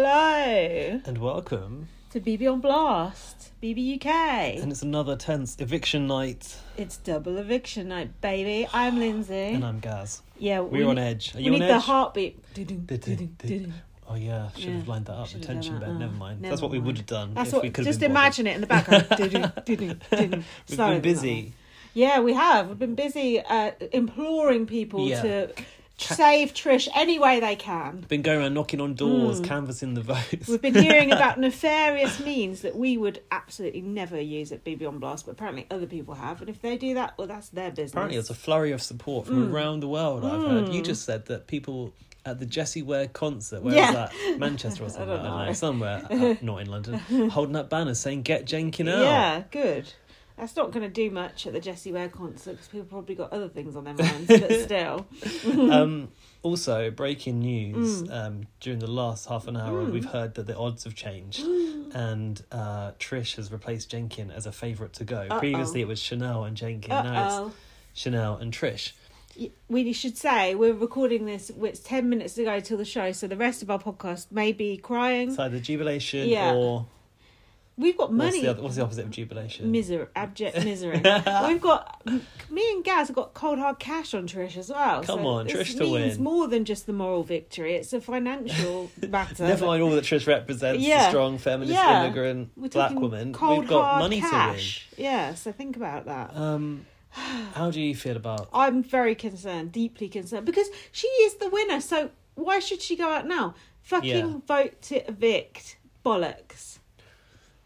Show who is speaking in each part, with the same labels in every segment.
Speaker 1: Hello
Speaker 2: And welcome.
Speaker 1: to BB on Blast, BB UK.
Speaker 2: And it's another tense eviction night.
Speaker 1: It's double eviction night, baby. I'm Lindsay.
Speaker 2: And I'm Gaz.
Speaker 1: Yeah,
Speaker 2: We're on edge. Are
Speaker 1: Eh? We
Speaker 2: you on
Speaker 1: need
Speaker 2: edge?
Speaker 1: the heartbeat. Do-do,
Speaker 2: Did-
Speaker 1: do-do,
Speaker 2: did-
Speaker 1: do-do.
Speaker 2: oh yeah, should
Speaker 1: Yeah,
Speaker 2: have lined that up.
Speaker 1: should have done
Speaker 2: Attention
Speaker 1: that.
Speaker 2: bed. Never
Speaker 1: Uh,
Speaker 2: mind.
Speaker 1: never
Speaker 2: That's what we would
Speaker 1: mind.
Speaker 2: have done
Speaker 1: That's
Speaker 2: if we
Speaker 1: what.
Speaker 2: could
Speaker 1: Just
Speaker 2: have been bothered.
Speaker 1: imagine it in the background. Do-do, do-do, do-do.
Speaker 2: We've
Speaker 1: Slower than that
Speaker 2: been busy.
Speaker 1: one. Yeah, we have. We've been busy uh, imploring people
Speaker 2: Yeah.
Speaker 1: to
Speaker 2: Ca-
Speaker 1: save Trish any way they can.
Speaker 2: Been going around knocking on doors, canvassing the votes.
Speaker 1: Mm. We've been hearing about nefarious means that we would absolutely never use at BB on Blast, but apparently other people have. And if they do that, well, that's their business.
Speaker 2: Apparently, there's a flurry of support from
Speaker 1: Mm.
Speaker 2: around the world. I've heard. You just said that people at the Jessie Ware concert, where
Speaker 1: Yeah.
Speaker 2: was that? Manchester or somewhere?
Speaker 1: don't know.
Speaker 2: Somewhere, uh, not in London, holding up banners saying "Get Jenkin out."
Speaker 1: Yeah, good. That's not going to do much at the Jessie Ware concert because people probably got other things on their minds, but still.
Speaker 2: um, also, breaking news
Speaker 1: Mm.
Speaker 2: um, during the last half an hour, we've heard that the odds have changed, and uh, Trish has replaced Jenkin as a favourite to go. Previously, it was Chanel and Jenkin. Now
Speaker 1: Uh oh.
Speaker 2: it's Chanel and
Speaker 1: Mm.
Speaker 2: Trish.
Speaker 1: We should say we're recording this, it's 10 minutes to go till the show, so the rest of our podcast may be crying.
Speaker 2: It's either jubilation
Speaker 1: Yeah.
Speaker 2: or
Speaker 1: We've got
Speaker 2: what's
Speaker 1: money.
Speaker 2: the, other, what's the opposite of jubilation?
Speaker 1: misery, abject misery. We've got me and Gaz have got cold hard cash on Trish as well.
Speaker 2: Come on,
Speaker 1: this
Speaker 2: Trish to
Speaker 1: means
Speaker 2: win.
Speaker 1: more than just the moral victory. It's a financial matter.
Speaker 2: Never mind all that Trish represents,
Speaker 1: Yeah.
Speaker 2: the strong feminist
Speaker 1: Yeah.
Speaker 2: immigrant
Speaker 1: We're
Speaker 2: black
Speaker 1: talking
Speaker 2: woman.
Speaker 1: cold,
Speaker 2: We've got
Speaker 1: hard
Speaker 2: money
Speaker 1: cash. Yeah, so think about that.
Speaker 2: to win. Um, how do you feel about
Speaker 1: I'm very concerned, deeply concerned, because she is the winner. So why should she go out now? Fucking
Speaker 2: Yeah.
Speaker 1: vote to evict. Bollocks.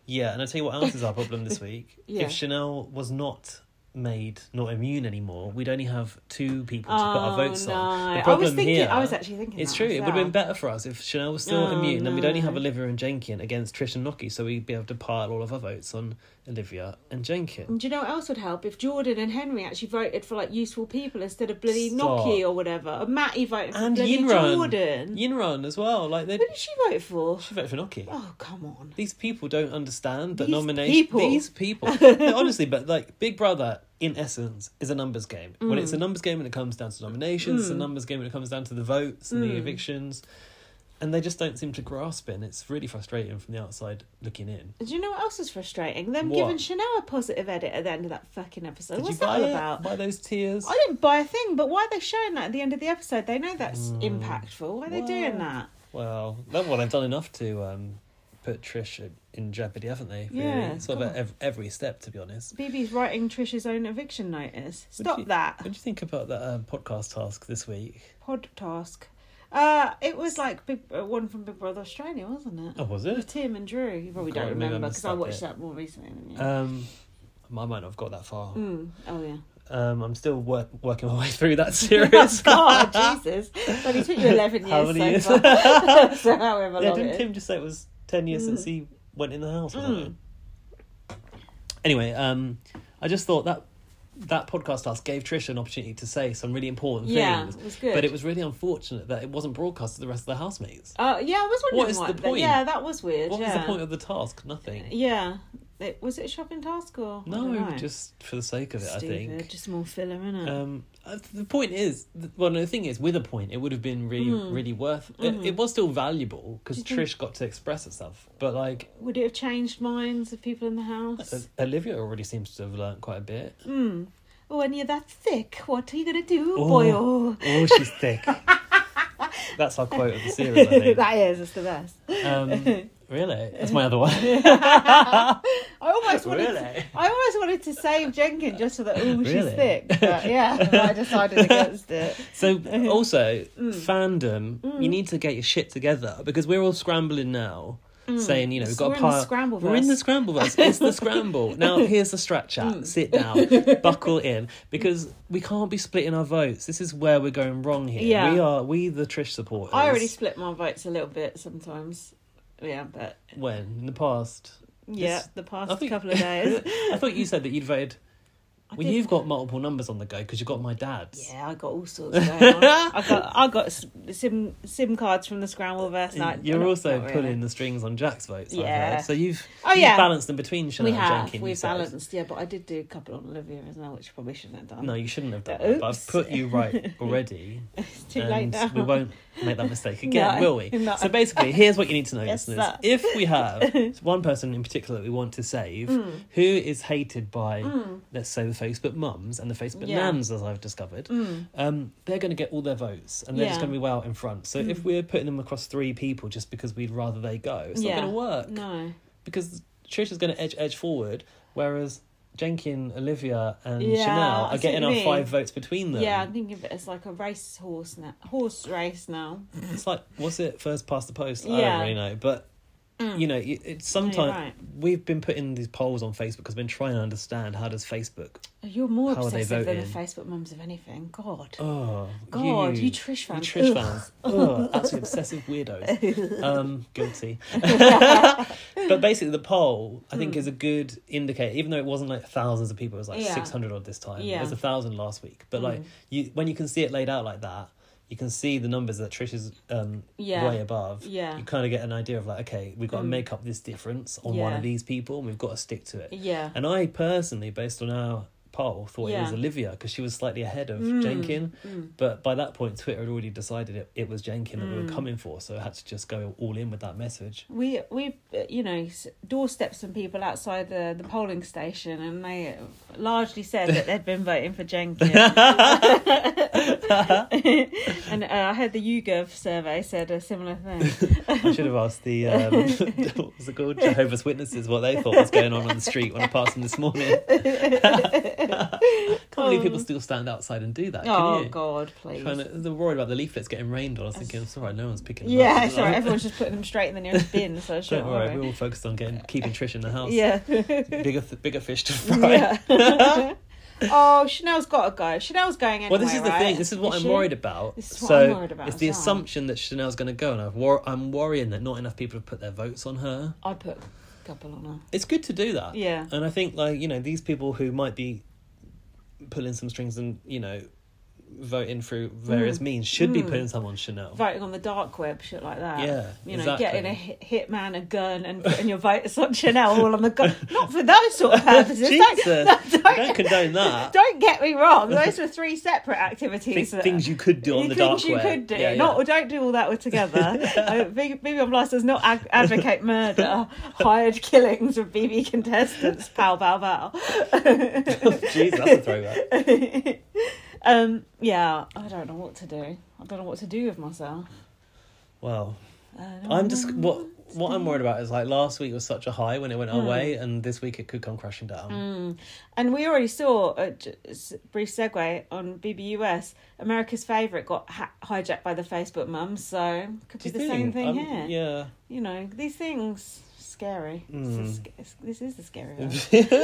Speaker 2: Yeah, and I tell you what else is our problem this week.
Speaker 1: Yeah.
Speaker 2: If Chanel was not made not immune anymore, we'd only have two people to put
Speaker 1: Oh,
Speaker 2: our votes on.
Speaker 1: no.
Speaker 2: The
Speaker 1: I was
Speaker 2: problem
Speaker 1: thinking-
Speaker 2: here-
Speaker 1: I was actually thinking
Speaker 2: it's
Speaker 1: that
Speaker 2: true. It would have been
Speaker 1: myself.
Speaker 2: better for us if Chanel was still
Speaker 1: Oh,
Speaker 2: immune, then we'd only have
Speaker 1: no.
Speaker 2: Olivia and Jenkin against Trish and Noki, so we'd be able to pile all of our votes on Olivia and Jenkin.
Speaker 1: And do you know what else would help if Jordan and Henry actually voted for like useful people instead of bloody
Speaker 2: Stop.
Speaker 1: Noki or whatever? Or Matty voted for
Speaker 2: And
Speaker 1: bloody
Speaker 2: Yinran.
Speaker 1: Jordan.
Speaker 2: Yinran as well. Like they
Speaker 1: Who did she vote for?
Speaker 2: she voted for Noki.
Speaker 1: Oh come on.
Speaker 2: These people don't understand that
Speaker 1: These
Speaker 2: nomination.
Speaker 1: people.
Speaker 2: These people, No, honestly, but like Big Brother, in essence, is a numbers game. When
Speaker 1: Mm.
Speaker 2: it's a numbers game, when it comes down to nominations, it's a numbers game when it comes down to the votes
Speaker 1: Mm.
Speaker 2: and the evictions, and they just don't seem to grasp it. And it's really frustrating from the outside looking in.
Speaker 1: Do you know what else is frustrating? Them
Speaker 2: What?
Speaker 1: giving Chanel a positive edit at the end of that fucking episode.
Speaker 2: Did
Speaker 1: What's
Speaker 2: you
Speaker 1: that
Speaker 2: buy
Speaker 1: all
Speaker 2: it?
Speaker 1: about?
Speaker 2: Buy those tears?
Speaker 1: I didn't buy a thing, but why are they showing that at the end of the episode? They know that's
Speaker 2: Hmm.
Speaker 1: impactful. Why are they doing
Speaker 2: Well,
Speaker 1: that?
Speaker 2: Well, that well, they've done enough to um, put Trish in jeopardy, haven't they? Really?
Speaker 1: Yeah,
Speaker 2: sort of
Speaker 1: come
Speaker 2: at ev- every step, to be honest.
Speaker 1: BB's writing Trish's own eviction notice.
Speaker 2: What do
Speaker 1: Stop
Speaker 2: you-
Speaker 1: that.
Speaker 2: What do you think about that um, podcast task this week?
Speaker 1: Pod task. Uh, it was like big, uh, one from Big Brother Australia, wasn't it?
Speaker 2: Oh, was
Speaker 1: With
Speaker 2: it?
Speaker 1: Tim and Drew. You probably
Speaker 2: God,
Speaker 1: don't
Speaker 2: maybe I
Speaker 1: remember
Speaker 2: missed
Speaker 1: because I
Speaker 2: that
Speaker 1: watched
Speaker 2: bit.
Speaker 1: that more recently than you.
Speaker 2: Um, I might not have got that far.
Speaker 1: Mm. Oh yeah.
Speaker 2: Um, I'm still work- working my way through that series.
Speaker 1: Oh God, Jesus! It only took you eleven years.
Speaker 2: How many years?
Speaker 1: So, far. so however
Speaker 2: yeah,
Speaker 1: long it
Speaker 2: didn't
Speaker 1: is. Hmm.
Speaker 2: Tim just say it was ten years since he went in the house? Or
Speaker 1: Mm.
Speaker 2: something?
Speaker 1: Hmm.
Speaker 2: Anyway, um, I just thought that that podcast task gave Trish an opportunity to say some really important
Speaker 1: Yeah,
Speaker 2: things.
Speaker 1: it was good.
Speaker 2: But it was really unfortunate that it wasn't broadcast to the rest of the housemates.
Speaker 1: Uh, yeah, I was wondering
Speaker 2: What is
Speaker 1: why-
Speaker 2: the
Speaker 1: that-
Speaker 2: point?
Speaker 1: Yeah, that was weird.
Speaker 2: What
Speaker 1: yeah.
Speaker 2: was the point of the task? Nothing.
Speaker 1: Yeah, it, was it a shopping task or I don't
Speaker 2: No,
Speaker 1: know.
Speaker 2: just for the sake of it,
Speaker 1: Stupid,
Speaker 2: I think.
Speaker 1: just more filler, innit?
Speaker 2: Um, uh, the point is, th- well, no, the thing is, with a point, it would have been really, really worth. It, it was still valuable because
Speaker 1: Hmm. Do you think-
Speaker 2: Trish got to express herself, but like
Speaker 1: Would it have changed minds of people in the house?
Speaker 2: uh, Olivia already seems to have learnt quite a bit.
Speaker 1: oh, and you're that thick. What are you gonna do, boy? Oh.
Speaker 2: oh, she's thick. That's our quote of the series. I
Speaker 1: that is, it's the best.
Speaker 2: think. Um, really, that's my other one.
Speaker 1: I almost wanted. To,
Speaker 2: really,
Speaker 1: I almost wanted to save Jenkins just so that oh she's
Speaker 2: Really?
Speaker 1: thick, but yeah, but I decided against it.
Speaker 2: So also
Speaker 1: Hmm.
Speaker 2: fandom, you need to get your shit together because we're all scrambling now,
Speaker 1: Hmm.
Speaker 2: saying you know we've got
Speaker 1: We're
Speaker 2: a
Speaker 1: in the
Speaker 2: pile.
Speaker 1: scrambleverse.
Speaker 2: We're in the scrambleverse. it's the scramble. Now here's the strat chat.
Speaker 1: Hmm.
Speaker 2: Sit down, buckle in, because we can't be splitting our votes. This is where we're going wrong here.
Speaker 1: Yeah.
Speaker 2: We are we the Trish supporters.
Speaker 1: I already split my votes a little bit sometimes. Yeah, but
Speaker 2: when in the past.
Speaker 1: yeah,
Speaker 2: It's-
Speaker 1: the past
Speaker 2: I think-
Speaker 1: couple of days.
Speaker 2: I thought you said that you'd voted.
Speaker 1: I
Speaker 2: Well,
Speaker 1: did-
Speaker 2: you've got multiple numbers on the go because you've got my dad's.
Speaker 1: Yeah, I got all sorts going on. I got I got s- sim sim cards from the Scrambleverse. Night.
Speaker 2: You're also
Speaker 1: not really.
Speaker 2: pulling the strings on Jack's votes. I've
Speaker 1: Yeah.
Speaker 2: heard. So you've,
Speaker 1: Oh,
Speaker 2: you've
Speaker 1: yeah.
Speaker 2: balanced them between Chanel
Speaker 1: We
Speaker 2: and
Speaker 1: have
Speaker 2: Jenkin, you
Speaker 1: we
Speaker 2: said.
Speaker 1: balanced. Yeah, but I did do a couple on Olivia as well, which I probably shouldn't have done.
Speaker 2: No, you shouldn't have done
Speaker 1: Uh,
Speaker 2: that. But I've
Speaker 1: oops.
Speaker 2: put you right already.
Speaker 1: it's too late now.
Speaker 2: We won't make that mistake again,
Speaker 1: No,
Speaker 2: will we?
Speaker 1: no.
Speaker 2: Uh, So basically, here's what you need to know,
Speaker 1: Yes,
Speaker 2: listeners.
Speaker 1: that.
Speaker 2: If we have one person in particular that we want to save,
Speaker 1: Mm.
Speaker 2: who is hated by, let's say, the Facebook mums and the Facebook
Speaker 1: Yeah.
Speaker 2: nans, as I've discovered,
Speaker 1: mm,
Speaker 2: um, they're going to get all their votes and they're just
Speaker 1: Yeah. Mm.
Speaker 2: going to be well out in front. So if we're putting them across three people just because we'd rather they go, it's
Speaker 1: Yeah.
Speaker 2: not going to work
Speaker 1: No.
Speaker 2: because Trisha's going to edge edge forward, whereas Jenkin, Olivia, and
Speaker 1: Yeah,
Speaker 2: Chanel
Speaker 1: I
Speaker 2: are
Speaker 1: see
Speaker 2: getting
Speaker 1: what
Speaker 2: our
Speaker 1: you mean.
Speaker 2: five votes between them.
Speaker 1: Yeah, I'm thinking of it as like a race horse now. Horse race now.
Speaker 2: it's like what's it first past the post? I don't
Speaker 1: Yeah.
Speaker 2: really know, but you know, it- it's sometimes
Speaker 1: Mm. right.
Speaker 2: we've been putting these polls on Facebook. I've been trying to understand how does Facebook.
Speaker 1: You're more
Speaker 2: How are they
Speaker 1: obsessive than the
Speaker 2: voting?
Speaker 1: Facebook mums of anything. God.
Speaker 2: Oh
Speaker 1: God, you Trish
Speaker 2: You
Speaker 1: fans.
Speaker 2: Trish
Speaker 1: Ugh.
Speaker 2: fans. Ugh, absolutely obsessive weirdos. Um, guilty. but basically, the poll, I think, is a good indicator, even though it wasn't like thousands of people, it was like
Speaker 1: Hmm. Yeah.
Speaker 2: 600 odd this time.
Speaker 1: Yeah. Hmm.
Speaker 2: It was a thousand last week. But like, you when you can see it laid out like that, you can see the numbers that Trish is um,
Speaker 1: Yeah.
Speaker 2: way above.
Speaker 1: Yeah. Hmm.
Speaker 2: You kind of get an idea of like, okay, we've got to make up this difference on one
Speaker 1: Yeah.
Speaker 2: of these people and we've got to stick to it.
Speaker 1: Yeah.
Speaker 2: And I personally, based on our poll, thought it
Speaker 1: Yeah.
Speaker 2: was
Speaker 1: Hmm.
Speaker 2: Olivia because she was slightly ahead of Jenkin.
Speaker 1: Mm.
Speaker 2: But by that point, Twitter had already decided it, it was Jenkin that
Speaker 1: Hmm.
Speaker 2: we were coming for, so I had to just go all in with that message.
Speaker 1: We we uh, you know s- doorstepped some people outside the, the polling station, and they largely said that they'd been voting for Jenkins. and uh, I heard the YouGov survey said a similar thing.
Speaker 2: I should have asked the um, what was it called Jehovah's Witnesses what they thought was going on on the street when I passed them this morning. Can't believe people still stand outside and do that. can
Speaker 1: oh
Speaker 2: you?
Speaker 1: God, please.
Speaker 2: Trying to, the worry about the leaflets getting rained on. I was thinking, it's all right, no one's picking them
Speaker 1: yeah,
Speaker 2: up.
Speaker 1: it's all right. Everyone's just putting them straight in the nearest bin, so sure.
Speaker 2: Don't worry, we're all focused on getting keeping Trish in the house.
Speaker 1: Yeah.
Speaker 2: bigger bigger fish to fry.
Speaker 1: yeah. oh, Chanel's got to go. Chanel's going anyway.
Speaker 2: Well, this is the
Speaker 1: right?
Speaker 2: thing. This is what
Speaker 1: Is
Speaker 2: I'm
Speaker 1: she?
Speaker 2: worried about.
Speaker 1: This is what
Speaker 2: so
Speaker 1: I'm worried about
Speaker 2: it's the
Speaker 1: as well.
Speaker 2: assumption that Chanel's going to go, and I've wor- I'm worrying that not enough people have put their votes on her.
Speaker 1: I'd put a couple on her.
Speaker 2: It's good to do that.
Speaker 1: Yeah.
Speaker 2: And I think like you know these people who might be pulling some strings and you know voting through various
Speaker 1: Mm.
Speaker 2: means should be putting some on Chanel.
Speaker 1: voting on the dark web, shit like that.
Speaker 2: Yeah,
Speaker 1: you know,
Speaker 2: exactly.
Speaker 1: getting a hit- hitman, a gun, and putting your votes on Chanel all on the gun. Not for those sort of purposes.
Speaker 2: Jesus,
Speaker 1: don't, don't-
Speaker 2: I don't condone that.
Speaker 1: don't get me wrong. Those were three separate activities.
Speaker 2: Think,
Speaker 1: that-
Speaker 2: things you could do on the
Speaker 1: things
Speaker 2: dark
Speaker 1: you
Speaker 2: web.
Speaker 1: could do.
Speaker 2: Yeah, yeah.
Speaker 1: Not don't do all that altogether. uh, B- BB on Blast does not ad- advocate murder, hired killings of BB contestants. Pow, pow, pow.
Speaker 2: Jeez, that's a throwback.
Speaker 1: um, yeah, I don't know what to do. I don't know what to do with myself. Uh,
Speaker 2: Well,
Speaker 1: I don't
Speaker 2: I'm just what what I'm worried about is like last week was such a high when it went our
Speaker 1: Hmm.
Speaker 2: way, and this week it could come crashing down.
Speaker 1: Mm. And we already saw a j- s- brief segue on BBUS. America's favorite got ha- hijacked by the Facebook mums, so could
Speaker 2: Do
Speaker 1: be
Speaker 2: you
Speaker 1: the same
Speaker 2: think?
Speaker 1: thing
Speaker 2: Um,
Speaker 1: here.
Speaker 2: Yeah.
Speaker 1: You know, these things scary. This,
Speaker 2: Mm.
Speaker 1: is, sc- it's- this is the scary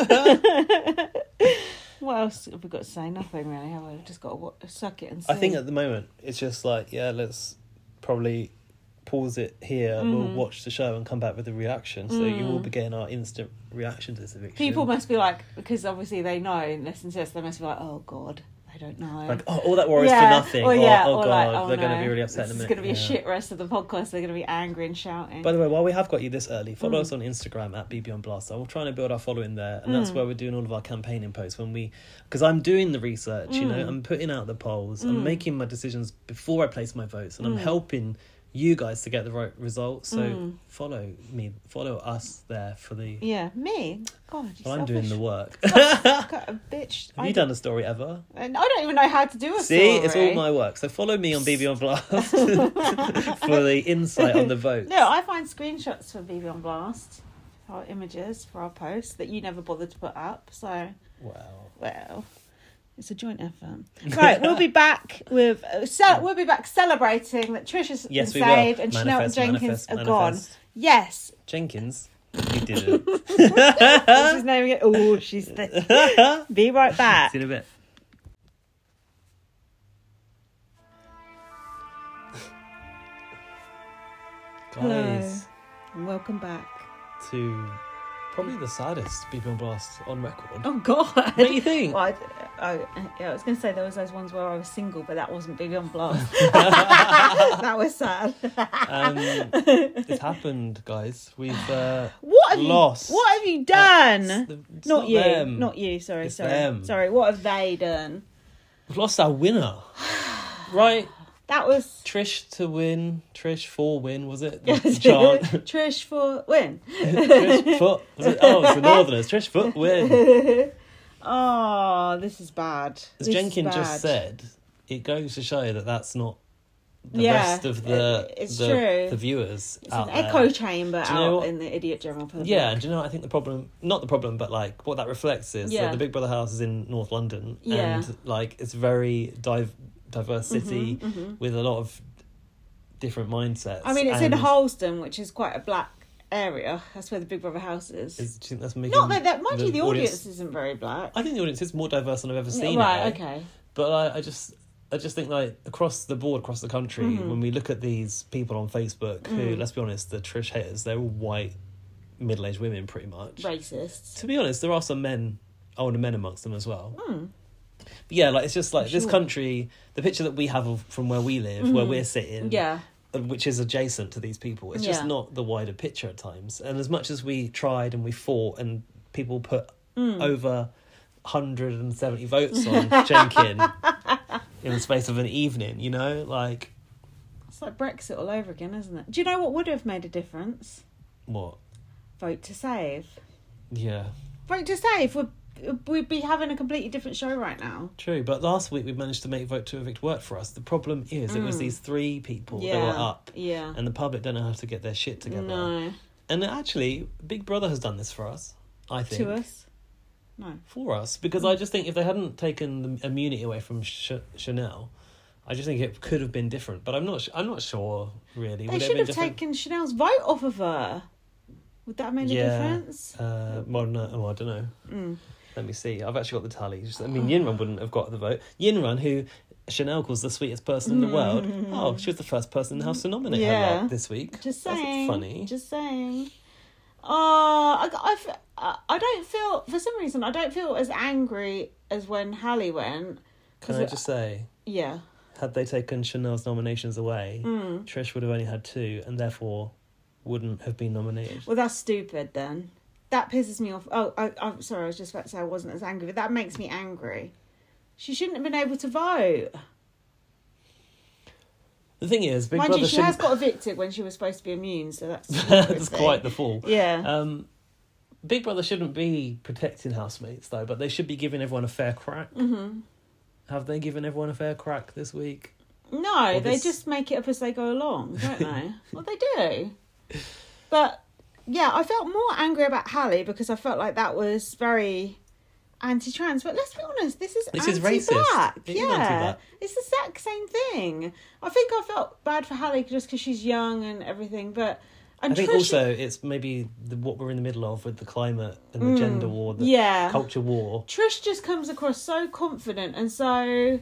Speaker 1: one. what else have we got to say? Nothing really. Have we We've just got to wa- suck it and see?
Speaker 2: I think at the moment it's just like yeah, let's probably pause it here.
Speaker 1: Mm-hmm.
Speaker 2: We'll watch the show and come back with a reaction. So you will be getting our instant reaction to this eviction.
Speaker 1: Mm. people must be like because obviously they know and listen to this. They must be like, oh god, they don't know.
Speaker 2: like oh, all that war is for nothing.
Speaker 1: Or,
Speaker 2: oh,
Speaker 1: yeah,
Speaker 2: oh
Speaker 1: or
Speaker 2: god,
Speaker 1: like, oh,
Speaker 2: they're going
Speaker 1: no,
Speaker 2: to be really upset in a
Speaker 1: This
Speaker 2: minute.
Speaker 1: is going to be a
Speaker 2: Yeah.
Speaker 1: shit rest of the podcast. They're going to be angry and shouting.
Speaker 2: By the way, while we have got you this early,
Speaker 1: Mm.
Speaker 2: follow us on Instagram at BB on Blast. I'm trying to build our following there, and
Speaker 1: Mm.
Speaker 2: that's where we're doing all of our campaigning posts. When we, because I'm doing the research, you
Speaker 1: Mm.
Speaker 2: know, I'm putting out the polls, I'm making my decisions before I place my votes, and
Speaker 1: Mm.
Speaker 2: I'm helping you guys to get the right results. So follow me, follow us there for the.
Speaker 1: yeah, me. God, you
Speaker 2: Well, I'm doing the work.
Speaker 1: bitch.
Speaker 2: Have
Speaker 1: I,
Speaker 2: you done a story ever?
Speaker 1: and I don't even know how to do a
Speaker 2: See,
Speaker 1: story.
Speaker 2: it's all my work. So follow me on BB on Blast for the insight on the votes.
Speaker 1: No, I find screenshots for BB on Blast, our images for our posts that you never bothered to put up. So,
Speaker 2: Wow.
Speaker 1: well. It's a joint effort. Right, we'll be back with uh, cel- we'll be back celebrating that Trish has
Speaker 2: Yes, we
Speaker 1: been
Speaker 2: will.
Speaker 1: saved and Chanel and
Speaker 2: Manifest,
Speaker 1: Jenkins
Speaker 2: manifest,
Speaker 1: are
Speaker 2: manifest.
Speaker 1: gone. Yes,
Speaker 2: Jenkins, you did it. Uh.
Speaker 1: What's his name again? Oh, she's thick. Be right back.
Speaker 2: See you in a bit. Guys,
Speaker 1: Welcome back.
Speaker 2: to probably the saddest BB Blast on record.
Speaker 1: Oh God.
Speaker 2: Don't you think?
Speaker 1: Well, I, I, yeah, I was going to say there was those ones where I was single, but that wasn't big on blast. that was sad.
Speaker 2: Um, it's happened, guys. We've uh,
Speaker 1: What have
Speaker 2: lost.
Speaker 1: you? What have you done?
Speaker 2: It's the- it's
Speaker 1: not, you.
Speaker 2: them.
Speaker 1: Not you. Sorry.
Speaker 2: It's
Speaker 1: sorry.
Speaker 2: them.
Speaker 1: Sorry. What have they done?
Speaker 2: We've lost our winner, right?
Speaker 1: That was
Speaker 2: Trish to win, Trish for win, was it? The chant.
Speaker 1: Trish for win.
Speaker 2: Trish Foot. Was it? Oh, it's the Northerners. Trish Foot win.
Speaker 1: Oh, this is bad.
Speaker 2: As
Speaker 1: This is
Speaker 2: Jenkin
Speaker 1: bad.
Speaker 2: just said, it goes to show that that's not the
Speaker 1: Yeah,
Speaker 2: rest of the
Speaker 1: it- it's
Speaker 2: the,
Speaker 1: true.
Speaker 2: the viewers
Speaker 1: it's
Speaker 2: out
Speaker 1: an
Speaker 2: there.
Speaker 1: echo chamber
Speaker 2: Do you know
Speaker 1: out
Speaker 2: what-
Speaker 1: in the idiot general public.
Speaker 2: Yeah, and do you know what? I think the problem, not the problem, but like what that reflects is
Speaker 1: Yeah.
Speaker 2: that the Big Brother house is in North London,
Speaker 1: Yeah. Mm-hmm,
Speaker 2: and like it's very div- diverse city with a lot of different mindsets.
Speaker 1: I mean, it's in
Speaker 2: and
Speaker 1: Holston, which is quite a black area. That's where the Big Brother house is.
Speaker 2: is- do you think that's making
Speaker 1: Not that that, mind you, the audience, isn't very black.
Speaker 2: I think the audience is more diverse than I've ever seen.
Speaker 1: right?
Speaker 2: it.
Speaker 1: Okay.
Speaker 2: But I, I just I just think like across the board, across the country,
Speaker 1: Mm-hmm.
Speaker 2: when we look at these people on Facebook who,
Speaker 1: Mm.
Speaker 2: let's be honest, the Trish haters, they're all white middle aged women pretty much.
Speaker 1: Racist.
Speaker 2: To be honest, there are some men, older men amongst them as well. But yeah, like it's just like this
Speaker 1: Mm. Sure. Mm-hmm.
Speaker 2: country, the picture that we have of from where we live, where we're sitting,
Speaker 1: Yeah.
Speaker 2: uh, which is adjacent to these people. It's just
Speaker 1: Yeah.
Speaker 2: not the wider picture at times. And as much as we tried and we fought, and people put
Speaker 1: Hmm.
Speaker 2: over 170 votes on Jenkin in the space of an evening, you know, like
Speaker 1: It's like Brexit all over again, isn't it? Do you know what would have made a difference?
Speaker 2: what?
Speaker 1: Vote to save.
Speaker 2: Yeah,
Speaker 1: Vote to save. We'd, we'd be having a completely different show right now.
Speaker 2: true. But last week we managed to make vote to evict work for us. The problem is it was these three people
Speaker 1: Hmm. Yeah.
Speaker 2: that were up.
Speaker 1: Yeah.
Speaker 2: And the public don't know how to get their shit together.
Speaker 1: No.
Speaker 2: And actually, Big Brother has done this for us, I think.
Speaker 1: To us. No.
Speaker 2: for us because I just think if they hadn't taken the immunity away from Ch- Chanel, I just think it could have been different. But I'm not. Sh- I'm not sure really.
Speaker 1: They
Speaker 2: it
Speaker 1: should
Speaker 2: been
Speaker 1: have
Speaker 2: different?
Speaker 1: taken Chanel's vote off of her. Would that have made a
Speaker 2: Yeah.
Speaker 1: difference?
Speaker 2: Uh, modern. Oh, I don't know.
Speaker 1: Mm.
Speaker 2: Let me see. I've actually got the tally. Just- I mean,
Speaker 1: Oh.
Speaker 2: Yinran wouldn't have got the vote. Yinran, who Chanel calls the sweetest person in the world. Oh, she was the first person in the house to nominate her
Speaker 1: Mm. Yeah.
Speaker 2: like, this week.
Speaker 1: Just
Speaker 2: That's
Speaker 1: saying.
Speaker 2: funny.
Speaker 1: Just saying. Uh, I, I f- uh, I don't feel, for some reason, I don't feel as angry as when Hallie went.
Speaker 2: Can
Speaker 1: 'cause
Speaker 2: I
Speaker 1: it-
Speaker 2: just say?
Speaker 1: Yeah.
Speaker 2: had they taken Chanel's nominations away,
Speaker 1: Mm.
Speaker 2: Trish would have only had two and therefore wouldn't have been nominated.
Speaker 1: Well, that's stupid then. That pisses me off. Oh, I, I'm sorry, I was just about to say I wasn't as angry, but that makes me angry. She shouldn't have been able to vote.
Speaker 2: The thing is, Big
Speaker 1: Mind
Speaker 2: Brother
Speaker 1: you, she
Speaker 2: shouldn't.
Speaker 1: has got evicted when she was supposed to be immune, so that's.
Speaker 2: That's
Speaker 1: hypocrisy.
Speaker 2: quite the fall.
Speaker 1: Yeah.
Speaker 2: Um, Big Brother shouldn't be protecting housemates though, but they should be giving everyone a fair crack. Mm-hmm. Have they given everyone a fair crack this week?
Speaker 1: No, they
Speaker 2: this-
Speaker 1: just make it up as they go along, don't they? well, they do. But yeah, I felt more angry about Hallie because I felt like that was very anti-trans. But let's be honest, this is
Speaker 2: This is
Speaker 1: anti-black.
Speaker 2: racist. It is
Speaker 1: yeah,
Speaker 2: anti-black.
Speaker 1: it's the exact same thing. I think I felt bad for Hallie just because she's young and everything, but and
Speaker 2: I think
Speaker 1: Trish-
Speaker 2: also it's maybe the, what we're in the middle of with the climate and the gender war, the
Speaker 1: Mm, yeah.
Speaker 2: culture war.
Speaker 1: Trish just comes across so confident and so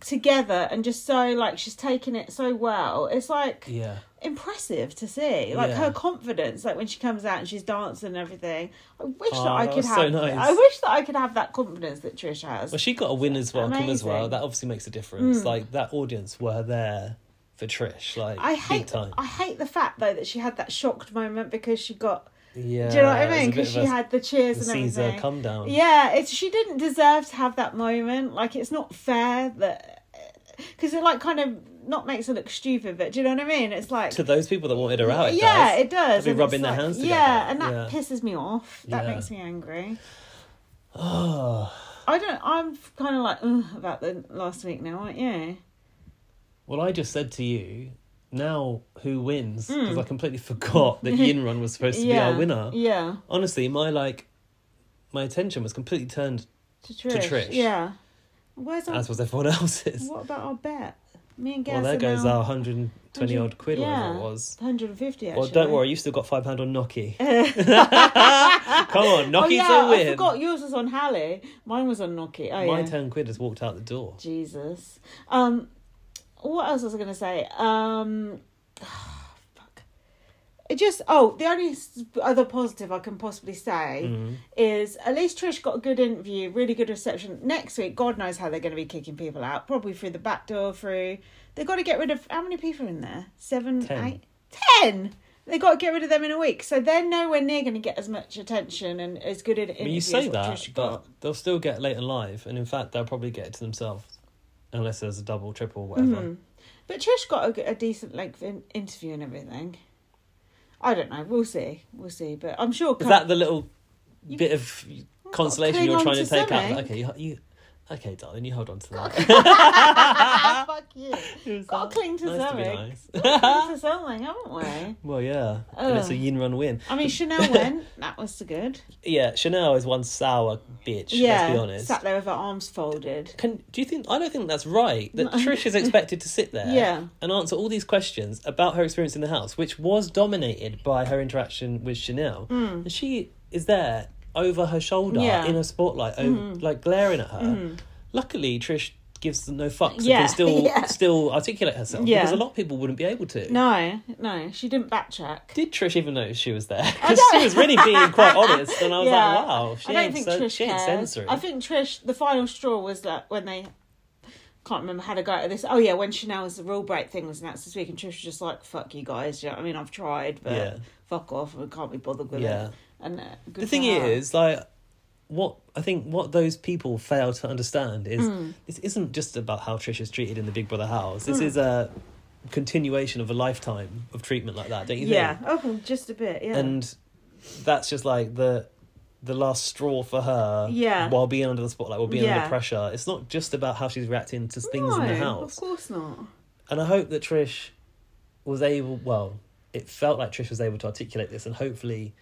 Speaker 1: together and just so like she's taking it so well. It's like
Speaker 2: Yeah.
Speaker 1: impressive to see like
Speaker 2: Yeah.
Speaker 1: her confidence like when she comes out and she's dancing and everything i wish
Speaker 2: Oh,
Speaker 1: that i
Speaker 2: that
Speaker 1: could
Speaker 2: was
Speaker 1: have
Speaker 2: so nice.
Speaker 1: i wish that i could have that confidence that trish has
Speaker 2: Well, she got a winner's welcome as well.
Speaker 1: Amazing. Mm.
Speaker 2: That obviously makes a difference. Like that audience were there for Trish, like
Speaker 1: i
Speaker 2: big
Speaker 1: hate
Speaker 2: time.
Speaker 1: i hate the fact though that she had that shocked moment because she got
Speaker 2: yeah,
Speaker 1: do you know what
Speaker 2: it
Speaker 1: i
Speaker 2: was a
Speaker 1: mean
Speaker 2: bit
Speaker 1: because
Speaker 2: of
Speaker 1: she
Speaker 2: a
Speaker 1: had the cheers and
Speaker 2: Caesar
Speaker 1: everything
Speaker 2: come down.
Speaker 1: yeah it's she didn't deserve to have that moment like it's not fair that because it like kind of not makes her look stupid but do you know what i mean it's like
Speaker 2: to those people that wanted her out. It
Speaker 1: yeah,
Speaker 2: does.
Speaker 1: it does.
Speaker 2: They'll
Speaker 1: and
Speaker 2: be rubbing
Speaker 1: it's
Speaker 2: their
Speaker 1: like-
Speaker 2: hands together.
Speaker 1: Yeah, and that
Speaker 2: Yeah.
Speaker 1: pisses me off. That
Speaker 2: Yeah.
Speaker 1: makes me angry.
Speaker 2: Oh,
Speaker 1: I don't. I'm kind of like Ugh, about the last week now, aren't you?
Speaker 2: well, I just said to you. Now, who wins? Because I completely forgot that Yinron was supposed to
Speaker 1: Hmm. yeah,
Speaker 2: be our winner.
Speaker 1: Yeah,
Speaker 2: Honestly, my like, my attention was completely turned,
Speaker 1: to Trish.
Speaker 2: Trish.
Speaker 1: Yeah. Where's our?
Speaker 2: as was everyone else's.
Speaker 1: What about our bet? Me and Gaz.
Speaker 2: well, there
Speaker 1: are
Speaker 2: goes
Speaker 1: now
Speaker 2: our hundred and twenty
Speaker 1: 100
Speaker 2: odd quid, whatever
Speaker 1: yeah,
Speaker 2: it was.
Speaker 1: 150. Actually.
Speaker 2: Well, don't worry, you still got five pound on Noki. Come on,
Speaker 1: Oh
Speaker 2: Noki's
Speaker 1: yeah,
Speaker 2: a win.
Speaker 1: I forgot yours was on Hallie. Mine was on Noki. Oh
Speaker 2: My
Speaker 1: yeah.
Speaker 2: ten quid has walked out the door.
Speaker 1: Jesus. Um, what else was I going to say? Um, fuck. It just oh, the only s- other positive I can possibly say
Speaker 2: Mm-hmm.
Speaker 1: is at least Trish got a good interview, really good reception. Next week, God knows how they're going to be kicking people out. Probably through the back door. Through they've got to get rid of how many people are in there? Seven,
Speaker 2: Ten.
Speaker 1: eight, ten. They got to get rid of them in a week, so they're nowhere near going to get as much attention and as good an
Speaker 2: I
Speaker 1: interview.
Speaker 2: mean, you
Speaker 1: as
Speaker 2: say
Speaker 1: what
Speaker 2: that,
Speaker 1: Trish got.
Speaker 2: but they'll
Speaker 1: Hmm.
Speaker 2: still get late and live, and in fact, they'll probably get it to themselves, unless there's a double, triple, whatever.
Speaker 1: Mm-hmm. But Trish got a, g- a decent length in, interview and everything. I don't know. We'll see. We'll see. But I'm sure.
Speaker 2: Is
Speaker 1: Ka-
Speaker 2: that the little
Speaker 1: You-
Speaker 2: bit of consolation
Speaker 1: cling
Speaker 2: you're
Speaker 1: on
Speaker 2: trying to,
Speaker 1: to
Speaker 2: take out?
Speaker 1: something.
Speaker 2: Okay, you, you, okay, darling, you hold on to that.
Speaker 1: Ah, Fuck you.
Speaker 2: It was
Speaker 1: Gotta
Speaker 2: that
Speaker 1: cling to
Speaker 2: nice to be
Speaker 1: something.
Speaker 2: nice.
Speaker 1: Into something, haven't we?
Speaker 2: Well, yeah, and it's a
Speaker 1: Ugh.
Speaker 2: yin run win.
Speaker 1: I mean, Chanel went. That was good.
Speaker 2: Yeah, Chanel is one sour bitch.
Speaker 1: yeah.
Speaker 2: let's be honest.
Speaker 1: Sat there with her arms folded.
Speaker 2: Can do you think? I don't think that's right. That Trish is expected to sit there
Speaker 1: Yeah.
Speaker 2: and answer all these questions about her experience in the house, which was dominated by her interaction with Chanel, and she is there over her shoulder
Speaker 1: Hmm. Yeah. Hmm.
Speaker 2: in a spotlight, over, like glaring at her. Luckily, Trish gives no fucks and
Speaker 1: Yeah,
Speaker 2: can still
Speaker 1: yeah.
Speaker 2: still articulate herself
Speaker 1: Yeah.
Speaker 2: because a lot of people wouldn't be able to.
Speaker 1: No, no, she didn't backtrack.
Speaker 2: Did Trish even notice she was there? 'Cause
Speaker 1: don't-
Speaker 2: she was really being quite honest, and I was
Speaker 1: Yeah.
Speaker 2: like, "Wow, she
Speaker 1: I don't
Speaker 2: ain't,
Speaker 1: think
Speaker 2: so,
Speaker 1: Trish
Speaker 2: she ain't
Speaker 1: cares.
Speaker 2: censoring."
Speaker 1: I think Trish. The final straw was that when they can't remember how to go at this. Oh yeah, when Chanel's rule break thing was announced this week, and Trish was just like, "Fuck you guys." You know what I mean, I've tried, but
Speaker 2: Yeah.
Speaker 1: fuck off. We can't be bothered with
Speaker 2: Yeah.
Speaker 1: it. And uh, good
Speaker 2: the
Speaker 1: for
Speaker 2: thing
Speaker 1: her.
Speaker 2: is like what i think what those people fail to understand is
Speaker 1: Hmm.
Speaker 2: this isn't just about how trish is treated in the big brother house this is a continuation of a lifetime of treatment like that don't you
Speaker 1: yeah.
Speaker 2: think
Speaker 1: Oh, well, just a bit. Yeah.
Speaker 2: and that's just like the the last straw for her
Speaker 1: Yeah.
Speaker 2: while being under the spotlight while being
Speaker 1: Yeah.
Speaker 2: under pressure it's not just about how she's reacting to things in
Speaker 1: No,
Speaker 2: the
Speaker 1: Of
Speaker 2: house
Speaker 1: course not.
Speaker 2: and i hope that trish was able well it felt like trish was able to articulate this and hopefully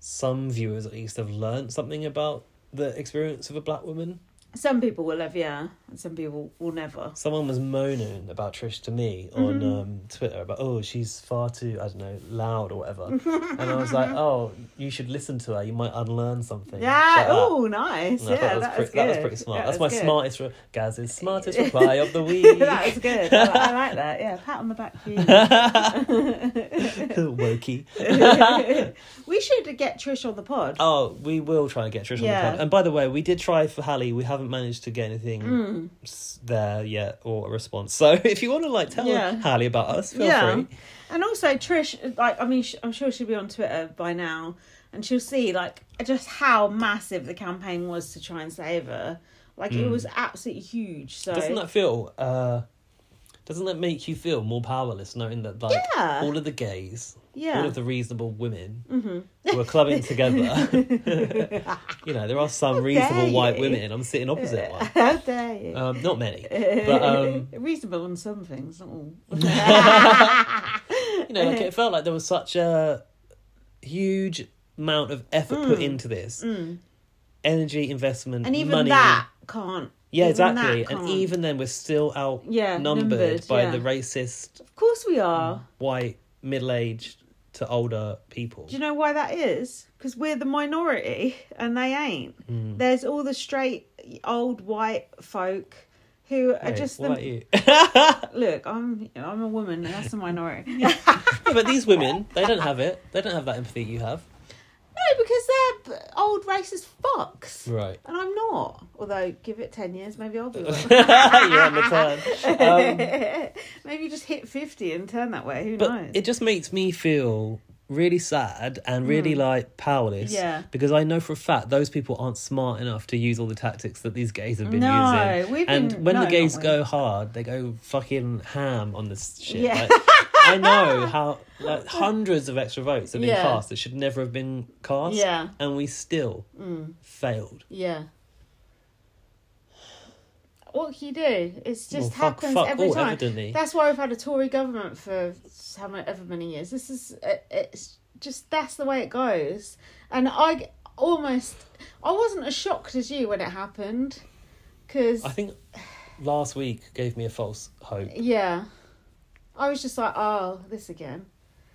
Speaker 2: some viewers at least have learned something about the experience of a black woman
Speaker 1: Some people will have, yeah, and some people will never.
Speaker 2: someone was moaning about trish to me on
Speaker 1: Mm-hmm.
Speaker 2: um, twitter about oh she's far too i don't know loud or whatever and i was like oh you should listen to her you might unlearn something
Speaker 1: Yeah.
Speaker 2: Shut up.
Speaker 1: Oh, nice.
Speaker 2: And I
Speaker 1: Yeah,
Speaker 2: thought
Speaker 1: that was,
Speaker 2: that, was
Speaker 1: good.
Speaker 2: pre- that was pretty smart.
Speaker 1: That
Speaker 2: That's my
Speaker 1: was good.
Speaker 2: smartest, re- Gaz's smartest reply of the week.
Speaker 1: that was good. I, I like that. Yeah, pat on the back for you.
Speaker 2: Wokey.
Speaker 1: we should get Trish on the pod.
Speaker 2: Oh, we will try and get Trish on
Speaker 1: Yeah.
Speaker 2: the pod. And by the way, we did try for Hallie. We haven't managed to get anything
Speaker 1: Mm.
Speaker 2: s there yet or a response. So if you want to like tell
Speaker 1: Yeah.
Speaker 2: Hallie about us, feel
Speaker 1: yeah,
Speaker 2: free.
Speaker 1: and also Trish. Like, I mean, sh- I'm sure she'll be on Twitter by now, and she'll see like just how massive the campaign was to try and save her. Like it was absolutely huge. So
Speaker 2: Mm. Doesn't that feel? uh Doesn't that make you feel more powerless knowing that like
Speaker 1: Yeah.
Speaker 2: all of the gays,
Speaker 1: yeah, Mm-hmm.
Speaker 2: all of the reasonable women were clubbing together? you know, there are some reasonable
Speaker 1: dare
Speaker 2: white
Speaker 1: you.
Speaker 2: women. I'm sitting opposite one.
Speaker 1: how dare you?
Speaker 2: Um, not many, but um,
Speaker 1: Reasonable on some things, not all.
Speaker 2: you know, like
Speaker 1: Mm-hmm.
Speaker 2: it felt like there was such a huge amount of effort put into this energy investment,
Speaker 1: Mm. and even
Speaker 2: money.
Speaker 1: that can't.
Speaker 2: yeah,
Speaker 1: even that
Speaker 2: exactly.
Speaker 1: can't.
Speaker 2: and even then, we're still outnumbered
Speaker 1: Yeah, numbered,
Speaker 2: by
Speaker 1: yeah.
Speaker 2: the racist
Speaker 1: of course we are.
Speaker 2: white middle-aged to older people.
Speaker 1: Do you know why that is? Because we're the minority and they ain't.
Speaker 2: Hmm.
Speaker 1: There's all the straight old white folk who are
Speaker 2: Hey,
Speaker 1: just
Speaker 2: what
Speaker 1: the,
Speaker 2: about you?
Speaker 1: look. I'm I'm a woman and that's the minority.
Speaker 2: Yeah, but these women, they don't have it. They don't have that empathy you have.
Speaker 1: no, because they're b- old racist fucks.
Speaker 2: Right.
Speaker 1: And I'm not. Although, give it 10 years, maybe I'll be one.
Speaker 2: You're on the turn. Um,
Speaker 1: maybe just hit 50 and turn that way. Who
Speaker 2: But
Speaker 1: knows?
Speaker 2: it just makes me feel really sad and really like powerless.
Speaker 1: Hmm. Yeah.
Speaker 2: Because I know for a fact those people aren't smart enough to use all the tactics that these gays have been
Speaker 1: No,
Speaker 2: using.
Speaker 1: we've
Speaker 2: and
Speaker 1: been-
Speaker 2: when
Speaker 1: no,
Speaker 2: the gays
Speaker 1: not we.
Speaker 2: go hard, they go fucking ham on this shit.
Speaker 1: Yeah.
Speaker 2: Like, I know how like hundreds of extra votes have been
Speaker 1: Yeah.
Speaker 2: cast that should never have been cast.
Speaker 1: Yeah. Mm.
Speaker 2: And we still failed.
Speaker 1: yeah. What can you do? It's just
Speaker 2: Well, fuck-
Speaker 1: happens
Speaker 2: fuck
Speaker 1: every
Speaker 2: all,
Speaker 1: time.
Speaker 2: evidently.
Speaker 1: That's why we've had a Tory government for however many years. This is uh, it's just that's the way it goes. And I almost I wasn't as shocked as you when it happened, because
Speaker 2: I think last week gave me a false hope.
Speaker 1: yeah, I was just like, oh, this again.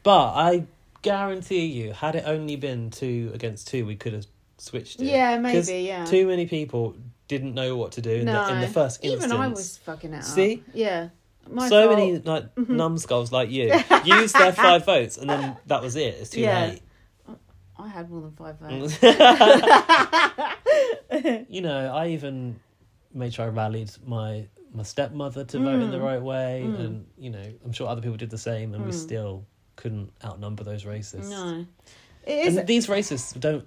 Speaker 2: But I guarantee you, had it only been two against two, we could have switched it.
Speaker 1: Yeah, maybe,
Speaker 2: 'Cause
Speaker 1: yeah.
Speaker 2: Too many people didn't know what to do in, the, in the first instance.
Speaker 1: Even I was fucking it up.
Speaker 2: See?
Speaker 1: Yeah. My
Speaker 2: so
Speaker 1: fault. Mm-hmm.
Speaker 2: many like numbskulls like you used their five votes, and then that was it. It's too
Speaker 1: Yeah. I had more than five votes.
Speaker 2: late. You know, I even made sure I rallied my my stepmother to vote in
Speaker 1: Mm.
Speaker 2: the right way, and you know, I'm sure other people did the same, and we Mm. still couldn't outnumber those racists.
Speaker 1: No. It is.
Speaker 2: and these racists don't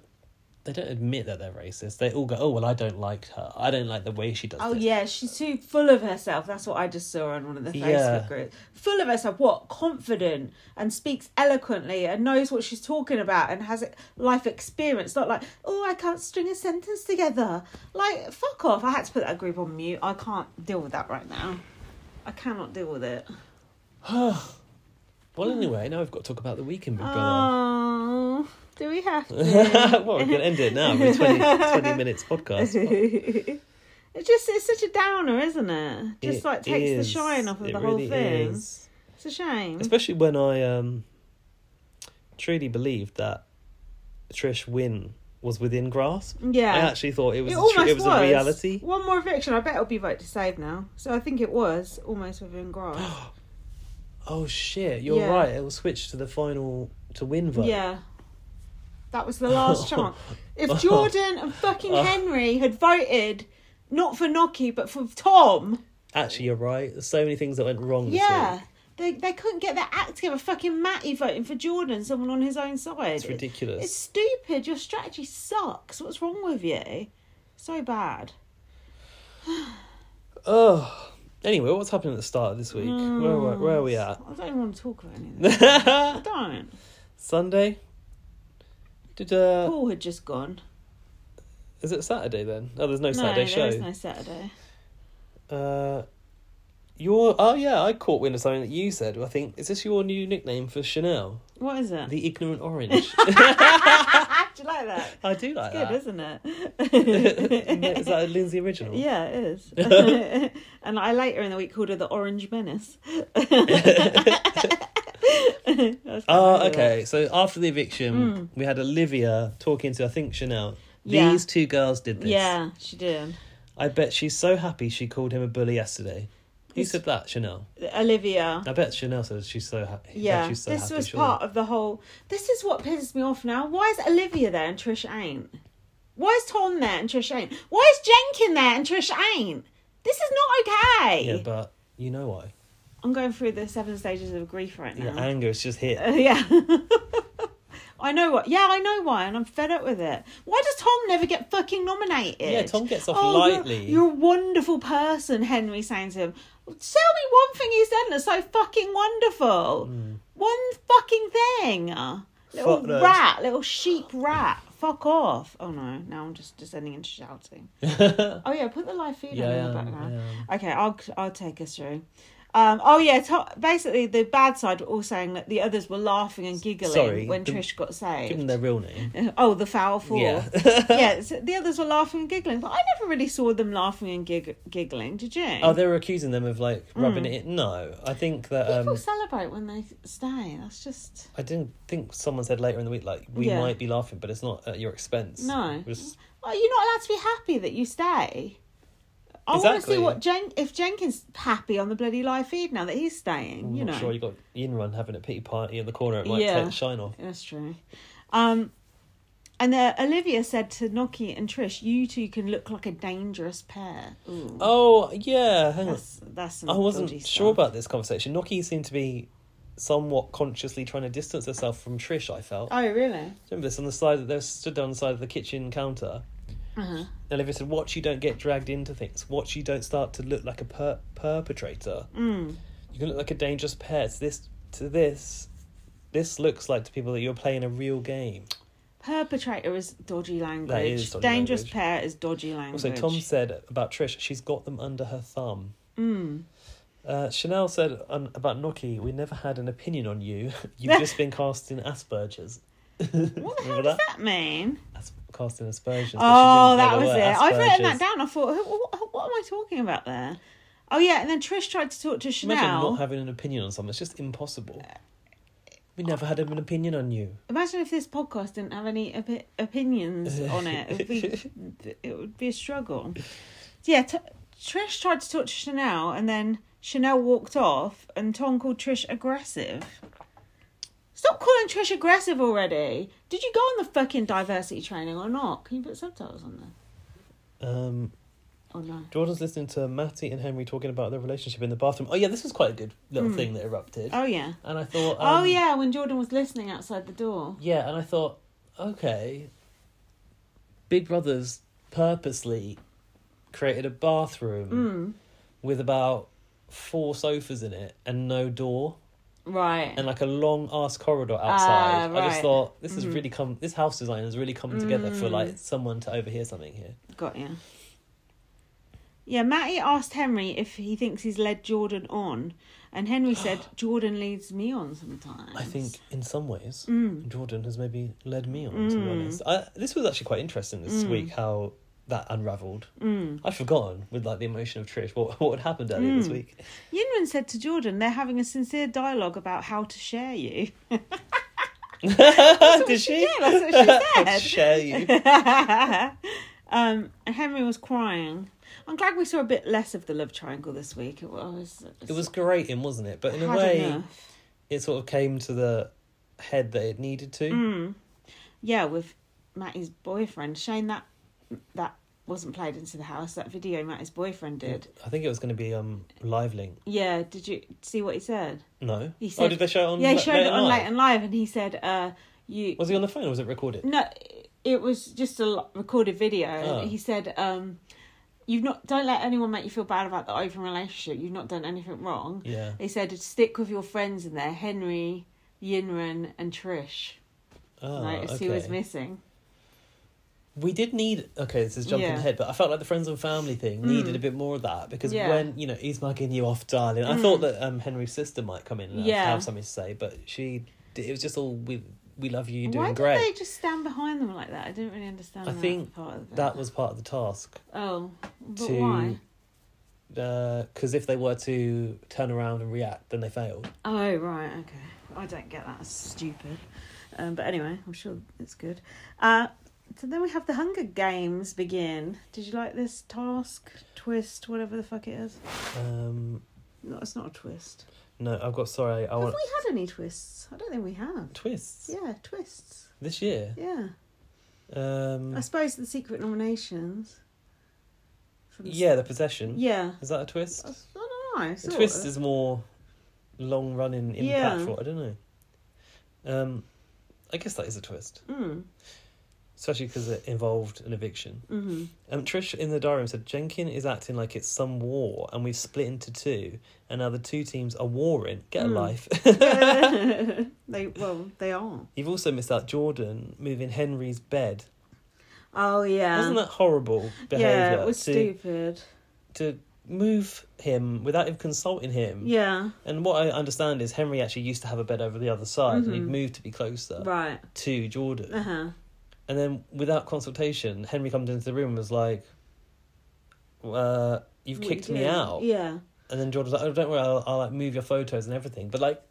Speaker 2: they don't admit that they're racist. They all go, "Oh well, I don't like her. I don't like the way she does."
Speaker 1: Oh
Speaker 2: this."
Speaker 1: yeah, she's too full of herself. That's what I just saw on one of the Facebook
Speaker 2: Yeah.
Speaker 1: groups. Full of herself, what? Confident and speaks eloquently and knows what she's talking about and has life experience. Not like, oh, I can't string a sentence together. Like, fuck off. I had to put that group on mute. I can't deal with that right now. I cannot deal with it.
Speaker 2: Well, anyway, now we've got to talk about the week in Big Brother.
Speaker 1: Oh, do we have to?
Speaker 2: well, we can end it now. We're 20, 20 minutes podcast.
Speaker 1: It's just it's such a downer, isn't it? Just
Speaker 2: It
Speaker 1: like takes the
Speaker 2: is.
Speaker 1: shine off of
Speaker 2: It
Speaker 1: the whole
Speaker 2: really
Speaker 1: thing.
Speaker 2: is.
Speaker 1: It's a shame.
Speaker 2: Especially when I um, truly believed that Trish Wynn was within grasp.
Speaker 1: Yeah.
Speaker 2: I actually thought it was
Speaker 1: It
Speaker 2: a tr-
Speaker 1: almost Oh,
Speaker 2: it was, a reality.
Speaker 1: One more eviction. I bet it'll be vote to save now. So I think it was almost within grasp.
Speaker 2: Oh shit! You're
Speaker 1: Yeah.
Speaker 2: right. It will switch to the final to win vote.
Speaker 1: yeah. That was the last chance. If Jordan and fucking
Speaker 2: Uh.
Speaker 1: Henry had voted not for Noki but for Tom,
Speaker 2: Actually, you're right. There's so many things that went wrong. This
Speaker 1: yeah.
Speaker 2: week.
Speaker 1: They, they couldn't get their act together. Fucking Matty voting for Jordan, someone on his own side.
Speaker 2: it's ridiculous.
Speaker 1: It's stupid. Your strategy sucks. What's wrong with you? So bad.
Speaker 2: Oh. Anyway, what's happening at the start of this week? Where, where, where are we at?
Speaker 1: Mm. I don't even want to talk about any of this. I don't.
Speaker 2: Sunday? Did uh
Speaker 1: Paul had just gone.
Speaker 2: is it Saturday then? Oh there's no, Saturday
Speaker 1: there
Speaker 2: show.
Speaker 1: is no Saturday.
Speaker 2: Uh your oh yeah, I caught wind of something that you said. I think is this your new nickname for Chanel?
Speaker 1: What is it?
Speaker 2: The Ah! ignorant orange.
Speaker 1: Do you like that?
Speaker 2: I do like
Speaker 1: Good,
Speaker 2: that.
Speaker 1: isn't it?
Speaker 2: is that Ah. a Lindsay original?
Speaker 1: yeah, it is. and I later in the week called her the Orange Menace. That's
Speaker 2: Oh,
Speaker 1: kind of
Speaker 2: okay. So after the eviction, we had Olivia talking to I think Chanel.
Speaker 1: Hmm. Yeah.
Speaker 2: These two girls did
Speaker 1: weird.
Speaker 2: this.
Speaker 1: Yeah, she did.
Speaker 2: I bet she's so happy she called him a bully yesterday. Who
Speaker 1: This-
Speaker 2: said that, Chanel?
Speaker 1: Olivia.
Speaker 2: I bet Chanel says she's so happy.
Speaker 1: Yeah,
Speaker 2: she's so
Speaker 1: this
Speaker 2: happy,
Speaker 1: was
Speaker 2: surely.
Speaker 1: part of the whole. This is what pisses me off now. Why is Olivia there and Trish ain't? Why is Tom there and Trish ain't? Why is Jenkin there and Trish ain't? This is not okay.
Speaker 2: Yeah, but you know why?
Speaker 1: I'm going through the seven stages of grief right
Speaker 2: The
Speaker 1: now.
Speaker 2: anger is just hit.
Speaker 1: Uh, Yeah. I know what. Yeah, I know why, and I'm fed up with it. Why does Tom never get fucking nominated? Oh,
Speaker 2: Yeah, Tom gets off
Speaker 1: you're-
Speaker 2: lightly."
Speaker 1: You're, a wonderful person, Henry saying to him. Tell me one thing he's done that's so fucking wonderful. One fucking thing. Little
Speaker 2: Hmm. Fuck those.
Speaker 1: rat, little sheep rat. Fuck off. Oh no, now I'm just descending into shouting. Oh yeah, put the live feed
Speaker 2: Yeah,
Speaker 1: on
Speaker 2: I
Speaker 1: in the
Speaker 2: am,
Speaker 1: background.
Speaker 2: I
Speaker 1: Okay, I'll I'll take us through. Um, oh yeah, to- basically the bad side were all saying that the others were laughing and giggling
Speaker 2: Sorry,
Speaker 1: when
Speaker 2: the-
Speaker 1: Trish got
Speaker 2: Give them
Speaker 1: saved.
Speaker 2: their real name.
Speaker 1: Oh, the foul fall.
Speaker 2: Yeah.
Speaker 1: Yeah, so the others were laughing and giggling. But I never really saw them laughing and gig- giggling. Did you?
Speaker 2: Oh, they were accusing them of like
Speaker 1: Hmm.
Speaker 2: rubbing it in. No, I think that
Speaker 1: People
Speaker 2: um,
Speaker 1: celebrate when they stay. That's just
Speaker 2: I didn't think someone said later in the week like we
Speaker 1: Yeah.
Speaker 2: might be laughing, but it's not at your expense.
Speaker 1: No.
Speaker 2: It was-
Speaker 1: Well, you're not allowed to be happy that you stay. I want to see
Speaker 2: Exactly.
Speaker 1: what Jen if Jenkins happy on the bloody live feed now that he's staying.
Speaker 2: I'm
Speaker 1: you
Speaker 2: not
Speaker 1: know,
Speaker 2: sure you got Yin Run having a pity party in the corner. It might
Speaker 1: Yeah.
Speaker 2: take the shine off.
Speaker 1: That's true. Um, and uh, Olivia said to Noki and Trish, "You two can look like a dangerous pair." Ooh,
Speaker 2: Oh yeah, hang on.
Speaker 1: that's that's. Some
Speaker 2: I
Speaker 1: dodgy
Speaker 2: wasn't sure
Speaker 1: stuff.
Speaker 2: about this conversation. Noki seemed to be somewhat consciously trying to distance herself from Trish. I felt.
Speaker 1: Oh really?
Speaker 2: Remember this on the side that they stood on the side of the kitchen counter.
Speaker 1: Uh-huh.
Speaker 2: Olivia said, "Watch you don't get dragged into things. Watch you don't start to look like a per- perpetrator.
Speaker 1: Mm.
Speaker 2: You can look like a dangerous pet. This to this, this looks like to people that you're playing a real game."
Speaker 1: Perpetrator is dodgy language.
Speaker 2: is dodgy
Speaker 1: dangerous
Speaker 2: language.
Speaker 1: pair is dodgy language.
Speaker 2: Also, Tom said about Trish, she's got them under her thumb.
Speaker 1: Mm.
Speaker 2: Uh, Chanel said on, about Noki, we never had an opinion on you. You've just been cast in Asperger's.
Speaker 1: "What the hell
Speaker 2: Remember
Speaker 1: does
Speaker 2: that?
Speaker 1: that mean?"
Speaker 2: As- cast in Asperger's. but she
Speaker 1: Oh,
Speaker 2: didn't know
Speaker 1: that
Speaker 2: the
Speaker 1: was
Speaker 2: word
Speaker 1: it. I've written that
Speaker 2: Asperger's.
Speaker 1: down. I thought, who, what, what am I talking about there? Oh yeah, and then Trish tried to talk to Chanel. Uh,
Speaker 2: Imagine not having an opinion on something. It's just impossible. We never had an opinion on you.
Speaker 1: Imagine if this podcast didn't have any opi- opinions on it. It would be, it would be a struggle. Yeah, t- Trish tried to talk to Chanel, and then Chanel walked off, and Tom called Trish aggressive. Stop calling Trish aggressive already. Did you go on the fucking diversity training or not? Can you put subtitles on there?
Speaker 2: Um,
Speaker 1: Oh no.
Speaker 2: Jordan's listening to Matty and Henry talking about their relationship in the bathroom. Oh, yeah, this was quite a good little thing that erupted.
Speaker 1: Oh yeah.
Speaker 2: and I thought.
Speaker 1: oh
Speaker 2: um,
Speaker 1: yeah, when Jordan was listening outside the door.
Speaker 2: Yeah, and I thought, okay, Big Brother's purposely created a bathroom with about four sofas in it and no door
Speaker 1: Right.
Speaker 2: and like a long ass corridor outside. I just
Speaker 1: right.
Speaker 2: thought this is really come. This house design has really come together for like someone to overhear something here.
Speaker 1: Got you. Yeah, Matty asked Henry if he thinks he's led Jordan on, and Henry said, Jordan leads me on sometimes.
Speaker 2: I think in some ways Jordan has maybe led me on. To be honest, I, this was actually quite interesting this week how that unravelled. Mm. I'd forgotten with like the emotion of Trish what what had happened earlier this week.
Speaker 1: Yinran said to Jordan, they're having a sincere dialogue about how to share you.
Speaker 2: Did she?
Speaker 1: Yeah, that's what she said.
Speaker 2: Share you.
Speaker 1: Um, and Henry was crying. I'm glad we saw a bit less of the love triangle this week. It was.
Speaker 2: It was grating, wasn't it? But in a
Speaker 1: had
Speaker 2: way,
Speaker 1: enough.
Speaker 2: it sort of came to the head that it needed to.
Speaker 1: Mm. Yeah, with Matty's boyfriend. Shane, that that wasn't played into the house. That video Matty's boyfriend did.
Speaker 2: I think it was going to be um live link.
Speaker 1: Yeah, did you see what he said?
Speaker 2: No.
Speaker 1: He
Speaker 2: oh,
Speaker 1: said-
Speaker 2: did they show it on?
Speaker 1: yeah, he
Speaker 2: La-
Speaker 1: showed
Speaker 2: Late
Speaker 1: it on
Speaker 2: Night?
Speaker 1: Late and Mm. Live, and he said, uh, "You
Speaker 2: Was he on the phone or was it recorded?
Speaker 1: no, it was just a lo- recorded video."
Speaker 2: Oh.
Speaker 1: And he said, um, "You've not don't let anyone make you feel bad about the open relationship. You've not done anything wrong."
Speaker 2: Yeah.
Speaker 1: He said, "Stick with your friends in there, Henry, Yinran, and Trish."
Speaker 2: Oh,
Speaker 1: Notice
Speaker 2: okay.
Speaker 1: who was missing.
Speaker 2: we did need. Okay, this is jumping
Speaker 1: Yeah. Mm.
Speaker 2: ahead, but I felt like the friends and family thing needed a bit more of that because
Speaker 1: Yeah. Mm.
Speaker 2: when you know he's mugging you off, darling. I thought that um Henry's sister might come in and have-
Speaker 1: Yeah.
Speaker 2: have something to say, but she. It was just all we. We love you. You're doing
Speaker 1: Why did
Speaker 2: great.
Speaker 1: they just stand behind them like that? I didn't really understand.
Speaker 2: I
Speaker 1: that
Speaker 2: think
Speaker 1: part of it.
Speaker 2: That was part of the task.
Speaker 1: Oh, but
Speaker 2: to-
Speaker 1: why?
Speaker 2: Because if they were to turn around and react, then they failed.
Speaker 1: Oh right, okay. I don't get that. It's stupid. Um, but anyway, I'm sure it's good. Uh, so then we have the Hunger Games begin. Did you like this task twist, whatever the fuck it is?
Speaker 2: Um,
Speaker 1: No, it's not a twist.
Speaker 2: no, I've got sorry. I
Speaker 1: Have
Speaker 2: want
Speaker 1: we had any twists? I don't think we have.
Speaker 2: twists
Speaker 1: Yeah, twists.
Speaker 2: this year.
Speaker 1: Yeah,
Speaker 2: Um,
Speaker 1: I suppose the secret nominations. From the-
Speaker 2: yeah, the possession.
Speaker 1: Yeah.
Speaker 2: Is that a twist?
Speaker 1: I don't know.
Speaker 2: A twist is more long running
Speaker 1: Yeah.
Speaker 2: impactful. I don't know. Um, I guess that is a twist,
Speaker 1: Mm.
Speaker 2: especially because it involved an eviction.
Speaker 1: Mm-hmm.
Speaker 2: Um, Trish in the diary room said Jenkin is acting like it's some war, and we've split into two, and now the two teams are warring. Get a
Speaker 1: Mm.
Speaker 2: life.
Speaker 1: they well, they are.
Speaker 2: You've also missed out Jordan moving Henry's bed.
Speaker 1: Oh yeah.
Speaker 2: Wasn't that horrible behaviour?
Speaker 1: yeah, it was
Speaker 2: to,
Speaker 1: stupid.
Speaker 2: to move him without even consulting him.
Speaker 1: Yeah,
Speaker 2: And what I understand is Henry actually used to have a bed over the other side and he'd moved to be closer
Speaker 1: Mm-hmm. right.
Speaker 2: to Jordan.
Speaker 1: Uh huh.
Speaker 2: And then without consultation, Henry comes into the room and was like, uh, You've kicked me out.
Speaker 1: Yeah.
Speaker 2: And then Jordan was like, Oh, don't worry, I'll, I'll like, move your photos and everything. But like,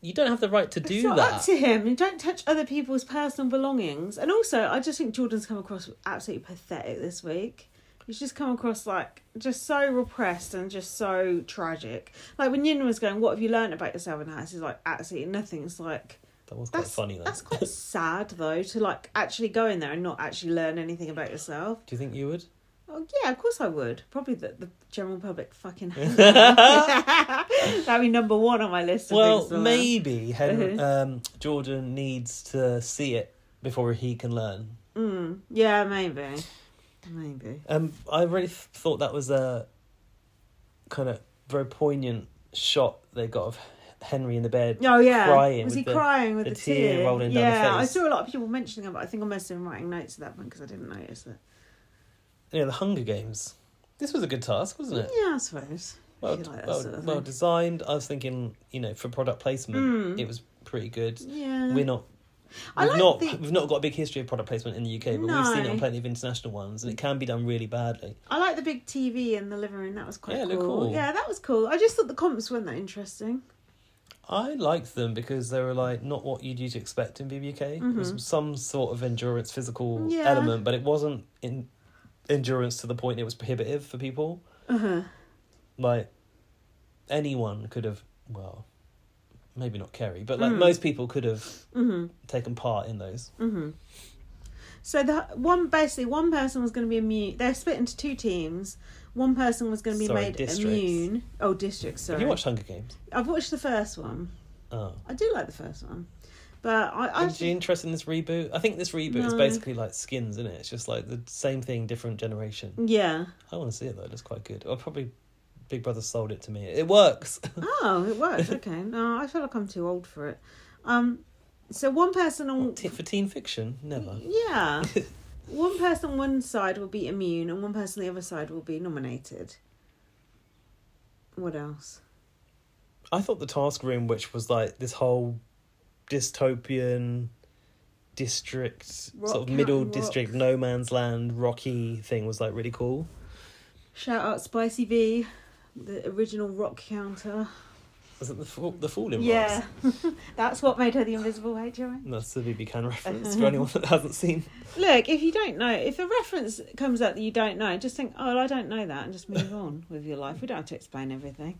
Speaker 2: you don't have the right to do
Speaker 1: it's not
Speaker 2: that.
Speaker 1: up to him. You don't touch other people's personal belongings. And also, I just think Jordan's come across absolutely pathetic this week. He's just come across like just so repressed and just so tragic. Like when Yin was going, "What have you learned about yourself?" and Hans is like, "Absolutely nothing." It's like
Speaker 2: that was quite
Speaker 1: that's
Speaker 2: funny, though.
Speaker 1: That's quite sad though to like actually go in there and not actually learn anything about yourself.
Speaker 2: Do you think you would?
Speaker 1: Oh yeah, of course I would. Probably the, the general public fucking hate me. That'd be number one on my list. Of
Speaker 2: Well,
Speaker 1: things to learn.
Speaker 2: maybe
Speaker 1: Mm-hmm.
Speaker 2: Henry, um, Jordan needs to see it before he can learn.
Speaker 1: Mm, yeah, maybe, maybe.
Speaker 2: Um, I really th- thought that was a kind of very poignant shot they got of Henry in the bed.
Speaker 1: Oh yeah,
Speaker 2: crying
Speaker 1: was
Speaker 2: with
Speaker 1: he
Speaker 2: the-
Speaker 1: crying with
Speaker 2: the
Speaker 1: the,
Speaker 2: tear rolling down the
Speaker 1: yeah, I
Speaker 2: face.
Speaker 1: saw a lot of people mentioning him, but I think I must have been writing notes at that point because I didn't notice it.
Speaker 2: You know, the Hunger Games. This was a good task, wasn't it?
Speaker 1: Yeah, I suppose. if
Speaker 2: Well,
Speaker 1: you like that
Speaker 2: well,
Speaker 1: sort of
Speaker 2: well
Speaker 1: thing. Mm.
Speaker 2: designed. I was thinking, you know, for product placement, it was pretty good.
Speaker 1: yeah.
Speaker 2: We're not.
Speaker 1: I
Speaker 2: We've
Speaker 1: like
Speaker 2: not
Speaker 1: the-
Speaker 2: we've not got a big history of product placement in the UK, but we've seen it on
Speaker 1: No.
Speaker 2: plenty of international ones, and it can be done really badly.
Speaker 1: I like the big TV in the living room. That was quite
Speaker 2: Yeah, it
Speaker 1: cool.
Speaker 2: looked cool.
Speaker 1: Yeah, that was cool. I just thought the comps weren't that interesting.
Speaker 2: I liked them because they were like not what you'd usually expect in BBK. It was some sort of endurance, physical
Speaker 1: Mm-hmm. Yeah.
Speaker 2: element, but it wasn't in endurance to the point it was prohibitive for people.
Speaker 1: Uh-huh.
Speaker 2: Like anyone could have, well, maybe not Kerry, but
Speaker 1: Hmm.
Speaker 2: like most people could have
Speaker 1: Mm-hmm.
Speaker 2: taken part in those.
Speaker 1: So the one basically one person was going to be immune. They're split into two teams. One person was going to be
Speaker 2: Sorry,
Speaker 1: made
Speaker 2: districts.
Speaker 1: immune. Oh, districts. Sorry,
Speaker 2: Have you watched Hunger Games?
Speaker 1: I've watched the first one.
Speaker 2: Oh,
Speaker 1: I do like the first one, But I, I
Speaker 2: Did you interested in this reboot? I think this reboot is
Speaker 1: No.
Speaker 2: basically like Skins, isn't it? It's just like the same thing, different generation.
Speaker 1: yeah.
Speaker 2: I want to see it though. It looks quite good. Or probably Big Brother sold it to me. It works.
Speaker 1: Oh, it works. Okay. No, I feel like I'm too old for it. Um, so one person on
Speaker 2: Te- For teen fiction, never.
Speaker 1: yeah, one person on one side will be immune, and one person on the other side will be nominated. What else?
Speaker 2: I thought the task room, which was like this whole dystopian district,
Speaker 1: Rock
Speaker 2: sort of
Speaker 1: Mountain
Speaker 2: middle
Speaker 1: Rock.
Speaker 2: district, no man's land, rocky thing was like really cool.
Speaker 1: Shout out Spicy V, the original rock counter.
Speaker 2: Was it the fall, the falling
Speaker 1: yeah,
Speaker 2: rocks?
Speaker 1: that's what made her the invisible HRN.
Speaker 2: That's the BB Can reference for anyone that hasn't seen.
Speaker 1: Look, if you don't know, if a reference comes up that you don't know, just think, oh, well, I don't know that, and just move on with your life. We don't have to explain everything.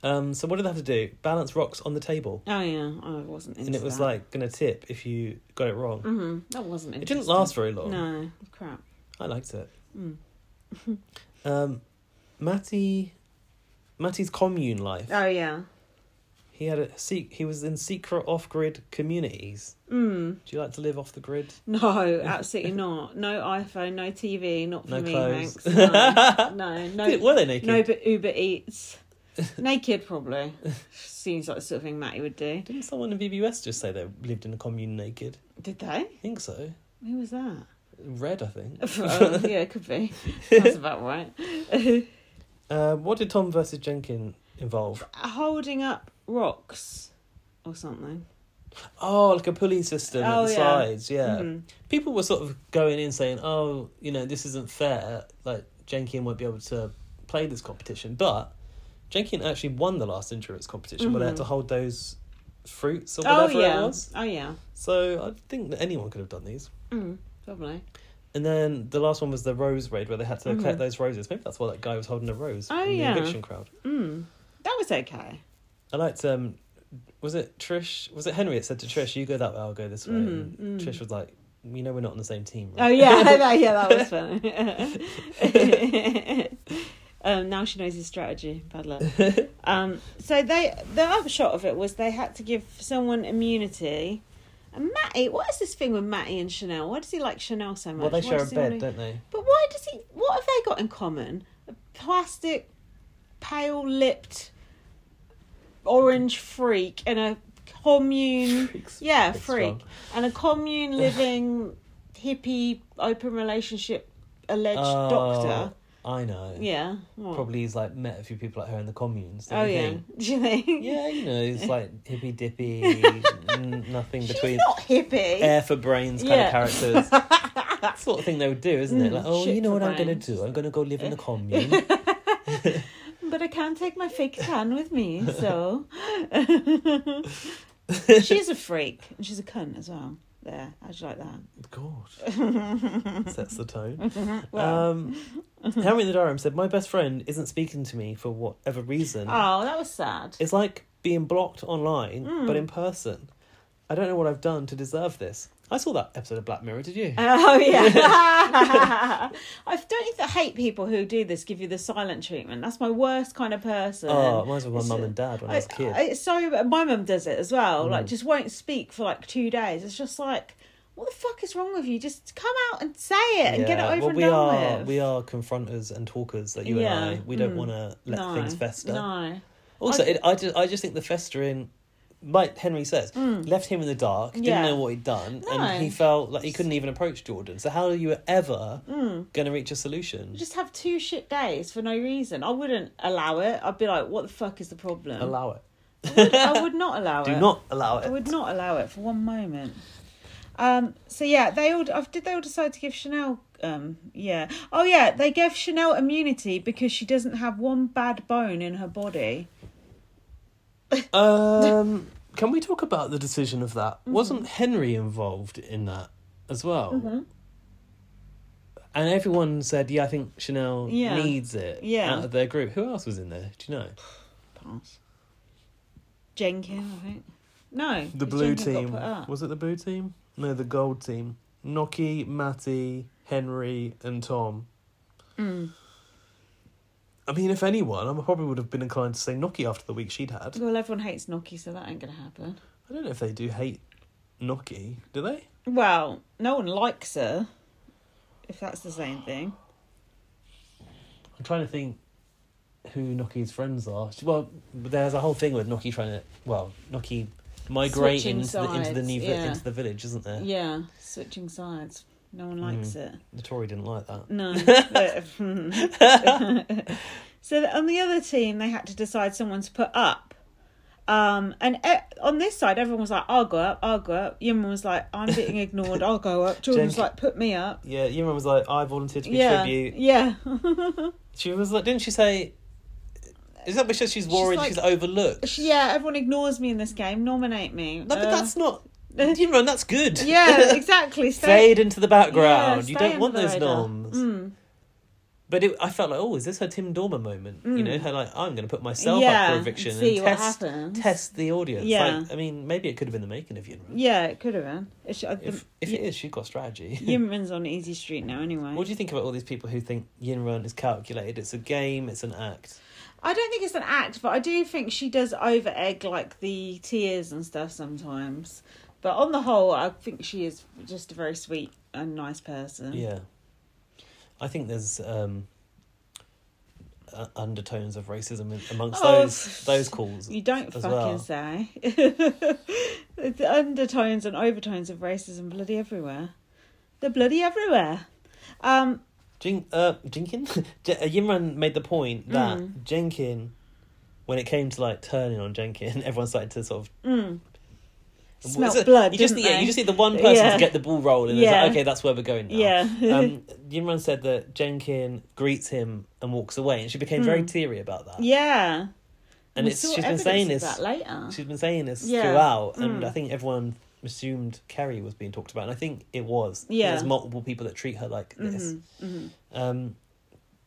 Speaker 2: Um, so what did they have to do? Balance rocks on the table,
Speaker 1: Oh yeah, I wasn't. Into
Speaker 2: and it was
Speaker 1: that.
Speaker 2: like gonna tip if you got it wrong.
Speaker 1: hmm that wasn't.
Speaker 2: It didn't
Speaker 1: interesting.
Speaker 2: last very long.
Speaker 1: No crap.
Speaker 2: I liked it.
Speaker 1: Mm.
Speaker 2: um, Matty, Matty's commune life.
Speaker 1: Oh yeah.
Speaker 2: He had a se- he was in secret off grid communities.
Speaker 1: Mm.
Speaker 2: Do you like to live off the grid?
Speaker 1: No, absolutely not. No iPhone, no TV, not for
Speaker 2: No
Speaker 1: me,
Speaker 2: clothes.
Speaker 1: Hanks. No, no, no,
Speaker 2: Did- Were they naked?
Speaker 1: no but Uber Eats. Naked, probably. Seems like the sort of thing Matty would do.
Speaker 2: Didn't someone in VBS just say they lived in a commune naked?
Speaker 1: Did they?
Speaker 2: I think so.
Speaker 1: Who was that?
Speaker 2: Red, I think.
Speaker 1: Oh, yeah, it could be. That's about right.
Speaker 2: Uh, what did Tom versus Jenkin involve?
Speaker 1: Holding up rocks or something.
Speaker 2: Oh, like a pulley system
Speaker 1: Oh,
Speaker 2: at the
Speaker 1: yeah.
Speaker 2: sides. Yeah.
Speaker 1: Mhm.
Speaker 2: People were sort of going in saying, "Oh, you know, this isn't fair. Like Jenkin won't be able to play this competition." But Jenkin actually won the last endurance competition where they had
Speaker 1: Mhm.
Speaker 2: to hold those fruits or
Speaker 1: Oh
Speaker 2: whatever it
Speaker 1: yeah.
Speaker 2: was.
Speaker 1: Oh yeah.
Speaker 2: So I think that anyone could have done these.
Speaker 1: Mm, probably.
Speaker 2: And then the last one was the rose raid where they had to
Speaker 1: Mhm.
Speaker 2: collect those roses. Maybe that's why that guy was holding a rose.
Speaker 1: Oh,
Speaker 2: from
Speaker 1: yeah.
Speaker 2: The eviction crowd.
Speaker 1: Mm. That was okay.
Speaker 2: I liked. Um, was it Trish? Was it Henry that said to Trish, "You go that way, I'll go this way."
Speaker 1: Mhm,
Speaker 2: And
Speaker 1: mm.
Speaker 2: Trish was like, "You know, we're not on the same team."
Speaker 1: Oh yeah, that, yeah, that was funny. um, now she knows his strategy. Bad luck. Um, so they, the upshot of it was they had to give someone immunity. And Matty, what is this thing with Matty and Chanel? Why does he like Chanel so much?
Speaker 2: Well, they
Speaker 1: Why
Speaker 2: share a
Speaker 1: does he wanna-
Speaker 2: bed, don't they?
Speaker 1: But why does he? What have they got in common? A plastic, pale-lipped, orange freak and a commune.
Speaker 2: Freaks.
Speaker 1: Yeah,
Speaker 2: That's
Speaker 1: freak.
Speaker 2: wrong.
Speaker 1: And a commune living hippie open relationship alleged
Speaker 2: Oh,
Speaker 1: doctor.
Speaker 2: I know.
Speaker 1: Yeah. what?
Speaker 2: Probably he's like met a few people like her in the communes. don't
Speaker 1: Oh
Speaker 2: you
Speaker 1: yeah.
Speaker 2: think?
Speaker 1: Do you think?
Speaker 2: Yeah, you know, it's like hippy dippy, n- nothing
Speaker 1: She's
Speaker 2: between Uh,
Speaker 1: not hippie.
Speaker 2: air for brains kind
Speaker 1: Yeah.
Speaker 2: of characters. That's the sort of thing they would do, isn't it?
Speaker 1: Mm,
Speaker 2: Like, oh,
Speaker 1: shit
Speaker 2: you know
Speaker 1: for
Speaker 2: what I'm going
Speaker 1: brains.
Speaker 2: to do? I'm going to go live in a commune.
Speaker 1: but I can't take my fake tan with me, so she's a freak. And she's a cunt as well. There. How'd you like that?
Speaker 2: God. Sets the tone.
Speaker 1: Well
Speaker 2: um, Henry in the Durham said, My best friend isn't speaking to me for whatever reason.
Speaker 1: Oh, that was sad.
Speaker 2: It's like being blocked online,
Speaker 1: Hmm.
Speaker 2: but in person. I don't know what I've done to deserve this. I saw that episode of Black Mirror, did you?
Speaker 1: Oh yeah. I don't even hate people who do this. Give you the silent treatment. That's my worst kind of person.
Speaker 2: oh, mine was with my
Speaker 1: it's-
Speaker 2: mum and dad when I, was a kid.
Speaker 1: I- it's so my mum does it as well. Like
Speaker 2: Mm.
Speaker 1: just won't speak for like two days. It's just like, what the fuck is wrong with you? Just come out and say it and get it
Speaker 2: Yeah,
Speaker 1: over
Speaker 2: well,
Speaker 1: and
Speaker 2: we
Speaker 1: done
Speaker 2: are
Speaker 1: with.
Speaker 2: we are confronters and talkers that you
Speaker 1: Yeah,
Speaker 2: and I. We don't
Speaker 1: mm.
Speaker 2: want to let
Speaker 1: no,
Speaker 2: things fester.
Speaker 1: No.
Speaker 2: Also,
Speaker 1: I-
Speaker 2: I, it, I just I just think the festering, like Henry says, left him in the dark. Didn't
Speaker 1: Hmm. Yeah.
Speaker 2: know what he'd done,
Speaker 1: No.
Speaker 2: and he felt like he couldn't even approach Jordan. So how are you ever going to reach a solution?
Speaker 1: Hmm. Just have two shit days for no reason. I wouldn't allow it. I'd be like, what the fuck is the problem?
Speaker 2: allow it.
Speaker 1: I would not allow it.
Speaker 2: Do not allow
Speaker 1: I
Speaker 2: it.
Speaker 1: would not allow it for one moment. Um, so yeah, they all I've- did. They all decide to give Chanel. Um, yeah. Oh yeah, they gave Chanel immunity because she doesn't have one bad bone in her body.
Speaker 2: Um, can we talk about the decision of that?
Speaker 1: Mm-hmm.
Speaker 2: Wasn't Henry involved in that as well?
Speaker 1: Mm-hmm.
Speaker 2: And everyone said, "Yeah, I think Chanel
Speaker 1: Yeah.
Speaker 2: needs it
Speaker 1: Yeah.
Speaker 2: out of their group." Who else was in there? Do you know?
Speaker 1: Pass. Jenkins, I think. No.
Speaker 2: The
Speaker 1: 'cause
Speaker 2: blue
Speaker 1: Jenkins got
Speaker 2: team.
Speaker 1: put up.
Speaker 2: Was it the blue team? No, the gold team. Noki, Matty, Henry, and Tom.
Speaker 1: Mm.
Speaker 2: I mean, if
Speaker 1: Mm.
Speaker 2: anyone, I probably would have been inclined to say Noki after the week she'd had.
Speaker 1: Well, everyone hates Noki, so that ain't gonna happen.
Speaker 2: I don't know if they do hate Noki, do they?
Speaker 1: Well, no one likes her. If that's the same thing.
Speaker 2: I'm trying to think who Noki's friends are. She- Well, there's a whole thing with Noki trying to well, Noki
Speaker 1: Switching
Speaker 2: migrating into the, into the new vi-
Speaker 1: sides, yeah.
Speaker 2: into the village, isn't there?
Speaker 1: Yeah, switching sides. No
Speaker 2: Hmm.
Speaker 1: one likes it.
Speaker 2: The Tory didn't like that.
Speaker 1: No. But- so that on the other team, they had to decide someone to put up. Um, and e- on this side, everyone was like, "I'll go up, I'll go up." Yimon was like, "I'm being ignored, I'll go up." Jordan was
Speaker 2: Jen-
Speaker 1: like, "Put me up."
Speaker 2: Yeah, Yuma was like, I volunteered to be
Speaker 1: yeah,
Speaker 2: tribute.
Speaker 1: yeah.
Speaker 2: She was like, didn't she say? Is that because she's worried
Speaker 1: like-
Speaker 2: she's, overlooked?
Speaker 1: She- yeah, everyone ignores me in this game. Nominate me.
Speaker 2: No, but
Speaker 1: Uh,
Speaker 2: that's not. You know, Um, that's good.
Speaker 1: yeah, exactly. Stay,
Speaker 2: Fade into the
Speaker 1: yeah,
Speaker 2: background. you
Speaker 1: stay
Speaker 2: don't
Speaker 1: under
Speaker 2: want
Speaker 1: the
Speaker 2: those
Speaker 1: radar.
Speaker 2: noms.
Speaker 1: Mm.
Speaker 2: But it, I felt like, oh, is this her Tim Dormer moment? You know, her like, I'm going to put myself up
Speaker 1: Mm. Yeah,
Speaker 2: for eviction
Speaker 1: see
Speaker 2: and
Speaker 1: what
Speaker 2: test,
Speaker 1: happens.
Speaker 2: test the audience.
Speaker 1: Yeah. Mm.
Speaker 2: Like, I mean, maybe it could have been the making of Yinra.
Speaker 1: Yeah, it could have been. It should, I
Speaker 2: If, if it is, she's got strategy.
Speaker 1: Yimon's on easy street now, anyway.
Speaker 2: What do you think about all these people who think Yinran is calculated? It's a game, it's an act.
Speaker 1: I don't think it's an act, but I do think she does over egg like the tears and stuff sometimes. But on the whole, I think she is just a very sweet and nice person.
Speaker 2: Yeah. I think there's um, uh, undertones of racism in- amongst
Speaker 1: Oh,
Speaker 2: those those calls.
Speaker 1: You don't
Speaker 2: as
Speaker 1: fucking
Speaker 2: well.
Speaker 1: say. the undertones and overtones of racism bloody everywhere. They're bloody everywhere. Um,
Speaker 2: Jin, uh, Jinkin? J- uh, Yimran made the point that
Speaker 1: Mm.
Speaker 2: Jenkin, when it came to like turning on Jenkin, everyone started to sort of.
Speaker 1: Mm. smelt
Speaker 2: So,
Speaker 1: blood.
Speaker 2: You just,
Speaker 1: didn't
Speaker 2: need,
Speaker 1: they?
Speaker 2: you just need the one person
Speaker 1: Yeah.
Speaker 2: to get the ball rolling. and It's
Speaker 1: Yeah.
Speaker 2: like, okay, that's where we're going now.
Speaker 1: Yeah.
Speaker 2: um, Yimran said that Jenkin greets him and walks away, and she became very teary about that.
Speaker 1: Mm. yeah.
Speaker 2: And
Speaker 1: We
Speaker 2: it's,
Speaker 1: saw
Speaker 2: she's been
Speaker 1: evidence
Speaker 2: saying
Speaker 1: of
Speaker 2: this.
Speaker 1: that later.
Speaker 2: She's been saying this
Speaker 1: Yeah. Mm.
Speaker 2: throughout, and I think everyone assumed Kerry was being talked about, and I think it was.
Speaker 1: Yeah.
Speaker 2: there's multiple people that treat her like
Speaker 1: Mm-hmm,
Speaker 2: this. Um,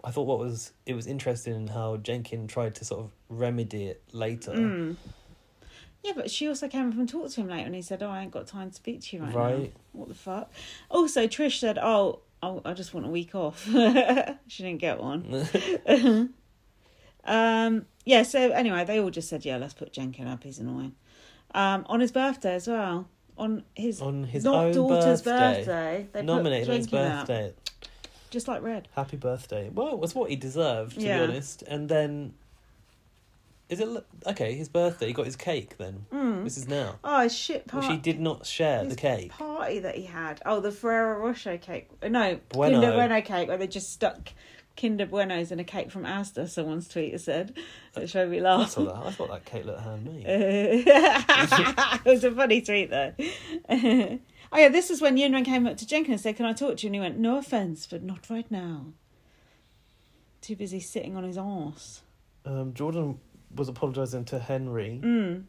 Speaker 2: I thought what was it was interesting in how Jenkin tried to sort of remedy it later,
Speaker 1: Hmm. mm. Yeah, but she also came up and talked to him later, and he said, "Oh, I ain't got time to speak to you right, now."
Speaker 2: Right.
Speaker 1: What the fuck? Also, Trish said, "Oh, oh I just want a week off." she didn't get one. um, yeah. So anyway, they all just said, "Yeah, let's put Jenkin up. He's annoying." Um, on his birthday as well. On his
Speaker 2: On his
Speaker 1: not
Speaker 2: own
Speaker 1: daughter's
Speaker 2: birthday.
Speaker 1: birthday, they put
Speaker 2: nominated on his
Speaker 1: Jenkin up,
Speaker 2: birthday.
Speaker 1: just like Red.
Speaker 2: Happy birthday! Well, it was what he deserved to
Speaker 1: Yeah.
Speaker 2: be honest. And then, is it l- okay? His birthday, he got his cake then. This is now.
Speaker 1: Oh his shit! Part-
Speaker 2: Well, she did not share the
Speaker 1: his
Speaker 2: cake.
Speaker 1: party that he had. Oh, the Ferrero Rocher cake. No,
Speaker 2: Bueno.
Speaker 1: Kinder Bueno cake, where they just stuck Kinder Buenos in a cake from Asda. Someone's tweet has said, it showed me
Speaker 2: I
Speaker 1: laugh.
Speaker 2: saw that. I thought that cake looked handmade.
Speaker 1: Eh. it was a funny tweet though. oh yeah, this is when Yunran came up to Jenkins and said, "Can I talk to you?" And he went, "No offense, but not right now." Too busy sitting on his arse.
Speaker 2: um, Jordan was apologising to Henry,
Speaker 1: Mm,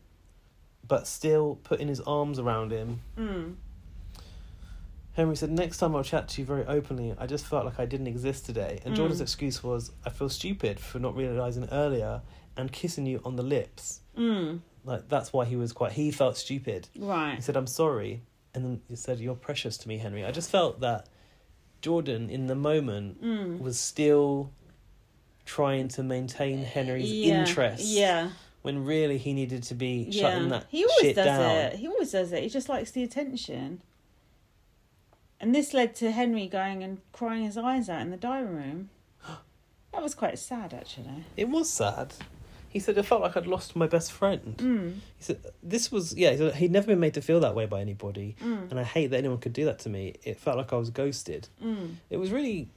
Speaker 2: but still putting his arms around him.
Speaker 1: mm,
Speaker 2: Henry said, Next time I'll chat to you very openly. I just felt like I didn't exist today. And Jordan's
Speaker 1: Mm.
Speaker 2: excuse was, I feel stupid for not realising earlier and kissing you on the lips. Like, that's why he was quite, he felt stupid.
Speaker 1: mm. Right.
Speaker 2: He said, I'm sorry. And then he said, You're precious to me, Henry. I just felt that Jordan, in the moment,
Speaker 1: Mm.
Speaker 2: was still trying to maintain Henry's
Speaker 1: Mm. yeah.
Speaker 2: interest.
Speaker 1: Yeah.
Speaker 2: When really he needed to be shutting that
Speaker 1: he always
Speaker 2: shit
Speaker 1: does
Speaker 2: down.
Speaker 1: it. He always does it. He just likes the attention. And this led to Henry going and crying his eyes out in the diary room. That was quite sad, actually.
Speaker 2: It was sad. He said, I felt like I'd lost my best friend.
Speaker 1: Mm,
Speaker 2: He said, This was, yeah, he said, he'd never been made to feel that way by anybody.
Speaker 1: Mm.
Speaker 2: And I hate that anyone could do that to me. It felt like I was ghosted.
Speaker 1: mm,
Speaker 2: It was really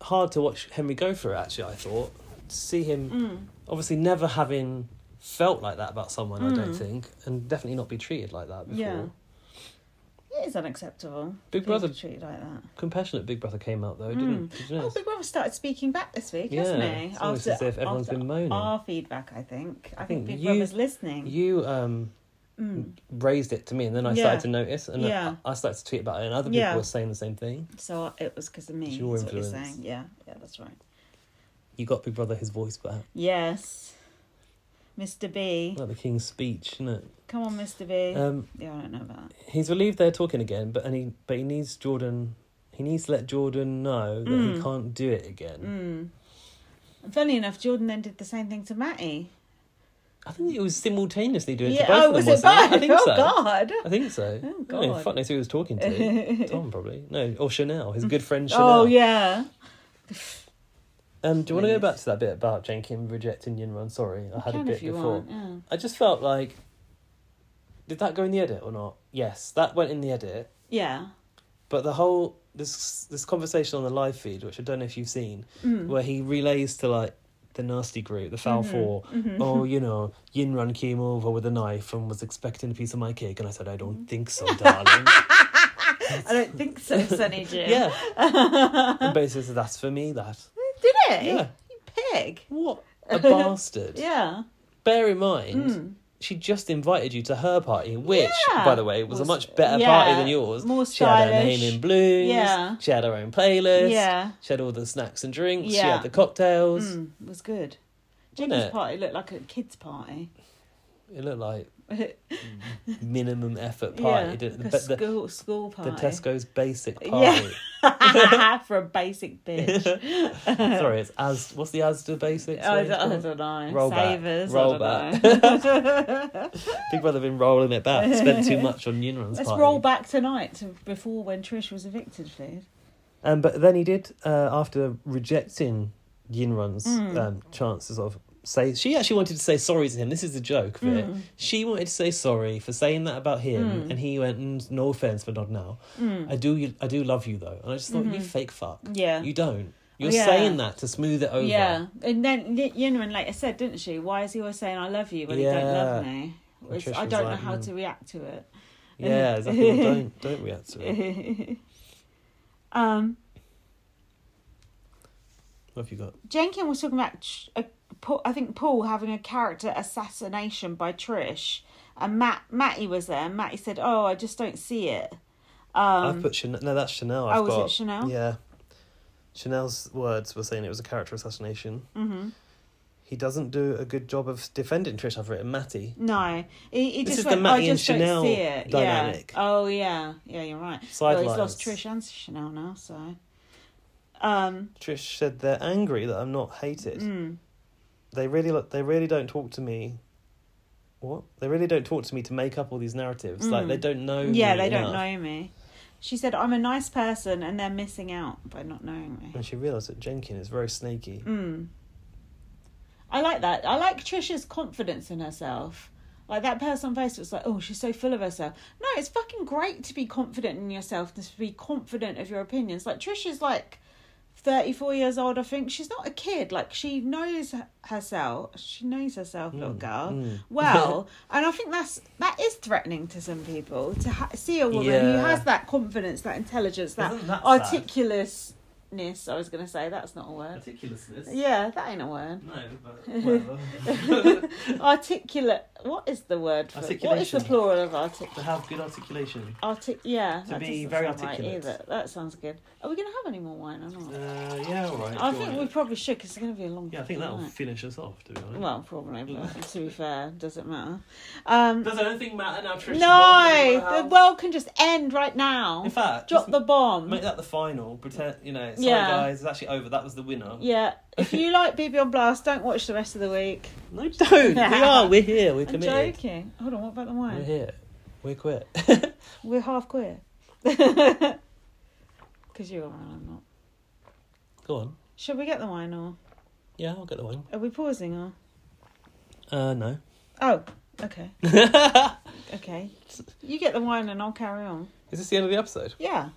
Speaker 2: hard to watch Henry go through, it, actually, I thought. To see him
Speaker 1: mm.
Speaker 2: obviously never having felt like that about someone, I don't think, and definitely not be treated like that before.
Speaker 1: Mm. Yeah. It is unacceptable.
Speaker 2: Big
Speaker 1: being
Speaker 2: Brother-
Speaker 1: treated like that.
Speaker 2: Compassionate Big Brother came out, though, didn't Did you
Speaker 1: Oh,
Speaker 2: notice?
Speaker 1: Big Brother started speaking back this week, hasn't
Speaker 2: Yeah,
Speaker 1: he?
Speaker 2: it's almost as if everyone's been moaning.
Speaker 1: Our feedback, I think. I,
Speaker 2: think
Speaker 1: think, Big
Speaker 2: you-
Speaker 1: Brother's listening.
Speaker 2: You um, raised it to me, and then I
Speaker 1: Mm. Yeah.
Speaker 2: started to notice, and I-
Speaker 1: Yeah.
Speaker 2: I, started to tweet about it, and other people
Speaker 1: Yeah.
Speaker 2: were saying the same thing.
Speaker 1: so it was because of me.
Speaker 2: It's your
Speaker 1: that's what you're
Speaker 2: influence.
Speaker 1: saying. Yeah, yeah, that's right.
Speaker 2: You got Big Brother his voice back,
Speaker 1: Yes. Mr. B.
Speaker 2: like the King's speech, isn't it?
Speaker 1: Come on, Mr. B.
Speaker 2: Um,
Speaker 1: yeah, I don't know about that.
Speaker 2: he's relieved they're talking again, but and he but he needs Jordan. He needs to let Jordan know that
Speaker 1: Mm.
Speaker 2: he can't do it again.
Speaker 1: And funny enough, Jordan then did the same thing to Matty.
Speaker 2: I think it was simultaneously doing
Speaker 1: yeah.
Speaker 2: it to both
Speaker 1: Oh,
Speaker 2: of them.
Speaker 1: was it
Speaker 2: wasn't it?
Speaker 1: bad?
Speaker 2: I think
Speaker 1: oh
Speaker 2: so.
Speaker 1: God.
Speaker 2: I think so.
Speaker 1: Oh,
Speaker 2: I don't know,
Speaker 1: God.
Speaker 2: fuck knows who he was talking to. Tom probably. No, or Chanel, his good friend Chanel.
Speaker 1: Oh yeah.
Speaker 2: Um, do you want to go
Speaker 1: Please.
Speaker 2: back to that bit about Jane Kim rejecting Yinran? Sorry, I had a
Speaker 1: Can
Speaker 2: bit
Speaker 1: if you
Speaker 2: before.
Speaker 1: want. Yeah.
Speaker 2: I just felt like, did that go in the edit or not? Yes, that went in the edit.
Speaker 1: Yeah.
Speaker 2: But the whole this this conversation on the live feed, which I don't know if you've seen,
Speaker 1: Mm.
Speaker 2: where he relays to like the nasty group, the foul
Speaker 1: Mhm,
Speaker 2: four,
Speaker 1: mhm.
Speaker 2: oh you know, Yinran came over with a knife and was expecting a piece of my cake, and I said, I
Speaker 1: Mm-hmm.
Speaker 2: don't think so, darling.
Speaker 1: I don't think so, Sunny Jim.
Speaker 2: yeah, and basically said, that's for me. That
Speaker 1: Did it?
Speaker 2: yeah,
Speaker 1: You pig.
Speaker 2: what a bastard.
Speaker 1: Yeah.
Speaker 2: Bear in mind.
Speaker 1: Mm.
Speaker 2: she just invited you to her party, which,
Speaker 1: Yeah.
Speaker 2: by the way, was, a
Speaker 1: Was-
Speaker 2: much better
Speaker 1: yeah,
Speaker 2: party than yours.
Speaker 1: more
Speaker 2: she had her
Speaker 1: stylish.
Speaker 2: name in blues.
Speaker 1: Yeah.
Speaker 2: She had her own playlist.
Speaker 1: Yeah.
Speaker 2: She had all the snacks and drinks. She
Speaker 1: Yeah.
Speaker 2: had the cocktails.
Speaker 1: Mm. It was good.
Speaker 2: Wasn't
Speaker 1: Jackie's
Speaker 2: it?
Speaker 1: party looked like a kids' party.
Speaker 2: It looked like minimum effort party.
Speaker 1: yeah,
Speaker 2: didn't
Speaker 1: like
Speaker 2: it? But
Speaker 1: a
Speaker 2: the,
Speaker 1: school school
Speaker 2: the
Speaker 1: party.
Speaker 2: Tesco's basic
Speaker 1: Yeah.
Speaker 2: party.
Speaker 1: for a basic bitch. Oh,
Speaker 2: Sorry, it's as what's the Asda basics?
Speaker 1: I,
Speaker 2: range
Speaker 1: don't, I
Speaker 2: called?
Speaker 1: don't know.
Speaker 2: Roll back.
Speaker 1: Savers.
Speaker 2: Roll
Speaker 1: I don't know.
Speaker 2: Big Brother been rolling it back. Spent too much on Yinran's
Speaker 1: Let's
Speaker 2: party.
Speaker 1: roll back tonight to before when Trish was evicted, please.
Speaker 2: Um, but then he did, uh, after rejecting Yinran's
Speaker 1: Mm.
Speaker 2: um, chances of say, she actually wanted to say sorry to him. This is the joke of it. She wanted to say sorry for saying that about him,
Speaker 1: Mm.
Speaker 2: and he went, "Mm, "No offense, but not now.
Speaker 1: Mm.
Speaker 2: I do, I do love you though." And I just thought, "You fake fuck,
Speaker 1: Mm-hmm. Yeah.
Speaker 2: you don't. You're
Speaker 1: Yeah.
Speaker 2: saying that to smooth it over."
Speaker 1: Yeah. And then Y- Yinran later said, didn't she? Why is he always saying, I love you when he don't love
Speaker 2: Yeah.
Speaker 1: me? Which
Speaker 2: Trish
Speaker 1: I
Speaker 2: was
Speaker 1: don't
Speaker 2: like,
Speaker 1: know how
Speaker 2: mm.
Speaker 1: to react to it.
Speaker 2: yeah, exactly. don't don't react to it.
Speaker 1: um,
Speaker 2: What have you got?
Speaker 1: Jenkin was talking about, Tr- uh, Paul, I think, Paul having a character assassination by Trish. And Matt, Matty was there. And Matty said, Oh, I just don't see it. Um,
Speaker 2: I've put Chanel. No, that's Chanel. I've
Speaker 1: oh, was it
Speaker 2: got.
Speaker 1: Chanel?
Speaker 2: Yeah. Chanel's words were saying it was a character assassination.
Speaker 1: hmm
Speaker 2: He doesn't do a good job of defending Trish. I've written Matty.
Speaker 1: No, he, he
Speaker 2: This
Speaker 1: just
Speaker 2: is the
Speaker 1: went,
Speaker 2: Matty
Speaker 1: I
Speaker 2: and
Speaker 1: just don't
Speaker 2: Chanel
Speaker 1: see it.
Speaker 2: dynamic.
Speaker 1: Yeah. Oh yeah, yeah, you're right. well, he's
Speaker 2: Sidelines.
Speaker 1: lost Trish and Chanel now, so. Um.
Speaker 2: Trish said they're angry that I'm not hated.
Speaker 1: mm,
Speaker 2: They really lo- they really don't talk to me. What? They really don't talk to me to make up all these narratives. Like
Speaker 1: Mm.
Speaker 2: they don't know.
Speaker 1: yeah,
Speaker 2: me
Speaker 1: they don't
Speaker 2: enough.
Speaker 1: know me. She said, "I'm a nice person, and they're missing out by not knowing me."
Speaker 2: And she realised that Jenkin is very snaky.
Speaker 1: Mm. I like that. I like Trisha's confidence in herself. Like that person on Facebook's like, oh, she's so full of herself. No, it's fucking great to be confident in yourself, to be confident of your opinions. Like Trisha's like 34 years old, I think. She's not a kid. Like she knows h- herself. She knows herself, little girl.
Speaker 2: mm.
Speaker 1: Well, and I think that's that is threatening to some people to ha- see a woman who
Speaker 2: Yeah.
Speaker 1: has that confidence, that intelligence, that,
Speaker 2: Isn't that sad?
Speaker 1: articulateness. I was going to say that's not a word.
Speaker 2: Ridiculousness.
Speaker 1: Yeah, that ain't a word.
Speaker 2: No, but
Speaker 1: Articulate. What is the word for? What is the
Speaker 2: Articulation.
Speaker 1: plural of articulate?
Speaker 2: have good articulation.
Speaker 1: Artic. Yeah.
Speaker 2: To
Speaker 1: that
Speaker 2: be
Speaker 1: doesn't
Speaker 2: very
Speaker 1: sound right
Speaker 2: articulate.
Speaker 1: either. That sounds good. Are we going to have any more wine or not?
Speaker 2: Uh, yeah, all right.
Speaker 1: I think we probably should because it's going to be a long.
Speaker 2: Yeah, I think
Speaker 1: fucking
Speaker 2: that'll
Speaker 1: night.
Speaker 2: finish us off. To be honest.
Speaker 1: Well, probably. But to be fair, doesn't matter. Um,
Speaker 2: Does anything matter now, Trish?
Speaker 1: no, the world can just end right now.
Speaker 2: In fact,
Speaker 1: Drop
Speaker 2: just
Speaker 1: the bomb.
Speaker 2: Make that the final. Pretend, you know, sorry
Speaker 1: Yeah.
Speaker 2: guys, it's actually over. That was the winner.
Speaker 1: yeah. If you like BB on Blast, don't watch the rest of the week.
Speaker 2: No, don't. we are. We're here. We're
Speaker 1: I'm
Speaker 2: committed.
Speaker 1: joking. Hold on. What about the
Speaker 2: We're
Speaker 1: wine?
Speaker 2: here. We're quit.
Speaker 1: We're half queer. Because you are and I'm not.
Speaker 2: Go on.
Speaker 1: Shall we get the wine or
Speaker 2: Yeah, I'll get the wine.
Speaker 1: are we pausing or?
Speaker 2: Uh, no.
Speaker 1: Oh, okay. Okay. You get the wine and I'll carry on.
Speaker 2: Is this the end of the episode?
Speaker 1: Yeah.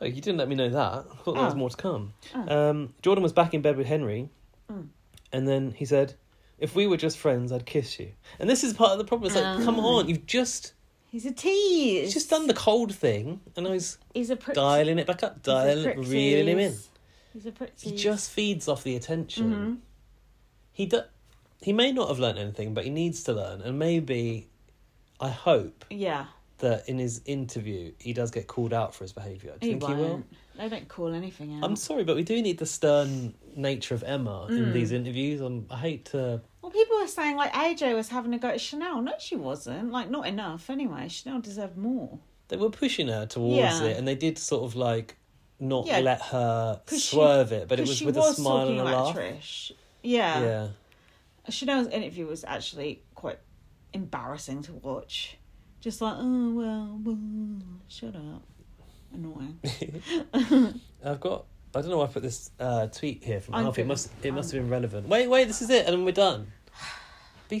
Speaker 2: Oh, you didn't let me know that. I thought there was
Speaker 1: Oh.
Speaker 2: more to come.
Speaker 1: Oh.
Speaker 2: Um, Jordan was back in bed with Henry,
Speaker 1: Mm.
Speaker 2: and then he said, "If we were just friends, I'd kiss you." And this is part of the problem. It's like, come
Speaker 1: Oh.
Speaker 2: on, you've just
Speaker 1: He's a tease.
Speaker 2: he's just done the cold thing, and I was
Speaker 1: He's a prick.
Speaker 2: dialing it back up,
Speaker 1: he's a
Speaker 2: dialing,
Speaker 1: prick
Speaker 2: reeling him in.
Speaker 1: tease. He's a prick.
Speaker 2: He
Speaker 1: tease.
Speaker 2: just feeds off the attention.
Speaker 1: Mhm.
Speaker 2: He do- he may not have learned anything, but he needs to learn, and maybe, I hope
Speaker 1: Yeah.
Speaker 2: that in his interview he does get called out for his behaviour. Do
Speaker 1: He
Speaker 2: you think he will?
Speaker 1: won't. They don't call anything out.
Speaker 2: I'm sorry, but we do need the stern nature of Emma in
Speaker 1: Mm.
Speaker 2: these interviews. Um, i I hate to.
Speaker 1: Well, people were saying like AJ was having a go at Chanel. No, she wasn't. Like not enough anyway. Chanel deserved more.
Speaker 2: They were pushing her towards
Speaker 1: Yeah.
Speaker 2: it, and they did sort of like not
Speaker 1: Yeah.
Speaker 2: let her
Speaker 1: 'Cause she-
Speaker 2: swerve it, but it
Speaker 1: 'Cause
Speaker 2: was
Speaker 1: she
Speaker 2: with a smile
Speaker 1: talking
Speaker 2: and a
Speaker 1: about
Speaker 2: laugh.
Speaker 1: Trish.
Speaker 2: Yeah.
Speaker 1: Chanel's interview was actually quite embarrassing to watch. Just like, oh well, well shut up. Annoying.
Speaker 2: I've got. I don't know why I put this uh, tweet here from
Speaker 1: I'm
Speaker 2: Alfie. It
Speaker 1: good.
Speaker 2: must. It must have been relevant. Wait, wait. This is it, and we're done. Be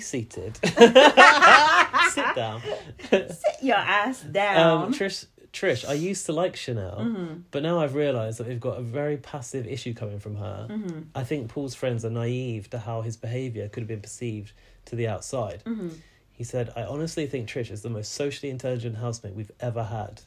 Speaker 2: seated. Sit down.
Speaker 1: Sit your ass down. Mm-hmm.
Speaker 2: Um, Trish, Trish, I used to like Chanel, but now I've realised that we've got a very passive issue coming from her.
Speaker 1: Mm-hmm.
Speaker 2: I think Paul's friends are naive to how his behaviour could have been perceived to the outside.
Speaker 1: Mm-hmm.
Speaker 2: He said, "I honestly think Trish is the most socially intelligent housemate we've ever had."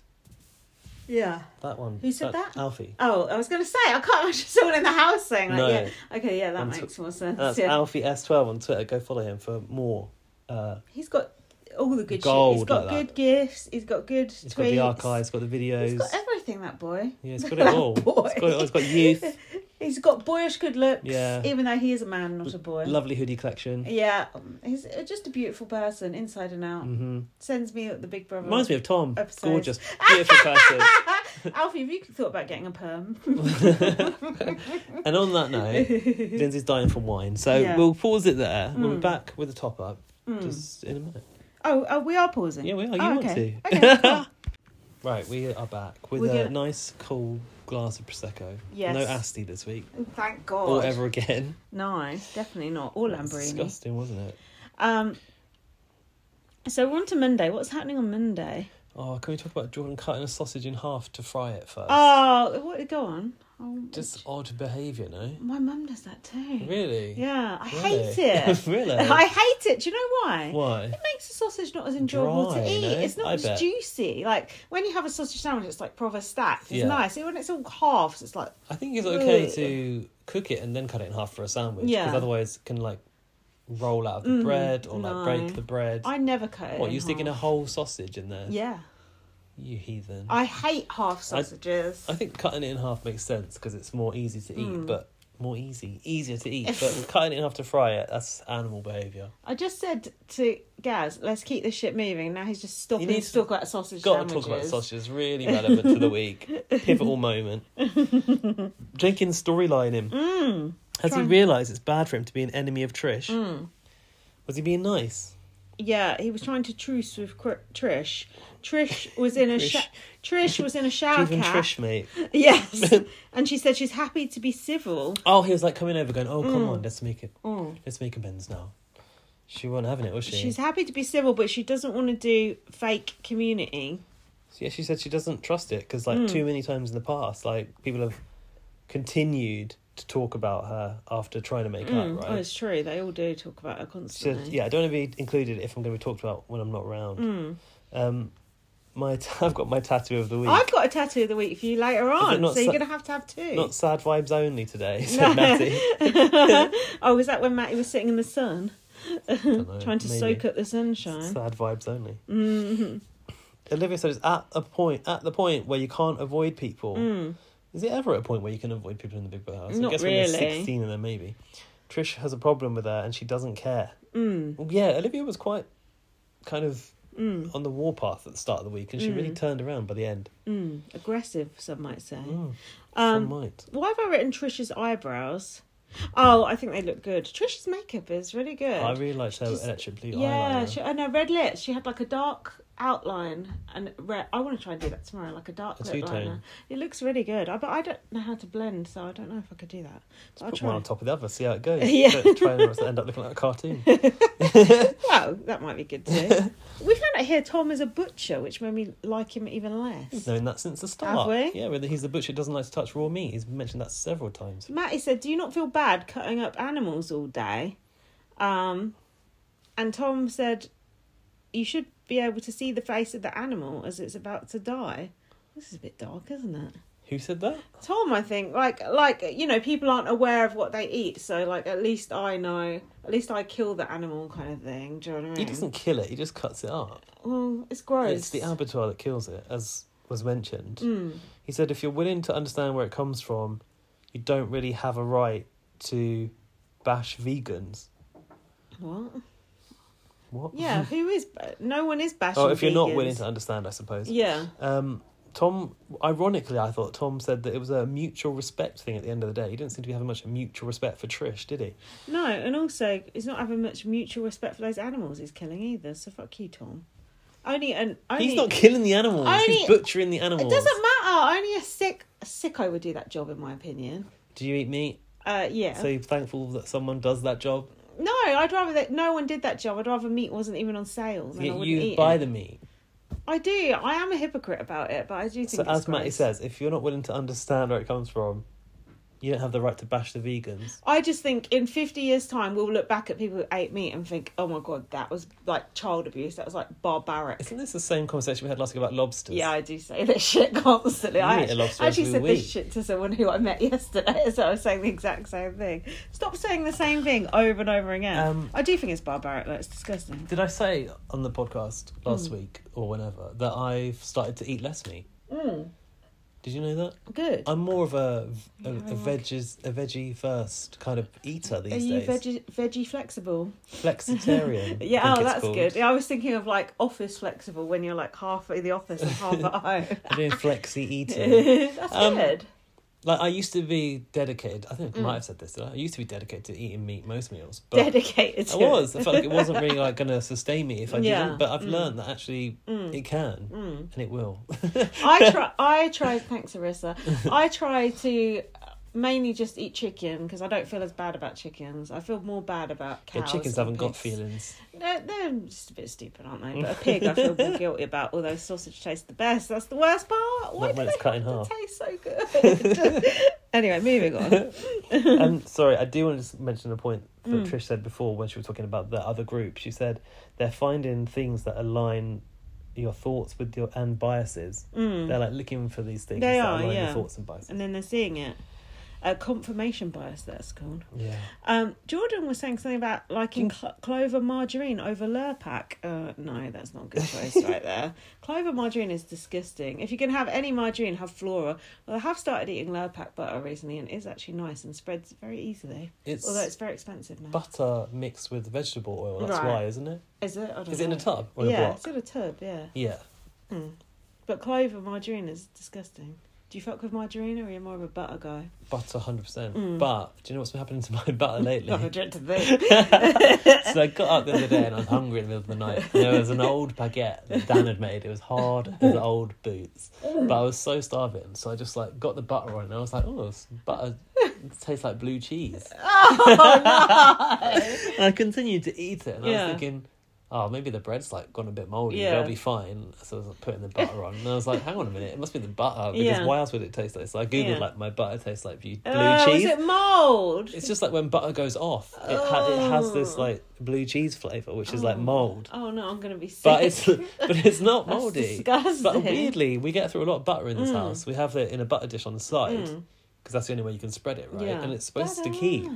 Speaker 1: yeah.
Speaker 2: That one.
Speaker 1: Who said that?
Speaker 2: Alfie.
Speaker 1: Oh, I was gonna say I can't imagine someone in the house saying like,
Speaker 2: No.
Speaker 1: yeah. Okay, yeah, that
Speaker 2: On
Speaker 1: makes more sense.
Speaker 2: That's
Speaker 1: yeah.
Speaker 2: Alfie S twelve on Twitter. Go follow him for more. Uh,
Speaker 1: He's got all the good shit. He's
Speaker 2: Gold
Speaker 1: got
Speaker 2: like
Speaker 1: good
Speaker 2: that.
Speaker 1: gifts. He's got good
Speaker 2: he's
Speaker 1: tweets.
Speaker 2: got the archives, got the videos.
Speaker 1: He's got everything. That boy.
Speaker 2: yeah, he's got it all. He's got, it all. He's got youth,
Speaker 1: He's got boyish good looks.
Speaker 2: Yeah.
Speaker 1: Even though he is a man, not a boy.
Speaker 2: lovely hoodie collection.
Speaker 1: Yeah, um, he's uh, just a beautiful person, inside and out.
Speaker 2: hmm
Speaker 1: Sends me the Big Brother.
Speaker 2: Reminds me of Tom.
Speaker 1: Episodes.
Speaker 2: Gorgeous, beautiful person.
Speaker 1: Alfie, have you thought about getting a perm?
Speaker 2: and on that note, Lindsay's dying from wine, so
Speaker 1: Yeah. Hmm.
Speaker 2: we'll pause it there. We'll be back with a top up just in a minute.
Speaker 1: oh, oh, we are pausing.
Speaker 2: Yeah, we are. You
Speaker 1: Oh,
Speaker 2: want
Speaker 1: okay.
Speaker 2: to?
Speaker 1: Okay, cool. Oh,
Speaker 2: Right, we are back with
Speaker 1: We're
Speaker 2: a
Speaker 1: gonna-
Speaker 2: nice cool glass of prosecco.
Speaker 1: Yes.
Speaker 2: No asti this week
Speaker 1: Thank God.
Speaker 2: or ever again.
Speaker 1: No, definitely not. Or
Speaker 2: That's
Speaker 1: Lambrini.
Speaker 2: disgusting, wasn't it?
Speaker 1: Um, so we're on to Monday. What's happening on Monday?
Speaker 2: Oh, can we talk about Jordan cutting a sausage in half to fry it first?
Speaker 1: Oh, what, go on. Oh,
Speaker 2: Just odd behaviour, no?
Speaker 1: my mum does that too.
Speaker 2: Really?
Speaker 1: Yeah, I
Speaker 2: Really?
Speaker 1: hate it.
Speaker 2: Really?
Speaker 1: I hate it. Do you know why?
Speaker 2: Why?
Speaker 1: It makes the sausage not as enjoyable
Speaker 2: Dry,
Speaker 1: to eat.
Speaker 2: no?
Speaker 1: It's not
Speaker 2: I
Speaker 1: as
Speaker 2: bet.
Speaker 1: juicy. Like when you have a sausage sandwich, it's like proper stacked. It's
Speaker 2: Yeah.
Speaker 1: nice. When it's all halves, it's like
Speaker 2: I think it's okay
Speaker 1: Ugh.
Speaker 2: to cook it and then cut it in half for a sandwich.
Speaker 1: Yeah. Mm,
Speaker 2: Because otherwise it can like roll out of the bread or like
Speaker 1: no.
Speaker 2: break the bread.
Speaker 1: I never cut it.
Speaker 2: what,
Speaker 1: in
Speaker 2: you're sticking a
Speaker 1: half.
Speaker 2: whole sausage in there?
Speaker 1: Yeah,
Speaker 2: You heathen. I,
Speaker 1: I hate half sausages.
Speaker 2: think cutting it in half makes sense because it's more easy to eat,
Speaker 1: Mm.
Speaker 2: but more easy, easier to eat. but cutting it in half to fry it, that's animal behaviour.
Speaker 1: I just said to Gaz, let's keep this shit moving. Now he's just stopping
Speaker 2: need
Speaker 1: to talk about sausage
Speaker 2: Got
Speaker 1: sandwiches.
Speaker 2: to talk about sausages. Really relevant to the week. Pivotal moment. Jenkins storyline him.
Speaker 1: Mm.
Speaker 2: Has he
Speaker 1: Trying-
Speaker 2: realised it's bad for him to be an enemy of Trish?
Speaker 1: Mm.
Speaker 2: Was he being nice?
Speaker 1: Yeah, he was trying to truce with Cr- Trish. Trish was in a
Speaker 2: Trish.
Speaker 1: Trish, Trish was in a shower
Speaker 2: Even
Speaker 1: cap.
Speaker 2: Trish, mate.
Speaker 1: Yes, and she said she's happy to be civil.
Speaker 2: Oh, he was like coming over, going, "Oh, come on, let's make it.
Speaker 1: Mm.
Speaker 2: Let's make amends now." She wasn't having it, was she?
Speaker 1: She's happy to be civil, but she doesn't want to do fake community.
Speaker 2: Yeah, she said she doesn't trust it because, like,
Speaker 1: Mm.
Speaker 2: too many times in the past, like people have continued to talk about her after trying to make up,
Speaker 1: Oh,
Speaker 2: right?
Speaker 1: it's true. They all do talk about her
Speaker 2: She said,
Speaker 1: constantly.
Speaker 2: "Yeah, I don't want to be included if I'm going to be talked about when I'm not around."
Speaker 1: Mm.
Speaker 2: Um, my t- I've got my tattoo of the week.
Speaker 1: I've got a tattoo of the week for you later on,
Speaker 2: not
Speaker 1: so you're
Speaker 2: sa-
Speaker 1: gonna have to have two.
Speaker 2: Not sad vibes only today, said Matty.
Speaker 1: oh, was that when Matty was sitting in the sun,
Speaker 2: Dunno,
Speaker 1: trying to
Speaker 2: Uh, maybe.
Speaker 1: soak up the sunshine?
Speaker 2: Sad vibes only. Mm-hmm. Olivia said it's at a point at the point where you can't avoid people. Is it ever at a point where you can avoid people in the Big Brother house?
Speaker 1: Mm. Not
Speaker 2: I guess when you're
Speaker 1: really.
Speaker 2: sixteen and then maybe. Trish has a problem with her and she doesn't care. Mm. Yeah, Olivia was quite kind of on the warpath at the start of the week and she really turned around by the end.
Speaker 1: Mm, aggressive, some might say.
Speaker 2: Mm.
Speaker 1: Um,
Speaker 2: Some might.
Speaker 1: Why have I written Trish's eyebrows? Oh, I think they look good. Trish's makeup is really good.
Speaker 2: I really liked her
Speaker 1: just-
Speaker 2: electric blue
Speaker 1: yeah,
Speaker 2: eyeliner.
Speaker 1: she, and her red lips. She had like a dark outline and red. I want to try and do that tomorrow, like a dark
Speaker 2: A
Speaker 1: lip
Speaker 2: two-tone.
Speaker 1: liner. It looks really good. I but I don't know how to blend, so I don't know if I could do that. But I'll
Speaker 2: Put
Speaker 1: try.
Speaker 2: one on top of the other, see how it goes.
Speaker 1: Yeah.
Speaker 2: Don't try and end up looking like a cartoon.
Speaker 1: Well, that might be good too. we found out here Tom is a butcher, which made me like him even less.
Speaker 2: Knowing that since the start.
Speaker 1: we?
Speaker 2: Yeah, whether he's the butcher doesn't like to touch raw meat. He's mentioned that several times.
Speaker 1: Matty said, "Do you not feel bad cutting up animals all day?" Um, and Tom said, "You should be able to see the face of the animal as it's about to die." This is a bit dark, isn't it?
Speaker 2: Who said that?
Speaker 1: Tom, I think, like, like you know, people aren't aware of what they eat, so like, at least I know. At least I kill the animal, kind of thing. Do you know what I
Speaker 2: He
Speaker 1: mean?
Speaker 2: doesn't kill it, he just cuts it up.
Speaker 1: Well, Mm. Oh, it's Mm. gross.
Speaker 2: It's the um, abattoir that kills it, as was mentioned. He said if you're willing to understand where it comes from, you don't really have a right to bash vegans.
Speaker 1: what?
Speaker 2: What?
Speaker 1: Yeah, who is? ba- No one is bashing.
Speaker 2: Oh, if you're not
Speaker 1: vegans.
Speaker 2: willing to understand, I suppose.
Speaker 1: Yeah.
Speaker 2: Um, Tom, ironically, I thought Tom said that it was a mutual respect thing at the end of the day. He didn't seem to be having much mutual respect for Trish, did he?
Speaker 1: No, and also he's not having much mutual respect for those animals he's killing either. So fuck you, Tom. Only and only
Speaker 2: He's not killing the animals.
Speaker 1: only-
Speaker 2: He's butchering the
Speaker 1: It
Speaker 2: animals.
Speaker 1: doesn't matter. Only a sick a sicko would do that job, in my opinion.
Speaker 2: Do you eat meat?
Speaker 1: Uh, yeah.
Speaker 2: So you're thankful that someone does that job.
Speaker 1: no, I'd rather that no one did that job. I'd rather meat wasn't even on sale. Than I
Speaker 2: You,
Speaker 1: wouldn't
Speaker 2: you
Speaker 1: eat
Speaker 2: buy
Speaker 1: it.
Speaker 2: the meat.
Speaker 1: I do. I am a hypocrite about it, but I do think.
Speaker 2: So
Speaker 1: it's
Speaker 2: as Matty
Speaker 1: gross.
Speaker 2: says, if you're not willing to understand where it comes from, you don't have the right to bash the vegans.
Speaker 1: I just think in 50 years' time, we'll look back at people who ate meat and think, oh my god, that was like child abuse. That was like barbaric.
Speaker 2: Isn't this the same conversation we had last week about lobsters?
Speaker 1: Yeah, I do say that shit constantly.
Speaker 2: You
Speaker 1: I
Speaker 2: eat a
Speaker 1: actually,
Speaker 2: lobster
Speaker 1: I actually
Speaker 2: every
Speaker 1: said
Speaker 2: week.
Speaker 1: this shit to someone who I met yesterday, so I was saying the exact same thing. Stop saying the same thing over and over again.
Speaker 2: Um,
Speaker 1: I do think it's barbaric, though. It's disgusting.
Speaker 2: Did I say on the podcast last
Speaker 1: Hmm.
Speaker 2: week or whenever that I've started to eat less meat?
Speaker 1: Mm,
Speaker 2: Did you know that?
Speaker 1: good.
Speaker 2: I'm more of a a, a
Speaker 1: Yeah, I like-
Speaker 2: veggies a veggie first kind of eater
Speaker 1: Are
Speaker 2: these
Speaker 1: you
Speaker 2: days.
Speaker 1: veggie, veggie flexible?
Speaker 2: Flexitarian. I
Speaker 1: Yeah,
Speaker 2: think
Speaker 1: oh,
Speaker 2: it's
Speaker 1: that's
Speaker 2: called.
Speaker 1: good. Yeah, I was thinking of like office flexible when you're like half at the office and half at home.
Speaker 2: I'm doing flexi eating.
Speaker 1: that's
Speaker 2: Um,
Speaker 1: good.
Speaker 2: like I used to be dedicated. I think I
Speaker 1: Mm.
Speaker 2: might have said this. Did I? I used to be dedicated to eating meat most meals, but
Speaker 1: Dedicated to
Speaker 2: I
Speaker 1: it.
Speaker 2: was. I felt like it wasn't really like going to sustain me if I
Speaker 1: Yeah.
Speaker 2: didn't. But I've
Speaker 1: Mm.
Speaker 2: learned that actually
Speaker 1: Mm.
Speaker 2: it can
Speaker 1: Mm.
Speaker 2: and it will.
Speaker 1: I try. I try. Thanks, Arissa. I try to mainly just eat chicken because I don't feel as bad about chickens. I feel more bad about cows.
Speaker 2: yeah, chickens
Speaker 1: and
Speaker 2: haven't got
Speaker 1: pigs.
Speaker 2: feelings.
Speaker 1: They're, they're just a bit stupid, aren't they? But a pig, I feel more guilty about. Although sausage tastes the best, that's the worst part. Why
Speaker 2: Not
Speaker 1: do
Speaker 2: when
Speaker 1: they
Speaker 2: it's cut in
Speaker 1: have
Speaker 2: half.
Speaker 1: to taste so good? anyway, moving on.
Speaker 2: and sorry, I do want to just mention a point that
Speaker 1: Mm.
Speaker 2: Trish said before when she was talking about the other group. She said they're finding things that align your thoughts with your and biases.
Speaker 1: Mm.
Speaker 2: They're like looking for these things
Speaker 1: They
Speaker 2: that
Speaker 1: are,
Speaker 2: align
Speaker 1: yeah.
Speaker 2: your thoughts and biases.
Speaker 1: And then they're seeing it. A confirmation bias, that's called.
Speaker 2: Yeah.
Speaker 1: Um, Jordan was saying something about liking
Speaker 2: Mm.
Speaker 1: cl- clover margarine over Lurpak. Uh, no, that's not a good choice right there. Clover margarine is disgusting. If you can have any margarine, have flora. Well, I have started eating Lurpak butter recently and it is actually nice and spreads very easily.
Speaker 2: It's,
Speaker 1: Although it's very expensive now.
Speaker 2: butter mixed with vegetable oil. That's
Speaker 1: Right.
Speaker 2: why, isn't it?
Speaker 1: Is it? I don't
Speaker 2: Is it in
Speaker 1: know.
Speaker 2: a tub or in
Speaker 1: yeah,
Speaker 2: a block?
Speaker 1: it's in a tub, yeah. Hmm.
Speaker 2: Yeah.
Speaker 1: But clover margarine is disgusting. Do you fuck with margarine or are you more of a butter guy?
Speaker 2: Butter, 100%.
Speaker 1: Mm.
Speaker 2: But do you know what's been happening to my butter lately?
Speaker 1: I reject to think.
Speaker 2: so I got up the other day and I was hungry in the middle of the night. And there was an old baguette that Dan had made. It was hard as old boots. But I was so starving. So I just like got the butter on and I was like, oh, this butter tastes like blue cheese.
Speaker 1: Oh,
Speaker 2: and I continued to eat it. And I
Speaker 1: Yeah.
Speaker 2: was thinking, oh, maybe the bread's like gone a bit moldy.
Speaker 1: Yeah.
Speaker 2: They'll be fine. So I was like, putting the butter on. And I was like, hang on a minute. It must be the butter. Because
Speaker 1: Yeah.
Speaker 2: why else would it taste like? So I Googled
Speaker 1: Yeah.
Speaker 2: like my butter tastes like blue blue
Speaker 1: Oh,
Speaker 2: cheese.
Speaker 1: Is it mold?
Speaker 2: It's just like when butter goes off, it, ha- it has this
Speaker 1: Oh.
Speaker 2: like blue cheese flavour, which is like
Speaker 1: Oh.
Speaker 2: mould.
Speaker 1: Oh no, I'm gonna be sick.
Speaker 2: But it's but it's not
Speaker 1: That's
Speaker 2: mouldy.
Speaker 1: disgusting.
Speaker 2: But weirdly, we get through a lot of butter in this house. We have it in a butter dish on the side because
Speaker 1: Mm.
Speaker 2: that's the only way you can spread it, right?
Speaker 1: Yeah. Mm.
Speaker 2: And it's supposed to
Speaker 1: Ta-da.
Speaker 2: keep,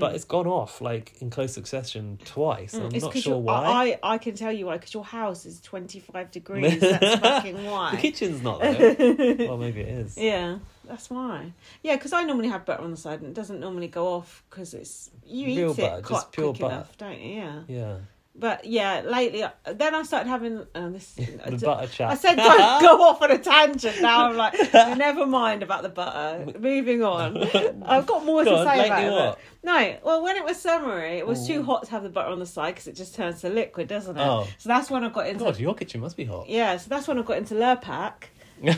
Speaker 2: but it's gone off like in close succession twice. and I'm
Speaker 1: Mm. It's
Speaker 2: not
Speaker 1: 'cause
Speaker 2: sure
Speaker 1: your- I,
Speaker 2: why.
Speaker 1: I, I can tell you why, because your house is 25 degrees. That's fucking
Speaker 2: the
Speaker 1: why.
Speaker 2: kitchen's not there. well, maybe it is.
Speaker 1: Yeah, that's why. Yeah, because I normally have butter on the side and it doesn't normally go off because it's. You eat
Speaker 2: Real
Speaker 1: it
Speaker 2: butter,
Speaker 1: quite
Speaker 2: just pure
Speaker 1: quick
Speaker 2: butter.
Speaker 1: enough, don't you? Yeah.
Speaker 2: Yeah,
Speaker 1: But yeah, lately, I- then I started having. Uh, this, I
Speaker 2: the
Speaker 1: d-
Speaker 2: butter chat.
Speaker 1: I said don't go off on a tangent. Now I'm like, never mind about the butter. Moving on. I've got more
Speaker 2: Go
Speaker 1: to
Speaker 2: on,
Speaker 1: say
Speaker 2: lately
Speaker 1: about it.
Speaker 2: what?
Speaker 1: No, well, when it was summery, it was too hot to have the butter on the side because it just turns to liquid, doesn't it?
Speaker 2: Oh.
Speaker 1: So that's when I got into.
Speaker 2: God, your kitchen must be hot.
Speaker 1: Yeah, so that's when I got into Lurpak,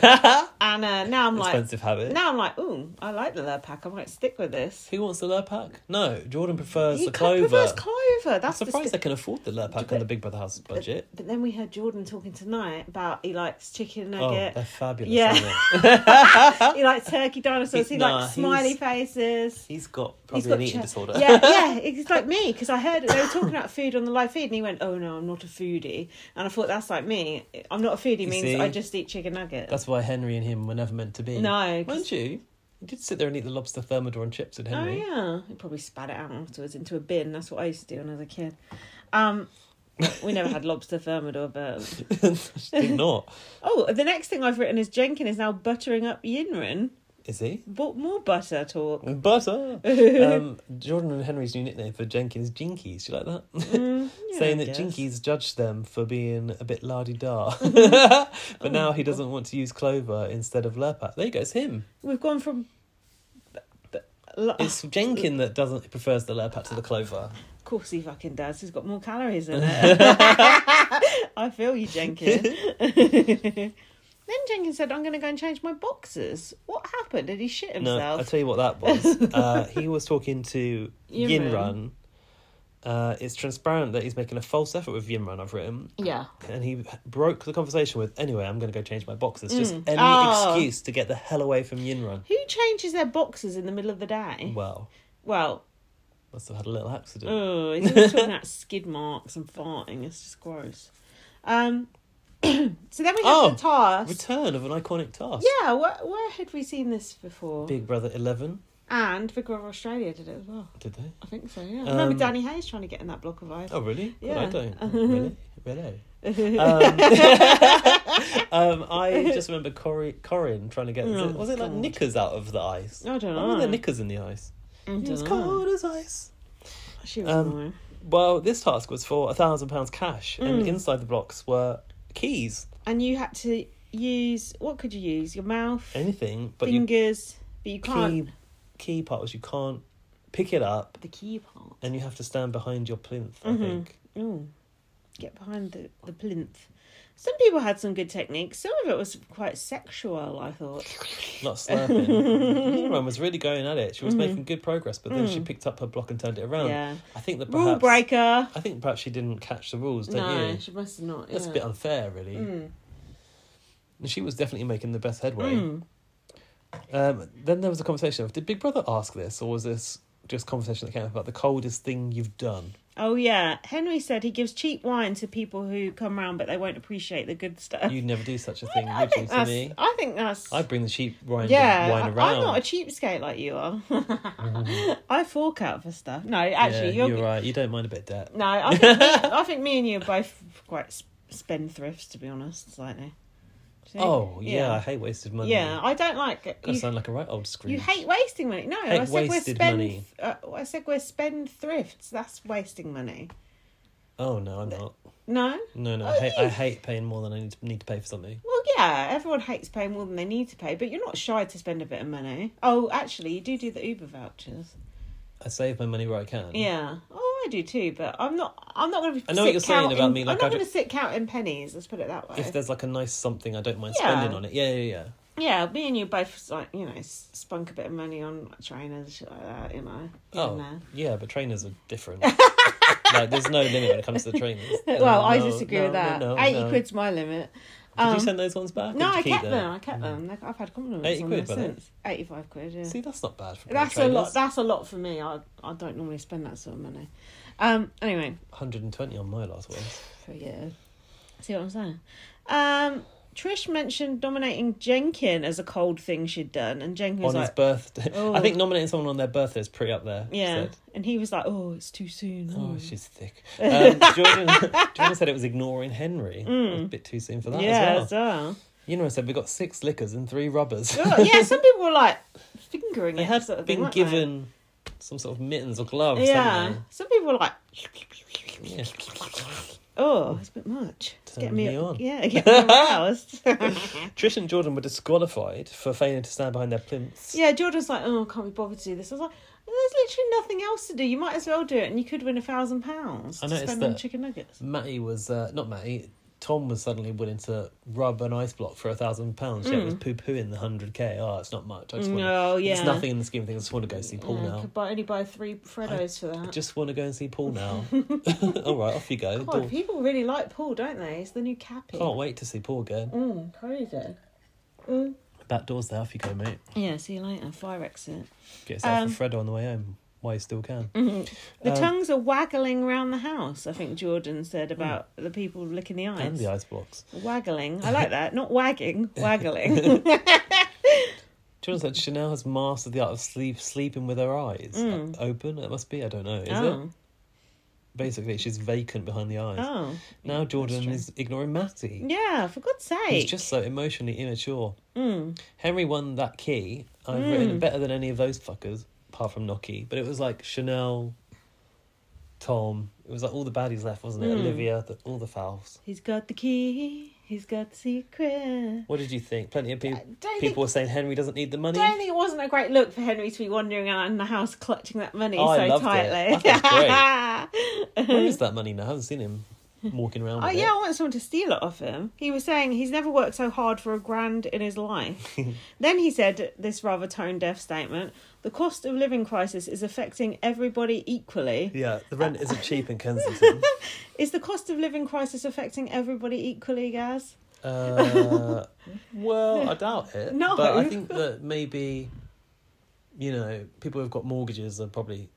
Speaker 1: and uh, now I'm
Speaker 2: Expensive habit.
Speaker 1: like, now I'm like, ooh, I like the Lurpak. I might stick with this.
Speaker 2: Who wants the Lurpak? No, Jordan prefers
Speaker 1: You
Speaker 2: the clover.
Speaker 1: prefers clover.
Speaker 2: I'm
Speaker 1: That's
Speaker 2: surprised
Speaker 1: disgu-
Speaker 2: they can afford the Lurpak on the Big Brother House budget.
Speaker 1: But then we heard Jordan talking tonight about he likes chicken
Speaker 2: Oh,
Speaker 1: nugget.
Speaker 2: they're fabulous.
Speaker 1: Yeah.
Speaker 2: aren't they?
Speaker 1: he likes turkey dinosaurs. He,
Speaker 2: Nah,
Speaker 1: likes smiley
Speaker 2: he's-
Speaker 1: faces.
Speaker 2: He's got
Speaker 1: He's
Speaker 2: probably an eating
Speaker 1: cha-
Speaker 2: disorder.
Speaker 1: Yeah, yeah. He's like me because I heard they were talking about food on the live feed, and he went, "Oh no, I'm not a foodie." And I thought that's like me. I'm not a foodie means
Speaker 2: see?
Speaker 1: I just eat chicken nuggets.
Speaker 2: That's why Henry and him were never meant to be.
Speaker 1: No, 'cause-
Speaker 2: Weren't you? You did sit there and eat the lobster thermidor and chips with
Speaker 1: oh
Speaker 2: Henry.
Speaker 1: yeah, he probably spat it out afterwards into a bin. That's what I used to do when I was a kid. Um, we never had lobster thermidor, but
Speaker 2: She did not.
Speaker 1: oh, the next thing I've written is Jenkin is now buttering up Yinrin.
Speaker 2: Is he?
Speaker 1: But more butter talk.
Speaker 2: Butter. um, Jordan and Henry's new nickname for Jenkins, Jinkies. Do you like that?
Speaker 1: Mm, yeah,
Speaker 2: Saying
Speaker 1: I
Speaker 2: that
Speaker 1: guess.
Speaker 2: Jinkies judged them for being a bit lardy da, but now he doesn't want to use Clover instead of Lurpak. There you go. It's him.
Speaker 1: We've gone from. b- b- lo-
Speaker 2: It's Jenkin that doesn't prefers the Lurpak to the Clover.
Speaker 1: Of course he fucking does. He's got more calories in it. I feel you, Jenkins. then Jenkins said, I'm going to go and change my boxes. What happened? Did he shit
Speaker 2: No, I'll
Speaker 1: himself?
Speaker 2: tell you what that was. uh, he was talking to
Speaker 1: Yinran.
Speaker 2: Yinran. Uh, it's transparent that he's making a false effort with Yinran, I've written.
Speaker 1: yeah.
Speaker 2: And he broke the conversation with, anyway, I'm going to go change my boxes. Just
Speaker 1: Mm.
Speaker 2: any
Speaker 1: Oh.
Speaker 2: excuse to get the hell away from Yinran.
Speaker 1: Who changes their boxes in the middle of the day?
Speaker 2: Well,
Speaker 1: Well,
Speaker 2: must have had a little accident.
Speaker 1: oh, it's always talking about skid marks and farting. It's just gross. Um, so then we have
Speaker 2: Oh,
Speaker 1: the task.
Speaker 2: Return of an iconic task.
Speaker 1: Mm. yeah, where, where had we seen this before?
Speaker 2: Big Brother 11,
Speaker 1: And Big Brother Australia did it as well.
Speaker 2: did they?
Speaker 1: I think so, yeah. I remember
Speaker 2: Um,
Speaker 1: Danny Hayes trying to get in that block of ice.
Speaker 2: Oh, really? God, I
Speaker 1: Yeah.
Speaker 2: don't. really? Really? um, um, I just remember Corrie, Corin trying to get.
Speaker 1: Oh,
Speaker 2: was it like
Speaker 1: God.
Speaker 2: knickers out of the ice?
Speaker 1: I don't
Speaker 2: Why were there
Speaker 1: know.
Speaker 2: knickers in the ice? It was
Speaker 1: Dunno.
Speaker 2: cold as ice.
Speaker 1: She was
Speaker 2: Um,
Speaker 1: annoying.
Speaker 2: Well, this task was for a thousand pounds cash,
Speaker 1: Mm.
Speaker 2: and inside the blocks were keys,
Speaker 1: And you had to use what could you use? Your mouth,
Speaker 2: anything, but you
Speaker 1: fingers, but you can't
Speaker 2: key key part was you can't pick it up,
Speaker 1: the key part.
Speaker 2: and you have to stand behind your plinth.
Speaker 1: Mm-hmm.
Speaker 2: I think.
Speaker 1: Ooh. Get behind the, the plinth. Some people had some good techniques. Some of it was quite sexual, I thought.
Speaker 2: A lot of slurping. Everyone was really going at it. She was making good progress, but then she picked up her block and turned it around.
Speaker 1: Mm-hmm. Mm. Yeah.
Speaker 2: I think that
Speaker 1: Rule
Speaker 2: perhaps
Speaker 1: breaker.
Speaker 2: I think perhaps she didn't catch the rules, don't
Speaker 1: No,
Speaker 2: you?
Speaker 1: she must have not.
Speaker 2: That's
Speaker 1: yeah. Mm.
Speaker 2: a bit unfair, really. And she was definitely making the best headway.
Speaker 1: Mm.
Speaker 2: Um, then there was a conversation of did Big Brother ask this, or was this just conversation that came up about the coldest thing you've done?
Speaker 1: Oh yeah, Henry said he gives cheap wine to people who come round, but they won't appreciate the good stuff.
Speaker 2: You'd never do such a thing,
Speaker 1: I
Speaker 2: would you,
Speaker 1: think
Speaker 2: to
Speaker 1: that's.
Speaker 2: me?
Speaker 1: I think that's.
Speaker 2: I'd bring the cheap wine,
Speaker 1: yeah,
Speaker 2: wine
Speaker 1: I-
Speaker 2: around. Mm-hmm.
Speaker 1: I'm not a cheapskate like you are. I fork out for stuff. No,
Speaker 2: yeah,
Speaker 1: actually,
Speaker 2: you're,
Speaker 1: you're.
Speaker 2: right. You don't mind a bit of debt.
Speaker 1: No, I think, me, I think me and you are both quite sp- spendthrifts, to be honest. Slightly. See?
Speaker 2: Oh, yeah, I hate wasted money.
Speaker 1: Yeah, I don't like.
Speaker 2: I
Speaker 1: You,
Speaker 2: sound like a right old Scrooge.
Speaker 1: you hate wasting money. No,
Speaker 2: Hate
Speaker 1: I said we're
Speaker 2: wasted
Speaker 1: spend.
Speaker 2: money.
Speaker 1: Uh, I said we're spendthrifts. That's wasting money.
Speaker 2: Oh no, I'm not.
Speaker 1: No.
Speaker 2: No, no,
Speaker 1: Oh,
Speaker 2: I hate. I
Speaker 1: you-
Speaker 2: hate paying more than I need to, need to pay for something.
Speaker 1: Well, yeah, everyone hates paying more than they need to pay, but you're not shy to spend a bit of money. Oh, actually, you do do the Uber vouchers.
Speaker 2: I save my money where I can.
Speaker 1: Yeah. Oh, I do too, but I'm not. I'm not going to.
Speaker 2: I know what you're saying about me, like,
Speaker 1: I'm
Speaker 2: I
Speaker 1: not going to
Speaker 2: don't-
Speaker 1: sit counting pennies. Let's put it that way.
Speaker 2: If there's like a nice something, I don't mind
Speaker 1: Yeah.
Speaker 2: spending on it. Yeah, yeah, yeah.
Speaker 1: Yeah, me and you both like you know s- spunk a bit of money on trainers, and shit like that. You know. here
Speaker 2: Oh,
Speaker 1: and there.
Speaker 2: yeah, but trainers are different. like, there's no limit when it comes to the trainers.
Speaker 1: Well, I
Speaker 2: No,
Speaker 1: disagree
Speaker 2: no,
Speaker 1: with
Speaker 2: no,
Speaker 1: that.
Speaker 2: no,
Speaker 1: Eighty
Speaker 2: no.
Speaker 1: quid's my limit.
Speaker 2: Did you
Speaker 1: Um,
Speaker 2: send those ones back? or
Speaker 1: no,
Speaker 2: did you
Speaker 1: I
Speaker 2: keep
Speaker 1: kept them? I
Speaker 2: Mm.
Speaker 1: kept them. Like, I've had compliments
Speaker 2: 80
Speaker 1: on
Speaker 2: quid,
Speaker 1: them
Speaker 2: were they?
Speaker 1: since. Eighty-five quid. Yeah.
Speaker 2: See, that's not bad for
Speaker 1: that's
Speaker 2: trainers.
Speaker 1: a lot. That's a lot for me. I I don't normally spend that sort of money. Um. Anyway,
Speaker 2: 120 on my last ones.
Speaker 1: forget. See what I'm saying? Um. Trish mentioned nominating Jenkin as a cold thing she'd done, and Jenkin was
Speaker 2: on his
Speaker 1: like,
Speaker 2: birthday. I
Speaker 1: Oh.
Speaker 2: think nominating someone on their birthday is pretty up there. she
Speaker 1: "Yeah," Mm.
Speaker 2: said.
Speaker 1: and he was like, "Oh, it's too soon." Hmm.
Speaker 2: Oh, she's thick. Um, Jordan, Jordan said it was ignoring Henry. A bit too soon for that
Speaker 1: Mm. yeah,
Speaker 2: as
Speaker 1: as
Speaker 2: well.
Speaker 1: well.
Speaker 2: You know, I said we got six liquors and three rubbers.
Speaker 1: Oh, yeah, some people were like fingering
Speaker 2: they
Speaker 1: it.
Speaker 2: had
Speaker 1: sort of thing,
Speaker 2: been
Speaker 1: weren't they?
Speaker 2: given some sort of mittens or gloves.
Speaker 1: Yeah,
Speaker 2: hadn't
Speaker 1: some people were like,
Speaker 2: they? Yeah.
Speaker 1: "Oh, it's a bit much." Just
Speaker 2: Turn
Speaker 1: get me,
Speaker 2: me on.
Speaker 1: Yeah, get me aroused.
Speaker 2: Trish and Jordan were disqualified for failing to stand behind their plinths.
Speaker 1: yeah, Jordan's like, "Oh, I can't be bothered to do this." I was like, "There's literally nothing else to do. You might as well do it, and you could win a thousand pounds
Speaker 2: I
Speaker 1: to
Speaker 2: noticed
Speaker 1: spend on
Speaker 2: that-
Speaker 1: chicken nuggets."
Speaker 2: Matty was uh, not Matty. Tom was suddenly willing to rub an ice block for a thousand pounds. Yet was poo pooing the hundred k. Oh, it's not much. I just want
Speaker 1: Mm. No,
Speaker 2: to, it's
Speaker 1: Oh, yeah.
Speaker 2: nothing in the scheme of things. I just want to go see Paul
Speaker 1: Yeah,
Speaker 2: now.
Speaker 1: could buy, only buy three Freddos for
Speaker 2: I
Speaker 1: that.
Speaker 2: just want to go and see Paul now. All right, off you go.
Speaker 1: God,
Speaker 2: Paul-
Speaker 1: people really like Paul, don't they? He's the new Cappy.
Speaker 2: Can't wait to see Paul again.
Speaker 1: Mm, crazy. Mm.
Speaker 2: Back doors there. Off you go, mate.
Speaker 1: Yeah, see you later. Fire exit.
Speaker 2: Get yourself
Speaker 1: Um, Mm.
Speaker 2: a Freddo on the way home. While you still can.
Speaker 1: The
Speaker 2: Um,
Speaker 1: tongues are waggling round the house. I think Jordan said about the people licking the
Speaker 2: And
Speaker 1: eyes.
Speaker 2: the ice blocks.
Speaker 1: Waggling. I like that. Not wagging. Waggling.
Speaker 2: Jordan said Chanel has
Speaker 1: Mm.
Speaker 2: mastered the art of sleep sleeping with her eyes open. It must be. I don't know. Is it?
Speaker 1: oh.
Speaker 2: Basically, she's vacant behind the eyes.
Speaker 1: Oh.
Speaker 2: now Jordan
Speaker 1: true.
Speaker 2: is ignoring Matty.
Speaker 1: Yeah, for God's sake.
Speaker 2: He's just so emotionally immature.
Speaker 1: Hmm.
Speaker 2: Henry won that key. I've written better than any of those fuckers, apart from Noki. But it was like Chanel, Tom. It was like all the baddies left, wasn't
Speaker 1: Hmm.
Speaker 2: it? Olivia, the, all the fouls.
Speaker 1: He's got the key. He's got the secret.
Speaker 2: What did you think? Plenty of people
Speaker 1: Uh, don't
Speaker 2: people
Speaker 1: think-
Speaker 2: were saying Henry doesn't need the money.
Speaker 1: Don't think it wasn't a great look for Henry to be wandering around in the house clutching that money
Speaker 2: Oh, I
Speaker 1: so
Speaker 2: loved it.
Speaker 1: tightly.
Speaker 2: That Where is that money now? I haven't seen him walking around
Speaker 1: Oh
Speaker 2: with
Speaker 1: yeah, I
Speaker 2: it.
Speaker 1: want someone to steal it off him. He was saying he's never worked so hard for a grand in his life. then he said this rather tone deaf statement: "The cost of living crisis is affecting everybody equally."
Speaker 2: Yeah, the rent isn't cheap in Kensington.
Speaker 1: Is the cost of living crisis affecting everybody equally, Gaz?
Speaker 2: Uh, well, I doubt it.
Speaker 1: No.
Speaker 2: but I think that maybe, you know, people who've got mortgages are probably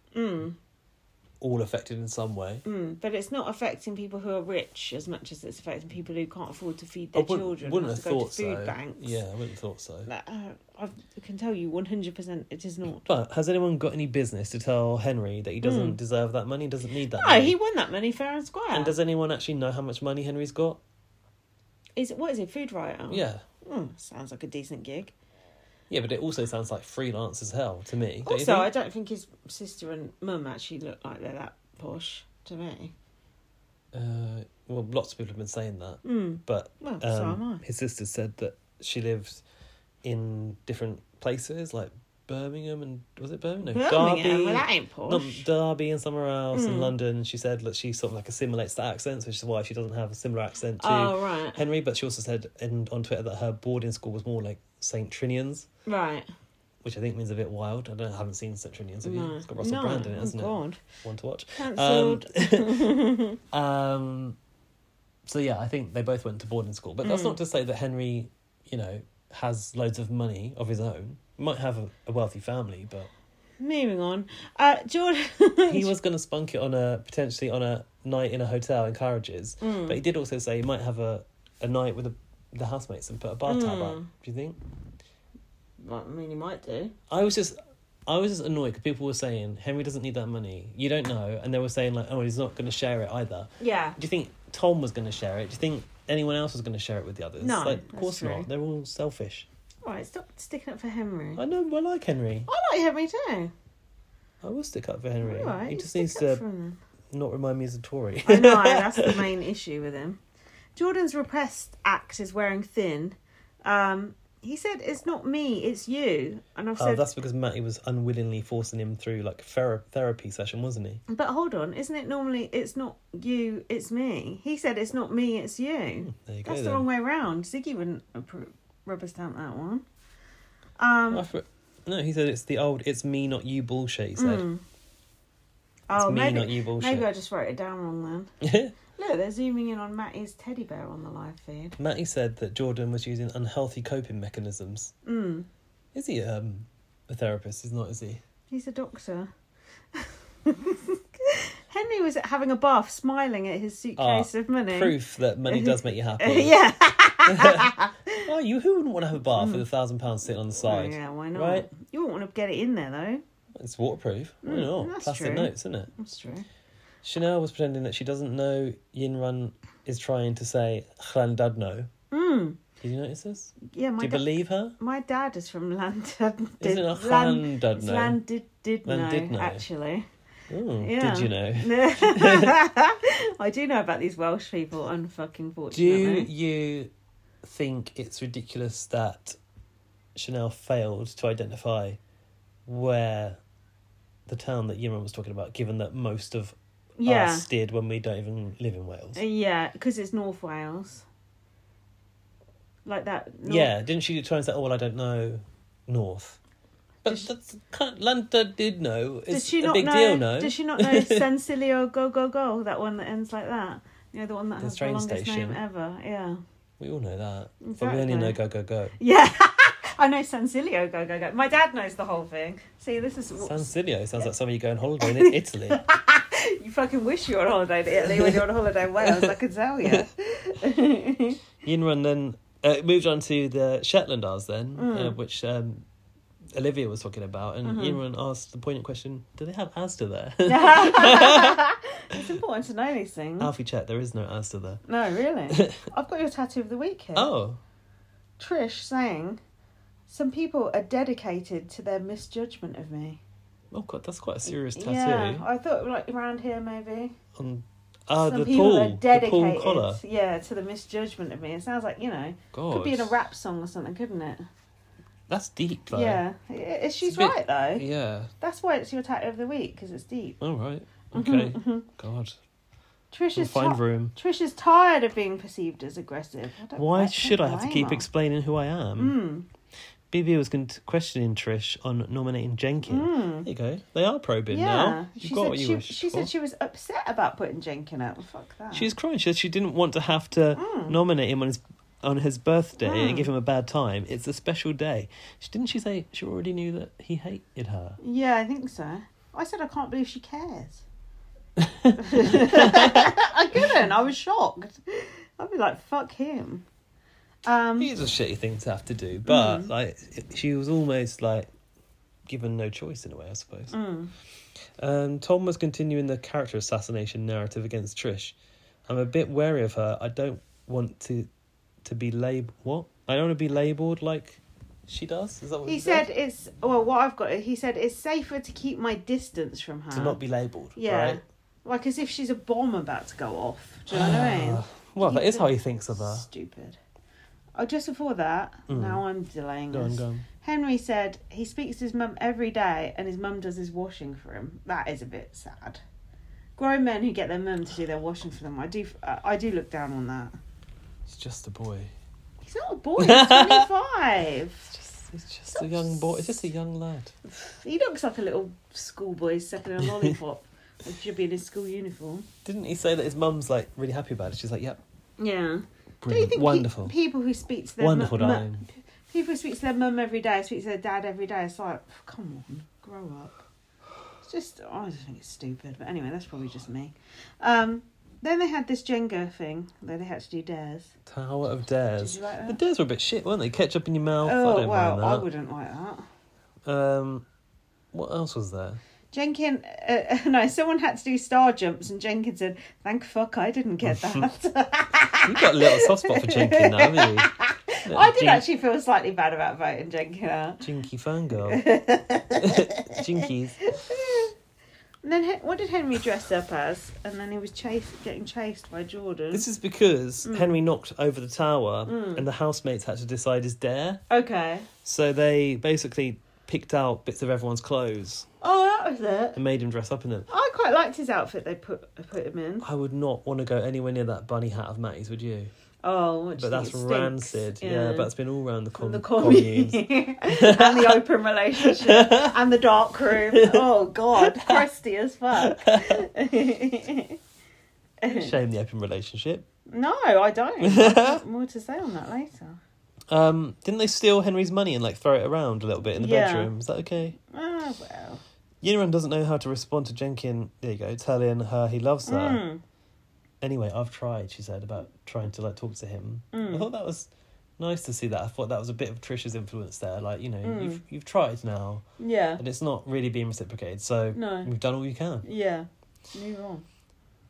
Speaker 2: all affected in some way.
Speaker 1: Mm, but it's not affecting people who are rich as much as it's affecting people who can't afford to feed their
Speaker 2: I wouldn't,
Speaker 1: children.
Speaker 2: wouldn't
Speaker 1: have
Speaker 2: have
Speaker 1: to go
Speaker 2: thought
Speaker 1: to food
Speaker 2: so.
Speaker 1: banks.
Speaker 2: Yeah, I wouldn't have thought so.
Speaker 1: Like, uh, I've- I can tell you one hundred percent it is not.
Speaker 2: But has anyone got any business to tell Henry that he doesn't deserve that money, doesn't need that
Speaker 1: Hmm. No,
Speaker 2: money?
Speaker 1: he won that money fair and square.
Speaker 2: And does anyone actually know how much money Henry's got?
Speaker 1: Is it what is it? Food writer.
Speaker 2: Yeah.
Speaker 1: Mm, sounds like a decent gig.
Speaker 2: Yeah, but it also sounds like freelance as hell to me. Don't you
Speaker 1: also,
Speaker 2: think?
Speaker 1: I don't think his sister and mum actually look like they're that posh to me.
Speaker 2: Uh, well, lots of people have been saying that, but
Speaker 1: Hmm, Well,
Speaker 2: um,
Speaker 1: so am I.
Speaker 2: his sister said that she lives in different places, like Birmingham and was it Birmingham? No,
Speaker 1: Birmingham,
Speaker 2: Derby.
Speaker 1: well, that ain't
Speaker 2: not
Speaker 1: posh. Hmm.
Speaker 2: Derby and somewhere else in London. She said that she sort of like assimilates the accents, which is why she doesn't have a similar accent to
Speaker 1: Oh, right.
Speaker 2: Henry. But she also said in, on Twitter that her boarding school was more like St Trinian's,
Speaker 1: right. which
Speaker 2: which I think means a bit wild. I don't I haven't seen St Trinian's. Have you?
Speaker 1: no.
Speaker 2: It's got Russell
Speaker 1: no.
Speaker 2: Brand in it,
Speaker 1: oh,
Speaker 2: hasn't it?
Speaker 1: God.
Speaker 2: One to watch.
Speaker 1: Cancelled.
Speaker 2: Um, so yeah, I think they both went to boarding school, but that's not to say that Henry, you know, has loads of money of his own. Might have a, a wealthy family, but
Speaker 1: Moving on. Uh, Jordan.
Speaker 2: he was going to spunk it on a potentially on a night in a hotel in carriages. But he did also say he might have a, a night with a, the housemates and put a bar tab up. Do you think?
Speaker 1: Well, I mean, he might do.
Speaker 2: I was just. I was just annoyed because people were saying Henry doesn't need that money. You don't know, and they were saying like, "Oh, he's not going to share it either."
Speaker 1: Yeah.
Speaker 2: Do you think Tom was going to share it? Do you think anyone else was going to share it with the others?
Speaker 1: No,
Speaker 2: like, of
Speaker 1: that's
Speaker 2: course
Speaker 1: true.
Speaker 2: not. They're all selfish.
Speaker 1: All right, stop sticking up for Henry.
Speaker 2: I know. I like Henry.
Speaker 1: I like Henry too.
Speaker 2: I will stick up for Henry.
Speaker 1: All right.
Speaker 2: he just
Speaker 1: stick
Speaker 2: needs
Speaker 1: up
Speaker 2: to
Speaker 1: for him.
Speaker 2: not remind me he's a Tory.
Speaker 1: I know that's the main issue with him. Jordan's repressed act is wearing thin. Um, he said, "It's not me, it's you." And I've
Speaker 2: Oh,
Speaker 1: said,
Speaker 2: that's because Matty was unwillingly forcing him through like a thera- therapy session, wasn't he?
Speaker 1: "But hold on, isn't it normally it's not you, it's me?" He said, "It's not me, it's you."
Speaker 2: There you
Speaker 1: That's
Speaker 2: go.
Speaker 1: the wrong
Speaker 2: Hmm. then.
Speaker 1: way round. Ziggy wouldn't appro- rubber stamp that one. Um,
Speaker 2: I thought- No, he said it's the old "it's me, not you" bullshit. He said.
Speaker 1: oh,
Speaker 2: me,
Speaker 1: maybe
Speaker 2: not you bullshit.
Speaker 1: maybe I just wrote it down wrong then. Look, they're zooming in on Matty's teddy bear on the live feed.
Speaker 2: Matty said that Jordan was using unhealthy coping mechanisms. Mm. Is he um, a therapist? He's not, is he?
Speaker 1: He's a doctor. Henry was having a bath, smiling at his suitcase of money.
Speaker 2: Ah, Proof that money does make you happy.
Speaker 1: yeah.
Speaker 2: Oh, you who wouldn't want to have a bath with a thousand pounds sitting on the
Speaker 1: Oh,
Speaker 2: side?
Speaker 1: Hmm. yeah, why not?
Speaker 2: Right?
Speaker 1: You wouldn't want to get it in there, though.
Speaker 2: It's waterproof. Why
Speaker 1: Mm,
Speaker 2: not?
Speaker 1: that's
Speaker 2: Plastic
Speaker 1: true.
Speaker 2: notes, isn't it?
Speaker 1: That's true.
Speaker 2: Chanel was pretending that she doesn't know Yinran is trying to say Hlandadno.
Speaker 1: Mm.
Speaker 2: Did you notice this? Do
Speaker 1: Yeah, my,
Speaker 2: you
Speaker 1: da-
Speaker 2: believe her?
Speaker 1: my dad is from London.
Speaker 2: Isn't it a Llandudno?
Speaker 1: Land did, did know,
Speaker 2: Llandudno.
Speaker 1: actually.
Speaker 2: Ooh,
Speaker 1: Yeah.
Speaker 2: Did you know?
Speaker 1: I do know about these Welsh people, unfucking
Speaker 2: Do
Speaker 1: fortunately.
Speaker 2: you think it's ridiculous that Chanel failed to identify where the town that Yinran was talking about, given that most of
Speaker 1: yeah.
Speaker 2: us did when we don't even live in Wales?
Speaker 1: Yeah, because it's North Wales. Like that. North-
Speaker 2: Yeah, didn't she try and say, "Oh well, I don't know North," but that's kind Lanta did know. It's
Speaker 1: Does she
Speaker 2: a
Speaker 1: not
Speaker 2: big
Speaker 1: know?
Speaker 2: deal, no?
Speaker 1: Does she not know Sensilio Go Go Go? That one that ends like that. You know the one that has the
Speaker 2: train
Speaker 1: longest
Speaker 2: station.
Speaker 1: name ever. Yeah,
Speaker 2: We all know that, but we only
Speaker 1: Exactly.
Speaker 2: know go go go.
Speaker 1: yeah. I know Sensilio Go Go Go. My dad knows the whole thing. See, this is
Speaker 2: San Silio sounds like somewhere you go on holiday in Italy.
Speaker 1: you fucking wish you were on holiday to Italy when you're on holiday in Wales. I can tell you. Mm.
Speaker 2: Yinran then uh, moved on to the Shetlanders, then, uh, which um, Olivia was talking about, and
Speaker 1: Mhm.
Speaker 2: everyone asked the poignant question: Do they have Asda there?
Speaker 1: it's important to know these things.
Speaker 2: Alfie chat. There is no Asda there.
Speaker 1: No, really. I've got your tattoo of the week here.
Speaker 2: Oh,
Speaker 1: Trish saying, Some people are dedicated to their misjudgment of me.
Speaker 2: oh god, that's quite a serious tattoo
Speaker 1: Yeah, I thought like around here maybe.
Speaker 2: on. Ah,
Speaker 1: Some
Speaker 2: the
Speaker 1: people
Speaker 2: pool,
Speaker 1: are
Speaker 2: the
Speaker 1: dedicated,
Speaker 2: pool collar.
Speaker 1: yeah, to the misjudgment of me. It sounds like you know,
Speaker 2: God,
Speaker 1: could be in a rap song or something, couldn't it?
Speaker 2: That's deep. Though.
Speaker 1: yeah, I- I- she's
Speaker 2: a bit-
Speaker 1: right though.
Speaker 2: Yeah.
Speaker 1: That's why it's your tattoo of the week because it's deep.
Speaker 2: All right.
Speaker 1: Mhm,
Speaker 2: Okay.
Speaker 1: mhm.
Speaker 2: God.
Speaker 1: Trish
Speaker 2: We'll
Speaker 1: is
Speaker 2: find
Speaker 1: ti-
Speaker 2: room.
Speaker 1: Trish is tired of being perceived as aggressive. I don't-
Speaker 2: Why
Speaker 1: don't
Speaker 2: should I have to
Speaker 1: blame
Speaker 2: keep
Speaker 1: her.
Speaker 2: explaining who I am?
Speaker 1: Mm,
Speaker 2: BB was con- questioning Trish on nominating Jenkins.
Speaker 1: mm.
Speaker 2: There you go. They are probing
Speaker 1: Yeah,
Speaker 2: now. You've
Speaker 1: she
Speaker 2: got
Speaker 1: said
Speaker 2: what you
Speaker 1: she,
Speaker 2: wished
Speaker 1: she
Speaker 2: for.
Speaker 1: said she was upset about putting Jenkin out. Well, fuck that.
Speaker 2: She was crying. She said she didn't want to have to
Speaker 1: Mm.
Speaker 2: nominate him on his on his birthday
Speaker 1: Mm.
Speaker 2: and give him a bad time. It's a special day. She, didn't she say she already knew that he hated her?
Speaker 1: Yeah, I think so. I said I can't believe she cares. I couldn't. I was shocked. I'd be like, fuck him. Um,
Speaker 2: It's a shitty thing to have to do,
Speaker 1: Mm.
Speaker 2: but like she was almost like given no choice in a way, I suppose.
Speaker 1: mm.
Speaker 2: Um, Tom was continuing the character assassination narrative against Trish. I'm a bit wary of her. I don't want to to be lab what? I don't want to be labelled like she does. Is that what
Speaker 1: He said it's well. What I've got, he said it's safer to keep my distance from her.
Speaker 2: to not be labelled.
Speaker 1: Yeah.
Speaker 2: Right?
Speaker 1: Like as if she's a bomb about to go off. Do you know what I
Speaker 2: Well, that
Speaker 1: Keep
Speaker 2: is how
Speaker 1: them
Speaker 2: he thinks of
Speaker 1: mean?
Speaker 2: her.
Speaker 1: Stupid. Oh, just before that.
Speaker 2: Mm.
Speaker 1: Now I'm delaying
Speaker 2: Go on,
Speaker 1: this.
Speaker 2: go on.
Speaker 1: Henry said he speaks to his mum every day and his mum does his washing for him. That is a bit sad. Grown men who get their mum to do their washing for them, I do, uh, I do look down on that.
Speaker 2: He's just a boy.
Speaker 1: He's not a boy. He's twenty-five.
Speaker 2: He's just a young boy. He's just a young lad.
Speaker 1: he looks like a little schoolboy sucking a lollipop. he should be in his school uniform.
Speaker 2: Didn't he say that his mum's like really happy about it? She's like, "Yep,
Speaker 1: Yeah. Don't you
Speaker 2: brilliant,
Speaker 1: think pe-
Speaker 2: wonderful,
Speaker 1: people who speak to their
Speaker 2: wonderful,
Speaker 1: mu- mu-
Speaker 2: darling."
Speaker 1: people who speak to their mum every day, speak to their dad every day. It's like, come on, grow up. It's just, I just think it's stupid. But anyway, that's probably just me. Um, then they had this Jenga thing that they had to do dares.
Speaker 2: Tower of
Speaker 1: Did
Speaker 2: Dares.
Speaker 1: you like
Speaker 2: The
Speaker 1: that?
Speaker 2: dares were a bit shit, weren't they? Ketchup in your mouth. I
Speaker 1: oh
Speaker 2: don't
Speaker 1: well, I
Speaker 2: mind
Speaker 1: wouldn't like that.
Speaker 2: that. Um, what else was there?
Speaker 1: Jenkin, uh, no, someone had to do star jumps, and Jenkins said, "Thank fuck, I didn't get that."
Speaker 2: You've got a little soft spot for Jinky now, haven't you? Little
Speaker 1: I did
Speaker 2: jin-
Speaker 1: actually feel slightly bad about voting Jenkin out.
Speaker 2: Jinky fangirl. Jinkies.
Speaker 1: Mm. And then Hen- what did Henry dress up as? And then he was chased, getting chased by Jordan.
Speaker 2: This is because
Speaker 1: Mm.
Speaker 2: Henry knocked over the tower and the housemates had to decide his dare.
Speaker 1: Okay.
Speaker 2: So they basically picked out bits of everyone's clothes
Speaker 1: Oh, that was it.
Speaker 2: and made him dress up in them.
Speaker 1: I quite liked his outfit they put put him in.
Speaker 2: I would not want to go anywhere near that bunny hat of Matty's, would you?
Speaker 1: Oh, which
Speaker 2: But that's rancid. Yeah. but it's been all around the, com-
Speaker 1: the
Speaker 2: communes.
Speaker 1: commune and the open relationship and the dark room. Oh God, crusty as fuck.
Speaker 2: Shame the open relationship.
Speaker 1: no, I don't. I've got more to say on that later.
Speaker 2: Um, didn't they steal Henry's money and like throw it around a little bit in the
Speaker 1: Yeah.
Speaker 2: bedroom? Is that okay?
Speaker 1: Oh well.
Speaker 2: Yinran doesn't know how to respond to Jenkin. There you go, telling her he loves her.
Speaker 1: Mm.
Speaker 2: Anyway, I've tried. She said about trying to like talk to him. I
Speaker 1: Mm.
Speaker 2: thought that was nice to see that. I thought that was a bit of Trisha's influence there. Like you know,
Speaker 1: Mm.
Speaker 2: you've you've tried now,
Speaker 1: Yeah.
Speaker 2: and it's not really being reciprocated. So
Speaker 1: No.
Speaker 2: we've done all you can.
Speaker 1: Yeah. Move on.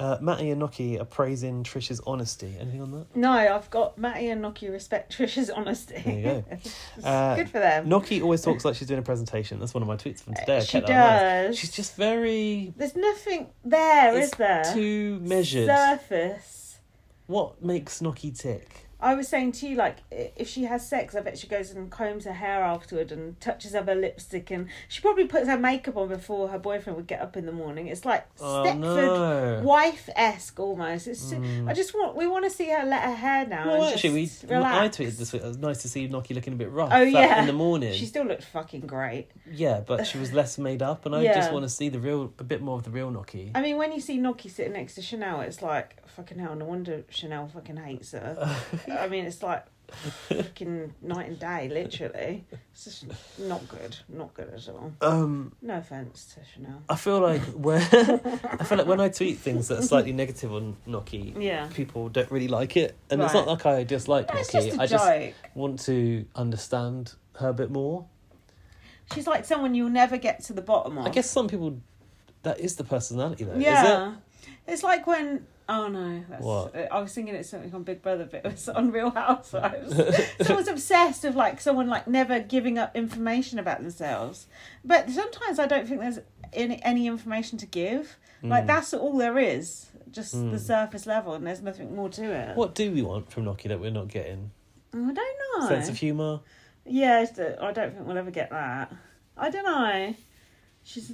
Speaker 2: Uh, Matty and Noki are praising Trisha's honesty. Anything on that?
Speaker 1: No, I've got Matty and Noki respect Trish's honesty.
Speaker 2: There you go.
Speaker 1: It's
Speaker 2: Uh,
Speaker 1: Good for them.
Speaker 2: Noki always talks like she's doing a presentation. That's one of my tweets from today. I
Speaker 1: she
Speaker 2: kept that alive.
Speaker 1: does.
Speaker 2: She's just very
Speaker 1: There's nothing there, is
Speaker 2: It's
Speaker 1: there?
Speaker 2: too measured.
Speaker 1: Surface.
Speaker 2: What makes Noki tick?
Speaker 1: I was saying to you, like, i- if she has sex, I bet she goes and combs her hair afterward and touches up her lipstick, and she probably puts her makeup on before her boyfriend would get up in the morning. It's like
Speaker 2: Oh
Speaker 1: Stepford
Speaker 2: no! Mm.
Speaker 1: wife esque almost. It's ju- I just want we want to see her let her hair now.
Speaker 2: Well,
Speaker 1: and
Speaker 2: actually, we
Speaker 1: just
Speaker 2: I
Speaker 1: relax.
Speaker 2: tweeted this week. It was nice to see Noki looking a bit rough.
Speaker 1: Oh,
Speaker 2: that-
Speaker 1: yeah.
Speaker 2: in the morning.
Speaker 1: She still looked fucking great.
Speaker 2: Yeah, but she was less made up, and I just
Speaker 1: Yeah.
Speaker 2: want to see the real, a bit more of the real Noki.
Speaker 1: I mean, when you see Noki sitting next to Chanel, it's like fucking hell. No wonder Chanel fucking hates her. I mean, it's like fucking night and day, literally. It's just not good, not good at all.
Speaker 2: Um,
Speaker 1: No offense to Chanel.
Speaker 2: I feel like when I feel like when I tweet things that are slightly negative on Noki,
Speaker 1: Yeah,
Speaker 2: people don't really like it, and it's
Speaker 1: Right.
Speaker 2: not like I dislike
Speaker 1: it's
Speaker 2: Noki.
Speaker 1: just a
Speaker 2: I just
Speaker 1: joke.
Speaker 2: want to understand her a bit more.
Speaker 1: She's like someone you'll never get to the bottom of.
Speaker 2: I guess some people, that is the personality though. Is
Speaker 1: Yeah. It's like when. Oh no! That's,
Speaker 2: What?
Speaker 1: I was thinking it's something on Big Brother, but it was on Real Housewives. Someone's obsessed with like someone like never giving up information about themselves. But sometimes I don't think there's any any information to give.
Speaker 2: Mm. Hmm.
Speaker 1: Like that's all there is, just the surface level, and there's nothing more to it.
Speaker 2: it? Mm. What do we want from Noki that we're not getting?
Speaker 1: I don't know.
Speaker 2: Sense of humour?
Speaker 1: Yeah, it's the- I don't think we'll ever get that. I don't know. She's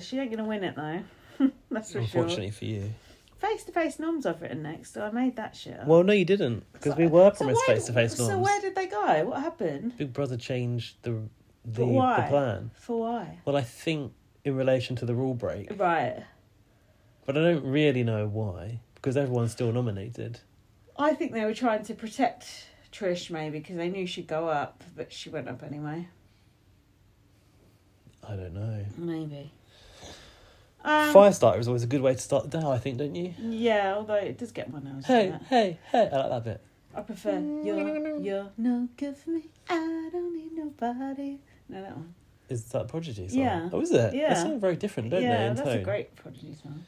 Speaker 1: she ain't gonna win it though. That's for sure.
Speaker 2: Unfortunately for you.
Speaker 1: Face to face noms I've written next, so I made that shit. up.
Speaker 2: Well, no, you didn't, because we were
Speaker 1: Um, So
Speaker 2: promised
Speaker 1: why-
Speaker 2: face to face
Speaker 1: So
Speaker 2: norms.
Speaker 1: where did they go? What happened?
Speaker 2: Big Brother changed the the,
Speaker 1: But
Speaker 2: the
Speaker 1: why?
Speaker 2: plan.
Speaker 1: For why?
Speaker 2: Well, I think in relation to the rule break,
Speaker 1: Right.
Speaker 2: but I don't really know why because everyone's still nominated.
Speaker 1: I think they were trying to protect Trish maybe because they knew she'd go up, but she went up anyway.
Speaker 2: I don't know.
Speaker 1: Maybe. Um,
Speaker 2: Firestarter is always a good way to start the day, I think, don't you?
Speaker 1: Yeah, although it does get one now. doesn't
Speaker 2: Hey,
Speaker 1: it?
Speaker 2: hey, hey! I like that bit.
Speaker 1: I prefer you're, you're no good for me. I don't need nobody. No, that one.
Speaker 2: Is that Prodigy song?
Speaker 1: Yeah.
Speaker 2: Oh, is it? They
Speaker 1: Yeah.
Speaker 2: sound very different, don't they?
Speaker 1: yeah,
Speaker 2: In
Speaker 1: that's
Speaker 2: tone.
Speaker 1: a great prodigy song.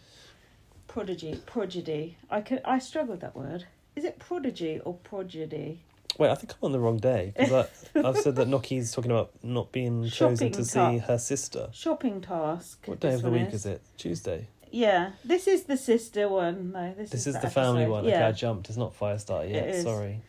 Speaker 1: Prodigy, prodigy. I could, I struggled with that word. Is it prodigy or prodigy?
Speaker 2: Wait, I think I'm on the wrong day because I've said that Noki's talking about not being chosen
Speaker 1: Shopping
Speaker 2: to see
Speaker 1: cart.
Speaker 2: her sister.
Speaker 1: Shopping task.
Speaker 2: What day
Speaker 1: this
Speaker 2: of the
Speaker 1: one
Speaker 2: week is. it? Tuesday.
Speaker 1: Yeah, this is the sister one though. This,
Speaker 2: This
Speaker 1: is,
Speaker 2: is the family
Speaker 1: episode.
Speaker 2: one. Okay,
Speaker 1: Yeah.
Speaker 2: I jumped. It's not Firestarter yet.
Speaker 1: It is.
Speaker 2: Sorry.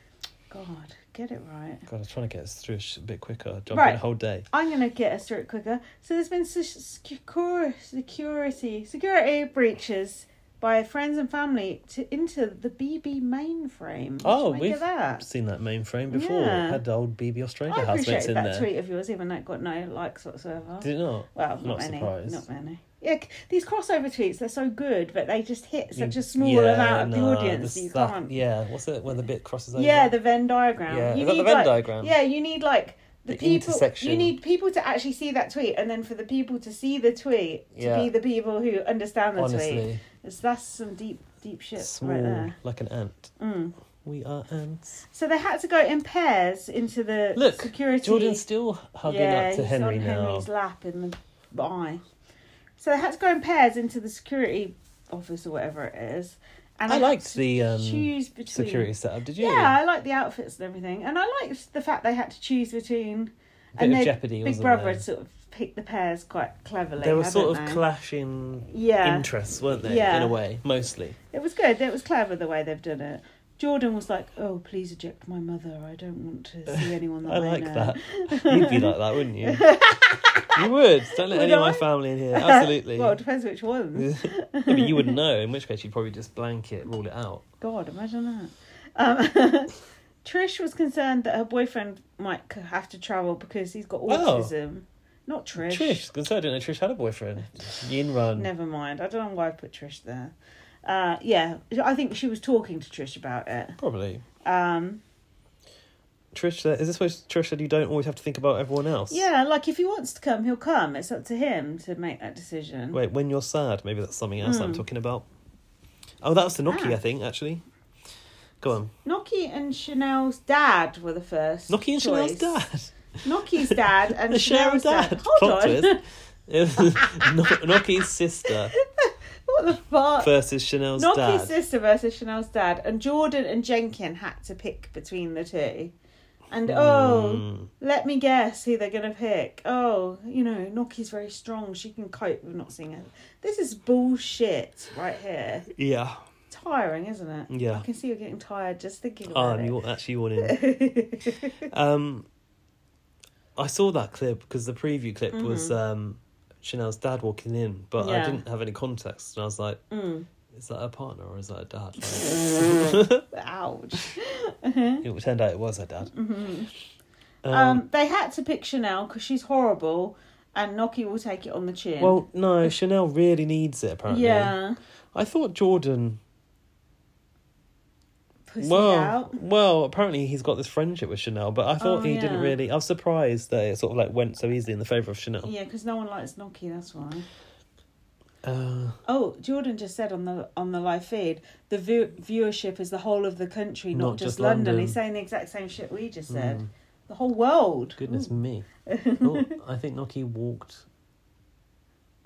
Speaker 1: God, get it right.
Speaker 2: God, I was trying to get us through sh- a bit quicker. Jumping
Speaker 1: Right.
Speaker 2: a whole day.
Speaker 1: I'm gonna get us through it quicker. So there's been se- secure, security security breaches by friends and family to into the BB mainframe.
Speaker 2: Oh,
Speaker 1: What do you make of
Speaker 2: we've
Speaker 1: that.
Speaker 2: I've seen that mainframe before.
Speaker 1: Yeah.
Speaker 2: Had the old BB Australia
Speaker 1: I
Speaker 2: housemates
Speaker 1: appreciated
Speaker 2: in
Speaker 1: that
Speaker 2: there.
Speaker 1: tweet of yours, even though it got no likes whatsoever.
Speaker 2: Did it not?
Speaker 1: well, not,
Speaker 2: not
Speaker 1: many,
Speaker 2: surprised.
Speaker 1: not many. Yeah, c- these crossover tweets, they're so good, but they just hit such a small
Speaker 2: Yeah,
Speaker 1: amount of
Speaker 2: nah,
Speaker 1: the audience that you
Speaker 2: stuff-
Speaker 1: can't.
Speaker 2: Yeah, what's it when the bit crosses over?
Speaker 1: Yeah, the Venn diagram.
Speaker 2: Yeah,
Speaker 1: You
Speaker 2: is that the
Speaker 1: need,
Speaker 2: Venn
Speaker 1: like-
Speaker 2: diagram?
Speaker 1: Yeah, you need like the,
Speaker 2: The
Speaker 1: people.
Speaker 2: intersection.
Speaker 1: You need people to actually see that tweet, and then for the people to see the tweet to
Speaker 2: Yeah.
Speaker 1: be the people who understand the tweet.
Speaker 2: honestly,
Speaker 1: It's, that's some deep, deep shit
Speaker 2: small
Speaker 1: right there.
Speaker 2: like an ant.
Speaker 1: Mm.
Speaker 2: We are ants.
Speaker 1: So they had to go in pairs into the
Speaker 2: Look,
Speaker 1: security.
Speaker 2: Jordan's still hugging
Speaker 1: yeah,
Speaker 2: up to
Speaker 1: he's
Speaker 2: Henry
Speaker 1: on
Speaker 2: now.
Speaker 1: Henry's lap in the eye. So they had to go in pairs into the security office or whatever it is. And
Speaker 2: I
Speaker 1: had
Speaker 2: liked
Speaker 1: to
Speaker 2: the um,
Speaker 1: choose between
Speaker 2: security setup. Did you?
Speaker 1: Yeah, I like the outfits and everything, and I liked the fact they had to choose between.
Speaker 2: Bit
Speaker 1: and
Speaker 2: of
Speaker 1: they-
Speaker 2: Jeopardy,
Speaker 1: Big
Speaker 2: wasn't
Speaker 1: Brother
Speaker 2: there?
Speaker 1: had sort of picked the pairs quite cleverly.
Speaker 2: There were
Speaker 1: I
Speaker 2: sort
Speaker 1: don't
Speaker 2: of
Speaker 1: know.
Speaker 2: clashing
Speaker 1: yeah.
Speaker 2: interests, weren't they? In
Speaker 1: Yeah.
Speaker 2: a way, mostly.
Speaker 1: It was good. It was clever the way they've done it. Jordan was like, "Oh, please eject my mother. I don't want to see anyone that
Speaker 2: I like
Speaker 1: know."
Speaker 2: that. You'd be like that, wouldn't you? you would. Don't let
Speaker 1: Would
Speaker 2: any of my
Speaker 1: I?
Speaker 2: family in here. Absolutely.
Speaker 1: well, it depends which ones.
Speaker 2: Yeah, but you wouldn't know, in which case you'd probably just blanket rule it out.
Speaker 1: God, imagine that. Um, Trish was concerned that her boyfriend might c- have to travel because he's got autism. Not Trish.
Speaker 2: Oh. Trish, because I didn't know Trish had a boyfriend. Yin Run.
Speaker 1: Never mind. I don't know why I put Trish there. Uh, yeah, I think she was talking to Trish about it.
Speaker 2: Probably.
Speaker 1: Um,
Speaker 2: Trish said, is this where Trish said you don't always have to think about everyone else?
Speaker 1: yeah, like if he wants to come, he'll come. It's up to him to make that decision.
Speaker 2: Wait, when you're sad, maybe that's something else I'm talking about. Oh, that was the Noki,
Speaker 1: Hmm. Ah.
Speaker 2: I think, actually. Go on.
Speaker 1: Noki and Chanel's dad were the first.
Speaker 2: Noki and Chanel's
Speaker 1: choice.
Speaker 2: dad.
Speaker 1: Noki's dad and
Speaker 2: They share a
Speaker 1: Chanel's dad.
Speaker 2: dad.
Speaker 1: Hold
Speaker 2: Plot
Speaker 1: on.
Speaker 2: twist. no- Noki's sister
Speaker 1: what the fuck?
Speaker 2: versus Chanel's
Speaker 1: Noki's
Speaker 2: dad.
Speaker 1: sister versus Chanel's dad, and Jordan and Jenkin had to pick between the two. And
Speaker 2: Hmm.
Speaker 1: oh, let me guess who they're gonna pick. Oh, you know, Noki's very strong. She can cope with not seeing her. This is bullshit right here.
Speaker 2: yeah.
Speaker 1: Tiring, isn't it? I
Speaker 2: Yeah.
Speaker 1: can see you're getting tired just thinking
Speaker 2: Oh,
Speaker 1: about
Speaker 2: and
Speaker 1: it.
Speaker 2: you actually want in. um, I saw that clip because the preview clip was um, Chanel's dad walking in, but I
Speaker 1: Mm-hmm. Yeah.
Speaker 2: didn't have any context, and I was like,
Speaker 1: Mm.
Speaker 2: "Is that her partner or is that her dad?"
Speaker 1: Ouch.
Speaker 2: Like, it turned out it was her dad. Um,
Speaker 1: Mm-hmm. Um, they had to pick Chanel because she's horrible, and Noki will take it on the chin.
Speaker 2: well, no, Chanel really needs it. Apparently,
Speaker 1: yeah.
Speaker 2: I thought Jordan.
Speaker 1: Pussy
Speaker 2: well,
Speaker 1: out.
Speaker 2: well, apparently he's got this friendship with Chanel, but I thought
Speaker 1: Oh,
Speaker 2: he didn't
Speaker 1: yeah.
Speaker 2: really. I was surprised that it sort of like went so easily in the favor of Chanel.
Speaker 1: Yeah, because no one likes Noki. That's why.
Speaker 2: Uh,
Speaker 1: Oh, Jordan just said on the on the live feed, the
Speaker 2: Mm.
Speaker 1: view- viewership is the whole of the country, not, just, London. He's saying the exact same shit we just said. the whole world.
Speaker 2: Goodness me. Oh, I think Noki walked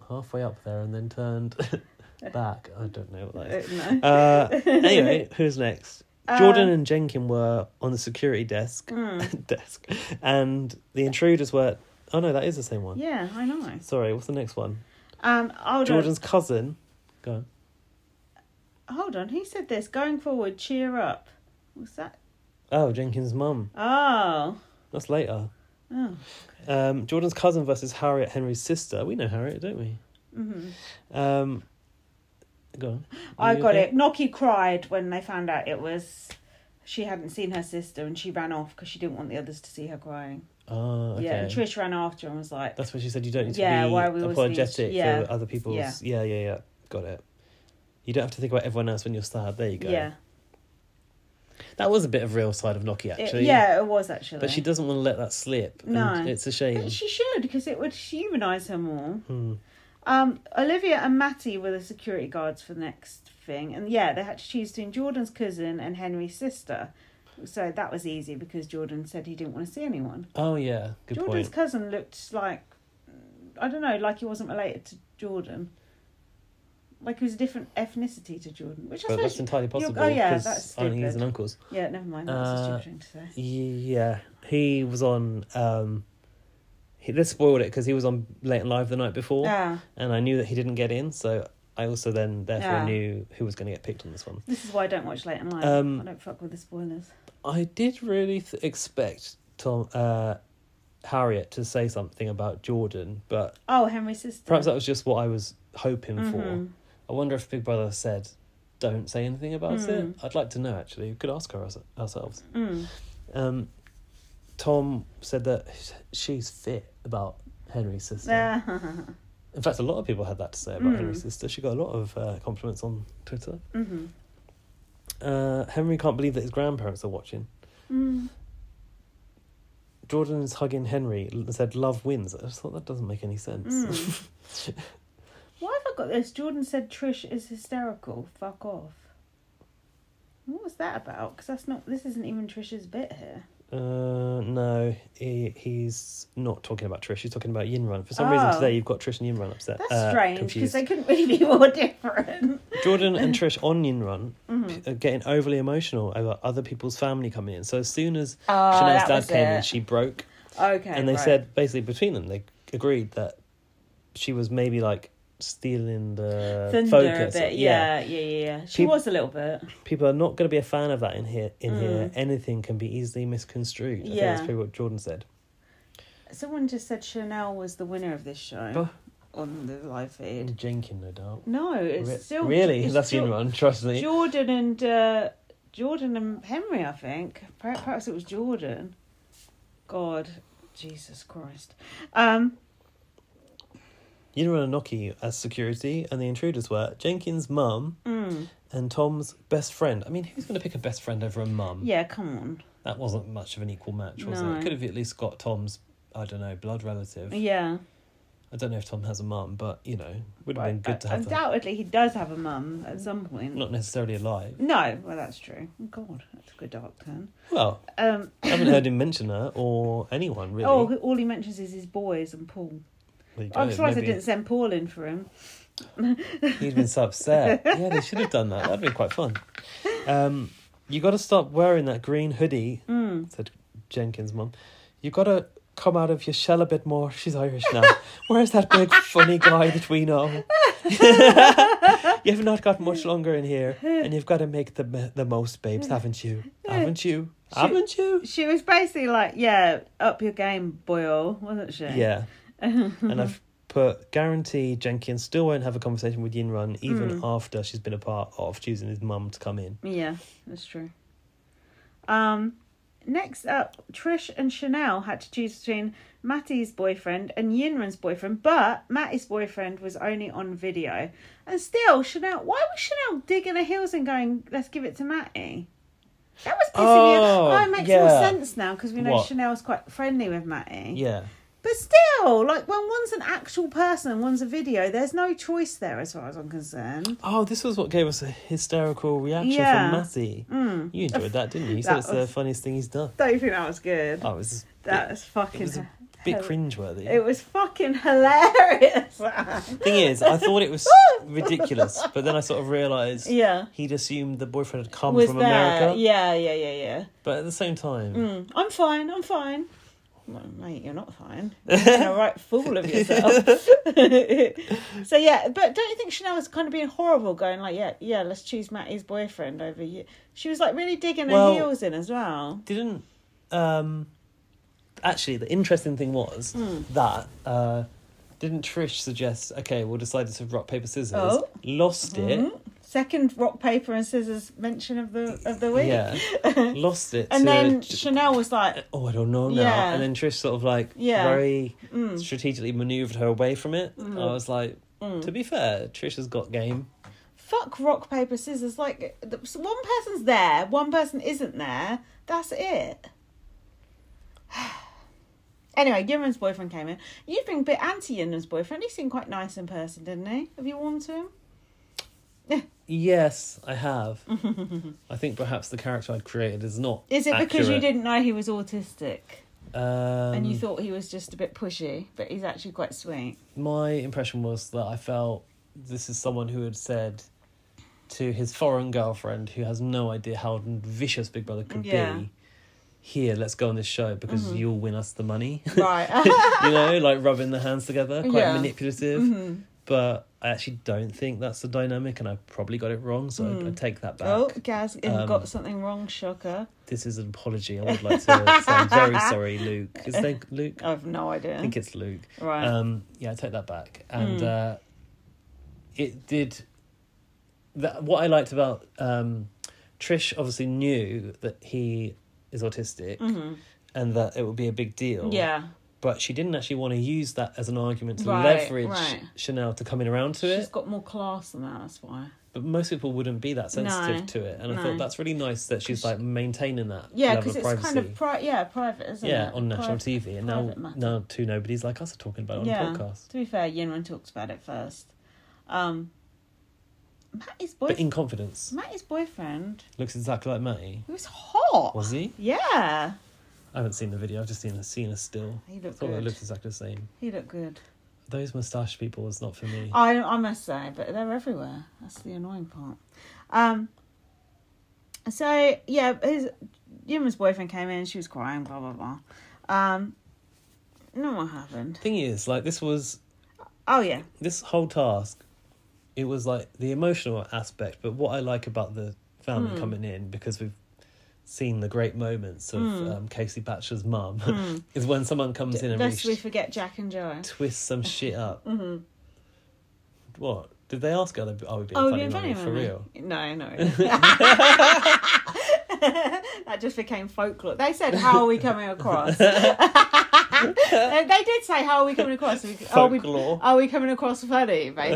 Speaker 2: halfway up there and then turned back. I don't know what that is.
Speaker 1: Uh, no.
Speaker 2: Uh, anyway, who's next?
Speaker 1: Uh,
Speaker 2: Jordan and Jenkin were on the security desk,
Speaker 1: Mm.
Speaker 2: desk, and the intruders were. Oh no, that is the same one.
Speaker 1: Yeah, I know.
Speaker 2: Sorry, what's the next one?
Speaker 1: Um, hold
Speaker 2: Jordan's cousin. Go on.
Speaker 1: on. Hold on. Who said this? Going forward, cheer up. What's that?
Speaker 2: Oh, Jenkins' mum.
Speaker 1: Oh.
Speaker 2: That's later.
Speaker 1: Oh.
Speaker 2: Um, Jordan's cousin versus Harriet Henry's sister. We know Harriet, don't we?
Speaker 1: hmm
Speaker 2: Um, go on. Are
Speaker 1: I
Speaker 2: you
Speaker 1: got
Speaker 2: okay?
Speaker 1: it. Noki cried when they found out it was. She hadn't seen her sister and she ran off because she didn't want the others to see her crying.
Speaker 2: Oh, okay.
Speaker 1: Yeah, and Trish ran after and was like,
Speaker 2: That's what she said. You don't need to
Speaker 1: Yeah,
Speaker 2: be
Speaker 1: why we always need-
Speaker 2: apologetic
Speaker 1: yeah.
Speaker 2: for other people's. Yeah. yeah, yeah, Got it. You don't have to think about everyone else when you're sad. There you go.
Speaker 1: yeah.
Speaker 2: That was a bit of real side of Nokia,
Speaker 1: It-
Speaker 2: actually.
Speaker 1: yeah, it was actually.
Speaker 2: But she doesn't want to let that slip. and
Speaker 1: No.
Speaker 2: It's a shame.
Speaker 1: But she should because it would humanise her more.
Speaker 2: Hmm.
Speaker 1: Um, Olivia and Matty were the security guards for the next thing, and yeah, they had to choose between Jordan's cousin and Henry's sister. So that was easy because Jordan said he didn't want to see anyone.
Speaker 2: Oh, yeah. Good
Speaker 1: Jordan's
Speaker 2: point.
Speaker 1: cousin looked like I don't know, like he wasn't related to Jordan. Like he was a different ethnicity to Jordan, which I
Speaker 2: But that's
Speaker 1: suppose.
Speaker 2: entirely
Speaker 1: you're- oh,
Speaker 2: possible
Speaker 1: yeah,
Speaker 2: because
Speaker 1: that's
Speaker 2: aunties
Speaker 1: stupid.
Speaker 2: and uncles.
Speaker 1: Yeah, never mind. That's a
Speaker 2: Uh,
Speaker 1: stupid thing to say.
Speaker 2: Yeah, he was on. Um, he, this spoiled it because he was on Late and Live the night before,
Speaker 1: Ah,
Speaker 2: and I knew that he didn't get in. So I also then therefore
Speaker 1: Yeah.
Speaker 2: knew who was going to get picked on this one.
Speaker 1: this is why I don't watch late and live.
Speaker 2: Um,
Speaker 1: I don't fuck with the spoilers.
Speaker 2: I did really th- expect Tom uh, Harriet to say something about Jordan, but
Speaker 1: Oh, Henry's sister.
Speaker 2: perhaps that was just what I was hoping for.
Speaker 1: Mhm.
Speaker 2: I wonder if Big Brother said, "Don't say anything about it."
Speaker 1: Mm.
Speaker 2: I'd like to know. Actually, we could ask her ourse- ourselves.
Speaker 1: Mm.
Speaker 2: Um, Tom said that she's fit about Henry's sister. In fact, a lot of people had that to say about
Speaker 1: Mm.
Speaker 2: Henry's sister. She got a lot of uh, compliments on Twitter.
Speaker 1: mm-hmm.
Speaker 2: Uh, Henry can't believe that his grandparents are watching.
Speaker 1: Mm.
Speaker 2: Jordan is hugging Henry and said, Love wins. I just thought that doesn't make any sense.
Speaker 1: Mm. Why have I got this? Jordan said Trish is hysterical. Fuck off. What was that about? Because that's not. This isn't even Trish's bit here.
Speaker 2: uh, no, he, he's not talking about Trish. He's talking about Yinran. For some reason
Speaker 1: Oh.
Speaker 2: today, you've got Trish and Yinran upset.
Speaker 1: That's
Speaker 2: uh,
Speaker 1: strange because
Speaker 2: confused.
Speaker 1: they couldn't really be more different.
Speaker 2: Jordan and Trish on Yinran
Speaker 1: Mhm.
Speaker 2: are getting overly emotional over other people's family coming in. So as soon as
Speaker 1: Oh, that
Speaker 2: Shanae's dad
Speaker 1: was
Speaker 2: came in,
Speaker 1: it.
Speaker 2: she broke.
Speaker 1: Okay.
Speaker 2: and they
Speaker 1: right.
Speaker 2: said basically between them they agreed that she was maybe like stealing the
Speaker 1: thunder
Speaker 2: uh, focus
Speaker 1: a bit. Yeah, yeah, yeah. yeah. She
Speaker 2: Peop-
Speaker 1: was a little bit.
Speaker 2: people are not going to be a fan of that in here in here
Speaker 1: Mm.
Speaker 2: anything can be easily misconstrued i think
Speaker 1: Yeah.
Speaker 2: that's pretty what jordan said
Speaker 1: Someone just said Chanel was the winner of this show
Speaker 2: Buh.
Speaker 1: on the live feed.
Speaker 2: and jenkin no doubt
Speaker 1: No, it's
Speaker 2: Re-
Speaker 1: still
Speaker 2: really
Speaker 1: it's
Speaker 2: that's
Speaker 1: still-
Speaker 2: in one trust me
Speaker 1: Jordan and uh, Jordan and Henry, I think. Per- Perhaps it was Jordan. God, Jesus Christ. Um,
Speaker 2: you know Noki as security and the intruders were jenkins mum
Speaker 1: mm,
Speaker 2: and tom's best friend i mean who's going to pick a best friend over a mum
Speaker 1: yeah, come on.
Speaker 2: that wasn't much of an equal match was it
Speaker 1: No.
Speaker 2: it could have at least got tom's i don't know blood relative
Speaker 1: Yeah,
Speaker 2: I don't know if Tom has a mum, but you know, would have
Speaker 1: Right,
Speaker 2: been good
Speaker 1: but
Speaker 2: to have her.
Speaker 1: undoubtedly he does have a mum at some point.
Speaker 2: Not necessarily alive.
Speaker 1: No, well that's true. Oh, God, that's a good dark turn.
Speaker 2: Well,
Speaker 1: Um,
Speaker 2: I haven't heard him mention her or anyone really.
Speaker 1: Oh, all he mentions is his boys and Paul.
Speaker 2: There you
Speaker 1: I'm
Speaker 2: go,
Speaker 1: surprised
Speaker 2: maybe
Speaker 1: they didn't send Paul in for him.
Speaker 2: He'd been so upset. yeah, they should have done that. That'd be quite fun. Um, you got to stop wearing that green hoodie,
Speaker 1: Mm.
Speaker 2: said Jenkins' mum. You got to come out of your shell a bit more. She's Irish now. Where's that big funny guy that we know? you've not got much longer in here, and you've got to make the the most, babes, haven't you? Haven't you?
Speaker 1: She-
Speaker 2: Haven't you?
Speaker 1: She was basically like, "Yeah, up your game, boyo," wasn't she?
Speaker 2: Yeah.
Speaker 1: Mm-hmm.
Speaker 2: and I've put guarantee Jenkins still won't have a conversation with Yinran even
Speaker 1: Mm.
Speaker 2: after she's been a part of choosing his mum to come in.
Speaker 1: Yeah, that's true. Um, next up, Trish and Chanel had to choose between Matty's boyfriend and Yinran's boyfriend, but Matty's boyfriend was only on video. And still, Chanel, why was Chanel digging her heels and going, let's give it to Matty? That was pissing me
Speaker 2: Oh,
Speaker 1: off. Oh, it makes
Speaker 2: yeah.
Speaker 1: more sense now because we know
Speaker 2: What?
Speaker 1: Chanel's quite friendly with Matty.
Speaker 2: Yeah.
Speaker 1: But still, like when one's an actual person and one's a video, there's no choice there as far as I'm concerned.
Speaker 2: Oh, this was what gave us a hysterical reaction
Speaker 1: Yeah.
Speaker 2: from Matty.
Speaker 1: Mm.
Speaker 2: You enjoyed that, didn't you? You said
Speaker 1: That
Speaker 2: it's
Speaker 1: was-
Speaker 2: the funniest thing he's done.
Speaker 1: Don't you think that was good?
Speaker 2: Oh, it was a
Speaker 1: that
Speaker 2: bit,
Speaker 1: was fucking.
Speaker 2: it was a
Speaker 1: hell-
Speaker 2: bit cringeworthy.
Speaker 1: It was fucking hilarious.
Speaker 2: Thing is, I thought it was ridiculous, but then I sort of realised
Speaker 1: yeah.
Speaker 2: he'd assumed the boyfriend had come
Speaker 1: was
Speaker 2: from
Speaker 1: there?
Speaker 2: America.
Speaker 1: Yeah, yeah, yeah, yeah.
Speaker 2: But at the same time,
Speaker 1: Mm, I'm fine. I'm fine. Well, mate, you're not fine. You're making a right fool of yourself. so yeah, but don't you think Chanel was kind of being horrible, going like, yeah, yeah, let's choose Matty's boyfriend over you. She was like really digging
Speaker 2: Well-
Speaker 1: her heels in as well.
Speaker 2: didn't um actually the interesting thing was
Speaker 1: Mm.
Speaker 2: that uh didn't Trish suggest okay we'll decide to rock paper scissors
Speaker 1: Oh.
Speaker 2: lost it
Speaker 1: Mm. Second rock paper and scissors mention of the of the week.
Speaker 2: yeah lost it
Speaker 1: And
Speaker 2: to
Speaker 1: then
Speaker 2: J-
Speaker 1: Chanel was like,
Speaker 2: oh I don't know now
Speaker 1: Yeah.
Speaker 2: and then Trish sort of like
Speaker 1: Yeah.
Speaker 2: very
Speaker 1: mm, Mm-hmm.
Speaker 2: strategically maneuvered her away from it I was like to be fair Trish has got game
Speaker 1: "Fuck rock paper scissors!" Like, the- so one person's there, one person isn't there. That's it. anyway, Yunman's boyfriend came in. You've been a bit anti Yunman's boyfriend. He seemed quite nice in person, didn't he? Have you warmed to him?
Speaker 2: yes I have I think perhaps the character I'd created is not
Speaker 1: Is it because you
Speaker 2: accurate.
Speaker 1: didn't know he was autistic
Speaker 2: um,
Speaker 1: and you thought he was just a bit pushy, but he's actually quite sweet?
Speaker 2: my impression was that I felt this is someone who had said to his foreign girlfriend, who has no idea how vicious Big Brother could
Speaker 1: Yeah. Mm-hmm.
Speaker 2: be, here, let's go on this show because you'll win us the money.
Speaker 1: Right.
Speaker 2: you know, like rubbing the hands together, quite
Speaker 1: Yeah. Mm-hmm.
Speaker 2: manipulative. But I actually don't think that's the dynamic, and I probably got it wrong, so I, I take that back.
Speaker 1: oh, Gaz
Speaker 2: Um,
Speaker 1: got something wrong, shocker.
Speaker 2: This is an apology. I would like to say I'm very sorry, Luke. Is there Luke?
Speaker 1: I have no idea.
Speaker 2: I think it's Luke.
Speaker 1: right. Hmm.
Speaker 2: Um, yeah, I take that back. And uh, it did. That, what I liked about um, Trish obviously knew that he is autistic and that it would be a big deal.
Speaker 1: Mm-hmm. yeah.
Speaker 2: But she didn't actually want to use that as an argument to
Speaker 1: Right,
Speaker 2: leverage
Speaker 1: right.
Speaker 2: Chanel to coming around to
Speaker 1: She's
Speaker 2: it.
Speaker 1: got more class than that, that's why.
Speaker 2: But most people wouldn't be that sensitive
Speaker 1: No,
Speaker 2: to it. And I
Speaker 1: no.
Speaker 2: thought that's really nice that she's like maintaining that
Speaker 1: Yeah,
Speaker 2: level
Speaker 1: because
Speaker 2: of
Speaker 1: it's
Speaker 2: privacy.
Speaker 1: kind of pri- yeah private, isn't it?
Speaker 2: yeah, on national
Speaker 1: Private-
Speaker 2: TV. And now,
Speaker 1: private matter.
Speaker 2: now two nobodies like us are talking about it on
Speaker 1: yeah.
Speaker 2: the podcast.
Speaker 1: To be fair, Yinwen talks about it first. Um, Matty's
Speaker 2: But
Speaker 1: boyfriend.
Speaker 2: in confidence.
Speaker 1: Matty's boyfriend.
Speaker 2: Looks exactly like Matty.
Speaker 1: He was hot.
Speaker 2: Was he?
Speaker 1: Yeah,
Speaker 2: I haven't seen the video. I've just seen a seen a still.
Speaker 1: he
Speaker 2: I
Speaker 1: looked
Speaker 2: thought they
Speaker 1: good.
Speaker 2: looked exactly the same.
Speaker 1: He looked good.
Speaker 2: Those moustache people was not for me.
Speaker 1: I I must say, but they're everywhere. That's the annoying part. Um. So yeah, his Yinwen's boyfriend came in. She was crying. Blah blah blah. Um. No, what happened?
Speaker 2: Thing is, like this was
Speaker 1: Oh yeah,
Speaker 2: this whole task. It was like the emotional aspect, but what I like about the family
Speaker 1: Hmm.
Speaker 2: coming in because we've seen the great moments of
Speaker 1: Hmm.
Speaker 2: um, Casey Batchelor's mum is when someone comes in and really
Speaker 1: lest we
Speaker 2: sh-
Speaker 1: forget Jack and Joe.
Speaker 2: twists some shit up.
Speaker 1: Mm-hmm.
Speaker 2: What did they ask? Are, they, are we being
Speaker 1: Oh,
Speaker 2: funny,
Speaker 1: being funny
Speaker 2: Mummy, for
Speaker 1: Mummy.
Speaker 2: real?
Speaker 1: No, no. that just became folklore. They said, "How are we coming across?" they, they did say, "How are we coming across?" We- Are we,
Speaker 2: Folklore.
Speaker 1: are we coming across funny?
Speaker 2: But she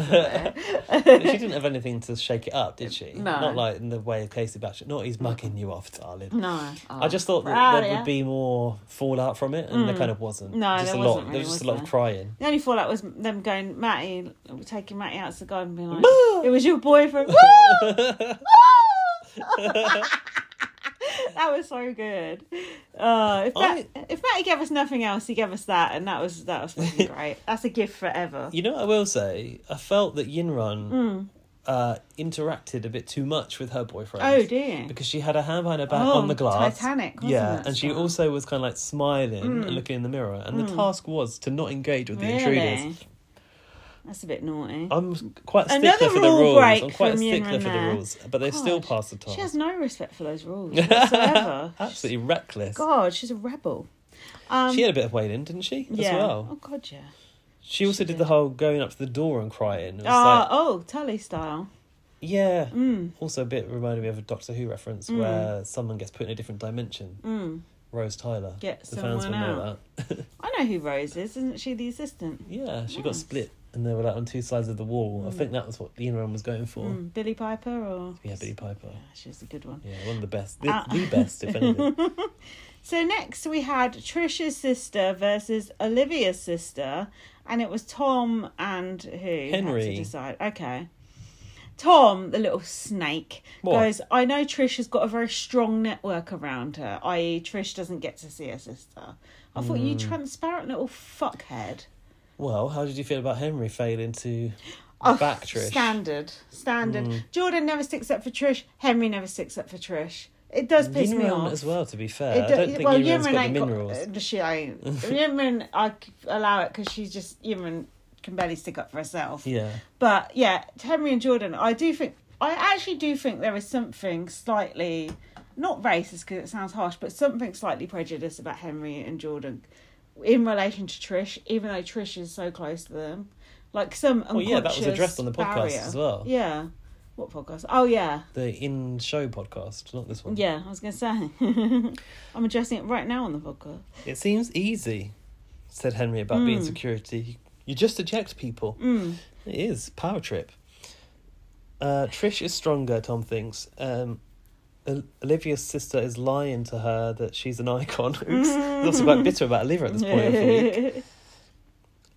Speaker 1: Basically,
Speaker 2: didn't have anything to shake it up, did she?
Speaker 1: No.
Speaker 2: Not like in the way of Casey Batchelor. Not he's mucking you off, darling.
Speaker 1: no.
Speaker 2: I just thought that
Speaker 1: Proud
Speaker 2: there
Speaker 1: of
Speaker 2: would
Speaker 1: ya.
Speaker 2: be more fallout from it, and there kind of wasn't.
Speaker 1: Mm. No,
Speaker 2: just
Speaker 1: there
Speaker 2: a
Speaker 1: wasn't
Speaker 2: lot.
Speaker 1: really,
Speaker 2: there was just
Speaker 1: was
Speaker 2: a lot
Speaker 1: there?
Speaker 2: of crying.
Speaker 1: The only fallout was them going, Matty, taking Matty out to the garden, being like,
Speaker 2: Boo!
Speaker 1: "It was your boyfriend." that was so good. Uh, if,
Speaker 2: I-
Speaker 1: Matt, if Matty gave us nothing else, he gave us that, and that was that was fucking great. That's a gift forever.
Speaker 2: you know, what I will say, I felt that Yinran
Speaker 1: Mm.
Speaker 2: uh, interacted a bit too much with her boyfriend.
Speaker 1: Oh dear.
Speaker 2: Because she had her hand behind her back
Speaker 1: Oh,
Speaker 2: on the glass.
Speaker 1: Titanic, wasn't
Speaker 2: yeah,
Speaker 1: it? Mm.
Speaker 2: and she also was kind of like smiling and looking in the mirror. And the task was to not engage with the intruders.
Speaker 1: Really? That's a bit naughty.
Speaker 2: I'm quite a
Speaker 1: Another
Speaker 2: stickler for the
Speaker 1: rule
Speaker 2: rules.
Speaker 1: break
Speaker 2: I'm quite a
Speaker 1: from Yin
Speaker 2: stickler for the
Speaker 1: Renner.
Speaker 2: rules, but they've still
Speaker 1: God,
Speaker 2: passed the task.
Speaker 1: She has no respect for those rules whatsoever.
Speaker 2: Absolutely reckless.
Speaker 1: God, she's a rebel. Um,
Speaker 2: She had a bit of wailing, didn't she? As
Speaker 1: yeah. Oh
Speaker 2: well.
Speaker 1: God, yeah.
Speaker 2: She also
Speaker 1: she
Speaker 2: did
Speaker 1: did.
Speaker 2: the whole going up to the door and crying. It was
Speaker 1: Ah,
Speaker 2: like,
Speaker 1: oh, Tully style.
Speaker 2: yeah.
Speaker 1: Mm,
Speaker 2: Also, a bit reminded me of a Doctor Who reference where someone gets put in a different dimension.
Speaker 1: mm.
Speaker 2: Rose Tyler.
Speaker 1: Get
Speaker 2: the fans will
Speaker 1: someone
Speaker 2: know that.
Speaker 1: I know who Rose is. Isn't she the assistant?
Speaker 2: yeah, she got
Speaker 1: Nice.
Speaker 2: split and they were like on two sides of the wall. I think that was what Ian Rand was going for.
Speaker 1: Mm, Billy Piper or
Speaker 2: Yeah, Billy Piper.
Speaker 1: Yeah, she's a good one.
Speaker 2: Yeah, one of the best. The,
Speaker 1: Ah.
Speaker 2: the best, if anything.
Speaker 1: So next we had Trisha's sister versus Olivia's sister, and it was Tom and who had to
Speaker 2: Henry.
Speaker 1: decide. Okay. Tom, the little snake,
Speaker 2: What?
Speaker 1: goes, I know Trish has got a very strong network around her, i.e., Trish doesn't get to see her sister. I thought,
Speaker 2: Hmm.
Speaker 1: you transparent little fuckhead.
Speaker 2: Well, how did you feel about Henry failing to
Speaker 1: Oh,
Speaker 2: back Trish? Hmm.
Speaker 1: Standard. Standard. Jordan never sticks up for Trish. Henry never sticks up for Trish. It does piss me
Speaker 2: Euron
Speaker 1: off.
Speaker 2: as well, to be fair.
Speaker 1: It
Speaker 2: Uh, I
Speaker 1: do-
Speaker 2: don't think Euron's got the
Speaker 1: ain't
Speaker 2: minerals.
Speaker 1: uh, she ain't. Yemen, I c- allow it because she's just Yemen can barely stick up for herself.
Speaker 2: yeah.
Speaker 1: But yeah, Henry and Jordan, I do think I actually do think there is something slightly not racist because it sounds harsh, but something slightly prejudiced about Henry and Jordan in relation to Trish, even though Trish is so close to them. Like some
Speaker 2: Well, yeah, that was addressed on the podcast
Speaker 1: barrier.
Speaker 2: as well.
Speaker 1: Yeah. What podcast? Oh yeah.
Speaker 2: The in show podcast, not this one.
Speaker 1: Yeah, I was gonna say. I'm addressing it right now on the podcast.
Speaker 2: It seems easy, said Henry about being security. You just eject people. It is. Power trip. Uh, Trish is stronger, Tom thinks. Um, Ol- Olivia's sister is lying to her that she's an icon. Oops. He's also quite bitter about Olivia at this point of the week.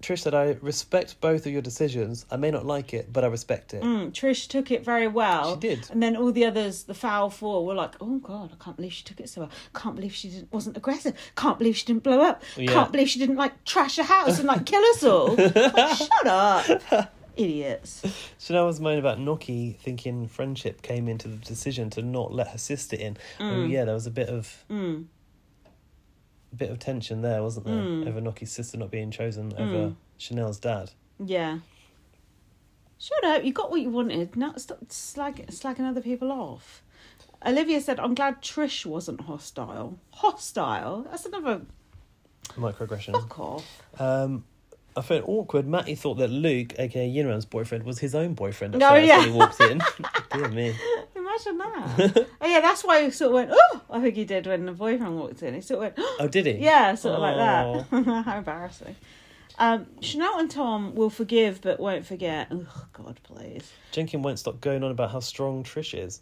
Speaker 2: Trish said, I respect both of your decisions. I may not like it, but I respect it.
Speaker 1: Mm, Trish took it very well.
Speaker 2: She did.
Speaker 1: And then all the others, the foul four, were like, "Oh God, I can't believe she took it so well. Can't believe she didn't, wasn't aggressive. Can't believe she didn't blow up.
Speaker 2: Yeah.
Speaker 1: Can't believe she didn't like trash the house and like kill us all." like, shut up, idiots.
Speaker 2: Chanel was moaning about Noki thinking friendship came into the decision to not let her sister in. Oh yeah, there was a bit of
Speaker 1: Mm.
Speaker 2: a bit of tension there, wasn't there? Over Noki's sister not being chosen
Speaker 1: Mm.
Speaker 2: over Chanel's dad.
Speaker 1: Yeah. Shut up. You got what you wanted. Now stop slag, slagging other people off. Olivia said, "I'm glad Trish wasn't hostile. Hostile. That's another
Speaker 2: Microaggression.
Speaker 1: fuck off."
Speaker 2: Um I felt awkward. Matty thought that Luke, aka Yinran's boyfriend, was his own boyfriend at
Speaker 1: No,
Speaker 2: first
Speaker 1: Oh, yeah.
Speaker 2: when he walked in. Dear me.
Speaker 1: Imagine that. oh, yeah, that's why he sort of went, oh, I think he did when the boyfriend walked in. He sort of went, oh,
Speaker 2: Oh, did he?
Speaker 1: yeah, sort of
Speaker 2: Oh.
Speaker 1: like that. How embarrassing. Um, Chanel and Tom will forgive but won't forget. Oh, God, please.
Speaker 2: Jenkin won't stop going on about how strong Trish is.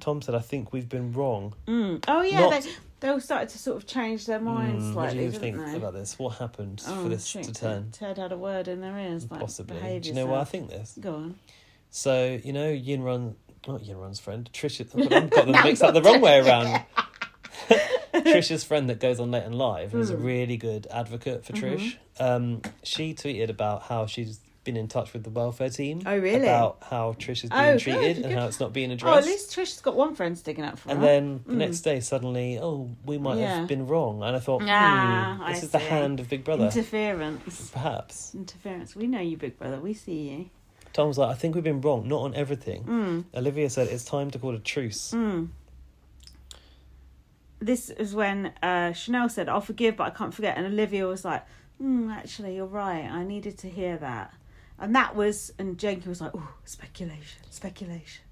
Speaker 2: Tom said, I think we've been wrong.
Speaker 1: Mm. Oh, yeah,
Speaker 2: Not-
Speaker 1: they, they all started to sort of change their minds
Speaker 2: Mm, what do
Speaker 1: slightly,
Speaker 2: you
Speaker 1: didn't
Speaker 2: think
Speaker 1: they?
Speaker 2: about this? What happened
Speaker 1: Oh,
Speaker 2: for this
Speaker 1: shit,
Speaker 2: to turn?
Speaker 1: Ted had a word in their ears. Like,
Speaker 2: Possibly.
Speaker 1: behave
Speaker 2: Do you know why I
Speaker 1: yourself.
Speaker 2: think this?
Speaker 1: Go on.
Speaker 2: So you know, Yinran, not Yinran's friend, Trish. I've got them mixed up the wrong way around. Trish's friend that goes on late and live, who's
Speaker 1: Hmm.
Speaker 2: a really good advocate for
Speaker 1: Mm-hmm.
Speaker 2: Trish. Um, she tweeted about how she's been in touch with the welfare team.
Speaker 1: Oh, really?
Speaker 2: About how Trish is being
Speaker 1: Oh, good,
Speaker 2: treated
Speaker 1: good.
Speaker 2: and how it's not being
Speaker 1: Oh, at
Speaker 2: addressed.
Speaker 1: least Trish's got one friend sticking up for
Speaker 2: and
Speaker 1: her.
Speaker 2: then the next day, suddenly, oh, we might
Speaker 1: Hmm. Yeah.
Speaker 2: have been wrong. And I thought, hmm,
Speaker 1: Ah, I
Speaker 2: this is the
Speaker 1: see.
Speaker 2: hand of Big Brother.
Speaker 1: Interference.
Speaker 2: Perhaps.
Speaker 1: Interference. We know you, Big Brother. We see you.
Speaker 2: Tom's like, I think we've been wrong, not on everything.
Speaker 1: Mm.
Speaker 2: Olivia said, it's time to call a truce.
Speaker 1: this is when uh, Chanel said, I'll forgive, but I can't forget. And Olivia was like, mm, actually, you're right. I needed to hear that. And that was, and Jenkin was like, oh, speculation, speculation.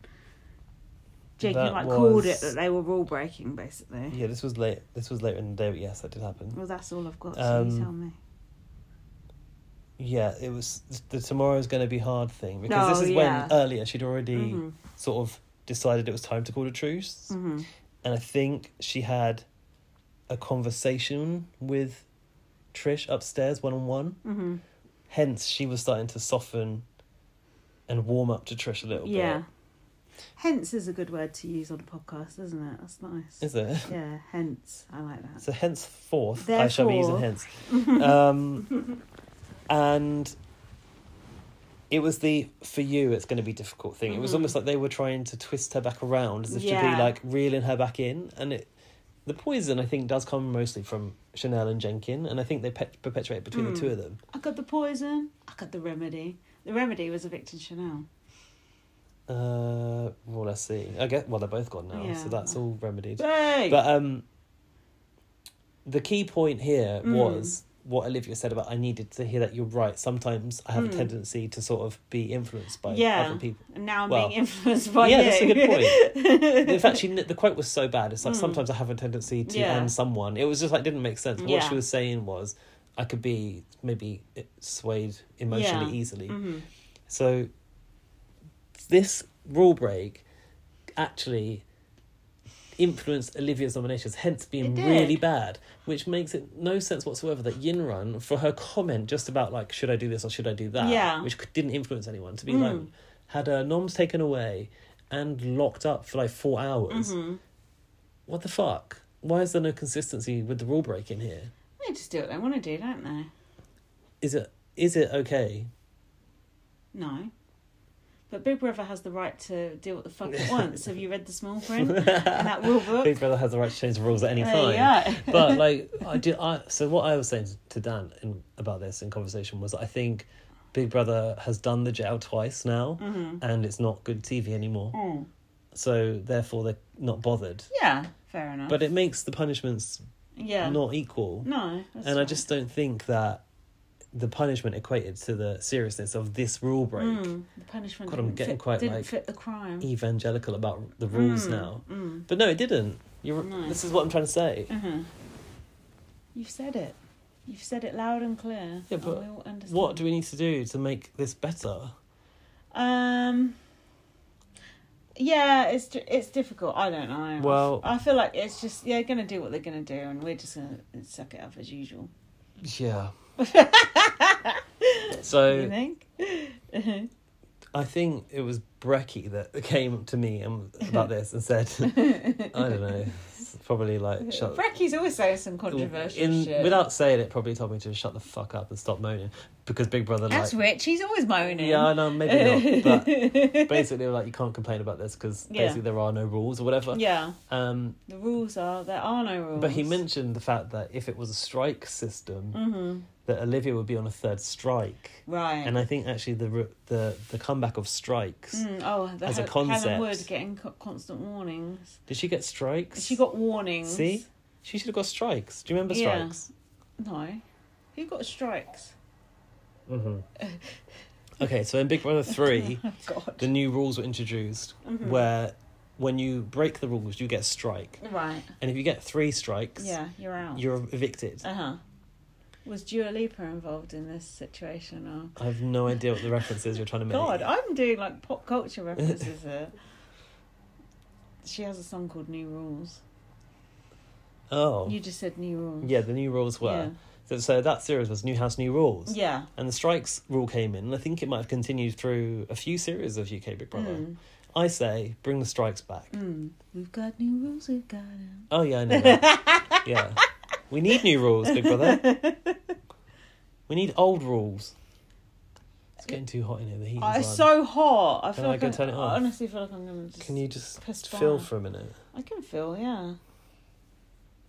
Speaker 1: Jenkin
Speaker 2: That
Speaker 1: like called it
Speaker 2: was-
Speaker 1: that they were rule breaking, basically.
Speaker 2: Yeah, this was late. This was later in the day, but yes, that did happen.
Speaker 1: Well, that's all I've got, so you
Speaker 2: Um,
Speaker 1: tell me.
Speaker 2: Yeah, it was the tomorrow's going to be hard thing because
Speaker 1: Oh,
Speaker 2: this is
Speaker 1: yeah.
Speaker 2: when earlier she'd already
Speaker 1: Mhm.
Speaker 2: sort of decided it was time to call a truce,
Speaker 1: Mhm.
Speaker 2: and I think she had a conversation with Trish upstairs one on one.
Speaker 1: Mhm.
Speaker 2: Hence, she was starting to soften and warm up to Trish a little
Speaker 1: Yeah. Hence is a good word to use on a podcast, isn't it? That's nice.
Speaker 2: bit. Is it?
Speaker 1: yeah, hence. I like that.
Speaker 2: So henceforth, I shall be using hence.
Speaker 1: Therefore.
Speaker 2: Um, and it was the for you, it's going to be difficult thing. It was almost like they were trying to twist her back around as if to
Speaker 1: Mm. Yeah.
Speaker 2: be like reeling her back in. And it, the poison, I think, does come mostly from Chanel and Jenkin, and I think they pe- perpetuate between
Speaker 1: Mm.
Speaker 2: the two of them.
Speaker 1: I got the poison, I got the remedy. The remedy was evicting Chanel.
Speaker 2: Uh, well, let's see. I guess well, they're both gone now,
Speaker 1: Yeah.
Speaker 2: so that's all remedied.
Speaker 1: Hey!
Speaker 2: But um, the key point here
Speaker 1: Mm.
Speaker 2: was what Olivia said about I needed to hear that you're right. Sometimes I have a tendency to sort of be influenced by
Speaker 1: Mm. yeah.
Speaker 2: other people.
Speaker 1: And now I'm
Speaker 2: Well,
Speaker 1: being influenced by
Speaker 2: yeah,
Speaker 1: you. Mm.
Speaker 2: that's a good point. In fact, she, kn- the quote was so bad. It's like sometimes I have a tendency to
Speaker 1: Yeah.
Speaker 2: and someone. It was just like didn't make sense. But What
Speaker 1: Yeah.
Speaker 2: she was saying was I could be maybe swayed emotionally
Speaker 1: Yeah.
Speaker 2: easily.
Speaker 1: Mhm.
Speaker 2: So this rule break actually influenced Olivia's nominations, hence being
Speaker 1: It did.
Speaker 2: really bad, which makes it no sense whatsoever that Yinran, for her comment just about like should I do this or should I do that,
Speaker 1: Yeah. Mm.
Speaker 2: which c- didn't influence anyone, to be like had her noms taken away and locked up for like four hours.
Speaker 1: Mm-hmm.
Speaker 2: What the fuck? Why is there no consistency with the rule breaking here?
Speaker 1: They just do what they want to do, don't they?
Speaker 2: Is it is it okay?
Speaker 1: No. But Big Brother has the right to do what the fuck it wants. Have you read the small print in that rule book?
Speaker 2: Big Brother has the right to change the rules at any
Speaker 1: There
Speaker 2: time.
Speaker 1: you are.
Speaker 2: but like I did, I so what I was saying to Dan in, about this in conversation was I think Big Brother has done the jail twice now, and it's not good TV anymore.
Speaker 1: Mm-hmm. Mm.
Speaker 2: So therefore, they're not bothered.
Speaker 1: Yeah, fair enough.
Speaker 2: But it makes the punishments
Speaker 1: yeah,
Speaker 2: not equal,
Speaker 1: no, that's
Speaker 2: and I
Speaker 1: right.
Speaker 2: just don't think that the punishment equated to the seriousness of this rule break.
Speaker 1: Mm, the punishment
Speaker 2: God, I'm
Speaker 1: didn't,
Speaker 2: getting
Speaker 1: fit,
Speaker 2: quite,
Speaker 1: didn't
Speaker 2: like, e
Speaker 1: fit the crime.
Speaker 2: Evangelical about the rules
Speaker 1: Mm,
Speaker 2: now,
Speaker 1: mm.
Speaker 2: but no, it didn't. You're,
Speaker 1: No.
Speaker 2: This is what I'm trying to say.
Speaker 1: Mhm. You've said it. You've said it loud and clear.
Speaker 2: Yeah,
Speaker 1: and
Speaker 2: but
Speaker 1: we all understand.
Speaker 2: What do we need to do to make this better?
Speaker 1: Um. Yeah, it's di- it's difficult. I don't know.
Speaker 2: Well-
Speaker 1: I feel like it's just yeah, gonna do what they're gonna do, and we're just gonna suck it up as usual.
Speaker 2: Yeah. so
Speaker 1: you think?
Speaker 2: I think it was Brecky that came to me and about this and said, I don't know, it's probably like shut.
Speaker 1: Brecky's always saying some controversial
Speaker 2: In-
Speaker 1: shit.
Speaker 2: Without saying it, probably told me to shut the fuck up and stop moaning because Big Brother like.
Speaker 1: That's eh? rich. He's always moaning.
Speaker 2: Yeah, I know, maybe not. But basically, like you can't complain about this because
Speaker 1: Yeah.
Speaker 2: basically there are no rules or whatever.
Speaker 1: yeah.
Speaker 2: Um,
Speaker 1: The rules are there are no rules.
Speaker 2: but he mentioned the fact that if it was a strike system,
Speaker 1: hmm
Speaker 2: that Olivia would be on a third strike.
Speaker 1: Right.
Speaker 2: And I think actually the ru- the the comeback of strikes.
Speaker 1: Mm, oh, the
Speaker 2: as a
Speaker 1: Hel-
Speaker 2: concept.
Speaker 1: Helen Wood getting co- constant warnings.
Speaker 2: Did she get strikes?
Speaker 1: She got warnings.
Speaker 2: See, she should have got strikes. Do you remember
Speaker 1: Yeah.
Speaker 2: strikes?
Speaker 1: No. Who got strikes?
Speaker 2: Okay, so in Big Brother three,
Speaker 1: Oh, God.
Speaker 2: the new rules were introduced
Speaker 1: Mm-hmm.
Speaker 2: where when you break the rules, you get a strike,
Speaker 1: Right.
Speaker 2: and if you get three strikes,
Speaker 1: Yeah, you're out.
Speaker 2: you're evicted.
Speaker 1: Uh huh. Was Dua Lipa involved in this situation or?
Speaker 2: I have no idea what the reference is you're trying to make.
Speaker 1: God, I'm doing like pop culture references here. She has a song called New Rules.
Speaker 2: oh,
Speaker 1: You just said New Rules.
Speaker 2: yeah, the new rules were. So, so that series was New House, New Rules.
Speaker 1: Yeah.
Speaker 2: And the strikes rule came in, and I think it might have continued through a few series of UK Big
Speaker 1: yeah.
Speaker 2: Brother.
Speaker 1: Mm,
Speaker 2: I say, bring the strikes back.
Speaker 1: mm. We've got new rules, we've got 'em.
Speaker 2: Oh yeah, I know. That. yeah, we need new rules, Big Brother. We need old rules. It's getting too hot in here. The heat.
Speaker 1: Oh,
Speaker 2: is
Speaker 1: it's
Speaker 2: on.
Speaker 1: so hot. I feel
Speaker 2: I
Speaker 1: like
Speaker 2: go
Speaker 1: I'm-
Speaker 2: turn it
Speaker 1: I
Speaker 2: off?
Speaker 1: honestly feel like I'm gonna just.
Speaker 2: Can you just
Speaker 1: pissed
Speaker 2: feel
Speaker 1: by.
Speaker 2: for a minute?
Speaker 1: I can feel, yeah.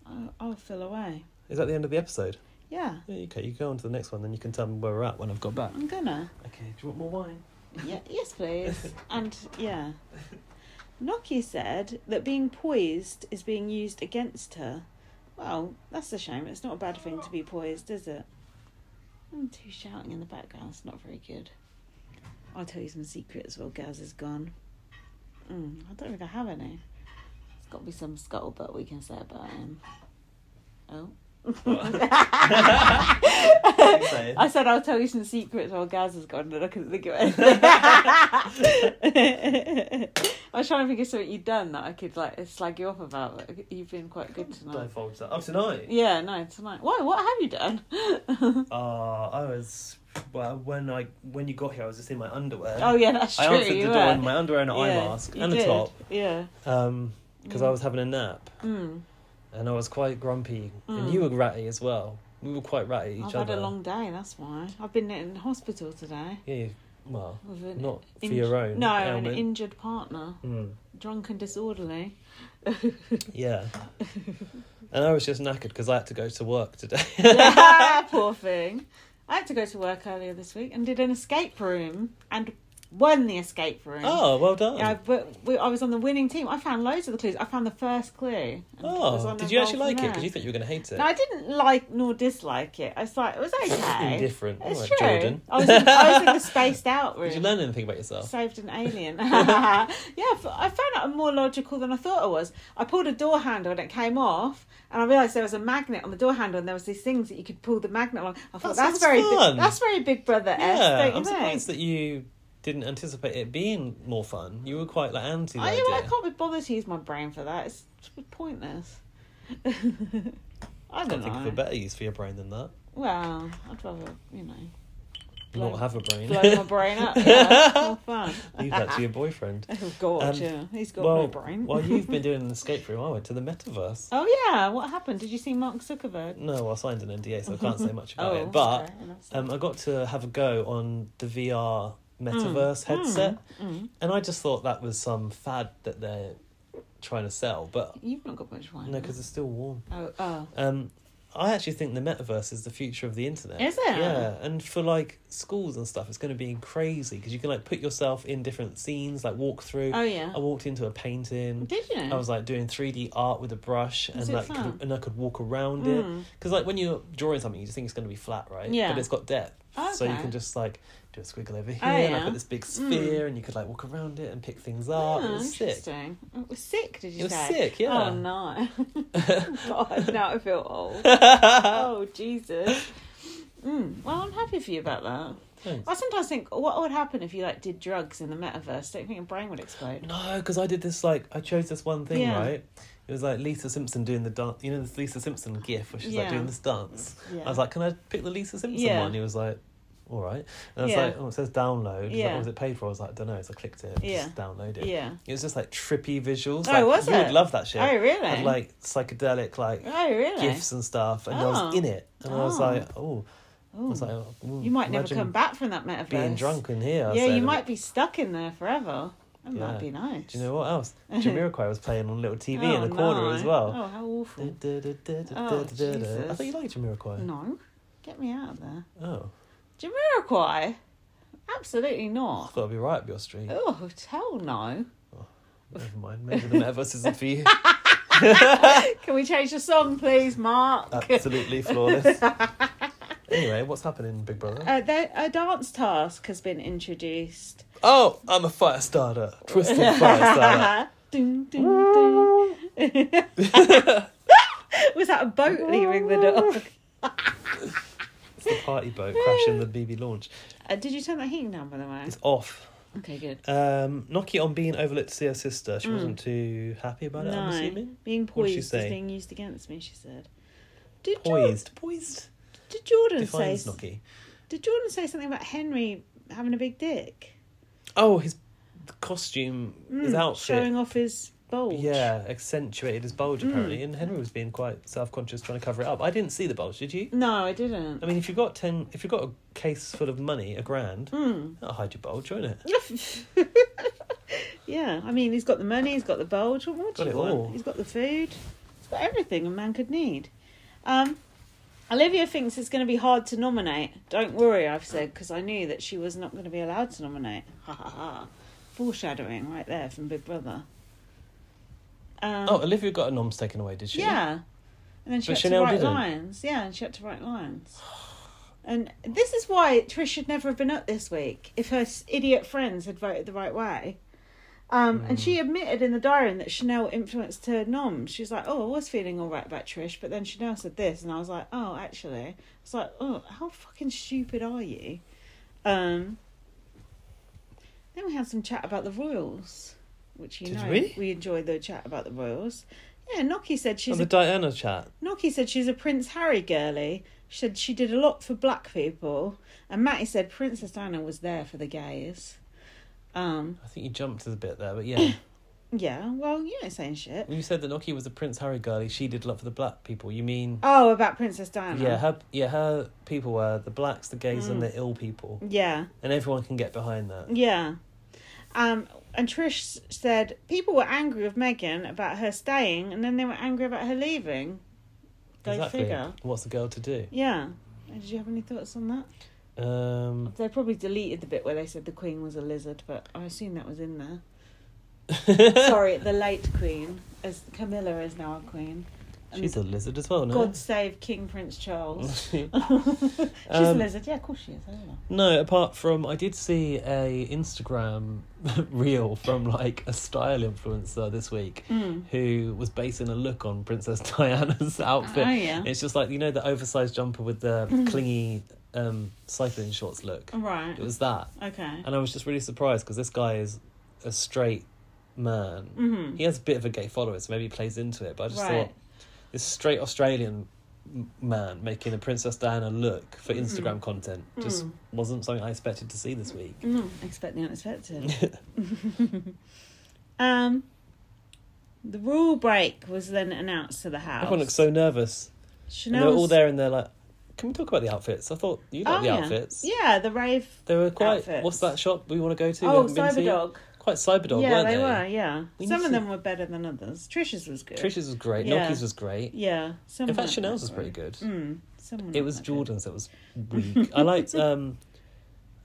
Speaker 1: I, I'll feel away.
Speaker 2: Is that the end of the episode?
Speaker 1: Yeah,
Speaker 2: Yeah, okay, you go on to the next one, then you can tell me where we're at when I've got back.
Speaker 1: I'm gonna.
Speaker 2: Okay, do you want more wine?
Speaker 1: Yeah, yes, please. And yeah. Noki said that being poised is being used against her. Well, that's a shame. It's not a bad thing to be poised, is it? I'm too shouting in the background. It's not very good. I'll tell you some secrets while Gaz is gone. Mm, I don't think I have any. There's got to be some scuttlebutt we can say about him. Oh. I said I'll tell you some secrets while Gaz has gone, and I couldn't think of anything. I was trying to think of something you'd done that I could like slag you off about. But you've been quite good tonight.
Speaker 2: Divulge that. Oh, tonight.
Speaker 1: Yeah, no, tonight. Why? What have you done?
Speaker 2: Uh, I was well when I when you got here, I was just in my underwear.
Speaker 1: oh yeah, that's true.
Speaker 2: I answered the
Speaker 1: you
Speaker 2: door
Speaker 1: were.
Speaker 2: in my underwear and an eye
Speaker 1: Yeah,
Speaker 2: mask
Speaker 1: you
Speaker 2: and a
Speaker 1: did.
Speaker 2: top,
Speaker 1: Yeah.
Speaker 2: um, because I was having a nap
Speaker 1: Mm.
Speaker 2: and I was quite grumpy, and you were ratty as well. We were quite ratty at each
Speaker 1: I've
Speaker 2: other.
Speaker 1: had a long day. That's why I've been in hospital today.
Speaker 2: Yeah, you- well,
Speaker 1: With an
Speaker 2: not for
Speaker 1: inj-
Speaker 2: your own.
Speaker 1: No,
Speaker 2: ailment.
Speaker 1: an injured partner,
Speaker 2: Mm,
Speaker 1: drunk and disorderly.
Speaker 2: yeah. and I was just knackered because I had to go to work today.
Speaker 1: Poor thing. I had to go to work earlier this week and did an escape room and won the escape room.
Speaker 2: oh, well done.
Speaker 1: Yeah, but we, I was on the winning team. I found loads of the clues. I found the first clue. and was
Speaker 2: oh,
Speaker 1: on
Speaker 2: did
Speaker 1: a
Speaker 2: you
Speaker 1: roll
Speaker 2: actually
Speaker 1: from
Speaker 2: like it?
Speaker 1: there.
Speaker 2: Because you thought you were going to hate it.
Speaker 1: No, I didn't like nor dislike it. I was like, it was okay.
Speaker 2: Indifferent.
Speaker 1: It's
Speaker 2: Alright,
Speaker 1: true.
Speaker 2: Jordan.
Speaker 1: I was, in, I was in the spaced out room.
Speaker 2: Did you learn anything about yourself?
Speaker 1: Saved an alien. yeah, I f- I found out I'm more logical than I thought I was. I pulled a door handle and it came off, and I realised there was a magnet on the door handle, and there was these things that you could pull the magnet along. I thought
Speaker 2: That
Speaker 1: that's
Speaker 2: sounds
Speaker 1: very
Speaker 2: fun.
Speaker 1: big, that's very Big Brother esque.
Speaker 2: yeah,
Speaker 1: don't
Speaker 2: I'm
Speaker 1: you think?
Speaker 2: surprised that you didn't anticipate it being more fun. You were quite like anti the
Speaker 1: I,
Speaker 2: idea.
Speaker 1: I can't be bothered to use my brain for that. It's It's a bit pointless. I
Speaker 2: I can't
Speaker 1: don't
Speaker 2: think of a
Speaker 1: know.
Speaker 2: better use for your brain than that.
Speaker 1: well, I'd rather you know Blow-
Speaker 2: Not have a brain.
Speaker 1: blow my brain up. Yeah, it's more fun.
Speaker 2: Leave that to your boyfriend.
Speaker 1: Oh God,
Speaker 2: Um,
Speaker 1: yeah, he's got
Speaker 2: well,
Speaker 1: no brain.
Speaker 2: while you've been doing an escape room, I went to the metaverse.
Speaker 1: oh yeah, what happened? Did you see Mark Zuckerberg?
Speaker 2: No, I signed an NDA, so I can't say much about
Speaker 1: oh,
Speaker 2: it. But
Speaker 1: okay, enough said.
Speaker 2: um, I got to have a go on the VR
Speaker 1: Mm,
Speaker 2: metaverse headset,
Speaker 1: mm.
Speaker 2: and I just thought that was some fad that they're trying to sell. But
Speaker 1: You've not got much wine.
Speaker 2: no, because it's still warm.
Speaker 1: oh, oh,
Speaker 2: Um, I actually think the metaverse is the future of the internet.
Speaker 1: Is it?
Speaker 2: Yeah, and for like schools and stuff, it's going to be crazy because you can like put yourself in different scenes, like walk through.
Speaker 1: oh yeah.
Speaker 2: I walked into a painting.
Speaker 1: Did you?
Speaker 2: I was like doing three D art with a brush,
Speaker 1: Is
Speaker 2: and
Speaker 1: it
Speaker 2: like
Speaker 1: fun?
Speaker 2: could, and I could walk around it
Speaker 1: Mm.
Speaker 2: because like when you're drawing something, you just think it's going to be flat, right?
Speaker 1: Yeah.
Speaker 2: But it's got depth, so you
Speaker 1: Okay.
Speaker 2: can just like do a squiggle over here,
Speaker 1: Oh,
Speaker 2: and I
Speaker 1: yeah.
Speaker 2: put this big sphere, and you could like walk around it and pick things up.
Speaker 1: Ah,
Speaker 2: Oh, it was sick.
Speaker 1: interesting. It was sick, did you
Speaker 2: It was
Speaker 1: say?
Speaker 2: sick, yeah.
Speaker 1: Oh, no. God, now I feel old. oh, Jesus. Mm, well, I'm happy for you about that.
Speaker 2: Thanks.
Speaker 1: I sometimes think, what would happen if you, like, did drugs in the metaverse? Don't you think your brain would explode?
Speaker 2: No, because I did this like I chose this one thing
Speaker 1: Yeah.
Speaker 2: right. It was like Lisa Simpson doing the dance. You know this Lisa Simpson gif where she's
Speaker 1: Yeah.
Speaker 2: like doing this dance.
Speaker 1: Yeah.
Speaker 2: I was like, "Can I pick the Lisa Simpson
Speaker 1: Yeah.
Speaker 2: one?" He was like, "All right." And I was
Speaker 1: Yeah.
Speaker 2: like, "Oh, it says download." He's like,
Speaker 1: Yeah.
Speaker 2: "Oh, was it paid for?" I was like, "Don't know." So I clicked it.
Speaker 1: Yeah.
Speaker 2: Just download it.
Speaker 1: yeah.
Speaker 2: It was just like trippy visuals.
Speaker 1: Oh,
Speaker 2: Like,
Speaker 1: was
Speaker 2: you
Speaker 1: it?
Speaker 2: would love that shit.
Speaker 1: Oh, really?
Speaker 2: Had like psychedelic like
Speaker 1: oh, really?
Speaker 2: gifs and stuff, and I was
Speaker 1: Oh.
Speaker 2: in it, and I was
Speaker 1: Oh.
Speaker 2: like, "Oh." I
Speaker 1: Ooh.
Speaker 2: was like, oh, mm,
Speaker 1: you might never
Speaker 2: imagine
Speaker 1: come back from that metaverse.
Speaker 2: Being drunk in here. I
Speaker 1: Yeah,
Speaker 2: said,
Speaker 1: you
Speaker 2: and
Speaker 1: might be stuck in there forever. That
Speaker 2: Yeah.
Speaker 1: might be nice.
Speaker 2: Do you know what else? Jamiroquai was playing on little TV in
Speaker 1: Oh,
Speaker 2: the corner
Speaker 1: no.
Speaker 2: as well.
Speaker 1: Oh, how awful. Oh,
Speaker 2: Du-du-du-du-du-du-du-du. I
Speaker 1: Jesus.
Speaker 2: thought you liked Jamiroquai.
Speaker 1: No. Get me out of there.
Speaker 2: Oh,
Speaker 1: Jamiroquai? Absolutely
Speaker 2: I
Speaker 1: not.
Speaker 2: thought I'd be right up your street.
Speaker 1: Oh, hell no.
Speaker 2: Never mind. Maybe the metaverse isn't for you.
Speaker 1: Can we change the song, please, Mark?
Speaker 2: Absolutely flawless. Anyway, what's happening, Big Brother?
Speaker 1: Uh, there, a dance task has been introduced.
Speaker 2: Oh, I'm a fire starter. Twisted fire starter.
Speaker 1: Dun, dun, dun. Was that a boat leaving the dock?
Speaker 2: It's the party boat crashing the BB launch.
Speaker 1: Uh, did you turn that heating down, by the way?
Speaker 2: It's off.
Speaker 1: Okay, good.
Speaker 2: Um, Noki on being overlooked to see her sister. She wasn't too happy about it, I'm assuming.
Speaker 1: Being
Speaker 2: What did she
Speaker 1: poised is
Speaker 2: say?
Speaker 1: being used against me, she said. Did, Jordan,
Speaker 2: Poised. Poised
Speaker 1: did Jordan say
Speaker 2: defines Noki.
Speaker 1: Did Jordan say something about Henry having a big dick?
Speaker 2: Oh, his costume, his
Speaker 1: Mm,
Speaker 2: outfit.
Speaker 1: Showing off his bulge.
Speaker 2: Yeah, accentuated his bulge apparently, and Henry was being quite self-conscious trying to cover it up. I didn't see the bulge, did you?
Speaker 1: No, I didn't.
Speaker 2: I mean, if you've got ten, if you've got a case full of money, a grand,
Speaker 1: Mm.
Speaker 2: that'll hide your bulge, won't it?
Speaker 1: Hmm. yeah, I mean, he's got the money, he's got the bulge. What more do
Speaker 2: Got
Speaker 1: you
Speaker 2: it
Speaker 1: want?
Speaker 2: all.
Speaker 1: He's got the food. He's got everything a man could need. Um, Olivia thinks it's going to be hard to nominate. Don't worry, I've said, because I knew that she was not going to be allowed to nominate. Ha ha ha. Foreshadowing right there from Big Brother. Um,
Speaker 2: Oh, Olivia got her noms taken away, did she?
Speaker 1: Yeah. And then she
Speaker 2: But
Speaker 1: had
Speaker 2: Chanel
Speaker 1: to write
Speaker 2: didn't.
Speaker 1: lines. Yeah, and she had to write lines. And this is why Trish should never have been up this week if her s- idiot friends had voted the right way. Um, And she
Speaker 2: Hmm.
Speaker 1: admitted in the diary that Chanel influenced her nom. She was like, "Oh, I was feeling all right about Trish, but then Chanel said this, and I was like, oh, actually, it's like, oh, how fucking stupid are you?" Um, then we had some chat about the royals, which you
Speaker 2: Did
Speaker 1: know
Speaker 2: we?
Speaker 1: enjoy the chat about the royals. Yeah, Noki said
Speaker 2: Oh,
Speaker 1: she's
Speaker 2: the
Speaker 1: a
Speaker 2: Diana chat.
Speaker 1: Noki said she's a Prince Harry girly. She said she did a lot for black people. And Matty said Princess Diana was there for the gays. Um,
Speaker 2: I think you jumped a bit there, but yeah,
Speaker 1: yeah, well, you ain't saying shit.
Speaker 2: when you said that Noki was a Prince Harry girlie, she did a lot for the black people. You mean?
Speaker 1: Oh, about Princess Diana.
Speaker 2: Yeah, her yeah her people were the blacks, the gays, and
Speaker 1: Mm.
Speaker 2: the ill people,
Speaker 1: Yeah,
Speaker 2: and everyone can get behind that.
Speaker 1: yeah. Um, and Trish s- said people were angry with Megan about her staying and then they were angry about her leaving. Go figure.
Speaker 2: What's the girl to do?
Speaker 1: Yeah. Did you have any thoughts on that?
Speaker 2: Um,
Speaker 1: They probably deleted the bit where they said the Queen was a lizard, but I assume that was in there. Sorry, the late Queen, as Camilla is now a Queen. And
Speaker 2: she's a lizard as well, no?
Speaker 1: God save King Prince Charles. She's a
Speaker 2: Um,
Speaker 1: lizard, yeah, of course she is. I don't know.
Speaker 2: No, apart from I did see a Instagram reel from like a style influencer this week
Speaker 1: Hmm.
Speaker 2: who was basing a look on Princess Diana's outfit.
Speaker 1: Oh, yeah.
Speaker 2: It's just like you know the oversized jumper with the clingy um, cycling shorts look.
Speaker 1: Right.
Speaker 2: It was that,
Speaker 1: Okay.
Speaker 2: and I was just really surprised because this guy is a straight man.
Speaker 1: Mhm.
Speaker 2: He has a bit of a gay follower, so maybe he plays into it. But I just
Speaker 1: Right.
Speaker 2: thought this straight Australian m- man making a Princess Diana look for Instagram content just
Speaker 1: Mm.
Speaker 2: wasn't something I expected to see this week.
Speaker 1: Mm, expect the unexpected. um, the rule break was then announced to the house.
Speaker 2: Everyone looked so nervous. And they were
Speaker 1: Chanel's,
Speaker 2: all there and they're like, can we talk about the outfits? I thought you
Speaker 1: Oh,
Speaker 2: like the
Speaker 1: yeah.
Speaker 2: outfits.
Speaker 1: Yeah, the rave.
Speaker 2: They were quite.
Speaker 1: Outfits.
Speaker 2: What's that shop we want to go to? we
Speaker 1: oh,
Speaker 2: haven't been to yet?
Speaker 1: Cyberdog.
Speaker 2: Quite Cyberdog,
Speaker 1: yeah,
Speaker 2: weren't
Speaker 1: they,
Speaker 2: they?
Speaker 1: were. Yeah,
Speaker 2: We need
Speaker 1: some
Speaker 2: to-
Speaker 1: of them were better than others. Trish's was good.
Speaker 2: Trish's was great.
Speaker 1: Yeah.
Speaker 2: Nokia's was great.
Speaker 1: Yeah, some.
Speaker 2: In fact,
Speaker 1: weren't
Speaker 2: Chanel's was
Speaker 1: that
Speaker 2: pretty
Speaker 1: great.
Speaker 2: good.
Speaker 1: Mm, some weren't
Speaker 2: It was
Speaker 1: that good.
Speaker 2: Jordan's that was weak. I liked. um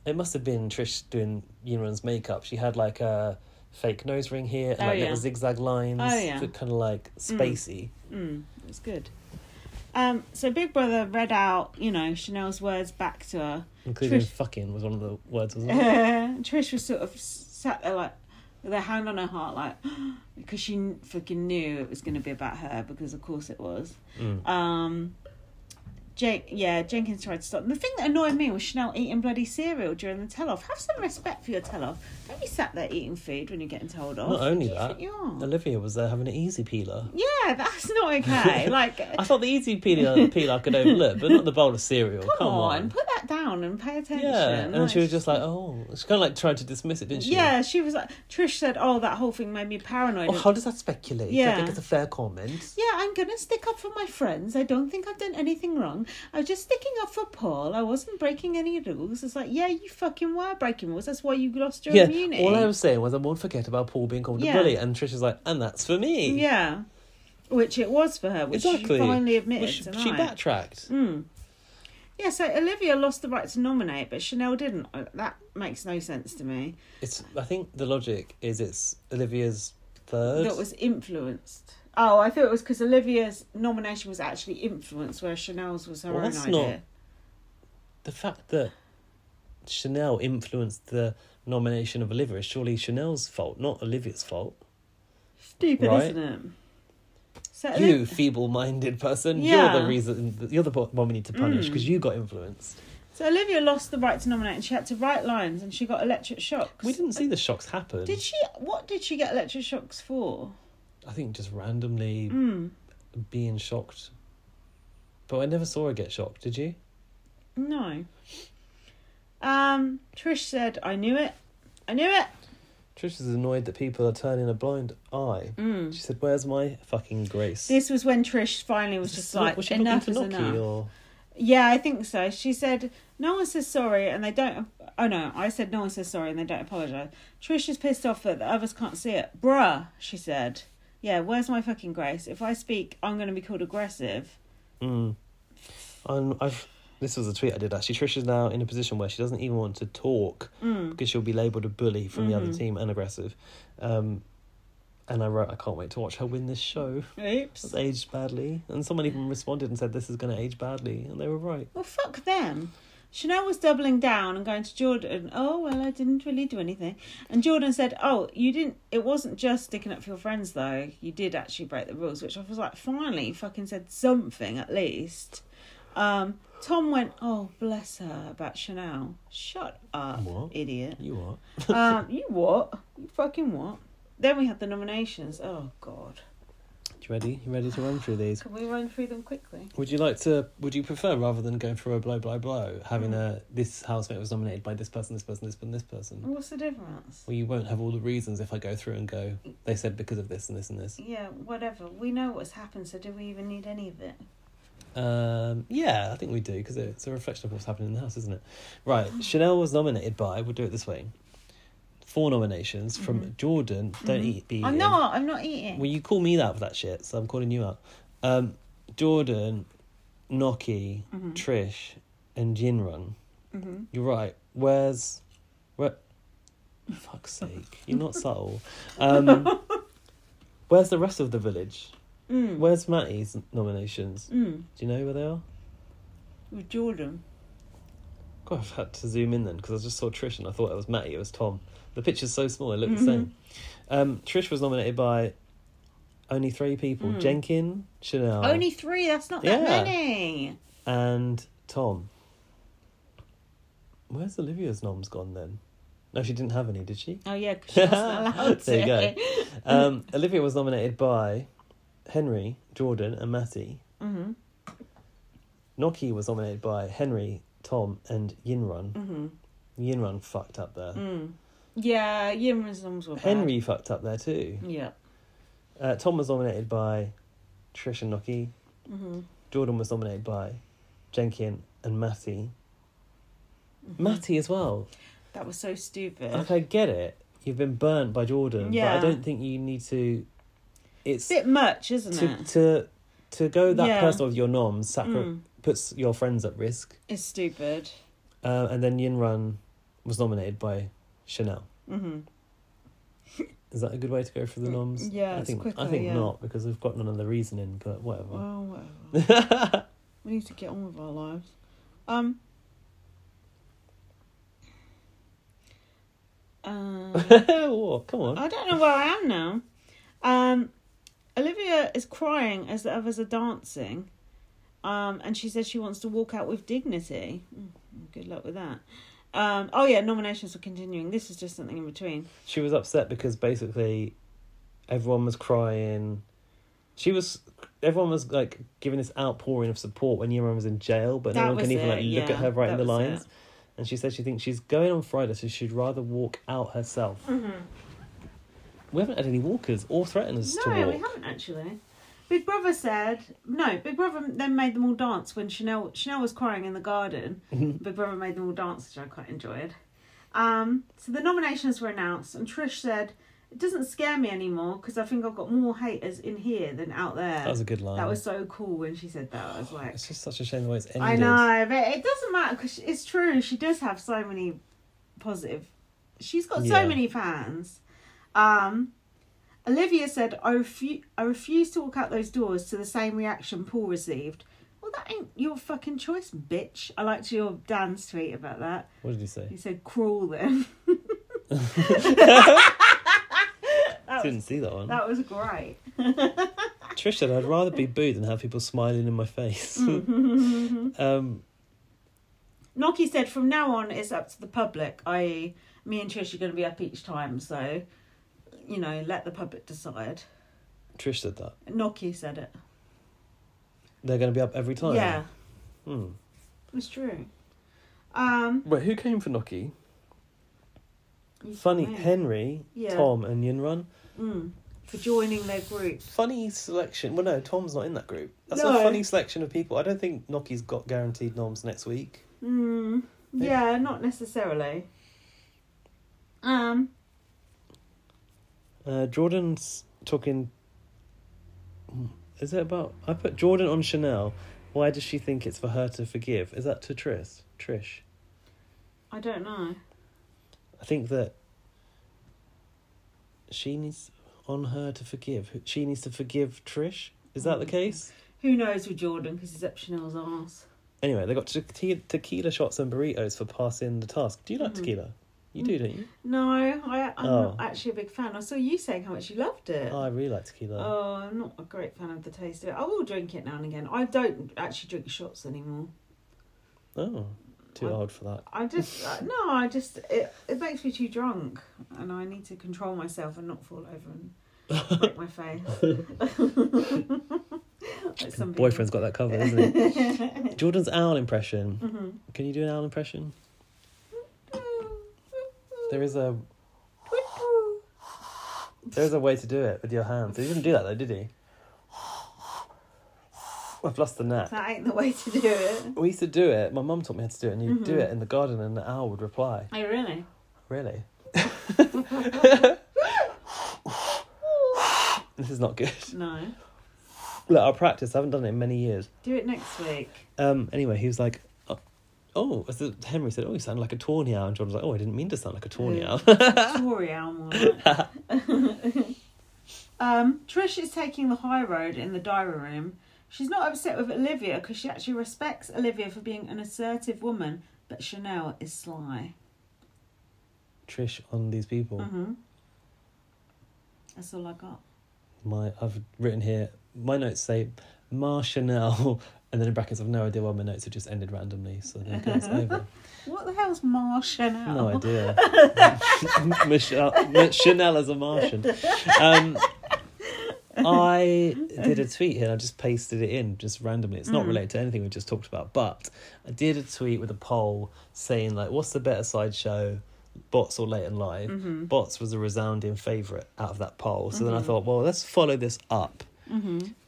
Speaker 2: It must have been Trish doing Yunran's makeup. She had like a fake nose ring here and
Speaker 1: Oh,
Speaker 2: like
Speaker 1: yeah.
Speaker 2: little zigzag lines.
Speaker 1: Oh, yeah.
Speaker 2: That kind of like spacey.
Speaker 1: Mm, it was good. Um, so Big Brother read out, you know, Chanel's words back to her.
Speaker 2: Including
Speaker 1: Trish-
Speaker 2: fucking was one of the words, wasn't it?
Speaker 1: Trish was sort of sat there like with her hand on her heart, like because she kn- fucking knew it was going to be about her because of course it was.
Speaker 2: Mm.
Speaker 1: Um, Jake, yeah, Jenkins tried to stop. The thing that annoyed me was Chanel eating bloody cereal during the tell-off. Have some respect for your tell-off. Don't be sat there eating food when you're getting told off.
Speaker 2: Not only
Speaker 1: Who do you
Speaker 2: that,
Speaker 1: think you are?
Speaker 2: Olivia was there having an easy peeler.
Speaker 1: yeah, that's not okay. like,
Speaker 2: I thought the easy peeler, peeler I could overlook, but not the bowl of cereal. Come,
Speaker 1: come on, put that down and pay attention.
Speaker 2: Yeah, and then she was
Speaker 1: Like,
Speaker 2: just like, oh, she kind of like tried to dismiss it, didn't she?
Speaker 1: yeah, she was like, Trish said, "Oh, that whole thing made me paranoid."
Speaker 2: Oh, how does that speculate? I
Speaker 1: Yeah.
Speaker 2: think it's a fair comment.
Speaker 1: Yeah, I'm gonna stick up for my friends. I don't think I've done anything wrong. I was just sticking up for Paul. I wasn't breaking any rules. It's like, yeah, you fucking were breaking rules. That's why you lost your
Speaker 2: Yeah,
Speaker 1: immunity.
Speaker 2: all I was saying was I won't forget about Paul being called
Speaker 1: Yeah.
Speaker 2: a bully, and Trisha's like, and that's for me.
Speaker 1: Yeah, which it was for her, which
Speaker 2: exactly.
Speaker 1: she finally admitted.
Speaker 2: Well, she,
Speaker 1: tonight.
Speaker 2: she backtracked.
Speaker 1: Mm. Yeah, so Olivia lost the right to nominate, but Chanel didn't. Uh, That makes no sense to me.
Speaker 2: It's. I think the logic is it's Olivia's third.
Speaker 1: That was influenced. Oh, I thought it was because Olivia's nomination was actually influenced, where Chanel's was her
Speaker 2: Well,
Speaker 1: own
Speaker 2: that's
Speaker 1: idea.
Speaker 2: not- the fact that Chanel influenced the nomination of Olivia is surely Chanel's fault, not Olivia's fault.
Speaker 1: Stupid,
Speaker 2: Right.
Speaker 1: isn't it? So
Speaker 2: You feeble-minded person, you're
Speaker 1: Yeah. Mm.
Speaker 2: the reason. You're the one we need to punish because you got influenced.
Speaker 1: So Olivia lost the right to nominate, and she had to write lines, and she got electric shocks.
Speaker 2: We didn't see the shocks happen.
Speaker 1: Did she? What did she get electric shocks for?
Speaker 2: I think just randomly
Speaker 1: Mm.
Speaker 2: being shocked. But I never saw her get shocked, did you?
Speaker 1: No. Um. Trish said, "I knew it. I knew it."
Speaker 2: Trish is annoyed that people are turning a blind eye.
Speaker 1: Mm.
Speaker 2: She said, Where's my fucking grace?
Speaker 1: This was when Trish finally was
Speaker 2: Was
Speaker 1: just
Speaker 2: she-
Speaker 1: like,
Speaker 2: was she looking
Speaker 1: "Enough
Speaker 2: for
Speaker 1: is
Speaker 2: Noki
Speaker 1: enough."
Speaker 2: or
Speaker 1: Yeah, I think so. She said, No one says sorry and they don't. Oh no, I said, No one says sorry and they don't apologise. Trish is pissed off that the others can't see it. Bruh, she said. Yeah, where's my fucking grace? If I speak, I'm going to be called aggressive.
Speaker 2: Mm. I'm, I've this was a tweet I did actually. Trish is now in a position where she doesn't even want to talk
Speaker 1: Mm.
Speaker 2: because she'll be labelled a bully from the other
Speaker 1: Mhm.
Speaker 2: team and aggressive. Um, and I wrote, I can't wait to watch her win this show. It's
Speaker 1: Oops.
Speaker 2: aged badly. And someone even responded and said, This is going to age badly. And they were right.
Speaker 1: Well, fuck them. Chanel was doubling down and going to Jordan. Oh, well, I didn't really do anything. And Jordan said, Oh, you didn't. It wasn't just sticking up for your friends, though. You did actually break the rules, which I was like, Finally, you fucking said something at least. Um, Tom went, Oh, bless her about Chanel. Shut up,
Speaker 2: What?
Speaker 1: idiot.
Speaker 2: You are.
Speaker 1: um, you what? You fucking what? Then we had the nominations. Oh, God.
Speaker 2: You ready? You ready to run through these?
Speaker 1: Can we run through them quickly?
Speaker 2: Would you like to? Would you prefer rather than going for a blow, blow, blow, having a this housemate was nominated by this person, this person, this person, this person?
Speaker 1: What's the difference?
Speaker 2: Well, you won't have all the reasons if I go through and go. They said because of this and this and this.
Speaker 1: Yeah, whatever. We know what's happened, so do we even need any of it?
Speaker 2: Um, yeah, I think we do because it's a reflection of what's happening in the house, isn't it? Right. Chanel was nominated by. We'll do it this way. Four nominations from Jordan. Don't eat. Be
Speaker 1: I'm
Speaker 2: eating.
Speaker 1: not. I'm not eating.
Speaker 2: Well, you call me that for that shit, so I'm calling you out. Um, Jordan, Noki,
Speaker 1: Mm-hmm.
Speaker 2: Trish, and Jinrun.
Speaker 1: Mhm.
Speaker 2: You're right. Where's where? Fuck's sake! You're not subtle. Um, where's the rest of the village?
Speaker 1: Mm.
Speaker 2: Where's Matty's nominations?
Speaker 1: Mm.
Speaker 2: Do you know where they are?
Speaker 1: With Jordan.
Speaker 2: God, I've had to zoom in then because I just saw Trish and I thought it was Matty. It was Tom. The picture's so small; it looked the same.
Speaker 1: Mm-hmm.
Speaker 2: Um, Trish was nominated by only three people:
Speaker 1: Mm.
Speaker 2: Jenkin, Chanel,
Speaker 1: Only three. That's not that
Speaker 2: Oh. Yeah.
Speaker 1: many.
Speaker 2: and Tom. Where's Olivia's nom's gone then? No, she didn't have any, did she?
Speaker 1: Oh yeah, 'cause she wasn't allowed
Speaker 2: There you
Speaker 1: to.
Speaker 2: Um, Olivia was nominated by Henry, Jordan, and Matty.
Speaker 1: Mm-hmm.
Speaker 2: Noki was nominated by Henry, Tom, and Yinran.
Speaker 1: Mm-hmm.
Speaker 2: Yinran fucked up there.
Speaker 1: Mm. Yeah, Yimmer's songs were bad.
Speaker 2: Henry fucked up there too.
Speaker 1: Yeah.
Speaker 2: Uh, Tom was nominated by Trish and Noki.
Speaker 1: Mm-hmm.
Speaker 2: Jordan was nominated by Jenkin and Matty.
Speaker 1: Mm-hmm.
Speaker 2: Matty as well.
Speaker 1: That was so stupid.
Speaker 2: Like I get it. You've been burnt by Jordan, but
Speaker 1: Yeah.
Speaker 2: I don't think you need to.
Speaker 1: It's
Speaker 2: It's
Speaker 1: a bit much, isn't
Speaker 2: to
Speaker 1: it?
Speaker 2: to to go that
Speaker 1: Yeah.
Speaker 2: personal with your norms sacri-
Speaker 1: Mm.
Speaker 2: puts your friends at risk.
Speaker 1: It's stupid.
Speaker 2: Uh, and then Yinran was nominated by Chanel.
Speaker 1: Mm-hmm.
Speaker 2: Is that a good way to go for the noms?
Speaker 1: Mm, yeah,
Speaker 2: I
Speaker 1: it's
Speaker 2: think
Speaker 1: quicker,
Speaker 2: I think
Speaker 1: yeah.
Speaker 2: not because we've got none of the reasoning. But whatever.
Speaker 1: Well, whatever. we need to get on with our lives. Um. Um.
Speaker 2: Whoa, come on.
Speaker 1: I don't know where I am now. Um, Olivia is crying as the others are dancing, um, and she says she wants to walk out with dignity. Mm, Good luck with that. Um, oh yeah, nominations are continuing. This is just something in between.
Speaker 2: She was upset because basically everyone was crying. She was. Everyone was like giving this outpouring of support when Yinran was in jail, but
Speaker 1: That
Speaker 2: no one
Speaker 1: was
Speaker 2: can even
Speaker 1: it,
Speaker 2: like look
Speaker 1: yeah,
Speaker 2: at her right in
Speaker 1: that
Speaker 2: the
Speaker 1: was it.
Speaker 2: lines. And she said she thinks she's going on Friday, so she'd rather walk out herself. We haven't had any walkers or threateners to
Speaker 1: No,
Speaker 2: walk.
Speaker 1: we haven't actually. Big Brother said no. Big Brother then made them all dance when Chanel Chanel was crying in the garden.
Speaker 2: Mm-hmm.
Speaker 1: Big Brother made them all dance, which I quite enjoyed. Um, so the nominations were announced, and Trish said, "It doesn't scare me anymore because I think I've got more haters in here than out there."
Speaker 2: That was a good line.
Speaker 1: That was so cool when she said that. I was like,
Speaker 2: It's just such a shame the way it's ended.
Speaker 1: I know, but it doesn't matter because it's true. She does have so many positive. She's got
Speaker 2: Yeah.
Speaker 1: so many fans. Um, Olivia said, "I refuse. I refuse to walk out those doors to the same reaction Paul received." Well, that ain't your fucking choice, bitch. I liked your Dan's tweet about that.
Speaker 2: What did he say?
Speaker 1: He said, "Crawl then." that, was,
Speaker 2: Didn't see that one.
Speaker 1: that was great.
Speaker 2: Trish said, "I'd rather be booed than have people smiling in my face."
Speaker 1: Mm-hmm.
Speaker 2: um,
Speaker 1: Noki said, from now on, it's up to the public, i.e., me and Trish are going to be up each time, so, you know, let the public decide.
Speaker 2: Trish said that
Speaker 1: Noki said it.
Speaker 2: they're going to be up every time.
Speaker 1: Yeah,
Speaker 2: Hmm.
Speaker 1: it's true. Um,
Speaker 2: Wait, who came for Noki? Funny
Speaker 1: yeah.
Speaker 2: Henry,
Speaker 1: Yeah.
Speaker 2: Tom, and Yinran.
Speaker 1: Mm, for joining their group.
Speaker 2: Funny selection. Well, no, Tom's not in that group. That's
Speaker 1: No.
Speaker 2: a funny selection of people. I don't think Noki's got guaranteed noms next week.
Speaker 1: Mm, yeah, not necessarily. Um,
Speaker 2: Uh, Jordan's talking. Hmm, Is it about? I put Jordan on Chanel. Why does she think it's for her to forgive? Is that to Trish? Trish.
Speaker 1: I don't know.
Speaker 2: I think that she needs on her to forgive. She needs to forgive Trish. Is that the
Speaker 1: Mm.
Speaker 2: case?
Speaker 1: Who knows with Jordan, because he's up Chanel's arse.
Speaker 2: Anyway, they got te- tequila shots and burritos for passing the task. Do you like
Speaker 1: Mhm.
Speaker 2: tequila? You do, don't you?
Speaker 1: No, I, I'm
Speaker 2: Oh.
Speaker 1: not actually a big fan. I saw you saying how much you loved it.
Speaker 2: Oh, I really like tequila.
Speaker 1: Oh, I'm not a great fan of the taste of it. I will drink it now and again. I don't actually drink shots anymore.
Speaker 2: Oh, too
Speaker 1: I-
Speaker 2: old for that.
Speaker 1: I just uh, no, I just it it makes me too drunk, and I need to control myself and not fall over and break my face. Like some people.
Speaker 2: Boyfriend's got that covered, isn't it? Jordan's owl impression.
Speaker 1: Mm-hmm.
Speaker 2: Can you do an owl impression? There is a there is a way to do it with your hands. He didn't do that though, did he? I've lost the net.
Speaker 1: That ain't the way to do it.
Speaker 2: We used to do it. My mum taught me how to do it, and you'd do
Speaker 1: Mm-hmm.
Speaker 2: it in the garden, and the owl would reply.
Speaker 1: Oh really?
Speaker 2: Really? this is not good.
Speaker 1: No.
Speaker 2: Look, I practice. I haven't done it in many years.
Speaker 1: Do it next week.
Speaker 2: Um. Anyway, he was like, "Oh, oh as the- Henry said, oh, you sound like a tawny owl," and John was like, "Oh, I didn't mean to sound like a tawny
Speaker 1: Yeah.
Speaker 2: owl."
Speaker 1: Sorry, Elmore. um, Trish is taking the high road in the diary room. She's not upset with Olivia because she actually respects Olivia for being an assertive woman, but Chanel is sly.
Speaker 2: Trish on these people.
Speaker 1: hmm That's all I got.
Speaker 2: My I've written here. My notes say, "Ma Chanel And then in brackets, I've no idea why my notes have just ended randomly. So there it goes over.
Speaker 1: What the hell's Martian out?
Speaker 2: No idea. Michelle, Mi- Chanel as a Martian. Um, I did a tweet here and I just pasted it in just randomly. It's not related to anything we just talked about, but I did a tweet with a poll saying, like, what's the better sideshow, bots or late and live? Bots was a resounding favourite out of that poll. So then I thought, well, let's follow this up.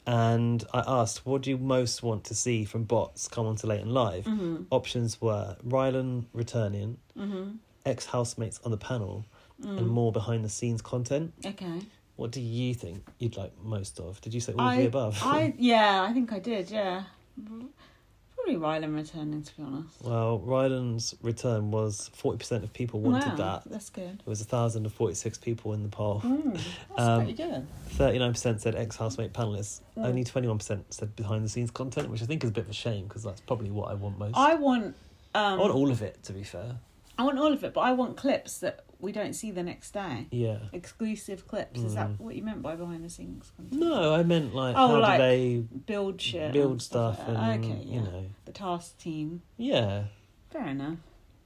Speaker 2: And I asked, what do you most want to see from bots come onto late and live? Options were Rylan returning,
Speaker 1: Mm-hmm.
Speaker 2: ex housemates on the panel,
Speaker 1: Mm.
Speaker 2: and more behind the scenes content.
Speaker 1: Okay.
Speaker 2: What do you think you'd like most of? Did you say all
Speaker 1: I,
Speaker 2: of the above?
Speaker 1: I yeah, I think I did. Yeah, probably Rylan returning to be honest.
Speaker 2: well, Ryland's return was 40% of people wanted
Speaker 1: wow,
Speaker 2: that.
Speaker 1: that's good.
Speaker 2: There was 1,046 people in the poll.
Speaker 1: Mm, that's
Speaker 2: Um,
Speaker 1: pretty good.
Speaker 2: 39% said ex housemate panelists. Only 21% said behind the scenes content, which I think is a bit of a shame because that's probably what I want most.
Speaker 1: I want
Speaker 2: I
Speaker 1: um,
Speaker 2: want all of it, to be fair.
Speaker 1: I want all of it, but I want clips that we don't see the next day.
Speaker 2: Yeah.
Speaker 1: Exclusive clips. Is that
Speaker 2: Hmm.
Speaker 1: what you meant by behind the scenes? Content?
Speaker 2: No, I meant like
Speaker 1: Oh,
Speaker 2: how
Speaker 1: like,
Speaker 2: do they
Speaker 1: Build shit. and
Speaker 2: build stuff,
Speaker 1: like that.
Speaker 2: and
Speaker 1: okay, yeah.
Speaker 2: you know,
Speaker 1: The task team.
Speaker 2: yeah,
Speaker 1: Fair enough.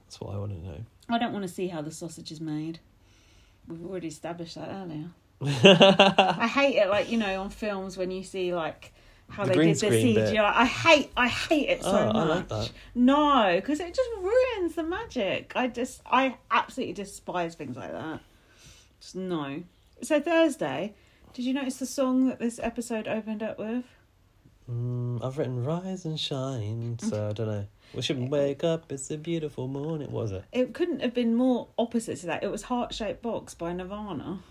Speaker 2: that's what I want to know.
Speaker 1: I don't want to see how the sausage is made. We've already established that earlier. I hate it, like you know, on films when you see like how
Speaker 2: The
Speaker 1: they
Speaker 2: green
Speaker 1: did the
Speaker 2: screen
Speaker 1: CGI.
Speaker 2: bit.
Speaker 1: I hate, I hate it so
Speaker 2: Oh, I
Speaker 1: much.
Speaker 2: like that.
Speaker 1: No, because it just ruins the magic. I just, I absolutely despise things like that. Just no. So Thursday, did you notice the song that this episode opened up with?
Speaker 2: Mm, I've written rise and shine, so I don't know. We shouldn't wake up. It's a beautiful morning. What was it?
Speaker 1: It couldn't have been more opposite to that. It was Heart Shaped Box by Nirvana.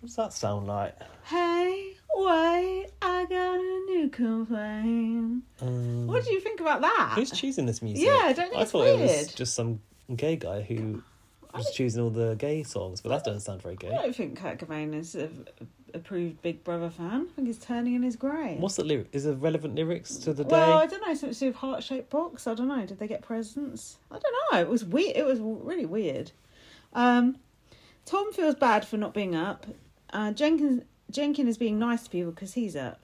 Speaker 2: What does that sound like?
Speaker 1: Hey, wait, I got a new complaint.
Speaker 2: Um,
Speaker 1: What do you think about that?
Speaker 2: who's choosing this music?
Speaker 1: Yeah, I don't think
Speaker 2: I
Speaker 1: it's
Speaker 2: thought it was
Speaker 1: weird.
Speaker 2: just some gay guy who was choosing all the gay songs, but that doesn't sound very
Speaker 1: I
Speaker 2: gay.
Speaker 1: don't think Kurt Cobain is a a- approved Big Brother fan. I think he's turning in his grave.
Speaker 2: What's the lyric? Is it relevant lyrics to the
Speaker 1: well, I
Speaker 2: day?
Speaker 1: don't know. Some sort of heart shaped box. I don't know. Did they get presents? I don't know. It was weird. It was really weird. Um, Tom feels bad for not being up. Uh, Jenkins Jenkin is being nice to people because he's up.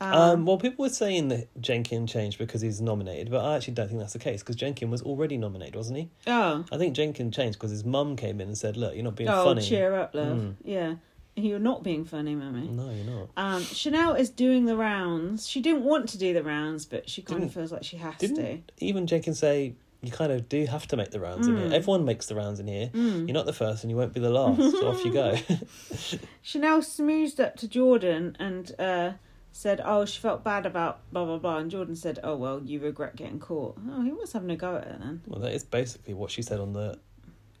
Speaker 2: Um, well, people were saying that Jenkin changed because he's nominated, but I actually don't think that's the case because Jenkin was already nominated, wasn't he?
Speaker 1: oh,
Speaker 2: I think Jenkin changed because his mum came in and said, "Look, you're not being
Speaker 1: oh,
Speaker 2: funny."
Speaker 1: cheer up, love.
Speaker 2: Mm.
Speaker 1: Yeah, you're not being funny, mummy.
Speaker 2: No, you're not.
Speaker 1: Um, Chanel is doing the rounds. She didn't want to do the rounds, but she kind
Speaker 2: Didn't-
Speaker 1: of feels like she has
Speaker 2: Didn't
Speaker 1: to.
Speaker 2: even Jenkins say you kind of do have to make the rounds in here? Everyone makes the rounds in here. You're not the first, and you won't be the last. so off you go.
Speaker 1: Chanel smoothed up to Jordan and uh, said, "Oh, she felt bad about blah blah blah." And Jordan said, "Oh well, you regret getting caught." Oh, he was having a go at her then.
Speaker 2: well, that is basically what she said on the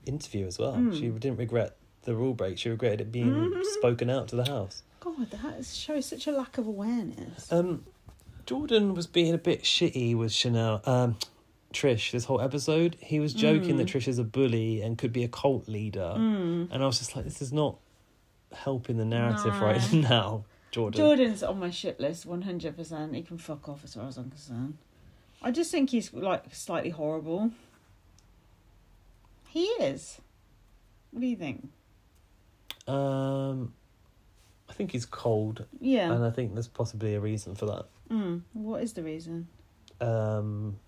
Speaker 2: interview as well. She didn't regret the rule break. She regretted it being spoken out to the house.
Speaker 1: God, that is, shows such a lack of awareness.
Speaker 2: Um, Jordan was being a bit shitty with Chanel. Um, Trish, this whole episode, he was joking that Trish is a bully and could be a cult leader,
Speaker 1: Mm. Hmm.
Speaker 2: and I was just like, this is not helping the narrative right now,
Speaker 1: Jordan's on my shit list, one hundred percent. He can fuck off as far as I'm concerned. I just think he's like slightly horrible. He is. What do you think?
Speaker 2: Um, I think he's cold,
Speaker 1: Yeah.
Speaker 2: and I think there's possibly a reason for
Speaker 1: Mm. What is the reason?
Speaker 2: that. Um,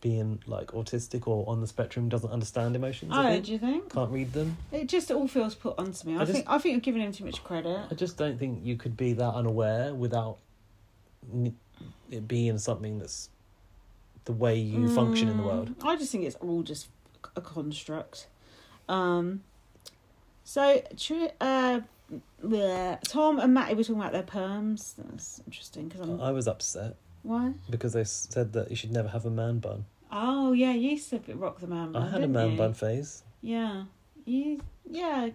Speaker 2: being like autistic or on the spectrum doesn't understand emotions. I
Speaker 1: Oh,
Speaker 2: think.
Speaker 1: do you think?
Speaker 2: Can't read them.
Speaker 1: It just all feels put onto me. I,
Speaker 2: I just-
Speaker 1: think I think you're giving him too much credit.
Speaker 2: I just don't think you could be that unaware without n- it being something that's the way you function in the world.
Speaker 1: Mm, I just think it's all just a construct. Um, so tri- uh, bleh. Tom and Matty were talking about their perms. That's interesting because I'm
Speaker 2: I was upset
Speaker 1: why.
Speaker 2: because they s- said that you should never have a man bun.
Speaker 1: Oh yeah, you used to rock the man bun.
Speaker 2: I had a
Speaker 1: didn't
Speaker 2: man
Speaker 1: you?
Speaker 2: bun phase.
Speaker 1: Yeah, you yeah.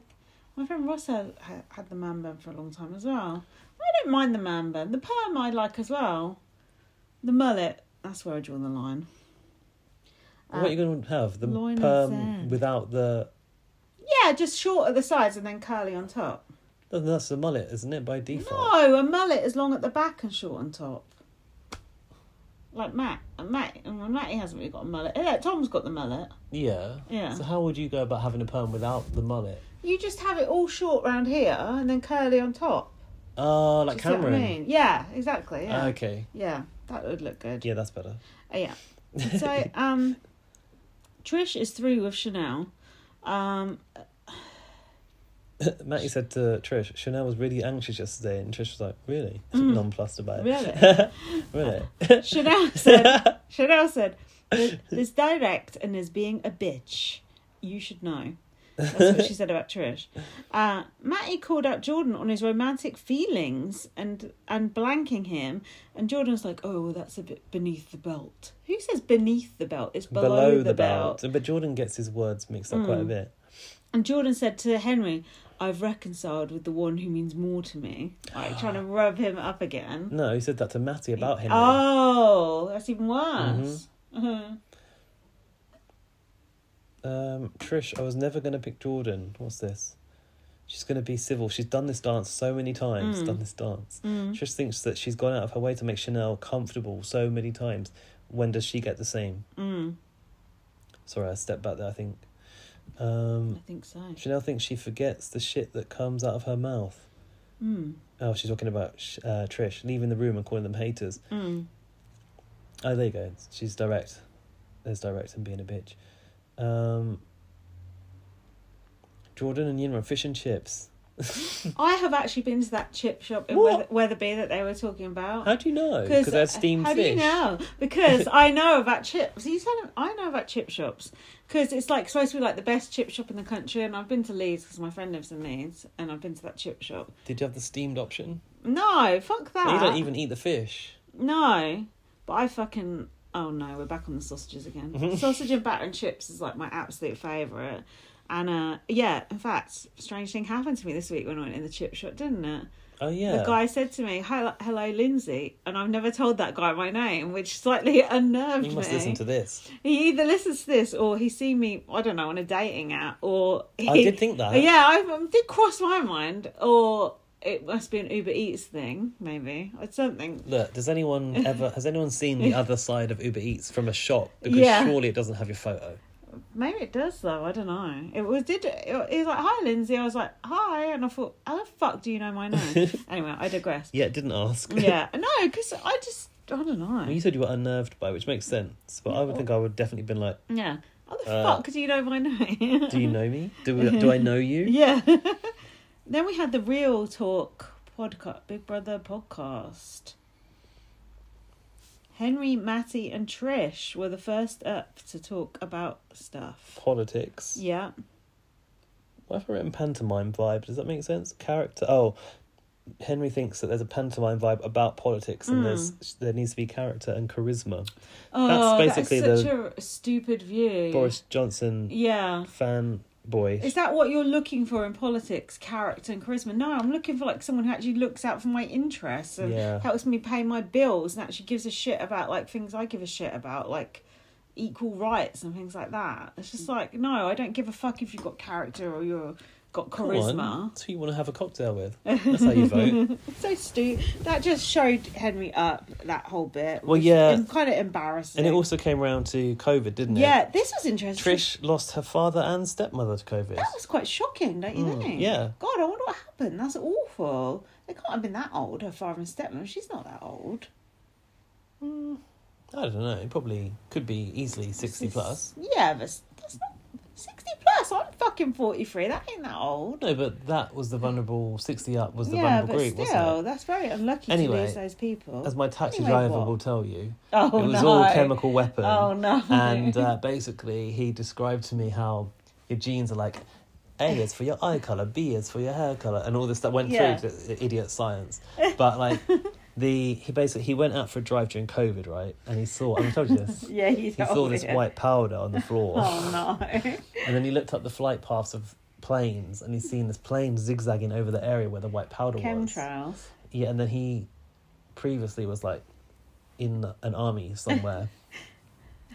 Speaker 1: My friend Ross had, had had the man bun for a long time as well. I don't mind the man bun. The perm I like as well. The mullet. That's where I draw the line.
Speaker 2: what are you going to have? The
Speaker 1: Uh, loin and
Speaker 2: perm
Speaker 1: sand.
Speaker 2: without the.
Speaker 1: Yeah, just short at the sides and then curly on top.
Speaker 2: That's the mullet, isn't it, by default?
Speaker 1: No, a mullet is long at the back and short on top. Like Matt, and Matt, and well, Matty hasn't really got a mullet. Yeah, Tom's got the mullet.
Speaker 2: Yeah.
Speaker 1: Yeah.
Speaker 2: So how would you go about having a perm without the mullet?
Speaker 1: You just have it all short round here and then curly on top.
Speaker 2: Oh, like
Speaker 1: Do you see what
Speaker 2: Cameron. Ah,
Speaker 1: I mean? Yeah, exactly. Yeah.
Speaker 2: Okay.
Speaker 1: Yeah. That would look good.
Speaker 2: Yeah, that's better.
Speaker 1: Uh, yeah. So um, Trish is through with Chanel. Um,
Speaker 2: Matty said to Trish, Chanel was really anxious yesterday, and Trish was like, "Really?" Nonplussed about it.
Speaker 1: Mm. really,
Speaker 2: Really?
Speaker 1: Chanel said. Chanel said, "Th- "There's direct and there's being a bitch. You should know." That's what she said about Trish. Uh, Matty called out Jordan on his romantic feelings and and blanking him, and Jordan's like, "Oh, well, that's a bit beneath the belt." Who says beneath the belt? It's below, the, belt. Mm.
Speaker 2: But Jordan gets his words mixed up quite a bit.
Speaker 1: And Jordan said to Henry, I've reconciled with the one who means more to me. Like trying to rub him up again.
Speaker 2: No, he said that to Matty about him.
Speaker 1: Oh, that's even worse. Uh-huh.
Speaker 2: Um, Trish, I was never going to pick Jordan. What's this? She's going to be civil. She's done this dance so many
Speaker 1: Mm.
Speaker 2: times. Done this dance.
Speaker 1: Mm-hmm.
Speaker 2: Trish thinks that she's gone out of her way to make Chanel comfortable so many times. When does she get the same?
Speaker 1: Mm,
Speaker 2: Sorry, I stepped back there. I think. Um,
Speaker 1: I think so.
Speaker 2: Chanel thinks she forgets the shit that comes out of her mouth.
Speaker 1: Mm,
Speaker 2: Oh, she's talking about sh- uh, Trish leaving the room and calling them haters.
Speaker 1: mm.
Speaker 2: Oh, there you go. She's direct. There's direct and being a bitch. Um, Jordan and Yinra, fish and chips.
Speaker 1: I have actually been to that chip shop in
Speaker 2: What?
Speaker 1: Weth- Weatherby that they were talking about. uh,
Speaker 2: How do you know? Because they had steamed
Speaker 1: how
Speaker 2: fish.
Speaker 1: do you know? Because I know about chips. You said I know about chip shops because it's like supposed to be like the best chip shop in the country. And I've been to Leeds because my friend lives in Leeds, and I've been to that chip shop.
Speaker 2: Did you have the steamed option?
Speaker 1: No, fuck that.
Speaker 2: You don't even eat the fish.
Speaker 1: No, but I fucking. Oh no, we're back on the sausages again. Sausage and batter and chips is like my absolute favourite. And uh, yeah, in fact, strange thing happened to me this week when I went in the chip shop, didn't it?
Speaker 2: Oh yeah.
Speaker 1: The guy said to me, "Hello, hello, Lindsay," and I've never told that guy my name, which slightly unnerved
Speaker 2: you must
Speaker 1: me.
Speaker 2: listen to this.
Speaker 1: He either listens to this or he's seen me, I don't know, on a dating app or. He,
Speaker 2: I did think that.
Speaker 1: Yeah, I it did cross my mind. Or it must be an Uber Eats thing, maybe. It's something.
Speaker 2: Look, does anyone ever has anyone seen the other side of Uber Eats from a shop? Because
Speaker 1: Yeah.
Speaker 2: surely it doesn't have your photo.
Speaker 1: Maybe it does though. I don't know. It was did. It was like hi Lindsay. I was like hi, and I thought how the fuck do you know my name? anyway, I digress.
Speaker 2: Yeah, it didn't ask.
Speaker 1: Yeah, no, because I just I don't know.
Speaker 2: You said you were unnerved by, it, which makes sense. But I would think I would definitely been like,
Speaker 1: Yeah, how the
Speaker 2: Uh,
Speaker 1: fuck do you know my name?
Speaker 2: "Do you know me? Do we, do I know you?"
Speaker 1: yeah. then we had the real talk podcast, Big Brother podcast. Henry, Matty, and Trish were the first up to talk about stuff.
Speaker 2: Politics.
Speaker 1: Yeah.
Speaker 2: What have I written pantomime vibe? Does that make sense? Character. Oh, Henry thinks that there's a pantomime vibe about politics, and there's
Speaker 1: Hmm.
Speaker 2: there needs to be character and charisma.
Speaker 1: Oh, that's
Speaker 2: basically
Speaker 1: such
Speaker 2: the-
Speaker 1: a stupid view.
Speaker 2: Boris Johnson
Speaker 1: Yeah.
Speaker 2: fan boy.
Speaker 1: Is that what you're looking for in politics, character and charisma? No, I'm looking for like someone who actually looks out for my interests and
Speaker 2: Yeah.
Speaker 1: helps me pay my bills and actually gives a shit about like things I give a shit about, like equal rights and things like that. It's just like, no, I don't give a fuck if you've got character or you've got
Speaker 2: Come
Speaker 1: charisma.
Speaker 2: on, That's who you want to have a cocktail with. That's how you vote.
Speaker 1: So stupid. That just showed Henry up that whole bit.
Speaker 2: Well, yeah.
Speaker 1: And kind of embarrassing.
Speaker 2: and it also came round to COVID, didn't it?
Speaker 1: Yeah, this was interesting.
Speaker 2: Trish lost her father and stepmother to COVID.
Speaker 1: That was quite shocking, don't you think?
Speaker 2: Mm, yeah.
Speaker 1: God, I wonder what happened. That's awful. They can't have been that old, her father and stepmom. She's not that old.
Speaker 2: I don't know. It probably could be easily sixty plus.
Speaker 1: Yeah, but s- that's not 60 plus. I'm fucking 43. That ain't that old.
Speaker 2: No, but that was the vulnerable sixty up was the
Speaker 1: yeah, but
Speaker 2: vulnerable group,
Speaker 1: still,
Speaker 2: wasn't
Speaker 1: that's very unlucky to
Speaker 2: Anyway,
Speaker 1: lose those people.
Speaker 2: it? As my taxi
Speaker 1: Anyway,
Speaker 2: driver
Speaker 1: what?
Speaker 2: will tell you,
Speaker 1: Oh,
Speaker 2: it was
Speaker 1: no.
Speaker 2: all chemical weapon.
Speaker 1: Oh, no.
Speaker 2: And uh, basically, he described to me how your genes are like A is for your eye color, B is for your hair color, and all this that went
Speaker 1: Yeah.
Speaker 2: through to idiot science. But like the he basically he went out for a drive during COVID, right? And he saw and I told you this.
Speaker 1: Oh, Yeah, you
Speaker 2: He saw this white powder on the floor.
Speaker 1: Oh, no.
Speaker 2: And then he looked up the flight paths of planes and he's seen this plane zigzagging over the area where the white powder was.
Speaker 1: Chemtrails.
Speaker 2: Yeah, and then he previously was like in an army somewhere.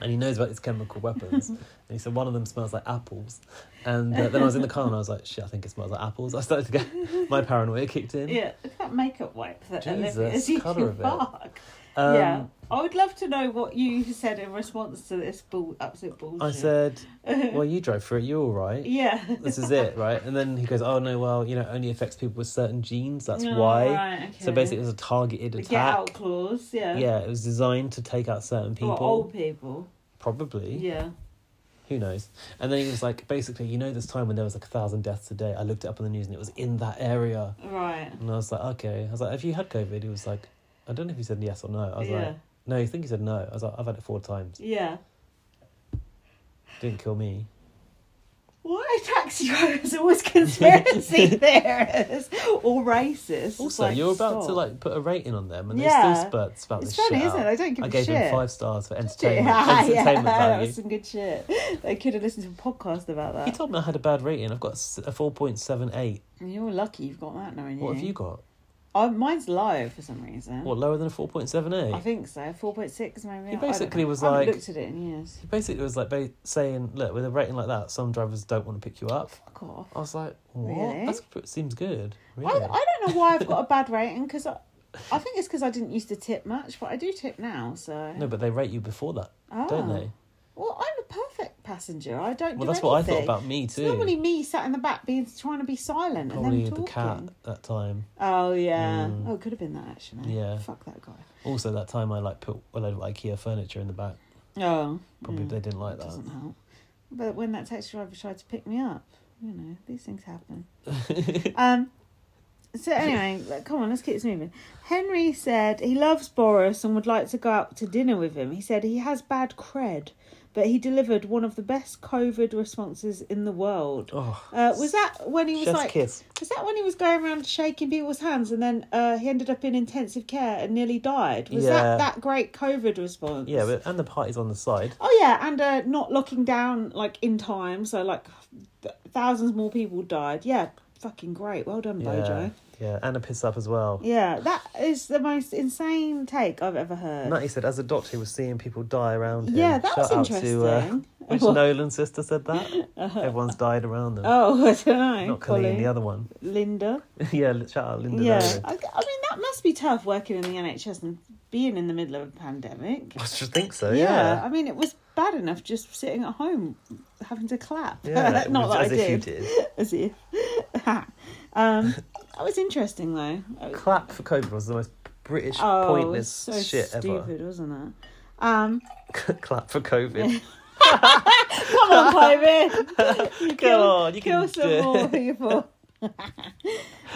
Speaker 2: And he knows about these chemical weapons. And he said, one of them smells like apples. And uh, then I was in the car and I was like, shit, I think it smells like apples. I started to get my paranoia kicked in.
Speaker 1: Yeah, look at that makeup wipe that
Speaker 2: Jesus,
Speaker 1: Olivia's using.
Speaker 2: colour of it.
Speaker 1: Fuck.
Speaker 2: Um,
Speaker 1: yeah. I would love to know what you said in response to this bull, absolute bullshit.
Speaker 2: I said, "Well, you drove through it. You're all right.
Speaker 1: yeah.
Speaker 2: This is it, right?" And then he goes, "Oh no, well, you know, it only affects people with certain genes. That's
Speaker 1: Oh,
Speaker 2: why."
Speaker 1: right,
Speaker 2: So
Speaker 1: okay.
Speaker 2: basically, it was a targeted
Speaker 1: The
Speaker 2: attack.
Speaker 1: get out clause, yeah.
Speaker 2: Yeah, it was designed to take out certain people.
Speaker 1: Or old people.
Speaker 2: Probably.
Speaker 1: Yeah.
Speaker 2: Who knows? And then he was like, basically, you know, this time when there was like a thousand deaths a day, I looked it up on the news and it was in that area.
Speaker 1: Right.
Speaker 2: And I was like, okay. I was like, have you had COVID? He was like, I don't know if he said yes or no. I was
Speaker 1: yeah.
Speaker 2: like, no, you think he said no. I was like, I've had it four times.
Speaker 1: yeah.
Speaker 2: didn't kill me.
Speaker 1: Why are taxi drivers always conspiracy theorists or racist? It's
Speaker 2: Also,
Speaker 1: like,
Speaker 2: you're about to
Speaker 1: stop.
Speaker 2: like put a rating on them and they
Speaker 1: Yeah.
Speaker 2: still spurts about
Speaker 1: It's
Speaker 2: this
Speaker 1: funny,
Speaker 2: shit.
Speaker 1: isn't it?
Speaker 2: out.
Speaker 1: They don't give
Speaker 2: I
Speaker 1: a
Speaker 2: gave
Speaker 1: shit.
Speaker 2: him five stars for entertainment,
Speaker 1: Yeah, yeah,
Speaker 2: entertainment
Speaker 1: that
Speaker 2: value.
Speaker 1: was some good shit. They could have listened to a podcast about
Speaker 2: He
Speaker 1: that.
Speaker 2: told me I had a bad rating. I've got a s- a 4.78.
Speaker 1: You're lucky you've got that now in
Speaker 2: What have you got?
Speaker 1: Oh, mine's low for some reason.
Speaker 2: What, lower than a 4.78?
Speaker 1: I think so. Four point six, maybe.
Speaker 2: He
Speaker 1: I don't
Speaker 2: basically
Speaker 1: know.
Speaker 2: was
Speaker 1: I haven't
Speaker 2: like-
Speaker 1: looked at it in years.
Speaker 2: He basically was like ba- saying, look, with a rating like that, some drivers don't want to pick you up.
Speaker 1: Fuck off.
Speaker 2: I was like, what?
Speaker 1: Really?
Speaker 2: That's, it seems good.
Speaker 1: I,
Speaker 2: Really?
Speaker 1: I don't know why I've got a bad rating because I, I think it's because I didn't used to tip much, but I do tip now. So
Speaker 2: No, but they rate you before that, don't
Speaker 1: Ah.
Speaker 2: they?
Speaker 1: Well, I'm a perfect passenger. I don't.
Speaker 2: Well,
Speaker 1: do
Speaker 2: that's what I thought
Speaker 1: anything.
Speaker 2: about me
Speaker 1: It's
Speaker 2: too.
Speaker 1: normally me sat in the back, being trying to be silent
Speaker 2: Probably
Speaker 1: and then
Speaker 2: the
Speaker 1: talking.
Speaker 2: cat that time.
Speaker 1: Oh yeah.
Speaker 2: Mm.
Speaker 1: Oh, it could have been that actually.
Speaker 2: Yeah.
Speaker 1: Fuck that guy.
Speaker 2: Also, that time I like put a load of IKEA furniture in the back.
Speaker 1: Oh.
Speaker 2: Probably
Speaker 1: yeah.
Speaker 2: they didn't like
Speaker 1: That
Speaker 2: that.
Speaker 1: doesn't help. But when that taxi driver tried to pick me up, you know, these things happen. um, so anyway, like, come on, let's keep this moving. Henry said he loves Boris and would like to go out to dinner with him. He said he has bad cred, but he delivered one of the best COVID responses in the world.
Speaker 2: Oh,
Speaker 1: Uh, was that when he was
Speaker 2: chef's
Speaker 1: like?
Speaker 2: kiss.
Speaker 1: Was that when he was going around shaking people's hands and then uh, he ended up in intensive care and nearly died? Was
Speaker 2: Yeah.
Speaker 1: that that great COVID response?
Speaker 2: Yeah, but, and the party's on the side.
Speaker 1: Oh yeah, and uh, not locking down like in time, so like th- thousands more people died. Yeah, fucking great. Well done,
Speaker 2: Yeah,
Speaker 1: Bojo.
Speaker 2: yeah, and a piss up as well.
Speaker 1: Yeah, that is the most insane take I've ever heard.
Speaker 2: Nutty said, as a doctor, he was seeing people die around him.
Speaker 1: Yeah, that
Speaker 2: Shout
Speaker 1: was
Speaker 2: out
Speaker 1: interesting.
Speaker 2: To, uh, which
Speaker 1: What? Uh-huh.
Speaker 2: Nolan's sister said that? Everyone's died around them.
Speaker 1: Oh, I don't know.
Speaker 2: Not Colleen,
Speaker 1: Colin,
Speaker 2: the other one.
Speaker 1: Linda.
Speaker 2: yeah, li- shout out Linda
Speaker 1: yeah,
Speaker 2: Nolan.
Speaker 1: I, I mean that must be tough working in the NHS and being in the middle of a pandemic.
Speaker 2: I just think so,
Speaker 1: yeah.
Speaker 2: yeah.
Speaker 1: I mean it was bad enough just sitting at home having to clap.
Speaker 2: Yeah, it
Speaker 1: not
Speaker 2: was
Speaker 1: that
Speaker 2: as
Speaker 1: I
Speaker 2: if you
Speaker 1: did.
Speaker 2: did.
Speaker 1: as if. Ha. um, that was interesting though. That was-
Speaker 2: Clap for COVID was the most British
Speaker 1: Oh,
Speaker 2: pointless
Speaker 1: it was so
Speaker 2: shit
Speaker 1: stupid, wasn't it? Um,
Speaker 2: ever. Clap for COVID.
Speaker 1: come on, COVID,
Speaker 2: Come
Speaker 1: kill,
Speaker 2: on, you
Speaker 1: kill
Speaker 2: can do
Speaker 1: some
Speaker 2: it.
Speaker 1: more people.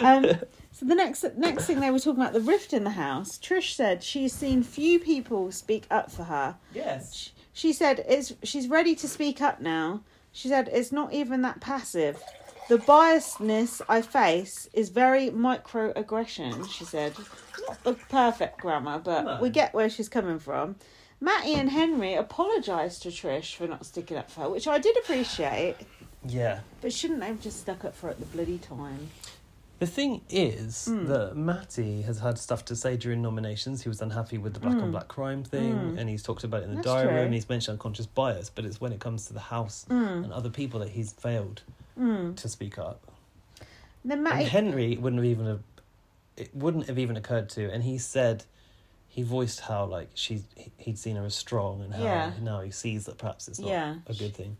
Speaker 1: um, so the next next thing they were talking about the rift in the house. Trish said she's seen few people speak up for her.
Speaker 2: Yes.
Speaker 1: She, she said it's she's ready to speak up now. She said it's not even that passive. The biasness I face is very microaggression, she said. Not the perfect grammar, but
Speaker 2: No.
Speaker 1: we get where she's coming from. Matty and Henry apologised to Trish for not sticking up for her, which I did appreciate,
Speaker 2: Yeah.
Speaker 1: but shouldn't they have just stuck up for her at the bloody time?
Speaker 2: The thing is
Speaker 1: Hmm.
Speaker 2: that Matty has had stuff to say during nominations. He was unhappy with the black on black crime thing, and he's talked about it in the
Speaker 1: Hmm. That's
Speaker 2: diary
Speaker 1: true. Hmm.
Speaker 2: room, and he's mentioned unconscious bias, but it's when it comes to the house and other people that he's failed to speak up.
Speaker 1: And then
Speaker 2: And
Speaker 1: Matty.
Speaker 2: Henry wouldn't have even have, it wouldn't have even occurred to, and he said he voiced how like she he'd seen her as strong and how
Speaker 1: Yeah.
Speaker 2: now he sees that perhaps it's not
Speaker 1: Yeah.
Speaker 2: a good thing.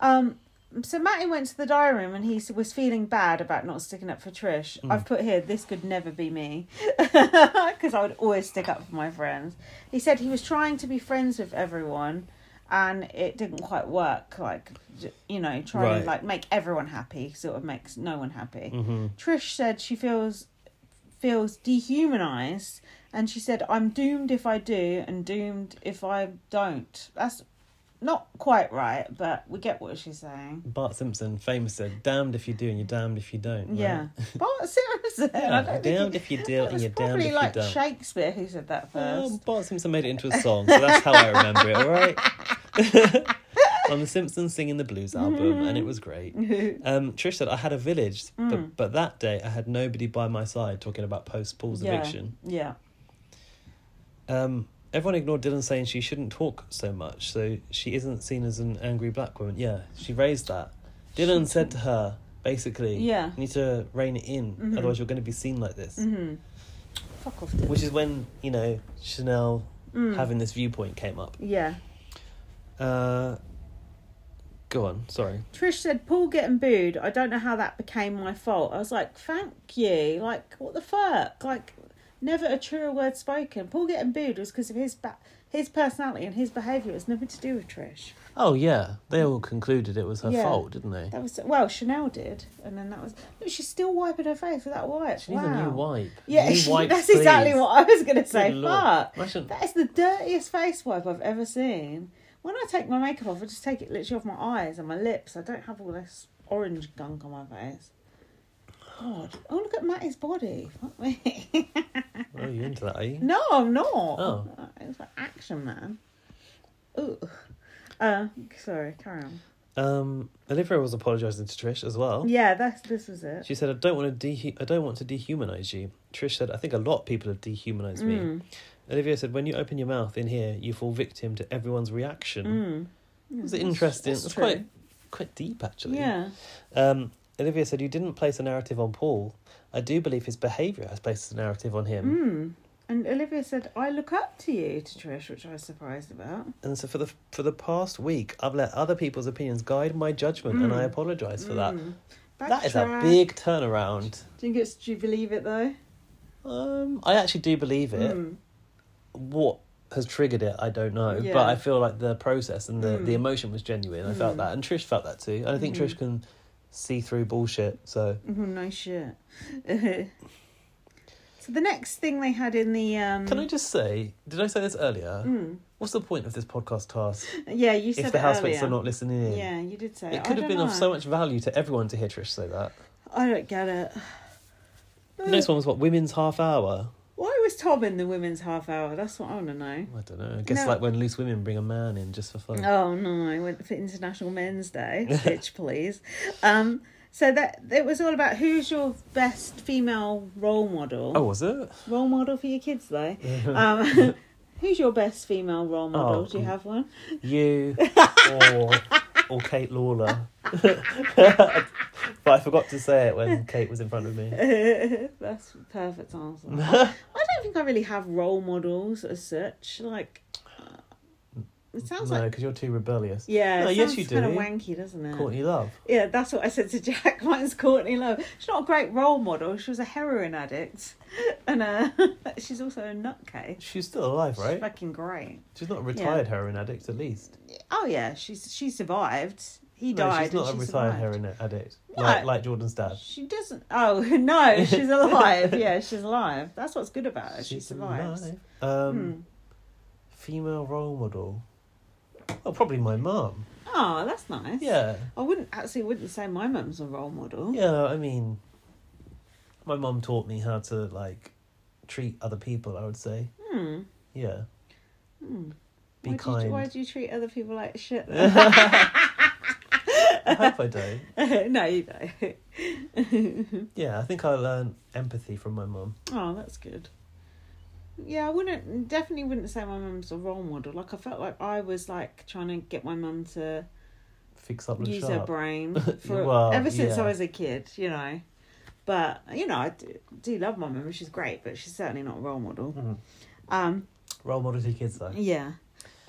Speaker 1: Um, so Matty went to the diary room and he s- was feeling bad about not sticking up for Trish. I've put here, this could never be me, because I would always stick up for my friends. He said he was trying to be friends with everyone, and it didn't quite work. Like, j- you know, trying
Speaker 2: Right. Hmm.
Speaker 1: to like make everyone happy sort of makes no one happy. Trish said she feels feels dehumanized, and she said, "I'm doomed if I do, and doomed if I don't." That's not quite right, but we get what she's saying.
Speaker 2: Bart Simpson famous said, "Damned if you do, and you're damned if you don't." right?
Speaker 1: Yeah, but seriously, I
Speaker 2: Yeah,
Speaker 1: don't
Speaker 2: you're
Speaker 1: think
Speaker 2: damned if you deal
Speaker 1: it
Speaker 2: and
Speaker 1: was
Speaker 2: you're damned
Speaker 1: probably
Speaker 2: if
Speaker 1: like
Speaker 2: you don't. Oh,
Speaker 1: Shakespeare who said that first.
Speaker 2: Well, Bart Simpson made it into a song, so that's how I remember it, all right? On The Simpsons singing the blues album, and it was great. Um, Trish said, I had a village,
Speaker 1: Mm.
Speaker 2: but, but that day I had nobody by my side talking about post Paul's
Speaker 1: yeah,
Speaker 2: eviction.
Speaker 1: yeah,
Speaker 2: Um, everyone ignored Dylan saying she shouldn't talk so much, so she isn't seen as an angry black woman. Yeah, she raised that. Dylan said to her, basically,
Speaker 1: Yeah. Mm-hmm.
Speaker 2: you need to rein it in, otherwise you're going to be seen like this.
Speaker 1: Fuck off, dude.
Speaker 2: which is when you know Chanel
Speaker 1: Mm.
Speaker 2: having this viewpoint came up.
Speaker 1: Yeah.
Speaker 2: Uh, go on. Sorry.
Speaker 1: Trish said, Paul getting booed. I don't know how that became my fault. I was like, thank you. Like, what the fuck? Like, never a truer word spoken. Paul getting booed was because of his ba- his personality and his behaviour. It was nothing to do with Trish.
Speaker 2: Oh yeah, they all concluded it was her
Speaker 1: Yeah.
Speaker 2: fault, didn't they?
Speaker 1: That was, well, Chanel did. And then that was, look, she's still wiping her face with that wipe.
Speaker 2: She needs
Speaker 1: wow.
Speaker 2: a new wipe.
Speaker 1: Yeah,
Speaker 2: new wipe,
Speaker 1: that's
Speaker 2: please.
Speaker 1: exactly what I was going to
Speaker 2: Good
Speaker 1: say.
Speaker 2: lord.
Speaker 1: Fuck.
Speaker 2: Imagine-
Speaker 1: That is the dirtiest face wipe I've ever seen. When I take my makeup off, I just take it literally off my eyes and my lips. I don't have all this orange gunk on my face. God. Oh, look at Matty's body. Fuck me.
Speaker 2: Oh, you into that? Are you?
Speaker 1: no, I'm not.
Speaker 2: Oh.
Speaker 1: It's like action, man. Ooh. Uh, sorry, carry on.
Speaker 2: Um, Olivia was apologising to Trish as well.
Speaker 1: Yeah, that's, this was it.
Speaker 2: She said, "I don't want to de- I don't want to dehumanise you." Trish said, "I think a lot of people have dehumanised me."
Speaker 1: Mm.
Speaker 2: Olivia said, "When you open your mouth in here, you fall victim to everyone's reaction."
Speaker 1: Mm.
Speaker 2: It was interesting.
Speaker 1: That's
Speaker 2: It's
Speaker 1: true.
Speaker 2: quite quite deep actually.
Speaker 1: Yeah.
Speaker 2: Um, Olivia said, "You didn't place a narrative on Paul. I do believe his behaviour has placed a narrative on him."
Speaker 1: Mm. And Olivia said, I look up to you, to Trish, which I was surprised about.
Speaker 2: And so for the for the past week, I've let other people's opinions guide my judgment, and
Speaker 1: Mm.
Speaker 2: I apologise for that.
Speaker 1: Mm.
Speaker 2: That is a
Speaker 1: Backtrack.
Speaker 2: big turnaround.
Speaker 1: Do you, think it's, do you believe it though?
Speaker 2: Um, I actually do believe it.
Speaker 1: Mm.
Speaker 2: What has triggered it, I don't know.
Speaker 1: Yeah.
Speaker 2: But I feel like the process and the,
Speaker 1: Mm.
Speaker 2: the emotion was genuine. I
Speaker 1: Mm.
Speaker 2: felt that, and Trish felt that too. And I think
Speaker 1: Mhm.
Speaker 2: Trish can see through bullshit. So
Speaker 1: Oh, no shit. so the next thing they had in the um.
Speaker 2: can I just say, did I say this earlier?
Speaker 1: Mm.
Speaker 2: What's the point of this podcast task
Speaker 1: Yeah, you said
Speaker 2: if the
Speaker 1: it
Speaker 2: housemates
Speaker 1: earlier.
Speaker 2: are not listening in?
Speaker 1: Yeah, you did say
Speaker 2: It could
Speaker 1: I
Speaker 2: have been
Speaker 1: don't
Speaker 2: of so
Speaker 1: know.
Speaker 2: much value to everyone to hear Trish say that.
Speaker 1: I don't get it.
Speaker 2: The next one was what women's half hour.
Speaker 1: Why was Tom in the women's half hour? That's what I want to know.
Speaker 2: I don't know. I guess
Speaker 1: No.
Speaker 2: like when loose women bring a man in just for fun.
Speaker 1: Oh no, I went for International Men's Day. Bitch, please. Um, so that it was all about who's your best female role model.
Speaker 2: Oh, was it?
Speaker 1: Role model for your kids though. Um, who's your best female role model?
Speaker 2: Oh,
Speaker 1: Do you have one?
Speaker 2: You or or Kate Lawler. but I forgot to say it when Kate was in front of me.
Speaker 1: That's a perfect answer. I don't think I really have role models as such. Like, uh, it sounds
Speaker 2: no,
Speaker 1: like
Speaker 2: because you're too rebellious.
Speaker 1: yeah,
Speaker 2: No,
Speaker 1: it
Speaker 2: yes, you
Speaker 1: kind of
Speaker 2: do.
Speaker 1: wanky, doesn't it?
Speaker 2: Courtney Love.
Speaker 1: Yeah, that's what I said to Jack. Mine's Courtney Love. She's not a great role model. She was a heroin addict, and uh, she's also a nutcase.
Speaker 2: She's still alive,
Speaker 1: She's
Speaker 2: right?
Speaker 1: fucking great.
Speaker 2: She's not a retired heroin addict, at least.
Speaker 1: Oh yeah, she's she survived. He
Speaker 2: No,
Speaker 1: died.
Speaker 2: she's not a
Speaker 1: and she
Speaker 2: retired
Speaker 1: survived.
Speaker 2: heroin addict.
Speaker 1: No.
Speaker 2: Like, like Jordan's dad.
Speaker 1: She doesn't. Oh no, she's alive. yeah, she's alive. That's what's good about her. She survives.
Speaker 2: alive. Um,
Speaker 1: Hmm.
Speaker 2: Female role model. Oh, probably my mum.
Speaker 1: Oh, that's nice.
Speaker 2: Yeah.
Speaker 1: I wouldn't actually wouldn't say my mum's a role model.
Speaker 2: Yeah, I mean, my mum taught me how to like treat other people. I would say,
Speaker 1: Hmm.
Speaker 2: yeah,
Speaker 1: hmm. why Do
Speaker 2: be
Speaker 1: you,
Speaker 2: kind.
Speaker 1: why do you treat other people like shit? then?
Speaker 2: I hope I don't.
Speaker 1: no, you don't.
Speaker 2: Yeah, I think I learned empathy from my mum.
Speaker 1: Oh, that's good. Yeah, I wouldn't definitely wouldn't say my mum's a role model. Like I felt like I was like trying to get my mum to
Speaker 2: Fix up
Speaker 1: use
Speaker 2: Lashard.
Speaker 1: her brain for
Speaker 2: Well,
Speaker 1: ever since
Speaker 2: yeah.
Speaker 1: I was a kid, you know. But you know, I do, do love my mum. She's great, but she's certainly not a role model.
Speaker 2: Mhm.
Speaker 1: Um,
Speaker 2: Role model to kids though.
Speaker 1: yeah.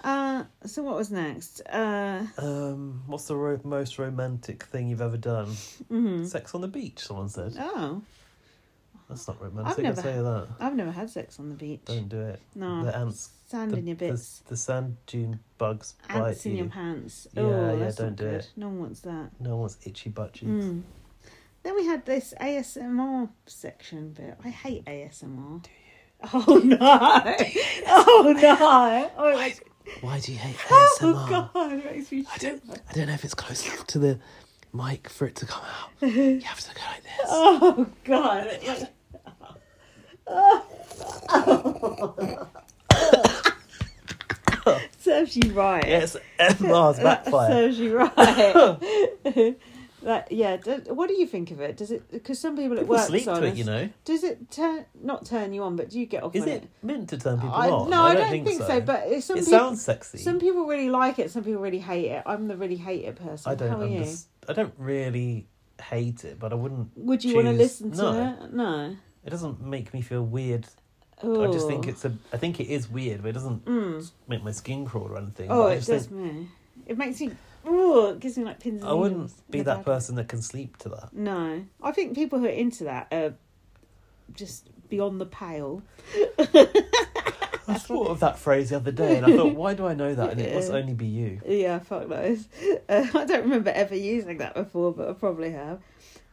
Speaker 1: Uh, so what was next? Uh,
Speaker 2: Um, what's the ro- most romantic thing you've ever done?
Speaker 1: mhm.
Speaker 2: Sex on the beach. Someone said
Speaker 1: oh,
Speaker 2: that's not romantic. I'd
Speaker 1: never
Speaker 2: say that.
Speaker 1: I've never had sex on the beach.
Speaker 2: Don't do it.
Speaker 1: No.
Speaker 2: The ants.
Speaker 1: Sand
Speaker 2: the,
Speaker 1: in your
Speaker 2: the-
Speaker 1: bits,
Speaker 2: The, sand dune bugs
Speaker 1: ants
Speaker 2: bite
Speaker 1: in
Speaker 2: you.
Speaker 1: your pants.
Speaker 2: Yeah,
Speaker 1: oh,
Speaker 2: yeah,
Speaker 1: that's
Speaker 2: don't
Speaker 1: not
Speaker 2: do
Speaker 1: good.
Speaker 2: it.
Speaker 1: No one wants that.
Speaker 2: No one's itchy butt cheeks.
Speaker 1: Mm. Then we had this ASMR section bit. I hate ASMR. Do you? Oh no! oh no! Oh, it makes-
Speaker 2: Why do you hate
Speaker 1: oh,
Speaker 2: ASMR?
Speaker 1: god! It makes me.
Speaker 2: I
Speaker 1: shit.
Speaker 2: don't. I don't know if it's close enough to the mic for it to come out. You have to go like this.
Speaker 1: Oh god! It makes- Serves you right.
Speaker 2: Yes, Mars
Speaker 1: That
Speaker 2: backfire.
Speaker 1: Serves you right. That, yeah, d- what do you think of it? Does it because some people at
Speaker 2: People
Speaker 1: work
Speaker 2: sleep to it, you know.
Speaker 1: Does it turn not turn you on, but do you get off?
Speaker 2: Is
Speaker 1: on
Speaker 2: it meant to turn people
Speaker 1: I,
Speaker 2: on?
Speaker 1: No, I don't, think, so. But it's some
Speaker 2: it
Speaker 1: people,
Speaker 2: sounds sexy.
Speaker 1: some people really like it. Some people really hate it. I'm the really hate it person.
Speaker 2: I don't.
Speaker 1: How are
Speaker 2: Under- I don't really hate it, but I wouldn't.
Speaker 1: you? Would you want to
Speaker 2: choose-
Speaker 1: listen to
Speaker 2: no.
Speaker 1: it? No.
Speaker 2: It doesn't make me feel weird. I just think
Speaker 1: Ooh.
Speaker 2: it's a. I think it is weird, but it doesn't
Speaker 1: Mm.
Speaker 2: make my skin crawl or anything.
Speaker 1: Oh,
Speaker 2: but I
Speaker 1: it
Speaker 2: just
Speaker 1: does
Speaker 2: think
Speaker 1: me. It makes me. Ooh, it gives me like pins. And
Speaker 2: I wouldn't
Speaker 1: needles.
Speaker 2: be
Speaker 1: Yeah,
Speaker 2: that
Speaker 1: bad.
Speaker 2: person that can sleep to that.
Speaker 1: No, I think people who are into that are just beyond the pale.
Speaker 2: I thought of that phrase the other day, and I thought, why do I know that? And it must
Speaker 1: Yeah.
Speaker 2: only be you.
Speaker 1: Yeah, fuck those. Uh, I don't remember ever using that before, but I probably have.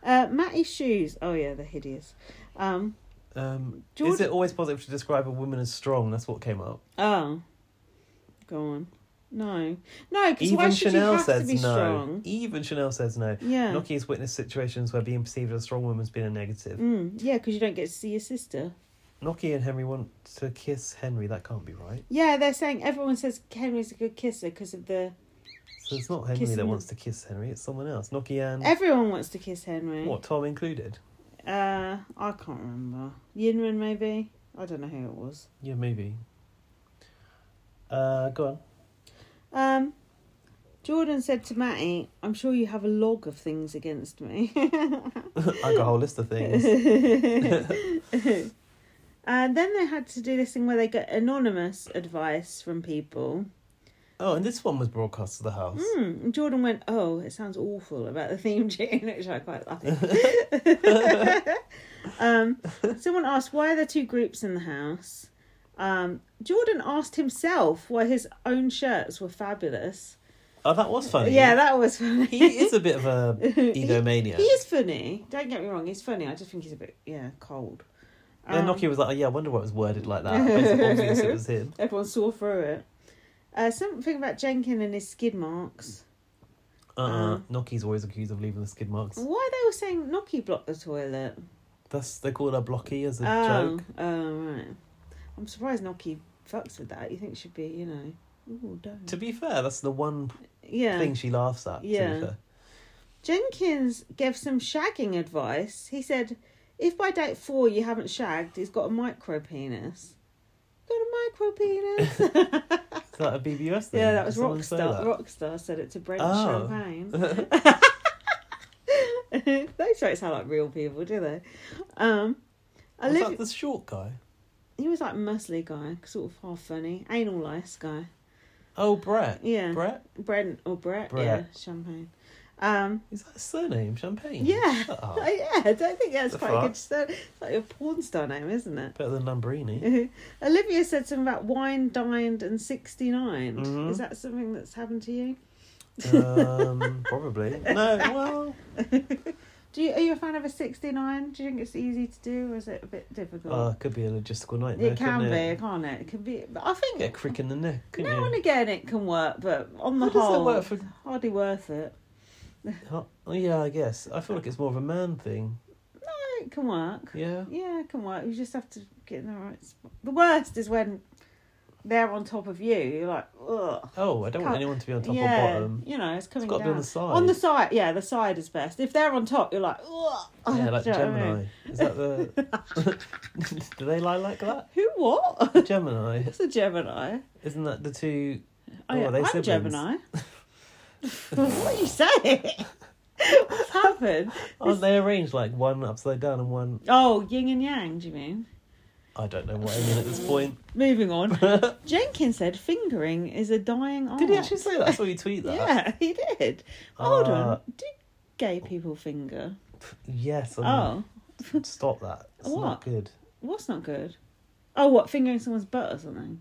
Speaker 1: Uh, Matty's shoes. Oh yeah, they're hideous. Um,
Speaker 2: Um, is
Speaker 1: George-
Speaker 2: it always positive to describe a woman as strong? That's what came up.
Speaker 1: oh, go on. No, no, because why
Speaker 2: Even
Speaker 1: should you
Speaker 2: Chanel
Speaker 1: have to
Speaker 2: says
Speaker 1: be
Speaker 2: no.
Speaker 1: strong?
Speaker 2: Even Chanel says no.
Speaker 1: Yeah.
Speaker 2: Nokia's witnessed situations where being perceived as a strong woman's been a negative.
Speaker 1: Mm, yeah, because you don't get to see your sister.
Speaker 2: Nokia and Henry want to kiss Henry. That can't be right.
Speaker 1: Yeah, they're saying everyone says Henry's a good kisser because of the.
Speaker 2: So it's not Henry
Speaker 1: Kissing
Speaker 2: that
Speaker 1: the-
Speaker 2: wants to kiss Henry. It's someone else. Nokia and
Speaker 1: Everyone wants to kiss Henry.
Speaker 2: what Tom included.
Speaker 1: Uh, I can't remember. Yinran maybe. I don't know who it was.
Speaker 2: Yeah, maybe. Uh, go on.
Speaker 1: Um, Jordan said to Matty, "I'm sure you have a log of things against me."
Speaker 2: I got a whole list of things.
Speaker 1: and Uh, then they had to do this thing where they get anonymous advice from people.
Speaker 2: Oh, and this one was broadcast to the house.
Speaker 1: Hmm, and Jordan went, "Oh, it sounds awful about the theme tune," which I quite like. um, someone asked, "Why are there two groups in the house?" Um, Jordan asked himself why his own shirts were fabulous.
Speaker 2: Oh, that was funny.
Speaker 1: Yeah, that was funny.
Speaker 2: he is a bit of a egomaniac.
Speaker 1: He is funny. Don't get me wrong. He's funny. I just think he's a bit yeah cold.
Speaker 2: And
Speaker 1: Um,
Speaker 2: Nokia was like, oh, yeah, I wonder why it was worded like that. But it's obvious it was him.
Speaker 1: Everyone saw through it. Uh, something about Jenkin and his skid marks.
Speaker 2: Uh,
Speaker 1: Uh.
Speaker 2: Nokia's always accused of leaving the skid marks.
Speaker 1: Why they were saying Noki blocked the toilet?
Speaker 2: That's they call her blocky as a
Speaker 1: oh,
Speaker 2: joke.
Speaker 1: oh right. I'm surprised Noki fucks with that. You think she'd be you know. Ooh, don't.
Speaker 2: To be fair, that's the one
Speaker 1: Yeah.
Speaker 2: thing she laughs at. To
Speaker 1: Yeah.
Speaker 2: be fair.
Speaker 1: Jenkins gave some shagging advice. He said, if by date four you haven't shagged, he's got a micro penis. Got a micro penis.
Speaker 2: Is that a BBS thing?
Speaker 1: Yeah, that was
Speaker 2: Did someone say
Speaker 1: Rockstar.
Speaker 2: that?
Speaker 1: Rockstar said it to Brent
Speaker 2: Oh.
Speaker 1: Champagne. Those don't sound like real people, do they? Um,
Speaker 2: Was
Speaker 1: Olivia,
Speaker 2: that the short guy?
Speaker 1: he was like muscly guy, sort of half funny, anal lice guy.
Speaker 2: Oh, Brett.
Speaker 1: Yeah,
Speaker 2: Brett?
Speaker 1: Brent or Brett, yeah,
Speaker 2: Brett.
Speaker 1: Champagne. Um,
Speaker 2: Is that his surname? Champagne?
Speaker 1: yeah,
Speaker 2: Shut up.
Speaker 1: yeah, I don't think that's
Speaker 2: The
Speaker 1: quite a good. So, it's like a porn star name, isn't it?
Speaker 2: Better than Lambrini.
Speaker 1: Olivia said something about wine, dined, and 69.
Speaker 2: Mhm.
Speaker 1: Is that something that's happened to you?
Speaker 2: um, probably. No, well,
Speaker 1: Do you, are you a fan of a 69? Do you think it's easy to do or is it a bit difficult?
Speaker 2: uh, could be a logistical nightmare.
Speaker 1: it can
Speaker 2: couldn't
Speaker 1: be,
Speaker 2: It?
Speaker 1: can't it? It can be. But I think
Speaker 2: Get a crick in the neck, couldn't
Speaker 1: now and
Speaker 2: you?
Speaker 1: again it can work, but on the
Speaker 2: How does
Speaker 1: whole,
Speaker 2: that work for?
Speaker 1: hardly worth it.
Speaker 2: Oh, yeah, I guess. I feel like it's more of a man thing.
Speaker 1: No, it can work.
Speaker 2: Yeah.
Speaker 1: Yeah, it can work. You just have to get in the right spot. The worst is when they're on top of you. You're like, ugh.
Speaker 2: Oh, I don't want
Speaker 1: Can't-
Speaker 2: anyone to be on top
Speaker 1: yeah,
Speaker 2: or bottom.
Speaker 1: you know, it's
Speaker 2: It's
Speaker 1: coming
Speaker 2: got to be
Speaker 1: down.
Speaker 2: on the side.
Speaker 1: On the side, yeah, the side is best. If they're on top, you're like, ugh.
Speaker 2: Yeah, like
Speaker 1: Oh, Do you know what I mean?
Speaker 2: Gemini. Is that the? Do they lie like that?
Speaker 1: Who what?
Speaker 2: Gemini.
Speaker 1: It's a Gemini.
Speaker 2: Isn't that the two?
Speaker 1: Oh,
Speaker 2: Oh,
Speaker 1: yeah,
Speaker 2: are they
Speaker 1: I'm
Speaker 2: siblings?
Speaker 1: Gemini. what are you saying? What's happened?
Speaker 2: Aren't they arranged like one upside down and one?
Speaker 1: Oh, yin and yang, do you mean?
Speaker 2: I don't know what I mean at this point.
Speaker 1: Moving on.
Speaker 2: Did
Speaker 1: Jenkins said fingering is a dying art.
Speaker 2: he actually say that? I saw you tweet that.
Speaker 1: Yeah, he did. Hold
Speaker 2: Uh,
Speaker 1: on. Do gay people finger?
Speaker 2: Yes. I
Speaker 1: Oh,
Speaker 2: mean, Stop that. It's not
Speaker 1: What?
Speaker 2: good.
Speaker 1: what's not good? Oh, what, fingering someone's butt or something?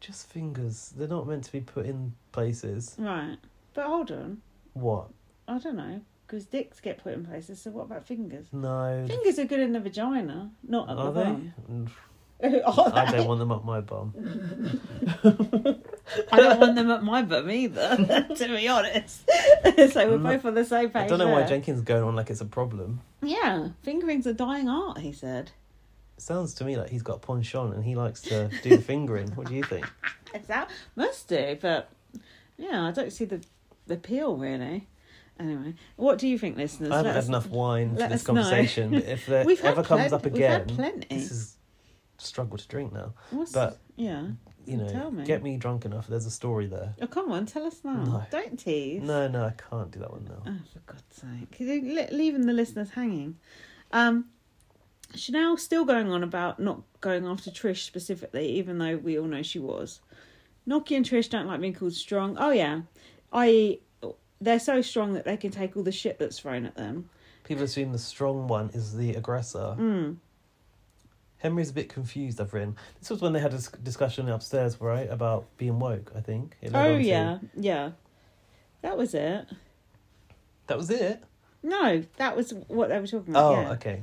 Speaker 2: Just fingers. They're not meant to be put in places.
Speaker 1: Right. But hold on.
Speaker 2: What?
Speaker 1: I don't know. Because dicks get put in places, so what about fingers?
Speaker 2: No.
Speaker 1: Fingers are good in the vagina, not at
Speaker 2: Are
Speaker 1: the
Speaker 2: they?
Speaker 1: bum. Oh,
Speaker 2: Mm,
Speaker 1: Are
Speaker 2: I
Speaker 1: they?
Speaker 2: don't want them up my bum.
Speaker 1: I don't want them at my bum either, to be honest. so we're
Speaker 2: Mm.
Speaker 1: both on the same page.
Speaker 2: I don't know why
Speaker 1: there.
Speaker 2: Jenkins is going on like it's a problem.
Speaker 1: Yeah, fingering's a dying art, he said.
Speaker 2: Sounds to me like he's got penchant and he likes to do the fingering. What do you think?
Speaker 1: It's out. Must do, but yeah, I don't see the the appeal really. Anyway, what do you think, listeners?
Speaker 2: I haven't
Speaker 1: Let
Speaker 2: had
Speaker 1: us-
Speaker 2: enough wine for
Speaker 1: let
Speaker 2: this
Speaker 1: us know.
Speaker 2: conversation. but if there
Speaker 1: We've had
Speaker 2: ever comes up
Speaker 1: plen- we've had
Speaker 2: again,
Speaker 1: plenty.
Speaker 2: this is struggle to drink now.
Speaker 1: What's-
Speaker 2: but-
Speaker 1: yeah.
Speaker 2: You know,
Speaker 1: Tell me.
Speaker 2: get me drunk enough. There's a story there.
Speaker 1: Oh, come on, tell us now.
Speaker 2: No.
Speaker 1: Don't tease.
Speaker 2: No, no, I can't
Speaker 1: Uh.
Speaker 2: do that one now.
Speaker 1: Oh, for God's sake. You're le- Leaving the listeners hanging. Um, Chanel still going on about not going after Trish specifically, even though we all know she was. Nokia and Trish don't like being called strong. Oh yeah, i.e. they're so strong that they can take all the shit that's thrown at them.
Speaker 2: People assume the strong one is the aggressor.
Speaker 1: Mm. Hmm.
Speaker 2: Henry's a bit confused, I've written. This was when they had a s- discussion upstairs, right, about being woke, I think. It led
Speaker 1: Oh
Speaker 2: on to-
Speaker 1: yeah, yeah. That was it.
Speaker 2: That was it?
Speaker 1: No, that was what they were talking about.
Speaker 2: Oh,
Speaker 1: Mm, yeah.
Speaker 2: okay.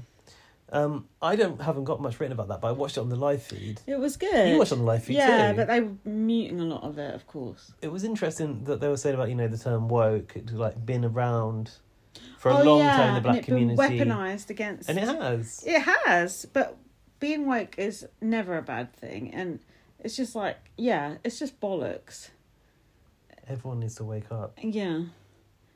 Speaker 2: Um, I don't haven't got much written about that, but I watched it on the live feed.
Speaker 1: It was good.
Speaker 2: You watched on the E live feed
Speaker 1: yeah,
Speaker 2: too.
Speaker 1: but they were muting a lot of it, of course.
Speaker 2: It was interesting that they were saying about, you know, the term woke, it like been around for a
Speaker 1: oh,
Speaker 2: long
Speaker 1: yeah,
Speaker 2: time in the black
Speaker 1: and it
Speaker 2: community.
Speaker 1: Been weaponized against.
Speaker 2: And it has.
Speaker 1: It has, but being woke is never a bad thing, and it's just like, yeah, it's just bollocks.
Speaker 2: Everyone needs to wake up,
Speaker 1: Yeah,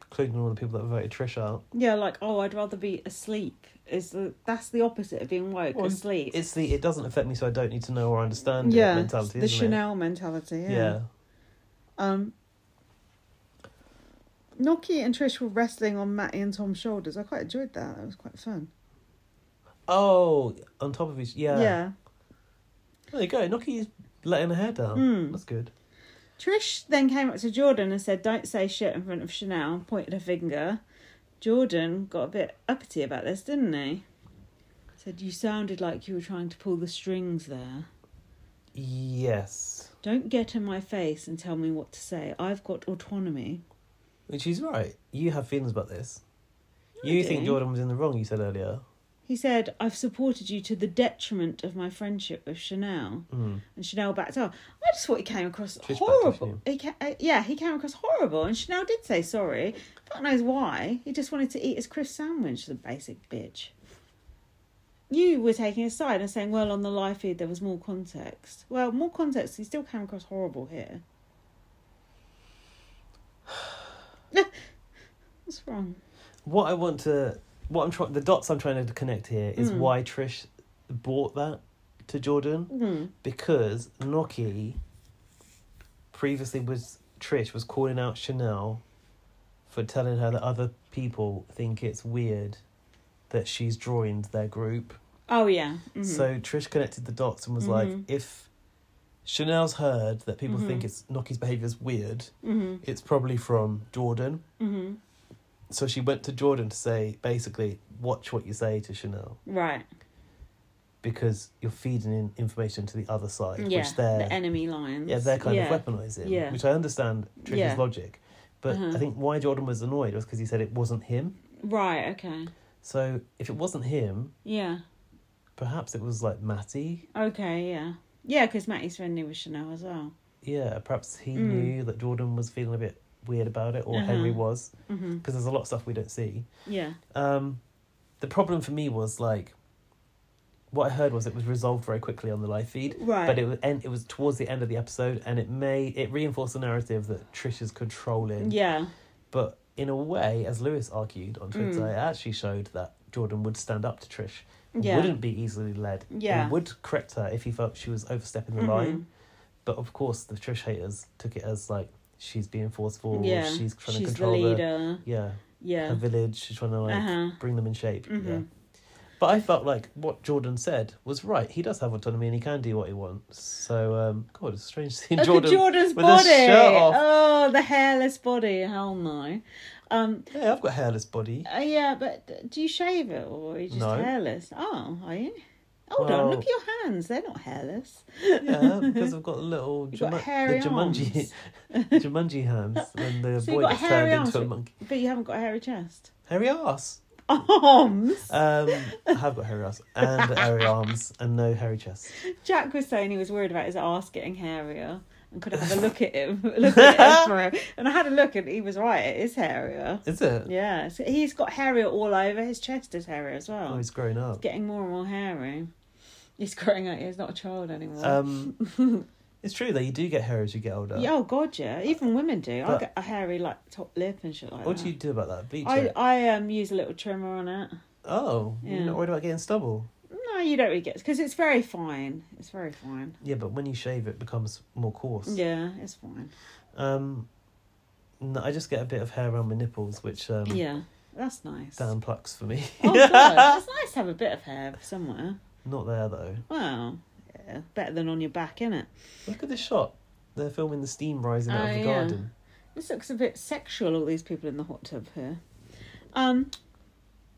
Speaker 2: including all the people that voted Trish out.
Speaker 1: yeah, like oh, I'd rather be asleep. Is the that's the opposite of being woke?
Speaker 2: Well,
Speaker 1: asleep.
Speaker 2: It's the it doesn't affect me, so I don't need to know or understand
Speaker 1: yeah,
Speaker 2: it mentality,
Speaker 1: the
Speaker 2: isn't
Speaker 1: Chanel mentality.
Speaker 2: it?
Speaker 1: Yeah. Um. Noki and Trish were wrestling on Matty and Tom's shoulders. I quite enjoyed that. That was quite fun.
Speaker 2: Oh, on top of each, yeah.
Speaker 1: yeah.
Speaker 2: There you go. Noki's letting her hair down.
Speaker 1: Mm.
Speaker 2: That's good.
Speaker 1: Trish then came up to Jordan and said, Don't say shit in front of Chanel, and pointed her finger. Jordan got a bit uppity about this, didn't he? Said, You sounded like you were trying to pull the strings there.
Speaker 2: Yes,
Speaker 1: Don't get in my face and tell me what to say. I've got autonomy.
Speaker 2: which is right. You have feelings about this.
Speaker 1: I
Speaker 2: you
Speaker 1: do.
Speaker 2: think Jordan was in the wrong? You said earlier.
Speaker 1: He said, I've supported you to the detriment of my friendship with Chanel.
Speaker 2: Mm.
Speaker 1: And Chanel backed off. I just thought he came across
Speaker 2: Trish backed off,
Speaker 1: horrible. He ca- uh, yeah, he came across horrible. And Chanel did say sorry. Fuck knows why. He just wanted to eat his crisp sandwich, the basic bitch. You were taking his side and saying, well, on the live feed there was more context. Well, more context, he still came across horrible here. What's wrong?
Speaker 2: What I want to, what I'm trying, the dots I'm trying to connect here is
Speaker 1: Mm.
Speaker 2: why Trish bought that to Jordan
Speaker 1: Mm.
Speaker 2: because Noki previously was Trish was calling out Chanel for telling her that other people think it's weird that she's joined their group.
Speaker 1: Oh, yeah. Mhm.
Speaker 2: So Trish connected the dots and was like,
Speaker 1: Mhm.
Speaker 2: if Chanel's heard that people think
Speaker 1: Mhm.
Speaker 2: it's Noki's behaviour's weird,
Speaker 1: Mhm.
Speaker 2: it's probably from Jordan.
Speaker 1: Mhm.
Speaker 2: So she went to Jordan to say, basically, watch what you say to Chanel
Speaker 1: Right.
Speaker 2: because you're feeding in information to the other side,
Speaker 1: Yeah.
Speaker 2: which they're
Speaker 1: The enemy lines.
Speaker 2: yeah they're kind
Speaker 1: Yeah.
Speaker 2: of weaponizing,
Speaker 1: Yeah.
Speaker 2: which I understand Trish's
Speaker 1: Yeah.
Speaker 2: logic. But
Speaker 1: Uh-huh.
Speaker 2: I think why Jordan was annoyed was because he said it wasn't him.
Speaker 1: Right, okay.
Speaker 2: So if it wasn't him,
Speaker 1: Yeah.
Speaker 2: perhaps it was like Matty.
Speaker 1: Okay, yeah. Yeah, because Matty's friendly with Chanel as well.
Speaker 2: Yeah, perhaps he
Speaker 1: Mm.
Speaker 2: knew that Jordan was feeling a bit weird about it, or
Speaker 1: Uh-huh.
Speaker 2: Henry was,
Speaker 1: hmm
Speaker 2: because there's a lot of stuff we don't see.
Speaker 1: Yeah.
Speaker 2: Um, the problem for me was like, what I heard was it was resolved very quickly on the live feed,
Speaker 1: Right.
Speaker 2: but it was and it was towards the end of the episode, and it may it reinforced the narrative that Trish is controlling.
Speaker 1: yeah.
Speaker 2: But in a way, as Lewis argued on Twitter,
Speaker 1: Mm.
Speaker 2: it actually showed that Jordan would stand up to Trish,
Speaker 1: Yeah.
Speaker 2: wouldn't be easily led, and
Speaker 1: Yeah.
Speaker 2: would correct her if he felt she was overstepping the
Speaker 1: Mhm.
Speaker 2: line. But of course, the Trish haters took it as like she's being forceful,
Speaker 1: Mm-hmm. yeah.
Speaker 2: she's trying
Speaker 1: She's
Speaker 2: to control
Speaker 1: the
Speaker 2: the,
Speaker 1: leader.
Speaker 2: yeah her
Speaker 1: Yeah.
Speaker 2: village, she's trying to like
Speaker 1: Uh-huh.
Speaker 2: bring them in shape. Yeah.
Speaker 1: Mhm.
Speaker 2: But I felt like what Jordan said was right. He does have autonomy and he can do what he wants. So, um, God, it's strange seeing
Speaker 1: Look
Speaker 2: Jordan.
Speaker 1: at Jordan's
Speaker 2: with his
Speaker 1: body.
Speaker 2: shirt off.
Speaker 1: Oh, the hairless body. Hell no. Um.
Speaker 2: Hey, I've got a hairless body.
Speaker 1: uh, yeah, but do you shave it or are you just
Speaker 2: No.
Speaker 1: hairless? Oh, are you? Hold on. Look at your hands. They're not hairless.
Speaker 2: Yeah, because I've got little
Speaker 1: You've got
Speaker 2: Juman-
Speaker 1: hairy
Speaker 2: the Jumanji, Jumanji hands, and the
Speaker 1: So you've
Speaker 2: boy
Speaker 1: got
Speaker 2: gets
Speaker 1: hairy
Speaker 2: turned into a
Speaker 1: arms.
Speaker 2: monkey.
Speaker 1: But you haven't got a hairy chest. Oh,
Speaker 2: Hairy ass.
Speaker 1: Arms.
Speaker 2: Um, I have got hairy ass and hairy arms and no hairy chest.
Speaker 1: Jack was saying he was worried about his arse getting hairier and could have a look at him, look at him for him. And I had a look, and he was right. It is hairier.
Speaker 2: Is it?
Speaker 1: Yeah, so he's got hairier all over. His chest is hairier as
Speaker 2: Oh,
Speaker 1: well.
Speaker 2: he's grown
Speaker 1: It's
Speaker 2: up.
Speaker 1: getting more and more hairy. He's growing up. He's not a child anymore.
Speaker 2: Um, it's true though. You do get hair as you get older.
Speaker 1: yeah, oh god, yeah. Even women do. I
Speaker 2: But-
Speaker 1: get a hairy like top lip and shit like
Speaker 2: What
Speaker 1: that.
Speaker 2: do you do about that? Bleach
Speaker 1: I
Speaker 2: it?
Speaker 1: I um use a little trimmer on it.
Speaker 2: Oh,
Speaker 1: Yeah.
Speaker 2: you're not worried about getting stubble.
Speaker 1: No, you don't really get because it's very fine. It's very fine.
Speaker 2: Yeah, but when you shave, it becomes more coarse.
Speaker 1: Yeah, it's fine.
Speaker 2: Um, no, I just get a bit of hair around my nipples, which um,
Speaker 1: Yeah. That's nice.
Speaker 2: Dan plucks for me.
Speaker 1: Oh, God. That's nice to have a bit of hair somewhere.
Speaker 2: Not there though.
Speaker 1: Well, yeah, better than on your back, innit?
Speaker 2: Look at this shot. They're filming the steam rising out
Speaker 1: Oh,
Speaker 2: of the
Speaker 1: yeah.
Speaker 2: garden.
Speaker 1: This looks a bit sexual, all these people in the hot tub here. Um,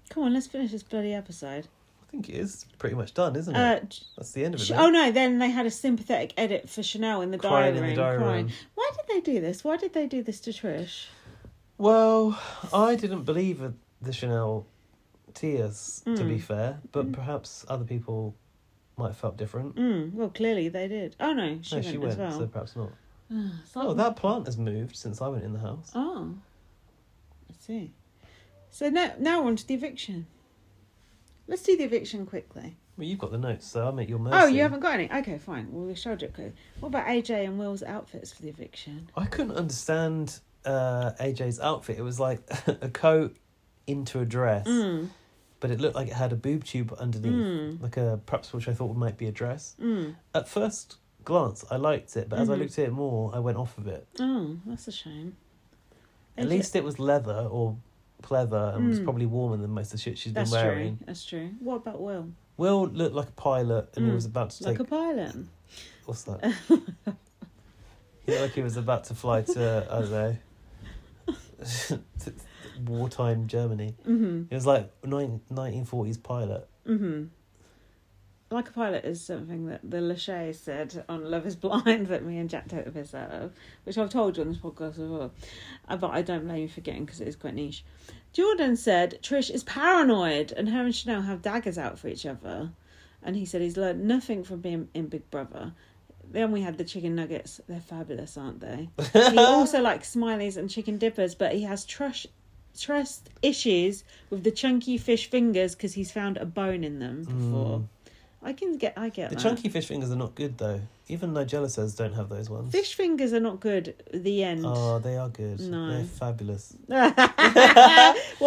Speaker 1: come on, let's finish this bloody episode.
Speaker 2: I think it is pretty much done, isn't it?
Speaker 1: Uh,
Speaker 2: That's the end of it.
Speaker 1: Ch-
Speaker 2: then.
Speaker 1: oh no! Then they had a sympathetic edit for Chanel in the diary
Speaker 2: Crying in the
Speaker 1: room.
Speaker 2: diary
Speaker 1: crying.
Speaker 2: room.
Speaker 1: Why did they do this? Why did they do this to Trish?
Speaker 2: Well, I didn't believe in the Chanel tears, to
Speaker 1: Hmm.
Speaker 2: be fair, but perhaps other people might have felt different.
Speaker 1: Mm, well, clearly they did. Oh no, she
Speaker 2: no,
Speaker 1: went
Speaker 2: she
Speaker 1: as
Speaker 2: went,
Speaker 1: well.
Speaker 2: so perhaps not.
Speaker 1: Ah, it's like-
Speaker 2: Oh, that plant has moved since I went in the house.
Speaker 1: Oh, I see. So now, now we're on to the eviction. Let's do the eviction quickly.
Speaker 2: Well, you've got the notes, so I'm at your mercy.
Speaker 1: Oh, you haven't got any? Okay, fine. Well, we showed it quickly. What about AJ and Will's outfits for the eviction?
Speaker 2: I couldn't understand uh, AJ's outfit. It was like a coat into a dress,
Speaker 1: Mm,
Speaker 2: but it looked like it had a boob tube underneath,
Speaker 1: Mm.
Speaker 2: like a perhaps which I thought might be a dress.
Speaker 1: mm.
Speaker 2: At first glance, I liked it, but as I
Speaker 1: Mhm.
Speaker 2: looked at it more, I went off of it.
Speaker 1: Oh, that's a shame.
Speaker 2: At
Speaker 1: AJ
Speaker 2: least it was leather or pleather and was
Speaker 1: Mm.
Speaker 2: probably warmer than most of the shit she's been
Speaker 1: That's
Speaker 2: wearing.
Speaker 1: true. That's true. What about Will?
Speaker 2: Will looked like a pilot and he
Speaker 1: Mm.
Speaker 2: was about to
Speaker 1: Like
Speaker 2: take.
Speaker 1: a pilot.
Speaker 2: What's that? he looked like he was about to fly to, I don't know, to wartime Germany.
Speaker 1: Mm-hmm.
Speaker 2: It was like nine, 1940s pilot.
Speaker 1: Mm-hmm. Like a pilot is something that the Lachey said on Love is Blind that me and Jack took the piss out of, which I've told you on this podcast before. Uh, But I don't blame you for getting because it is quite niche. Jordan said Trish is paranoid and her and Chanel have daggers out for each other. And he said he's learned nothing from being in Big Brother. Then we had the chicken nuggets. They're fabulous, aren't they? he also likes smileys and chicken dippers, but he has trush, trust issues with the chunky fish fingers because he's found a bone in them before.
Speaker 2: Mm.
Speaker 1: I can get, I get
Speaker 2: The
Speaker 1: that.
Speaker 2: chunky fish fingers are not good though. Even Nigella says don't have those ones.
Speaker 1: fish fingers are not good. at The end.
Speaker 2: Oh, they are good.
Speaker 1: No.
Speaker 2: They're fabulous.
Speaker 1: what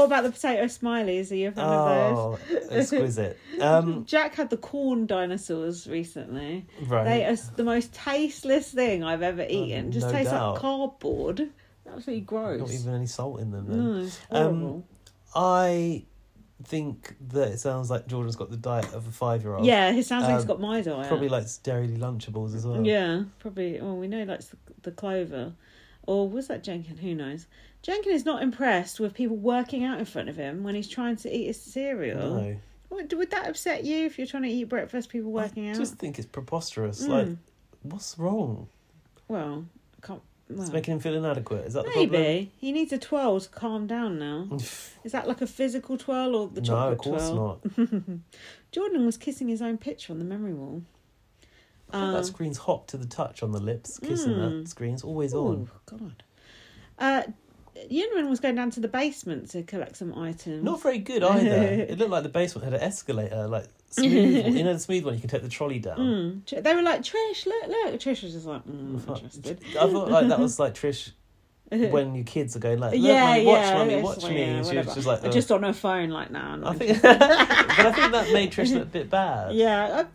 Speaker 1: about the potato smileys? Are you a fan of those?
Speaker 2: Oh, exquisite. Um,
Speaker 1: Jack had the corn dinosaurs recently.
Speaker 2: right. Oh,
Speaker 1: They are the most tasteless thing I've ever eaten. Just
Speaker 2: no
Speaker 1: tastes
Speaker 2: doubt.
Speaker 1: like cardboard. Absolutely gross.
Speaker 2: Not even any salt in them. Then.
Speaker 1: no, it's
Speaker 2: Um,
Speaker 1: horrible.
Speaker 2: I think that it sounds like Jordan's got the diet of a five year old.
Speaker 1: yeah, it sounds like he's
Speaker 2: um,
Speaker 1: got my diet.
Speaker 2: Probably likes dairy lunchables as well.
Speaker 1: Yeah, probably. Well, we know he likes the, the clover. Or was that Jenkin? Who knows? Jenkin is not impressed with people working out in front of him when he's trying to eat his cereal.
Speaker 2: No.
Speaker 1: Would, would that upset you if you're trying to eat breakfast, people working
Speaker 2: I
Speaker 1: out?
Speaker 2: just think it's preposterous.
Speaker 1: Mm.
Speaker 2: Like, what's wrong?
Speaker 1: Well, can't. Well,
Speaker 2: It's making him feel inadequate. Is that the problem?
Speaker 1: maybe. He needs a twirl to calm down now. Is that like a physical twirl or the
Speaker 2: no,
Speaker 1: chocolate
Speaker 2: of course
Speaker 1: twirl?
Speaker 2: not.
Speaker 1: Jordan was kissing his own picture on the memory wall.
Speaker 2: Oh,
Speaker 1: Um,
Speaker 2: that screen's hot to the touch on the lips. Kissing
Speaker 1: Mm.
Speaker 2: that screen's always
Speaker 1: Oh
Speaker 2: on.
Speaker 1: God. Uh, Yunrin was going down to the basement to collect some items.
Speaker 2: Not very good either. it looked like the basement had an escalator, like smooth. you know, the smooth one you can take the trolley down.
Speaker 1: Mm. Tr- They were like Trish, look, look. Trish was just like, mm, not
Speaker 2: Fuck.
Speaker 1: interested.
Speaker 2: I thought like that was like Trish when your kids are going like, Look,
Speaker 1: yeah,
Speaker 2: mummy,
Speaker 1: yeah.
Speaker 2: watch, mummy,
Speaker 1: it's
Speaker 2: watch
Speaker 1: like,
Speaker 2: me.
Speaker 1: yeah,
Speaker 2: and she was
Speaker 1: whatever.
Speaker 2: just like, "Ugh."
Speaker 1: just on her phone, like now. Nah,
Speaker 2: I
Speaker 1: I
Speaker 2: think, but I think that made Trish look a bit bad.
Speaker 1: yeah, I, I don't,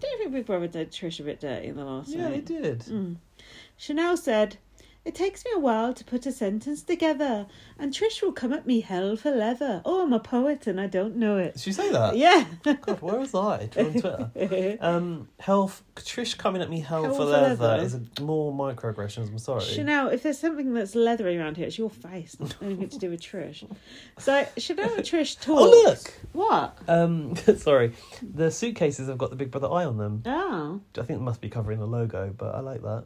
Speaker 1: don't think Big Brother did Trish a bit dirty in the last.
Speaker 2: Yeah, they
Speaker 1: night.
Speaker 2: did.
Speaker 1: Mm. Chanel said, It takes me a while to put a sentence together, and Trish will come at me hell for leather. Oh, I'm a poet and I don't know it.
Speaker 2: Did she say that?
Speaker 1: Yeah.
Speaker 2: God, where was I? On Twitter. Um, health. Trish coming at me hell,
Speaker 1: Hell
Speaker 2: for
Speaker 1: for
Speaker 2: leather,
Speaker 1: leather.
Speaker 2: is a, more microaggressions. I'm sorry.
Speaker 1: Chanel, if there's something that's leathery around here, it's your face. It's anything to do with Trish. So Chanel and Trish talk.
Speaker 2: oh look.
Speaker 1: What?
Speaker 2: Um, sorry, the suitcases have got the Big Brother eye on them.
Speaker 1: Oh.
Speaker 2: I think it must be covering the logo, but I like that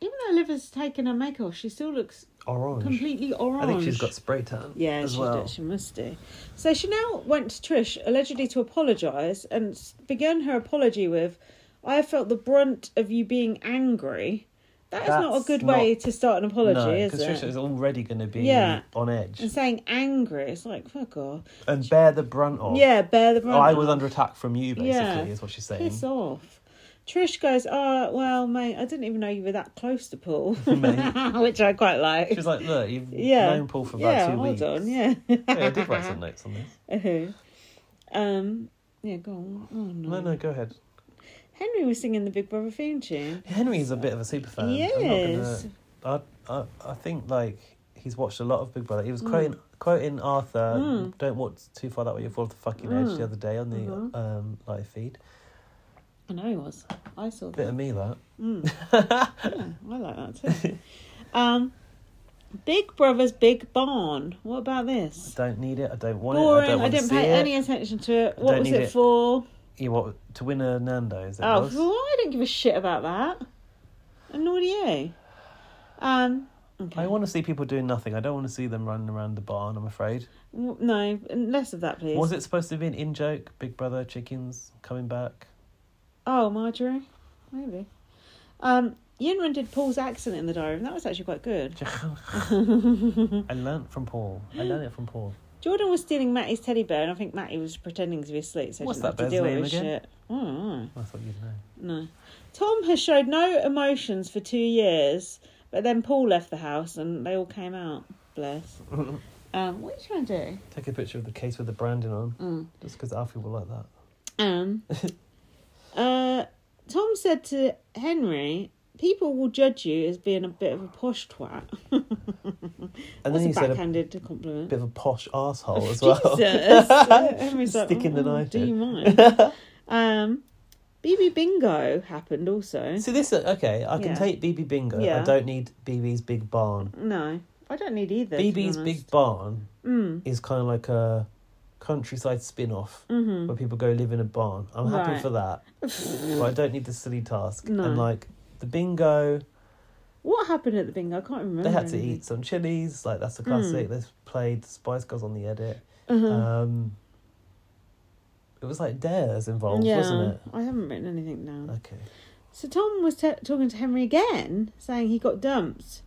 Speaker 1: Even though Liv has taken her makeup off, she still looks
Speaker 2: orange.
Speaker 1: completely orange.
Speaker 2: Oh, I think she's got spray tan.
Speaker 1: Yeah,
Speaker 2: as
Speaker 1: she,
Speaker 2: well.
Speaker 1: did, she must do. So Chanel went to Trish allegedly to apologise and s- began her apology with, I have felt the brunt of you being angry. That is not a
Speaker 2: That's
Speaker 1: good way
Speaker 2: not-
Speaker 1: to start an apology, is
Speaker 2: because
Speaker 1: it?
Speaker 2: Trisha is already going to be
Speaker 1: Yeah.
Speaker 2: on edge
Speaker 1: And saying angry, it's like, fuck off.
Speaker 2: and bear the brunt of.
Speaker 1: Yeah, bear the
Speaker 2: Oh,
Speaker 1: brunt.
Speaker 2: I was
Speaker 1: off.
Speaker 2: under attack from you, basically,
Speaker 1: Yeah.
Speaker 2: is what she's saying.
Speaker 1: Piss off. Trish goes, oh, well, mate, I didn't even know you were that close to Paul.
Speaker 2: Mate.
Speaker 1: Which I quite like.
Speaker 2: She was like, "Look, you've
Speaker 1: yeah.
Speaker 2: known Paul for about
Speaker 1: yeah,
Speaker 2: two
Speaker 1: hold
Speaker 2: weeks."
Speaker 1: on, yeah.
Speaker 2: yeah, I did write some notes on this.
Speaker 1: Uh-huh. um, yeah, go on. Oh,
Speaker 2: No, no, go ahead.
Speaker 1: Henry was singing the Big Brother theme tune.
Speaker 2: Henry's a bit of a super fan.
Speaker 1: Yes.
Speaker 2: I'm not gonna, I, I, I think like he he's watched a lot of Big Brother. He was quoting quoting Arthur,
Speaker 1: Mm.
Speaker 2: "Don't walk too far that way, you'll fall off the fucking edge."
Speaker 1: Mm.
Speaker 2: The other day on the
Speaker 1: Mhm.
Speaker 2: um, live feed,
Speaker 1: I know he was. I saw
Speaker 2: bit
Speaker 1: that.
Speaker 2: of me that.
Speaker 1: Mm. yeah, I like that too. Um, Big Brother's Big Barn. What about
Speaker 2: I
Speaker 1: this?
Speaker 2: don't need it. I don't want
Speaker 1: Boring.
Speaker 2: it. I don't want
Speaker 1: didn't
Speaker 2: to see
Speaker 1: pay
Speaker 2: it.
Speaker 1: any attention to it. What
Speaker 2: don't
Speaker 1: was
Speaker 2: need
Speaker 1: it,
Speaker 2: it.
Speaker 1: for?
Speaker 2: You what to win a Nando's? It
Speaker 1: Oh,
Speaker 2: was.
Speaker 1: well, I don't give a shit about that. And nor do you. Um, okay.
Speaker 2: I want to see people doing nothing. I don't want to see them running around the barn. I'm afraid.
Speaker 1: W- No, less of that, please.
Speaker 2: Was it supposed to be an in joke? Big Brother chickens coming back.
Speaker 1: Oh, Marjorie, maybe. Um, Yinran did Paul's accent in the diary, and that was actually quite good.
Speaker 2: I learnt from Paul. I learned it from Paul.
Speaker 1: Jordan was stealing Matty's teddy bear, and I think Matty was pretending to be asleep, so he
Speaker 2: What's
Speaker 1: didn't
Speaker 2: that
Speaker 1: have to
Speaker 2: bear's
Speaker 1: deal
Speaker 2: name
Speaker 1: with his
Speaker 2: again?
Speaker 1: shit. Oh,
Speaker 2: I thought you'd know.
Speaker 1: no. Tom has showed no emotions for two years, but then Paul left the house, and they all came out. Bless. Um, what are you trying to do?
Speaker 2: Take a picture of the case with the branding on,
Speaker 1: Mm.
Speaker 2: just because Alfie will like that.
Speaker 1: Um, uh, Tom said to Henry, "People will judge you as being a bit of a posh twat."
Speaker 2: And
Speaker 1: That's
Speaker 2: then
Speaker 1: a
Speaker 2: he said a
Speaker 1: backhanded uh, compliment.
Speaker 2: bit of a posh asshole as well.
Speaker 1: Jesus. Henry's like,
Speaker 2: Sticking the
Speaker 1: "Oh,
Speaker 2: knife
Speaker 1: Do
Speaker 2: in."
Speaker 1: you mind? um, BB Bingo happened also.
Speaker 2: So this uh, okay, I can
Speaker 1: Yeah.
Speaker 2: take BB Bingo.
Speaker 1: Yeah.
Speaker 2: I don't need BB's Big Barn.
Speaker 1: No, I don't need either. to be
Speaker 2: BB's Big
Speaker 1: honest.
Speaker 2: Barn
Speaker 1: Mm.
Speaker 2: is kind of like a countryside spin-off
Speaker 1: Mm-hmm.
Speaker 2: where people go live in a barn. I'm happy
Speaker 1: Right.
Speaker 2: for that, but I don't need the silly task.
Speaker 1: No.
Speaker 2: And like the bingo,
Speaker 1: What happened at the bingo? I can't remember.
Speaker 2: they had to
Speaker 1: anything.
Speaker 2: eat some chilies. Like that's a
Speaker 1: Mm.
Speaker 2: classic. They played Spice Girls on the edit.
Speaker 1: Uh-huh.
Speaker 2: Um, it was like dares involved,
Speaker 1: yeah,
Speaker 2: wasn't it? Uh,
Speaker 1: I haven't written anything down.
Speaker 2: Okay.
Speaker 1: So Tom was t- talking to Henry again, saying he got dumped,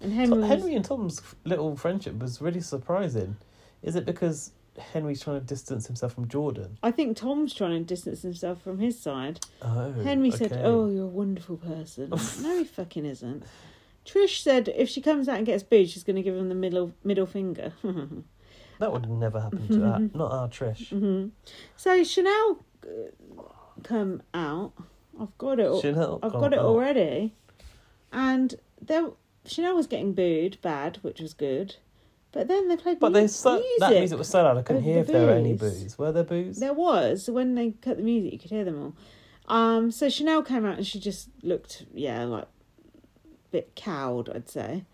Speaker 1: and Henry. was-
Speaker 2: Henry, Henry and Tom's little friendship was really surprising. Is it because Henry's trying to distance himself from Jordan?
Speaker 1: I think Tom's trying to distance himself from his side.
Speaker 2: Oh,
Speaker 1: Henry said,
Speaker 2: okay.
Speaker 1: "Oh, you're a wonderful person." no, he fucking isn't. Trish said, "If she comes out and gets booed, she's going to give him the middle middle finger." Mm-hmm.
Speaker 2: that would never happen to that. Not our Trish.
Speaker 1: hmm So Chanel uh, come out. I've got it. al-
Speaker 2: Chanel
Speaker 1: Mm-hmm. I've
Speaker 2: come
Speaker 1: got it
Speaker 2: out.
Speaker 1: already. And there, Chanel was getting booed bad, which was good. But then they played.
Speaker 2: But
Speaker 1: mu-
Speaker 2: they so, that music was so loud I couldn't
Speaker 1: of
Speaker 2: hear
Speaker 1: the
Speaker 2: if there were any
Speaker 1: boos.
Speaker 2: boos. Were there boos?
Speaker 1: There was when they cut the music, you could hear them all. Um, so Chanel came out and she just looked, yeah, like a bit cowed, I'd say.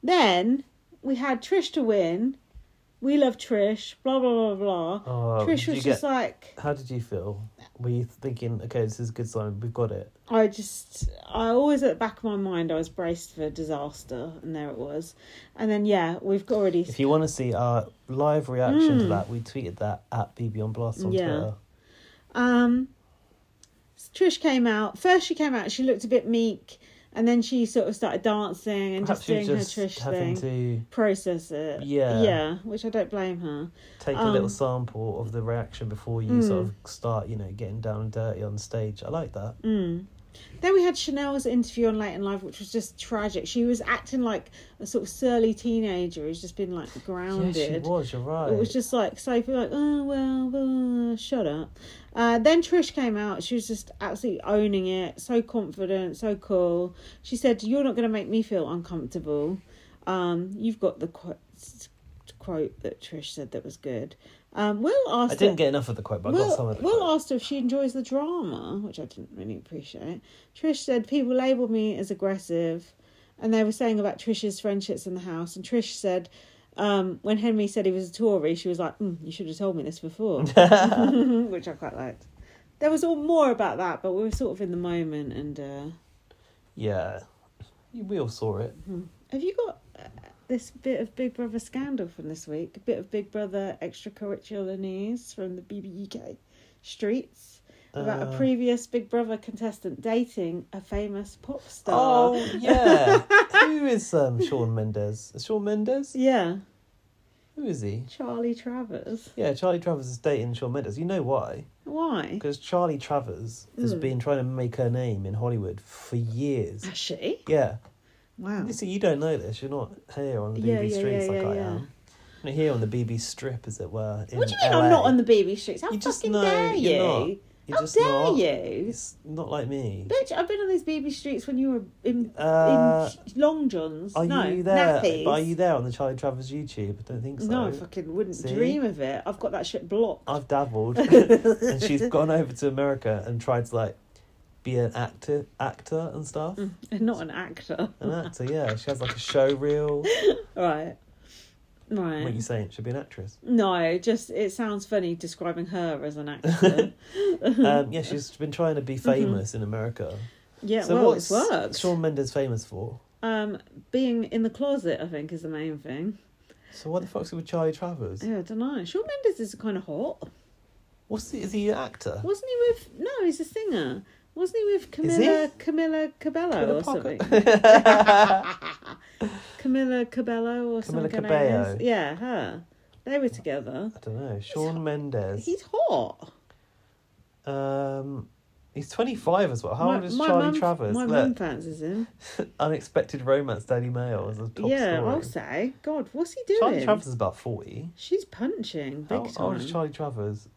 Speaker 1: Then we had Trish to win. We love Trish. Blah blah blah blah.
Speaker 2: Oh,
Speaker 1: Trish
Speaker 2: did you
Speaker 1: was just
Speaker 2: get-
Speaker 1: like,
Speaker 2: How did you feel? Were you thinking, okay, this is a good sign, we've got it?
Speaker 1: I just, I always at the back of my mind, I was braced for disaster, and there it was. And then yeah, we've got already.
Speaker 2: If you want to see our live reaction to
Speaker 1: Mm.
Speaker 2: that, we tweeted that at BB on Blast on
Speaker 1: Yeah.
Speaker 2: Twitter.
Speaker 1: Um, Trish came out. First, she came out. She looked a bit meek, and then she sort of started dancing and
Speaker 2: Perhaps
Speaker 1: just
Speaker 2: you're
Speaker 1: doing
Speaker 2: just
Speaker 1: her Trish
Speaker 2: having
Speaker 1: thing. Process it.
Speaker 2: Yeah.
Speaker 1: Yeah, which I don't blame her.
Speaker 2: to take a
Speaker 1: Um, hmm.
Speaker 2: little sample of the reaction before you sort of start, you know, getting down and dirty on stage. I like that.
Speaker 1: Mm. Then we had Chanel's interview on Late in Live, which was just tragic. She was acting like a sort of surly teenager who's just been like grounded.
Speaker 2: Yeah, she was. You're right.
Speaker 1: It was just like so people were like, oh well, well, shut up. Uh, then Trish came out. She was just absolutely owning it. So confident, so cool. She said, "You're not going to make me feel uncomfortable." Um, you've got the quote, quote that Trish said that was good. Um, Will asked.
Speaker 2: I didn't
Speaker 1: her-
Speaker 2: get enough of the quote, but I got some
Speaker 1: Will,
Speaker 2: of the
Speaker 1: Will
Speaker 2: quote.
Speaker 1: asked her if she enjoys the drama, which I didn't really appreciate. Trish said people labelled me as aggressive, and they were saying about Trish's friendships in the house. And Trish said, um, when Henry said he was a Tory, she was like, mm, "You should have told me this before," which I quite liked. There was all more about that, but we were sort of in the moment. And uh,
Speaker 2: Yeah, we all saw it.
Speaker 1: have you got uh, this bit of Big Brother scandal from this week? A bit of Big Brother extracurricular news from the BBUK streets. about
Speaker 2: Uh,
Speaker 1: a previous Big Brother contestant dating a famous pop star.
Speaker 2: Oh yeah, who is um Sean Mendes? Is Sean Mendes?
Speaker 1: Yeah,
Speaker 2: Who is he?
Speaker 1: Charlie Travers.
Speaker 2: Yeah, Charlie Travers is dating Sean Mendes. You know why?
Speaker 1: Why?
Speaker 2: Because Charlie Travers has
Speaker 1: Mm.
Speaker 2: been trying to make her name in Hollywood for years.
Speaker 1: Has she?
Speaker 2: Yeah.
Speaker 1: Wow.
Speaker 2: You see, you don't know this. You're not here on the BB
Speaker 1: Yeah, yeah,
Speaker 2: streets
Speaker 1: yeah,
Speaker 2: like
Speaker 1: yeah,
Speaker 2: I
Speaker 1: yeah.
Speaker 2: am. You're here on the BB strip, as it were.
Speaker 1: What do you mean I'm not on the BB streets? How
Speaker 2: You just
Speaker 1: fucking
Speaker 2: know
Speaker 1: dare
Speaker 2: you're
Speaker 1: you?
Speaker 2: not. You're
Speaker 1: How
Speaker 2: just
Speaker 1: dare
Speaker 2: not.
Speaker 1: you?
Speaker 2: It's not like me.
Speaker 1: Bitch, I've been on these BB streets when you were in,
Speaker 2: Uh,
Speaker 1: in long johns.
Speaker 2: Are
Speaker 1: no,
Speaker 2: you there?
Speaker 1: nappies.
Speaker 2: But are you there on the Charlie Travers YouTube? I don't think so.
Speaker 1: No, I fucking wouldn't
Speaker 2: See?
Speaker 1: dream of it. I've got that shit blocked.
Speaker 2: I've dabbled, and she's gone over to America and tried to like be an actor, actor and stuff.
Speaker 1: Mm, Not an actor.
Speaker 2: An actor, yeah. She has like a show reel.
Speaker 1: Right.
Speaker 2: What are you
Speaker 1: Right.
Speaker 2: saying? She'll be an actress.
Speaker 1: No, just it sounds funny describing her as an actor.
Speaker 2: Um, yeah, she's been trying to be famous in America.
Speaker 1: Mm-hmm. yeah, well, it's worked.
Speaker 2: Shawn Mendes famous for?
Speaker 1: Um, being in the closet, I think, is the main thing.
Speaker 2: So what the fuck's it with Charlie Travers?
Speaker 1: Yeah, I don't know. Shawn Mendes is kind of hot.
Speaker 2: What's the, is he an actor?
Speaker 1: Wasn't he with? No, he's a singer. Wasn't he with
Speaker 2: Is he?
Speaker 1: Camilla Camilla Cabello
Speaker 2: Camilla
Speaker 1: or
Speaker 2: Parker.
Speaker 1: something? Camilla Cabello or
Speaker 2: Camilla
Speaker 1: something.
Speaker 2: Cabello.
Speaker 1: Cabello. Yeah, her. They were together.
Speaker 2: I don't know. Sean Mendes.
Speaker 1: He's hot.
Speaker 2: Um, he's 25 as well. How
Speaker 1: My-
Speaker 2: old is
Speaker 1: my
Speaker 2: Charlie
Speaker 1: mum-
Speaker 2: Travers?
Speaker 1: My
Speaker 2: Look,
Speaker 1: mum fancies him.
Speaker 2: Unexpected Romance Daily Mail is a top
Speaker 1: yeah,
Speaker 2: story.
Speaker 1: I'll say. God, what's he doing?
Speaker 2: Charlie Travers is about 40.
Speaker 1: She's punching big
Speaker 2: How old
Speaker 1: time.
Speaker 2: is Charlie Travers?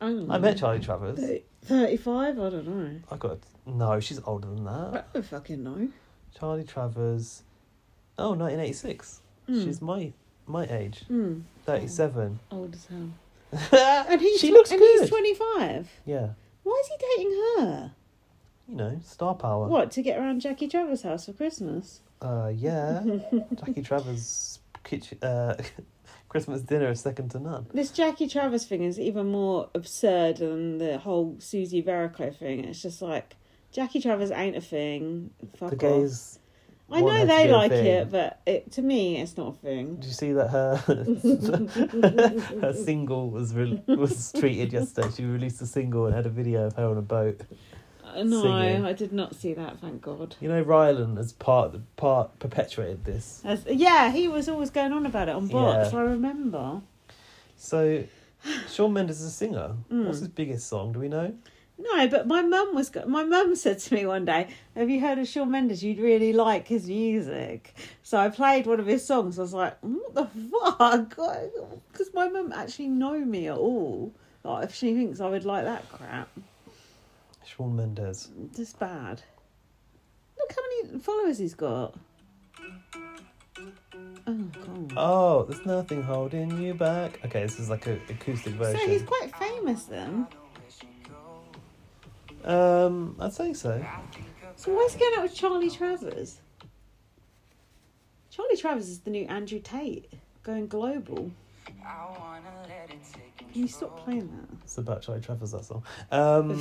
Speaker 1: I don't
Speaker 2: I
Speaker 1: know.
Speaker 2: met Charlie Travers.
Speaker 1: Thirty- Thirty-five. I don't know.
Speaker 2: I got no. She's older than
Speaker 1: I
Speaker 2: that.
Speaker 1: don't fucking know.
Speaker 2: Charlie Travers. Oh, 1986.
Speaker 1: Mm.
Speaker 2: She's my my age.
Speaker 1: Mm,
Speaker 2: 37.
Speaker 1: old as hell.
Speaker 2: and
Speaker 1: And he's
Speaker 2: she
Speaker 1: tw-
Speaker 2: looks
Speaker 1: and
Speaker 2: good.
Speaker 1: he's twenty-five.
Speaker 2: yeah,
Speaker 1: Why is he dating her?
Speaker 2: you know, star power.
Speaker 1: What to get around Jackie Travers' house for Christmas?
Speaker 2: Uh, yeah.
Speaker 1: Mm-hmm.
Speaker 2: Jackie Travers' kitchen uh, Christmas dinner is second to none.
Speaker 1: This Jackie Travers thing is even more absurd than the whole Susie Verico thing. It's just like Jackie Travers ain't a thing. Fuck
Speaker 2: the
Speaker 1: off.
Speaker 2: gays.
Speaker 1: Oh, I
Speaker 2: want her
Speaker 1: know
Speaker 2: to be
Speaker 1: they
Speaker 2: a
Speaker 1: like
Speaker 2: thing.
Speaker 1: it, but it to me, it's not a thing.
Speaker 2: Did you see that her her single was re- was tweeted yesterday? She released a single and had a video of her on a boat.
Speaker 1: Uh, No,
Speaker 2: Singing.
Speaker 1: I did not see that. Thank God.
Speaker 2: You know, Ryland has part part perpetuated this.
Speaker 1: As- yeah, he was always going on about it on bots.
Speaker 2: Yeah.
Speaker 1: I remember.
Speaker 2: So, Shawn Mendes is a singer.
Speaker 1: Mm.
Speaker 2: What's his biggest song? Do we know?
Speaker 1: No, but my mum was. go- My mum said to me one day, "Have you heard of Shawn Mendes? You'd really like his music." So I played one of his songs. I was like, "What the fuck?" Because my mum actually know me at all. Like, if she thinks I would like that crap,
Speaker 2: Shawn Mendes.
Speaker 1: just bad. Look how many followers he's got. Oh god.
Speaker 2: Oh, there's nothing holding you back. Okay, this is like a acoustic
Speaker 1: So he's
Speaker 2: version.
Speaker 1: quite famous then.
Speaker 2: Um, I'd say so.
Speaker 1: So why is he going out with Charlie Travers? Charlie Travers is the new Andrew Tate, going global. Can you stop playing that?
Speaker 2: It's about Charlie Travers that song. Um,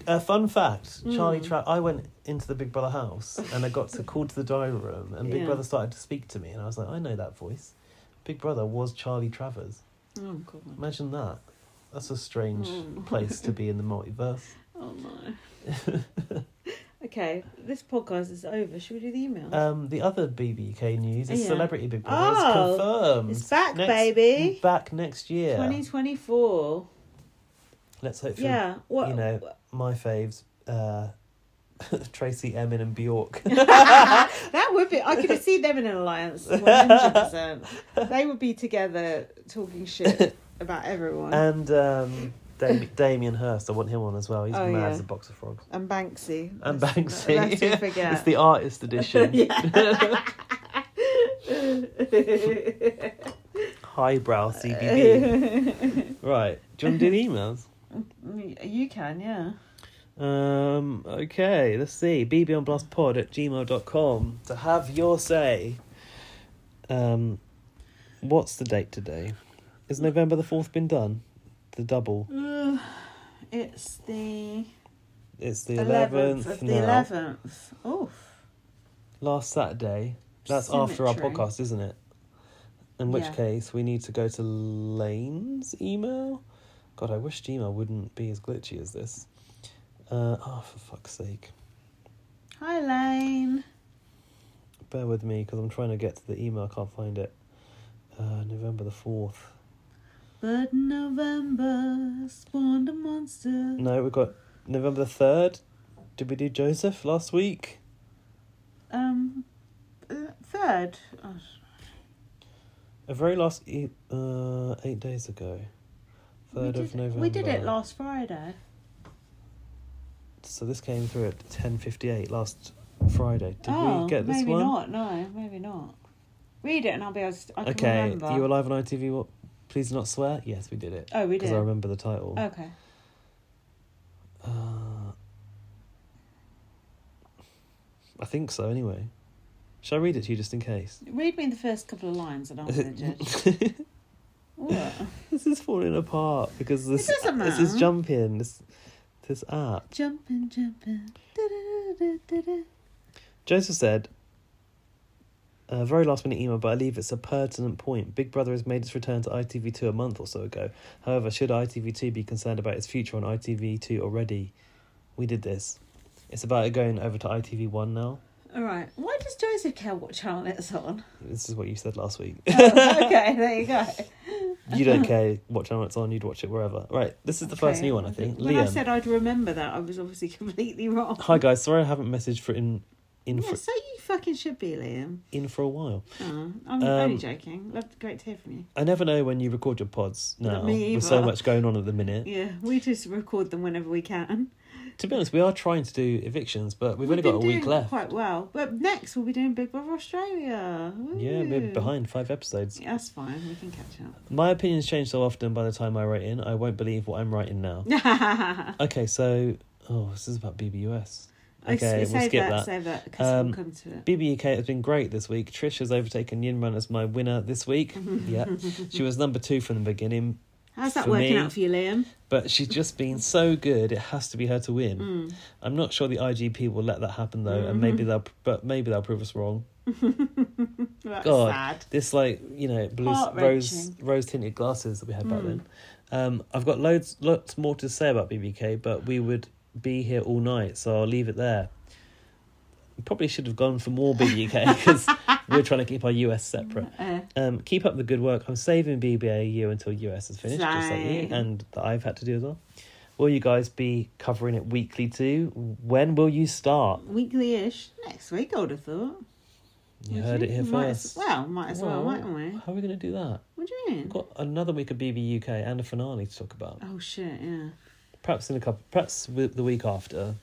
Speaker 2: a fun fact:
Speaker 1: Hmm.
Speaker 2: Charlie Tra- I went into the Big Brother house and I got to call to the diary room, and Big
Speaker 1: Yeah.
Speaker 2: Brother started to speak to me, and I was like, I know that voice. Big Brother was Charlie Travers.
Speaker 1: oh god.
Speaker 2: Imagine that. That's a strange
Speaker 1: Mm.
Speaker 2: place to be in the multiverse.
Speaker 1: Oh no. okay, this podcast is over. Should we do the email?
Speaker 2: Um, the other BBK news is
Speaker 1: Yeah.
Speaker 2: Celebrity Big Brother is
Speaker 1: Oh,
Speaker 2: confirmed.
Speaker 1: it's back,
Speaker 2: Next-
Speaker 1: baby.
Speaker 2: Back next year.
Speaker 1: Twenty twenty four.
Speaker 2: Let's hope for
Speaker 1: Yeah. What?
Speaker 2: you know my faves, uh, Tracy Emin and Bjork.
Speaker 1: that would be. I could have seen them in an alliance. One hundred percent. They would be together talking shit about everyone.
Speaker 2: and um, Dam- Damien Hirst. I want him on as well. He's
Speaker 1: Oh,
Speaker 2: mad
Speaker 1: yeah.
Speaker 2: as a box of frogs.
Speaker 1: and Banksy.
Speaker 2: And
Speaker 1: Let's-
Speaker 2: Banksy.
Speaker 1: Let's not forget.
Speaker 2: it's the artist edition. Highbrow CBD. right. Do you want to do the emails?
Speaker 1: you can, yeah.
Speaker 2: Um, okay, let's see. bbonblastpod at gmail.com to have your say. Um, what's the date today? Is November the 4th been done? The double.
Speaker 1: It's the
Speaker 2: It's the 11th,
Speaker 1: 11th of the
Speaker 2: now.
Speaker 1: 11th. Oh,
Speaker 2: Last Saturday. That's after our
Speaker 1: Symmetry.
Speaker 2: podcast, isn't it? In which
Speaker 1: Yeah.
Speaker 2: case, we need to go to Lane's email. God, I wish Gmail wouldn't be as glitchy as this. Uh, oh, for fuck's sake.
Speaker 1: hi, Lane.
Speaker 2: bear with me because I'm trying to get to the email. I can't find it. Uh, November the fourth.
Speaker 1: But November spawned a monster.
Speaker 2: No, we've got November the third. Did we do Joseph last week?
Speaker 1: Um, uh, third. Oh,
Speaker 2: A very last e- uh, eight days ago.
Speaker 1: we
Speaker 2: third
Speaker 1: did,
Speaker 2: of November.
Speaker 1: we did it last Friday.
Speaker 2: So this came through at ten fifty eight last Friday. Did
Speaker 1: oh,
Speaker 2: we get this
Speaker 1: maybe
Speaker 2: one?
Speaker 1: not. No, maybe not. Read it, and I'll be able. To, I can
Speaker 2: okay,
Speaker 1: remember.
Speaker 2: you were live on ITV. What? Please do not swear. Yes, we did it
Speaker 1: oh, we
Speaker 2: because
Speaker 1: did. Oh.
Speaker 2: I remember the title.
Speaker 1: Okay.
Speaker 2: Uh, I think so. Anyway, shall I read it to you just in case?
Speaker 1: Read me the first couple of lines, and I'll judge.
Speaker 2: this
Speaker 1: What?
Speaker 2: is falling apart because this
Speaker 1: doesn't
Speaker 2: this is
Speaker 1: matter.
Speaker 2: jumping. This this app.
Speaker 1: Jumping, jumping. Da-da-da-da-da-da.
Speaker 2: Joseph said, a very last minute email, but I believe it's a pertinent point. Big Brother has made its return to ITV2 a month or so ago. However, should ITV2 be concerned about its future on ITV2 already? We did this. It's about it going over to ITV1 now.
Speaker 1: All right. Why does Joseph care what channel it's on?
Speaker 2: This is what you said last week.
Speaker 1: Oh, okay, there you go.
Speaker 2: you don't care what channel it's on, you'd watch it wherever. Right, this is the first
Speaker 1: Okay.
Speaker 2: new one, I think.
Speaker 1: When
Speaker 2: Liam.
Speaker 1: I said I'd remember that, I was obviously completely wrong.
Speaker 2: Hi, guys. Sorry I haven't messaged for in, in,
Speaker 1: Yeah,
Speaker 2: for,
Speaker 1: so you fucking should be, Liam.
Speaker 2: in for a while.
Speaker 1: Oh, I'm
Speaker 2: Um,
Speaker 1: only joking. Love, great to hear from you.
Speaker 2: I never know when you record your pods now.
Speaker 1: me
Speaker 2: There's so
Speaker 1: either.
Speaker 2: much going on at the minute.
Speaker 1: Yeah, we just record them whenever we can.
Speaker 2: To be honest, we are trying to do evictions, but we've, only got
Speaker 1: been
Speaker 2: a
Speaker 1: doing
Speaker 2: week left.
Speaker 1: Quite well, but next we'll be doing Big Brother Australia. Woo.
Speaker 2: Yeah, we're behind five episodes.
Speaker 1: That's fine. We can catch
Speaker 2: My opinions change so often by the time I write in, I won't believe what I'm writing now.
Speaker 1: up.
Speaker 2: Okay, so. Oh, this is about BBUS. Okay,
Speaker 1: save
Speaker 2: we'll skip
Speaker 1: that,
Speaker 2: that.
Speaker 1: Save that because
Speaker 2: Um,
Speaker 1: we'll come to it.
Speaker 2: BBUK has been great this week. Trish has overtaken Yinran as my winner this week. yeah, she was number two from the beginning,
Speaker 1: How's that
Speaker 2: for
Speaker 1: working
Speaker 2: me-
Speaker 1: out for you, Liam?
Speaker 2: but she's just been so good. It has to be her to win.
Speaker 1: Mm. Mm-hmm.
Speaker 2: I'm not sure the IGP will let that happen though, and maybe they'll, but maybe they'll prove us wrong.
Speaker 1: That's
Speaker 2: God.
Speaker 1: sad.
Speaker 2: this like you know blue rose
Speaker 1: Heart-wrenching.
Speaker 2: rose tinted glasses that we had back
Speaker 1: Mm.
Speaker 2: then. Um, I've got loads lots more to say about BBK, but we would be here all night, so I'll leave it there. Probably should have gone for more BBK because we're trying to keep our US separate.
Speaker 1: Uh,
Speaker 2: Um, keep up the good work. I'm saving BBAU until US is finished, just like you,
Speaker 1: Same.
Speaker 2: and that I've had to do as well. Will you guys be covering it weekly too? When will you start?
Speaker 1: weekly-ish next week, I would have thought.
Speaker 2: You
Speaker 1: Would
Speaker 2: heard
Speaker 1: you?
Speaker 2: it here
Speaker 1: might
Speaker 2: first.
Speaker 1: As, well, might as well,
Speaker 2: Well,
Speaker 1: mightn't we?
Speaker 2: How are we going to do that?
Speaker 1: What do you mean?
Speaker 2: We've got another week of BB UK and a finale to talk about.
Speaker 1: Oh shit! Yeah.
Speaker 2: Perhaps in a couple, perhaps wi- the week after.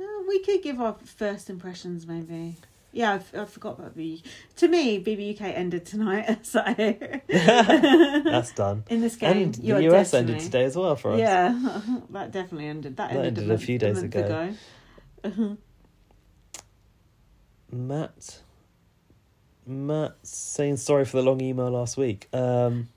Speaker 1: Uh, we could give our first impressions, maybe. Yeah, I, f- I forgot about BB. To me, BBUK ended tonight, so
Speaker 2: That's done.
Speaker 1: in this game,
Speaker 2: And
Speaker 1: you're
Speaker 2: the US
Speaker 1: dead to
Speaker 2: ended
Speaker 1: me.
Speaker 2: today as well for us.
Speaker 1: Yeah, that definitely ended. That,
Speaker 2: That
Speaker 1: ended,
Speaker 2: ended a few days
Speaker 1: month
Speaker 2: ago.
Speaker 1: ago.
Speaker 2: Matt. Matt saying sorry for the long email last week. Um,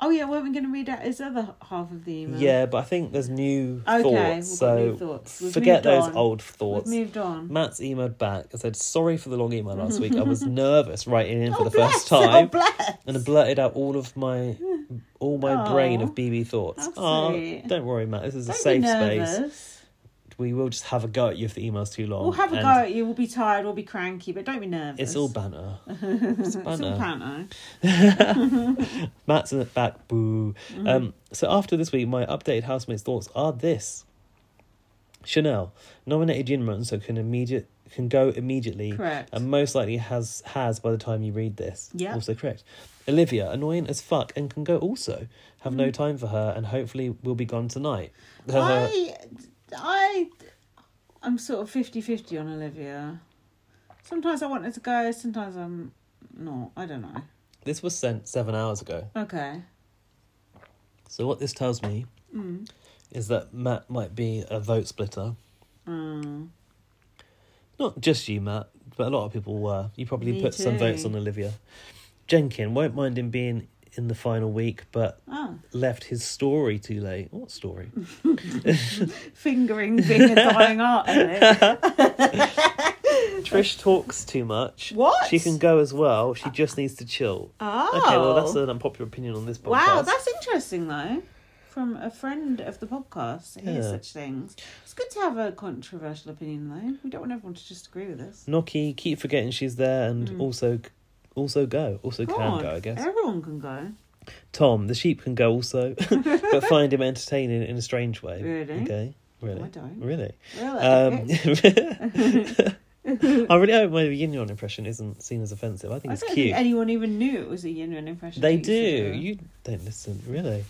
Speaker 1: oh yeah, weren't we going to read out his other half of the email?
Speaker 2: yeah, but I think there's new
Speaker 1: Okay, we've
Speaker 2: thoughts. so
Speaker 1: got new thoughts. We've moved
Speaker 2: forget those
Speaker 1: on.
Speaker 2: old thoughts.
Speaker 1: we've moved on.
Speaker 2: Matt's emailed back and said sorry for the long email last week. I was nervous writing in for
Speaker 1: oh,
Speaker 2: the
Speaker 1: bless.
Speaker 2: first time.
Speaker 1: Oh bless.
Speaker 2: and I blurted out all of my all my
Speaker 1: Aw.
Speaker 2: brain of BB thoughts.
Speaker 1: That's
Speaker 2: Aw,
Speaker 1: sweet.
Speaker 2: don't worry, Matt. This is
Speaker 1: Don't
Speaker 2: a
Speaker 1: be
Speaker 2: safe space.
Speaker 1: nervous.
Speaker 2: We will just have a go at you if the email's too long.
Speaker 1: We'll have a
Speaker 2: and
Speaker 1: go at you. We'll be tired. We'll be cranky, but don't be nervous.
Speaker 2: It's all banter.
Speaker 1: It's
Speaker 2: It's
Speaker 1: all
Speaker 2: banter.
Speaker 1: panto.
Speaker 2: Matt's in the back. Boo. Um, so after this week, my updated housemates' thoughts are this: Chanel nominated Jin Run, so can immediate can go immediately.
Speaker 1: Correct.
Speaker 2: and most likely has has by the time you read this.
Speaker 1: Yeah.
Speaker 2: Also correct. Olivia, annoying as fuck and can go also. Have no time for her and hopefully will be gone tonight.
Speaker 1: I, I, I'm sort of 50-50 on Olivia. Sometimes I want her to go. Sometimes I'm not. I don't know.
Speaker 2: this was sent seven hours ago.
Speaker 1: Okay.
Speaker 2: So what this tells me
Speaker 1: Mm.
Speaker 2: is that Matt might be a vote splitter.
Speaker 1: Mm.
Speaker 2: Not just you, Matt, but a lot of people were. You probably
Speaker 1: Me
Speaker 2: put some
Speaker 1: too.
Speaker 2: votes on Olivia. Jenkin won't mind him being in the final week, but
Speaker 1: Oh,
Speaker 2: left his story too late. What story?
Speaker 1: fingering being a dying art. Isn't it?
Speaker 2: Trish talks too much.
Speaker 1: What?
Speaker 2: She can go as well. She just needs to chill.
Speaker 1: Oh.
Speaker 2: Okay, well, that's an unpopular opinion on this podcast.
Speaker 1: wow. That's interesting though. From a friend of the podcast, hear
Speaker 2: Yeah.
Speaker 1: such things. It's good to have a controversial opinion, though. We don't want everyone to just agree with us.
Speaker 2: Noki, keep forgetting she's there and
Speaker 1: Mm.
Speaker 2: also also go. Also
Speaker 1: Go
Speaker 2: can
Speaker 1: on.
Speaker 2: go, I guess.
Speaker 1: Everyone can go.
Speaker 2: Tom, the sheep can go also, but find him entertaining in a strange way.
Speaker 1: Really? Oh,
Speaker 2: Okay.
Speaker 1: No,
Speaker 2: Really?
Speaker 1: I don't.
Speaker 2: Really?
Speaker 1: Really?
Speaker 2: Um, I really hope my Yin Yon impression isn't seen as offensive. I think
Speaker 1: I
Speaker 2: it's
Speaker 1: don't
Speaker 2: cute.
Speaker 1: think anyone even knew it was a yin and impression.
Speaker 2: they
Speaker 1: weeks
Speaker 2: do.
Speaker 1: ago.
Speaker 2: You don't listen, really.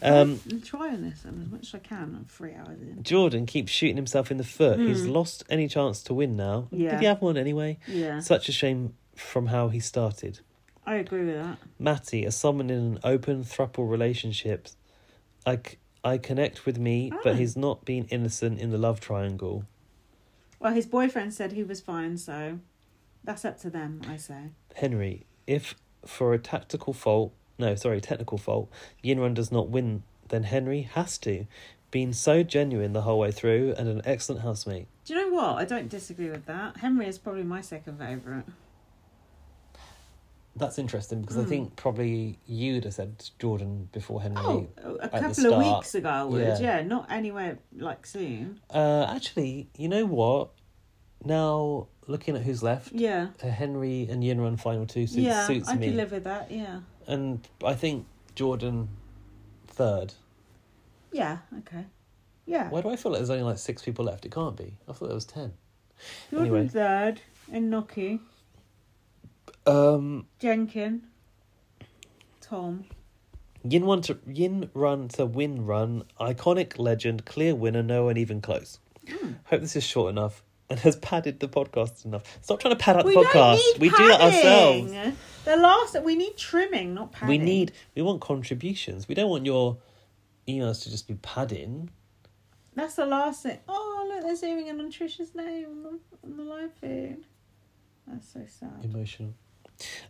Speaker 2: Um,
Speaker 1: I'm trying this um, as much as I can. I'm three hours in.
Speaker 2: Jordan keeps shooting himself in the foot. He's lost any chance to win now.
Speaker 1: Hmm. Yeah.
Speaker 2: Did he have one anyway?
Speaker 1: Yeah,
Speaker 2: Such a shame from how he started.
Speaker 1: I agree with that.
Speaker 2: Matty, as someone in an open thruple relationship, I, c- I connect with me,
Speaker 1: Ah.
Speaker 2: but he's not been innocent in the love triangle.
Speaker 1: Well, his boyfriend said he was fine, so that's up to them. I say.
Speaker 2: Henry, if for a tactical fault, no, sorry, technical fault, Yinran does not win, then Henry has to. Being so genuine the whole way through and an excellent housemate.
Speaker 1: Do you know what? I don't disagree with that. Henry is probably my second favourite.
Speaker 2: That's interesting because I think probably you'd have said Jordan before Henry.
Speaker 1: Oh, a
Speaker 2: the
Speaker 1: couple of
Speaker 2: start.
Speaker 1: weeks ago, I would. Yeah.
Speaker 2: Yeah.
Speaker 1: not anywhere like soon.
Speaker 2: Uh, actually, you know what? Now looking at who's left,
Speaker 1: Yeah.
Speaker 2: a Henry and Yinran final two suits,
Speaker 1: yeah,
Speaker 2: suits
Speaker 1: I
Speaker 2: me,
Speaker 1: could live with that. Yeah.
Speaker 2: and I think Jordan third.
Speaker 1: Yeah. Okay. Yeah.
Speaker 2: Why do I feel like there's only like six people left? It can't be. I thought there was ten.
Speaker 1: Jordan
Speaker 2: anyway.
Speaker 1: third, Inoki,
Speaker 2: Um,
Speaker 1: Jenkin, Tom.
Speaker 2: Yin run to Yin run to win run iconic legend clear winner no one even close.
Speaker 1: Hmm.
Speaker 2: Hope this is short enough and has padded the podcast enough. Stop trying to pad out the podcast. we do that ourselves.
Speaker 1: padding. The last we need trimming, not padding.
Speaker 2: We need we want contributions. We don't want your emails to just be padding.
Speaker 1: That's the last thing. Oh look, there's even a nutritious name on the, on the live feed. That's so sad.
Speaker 2: Emotional.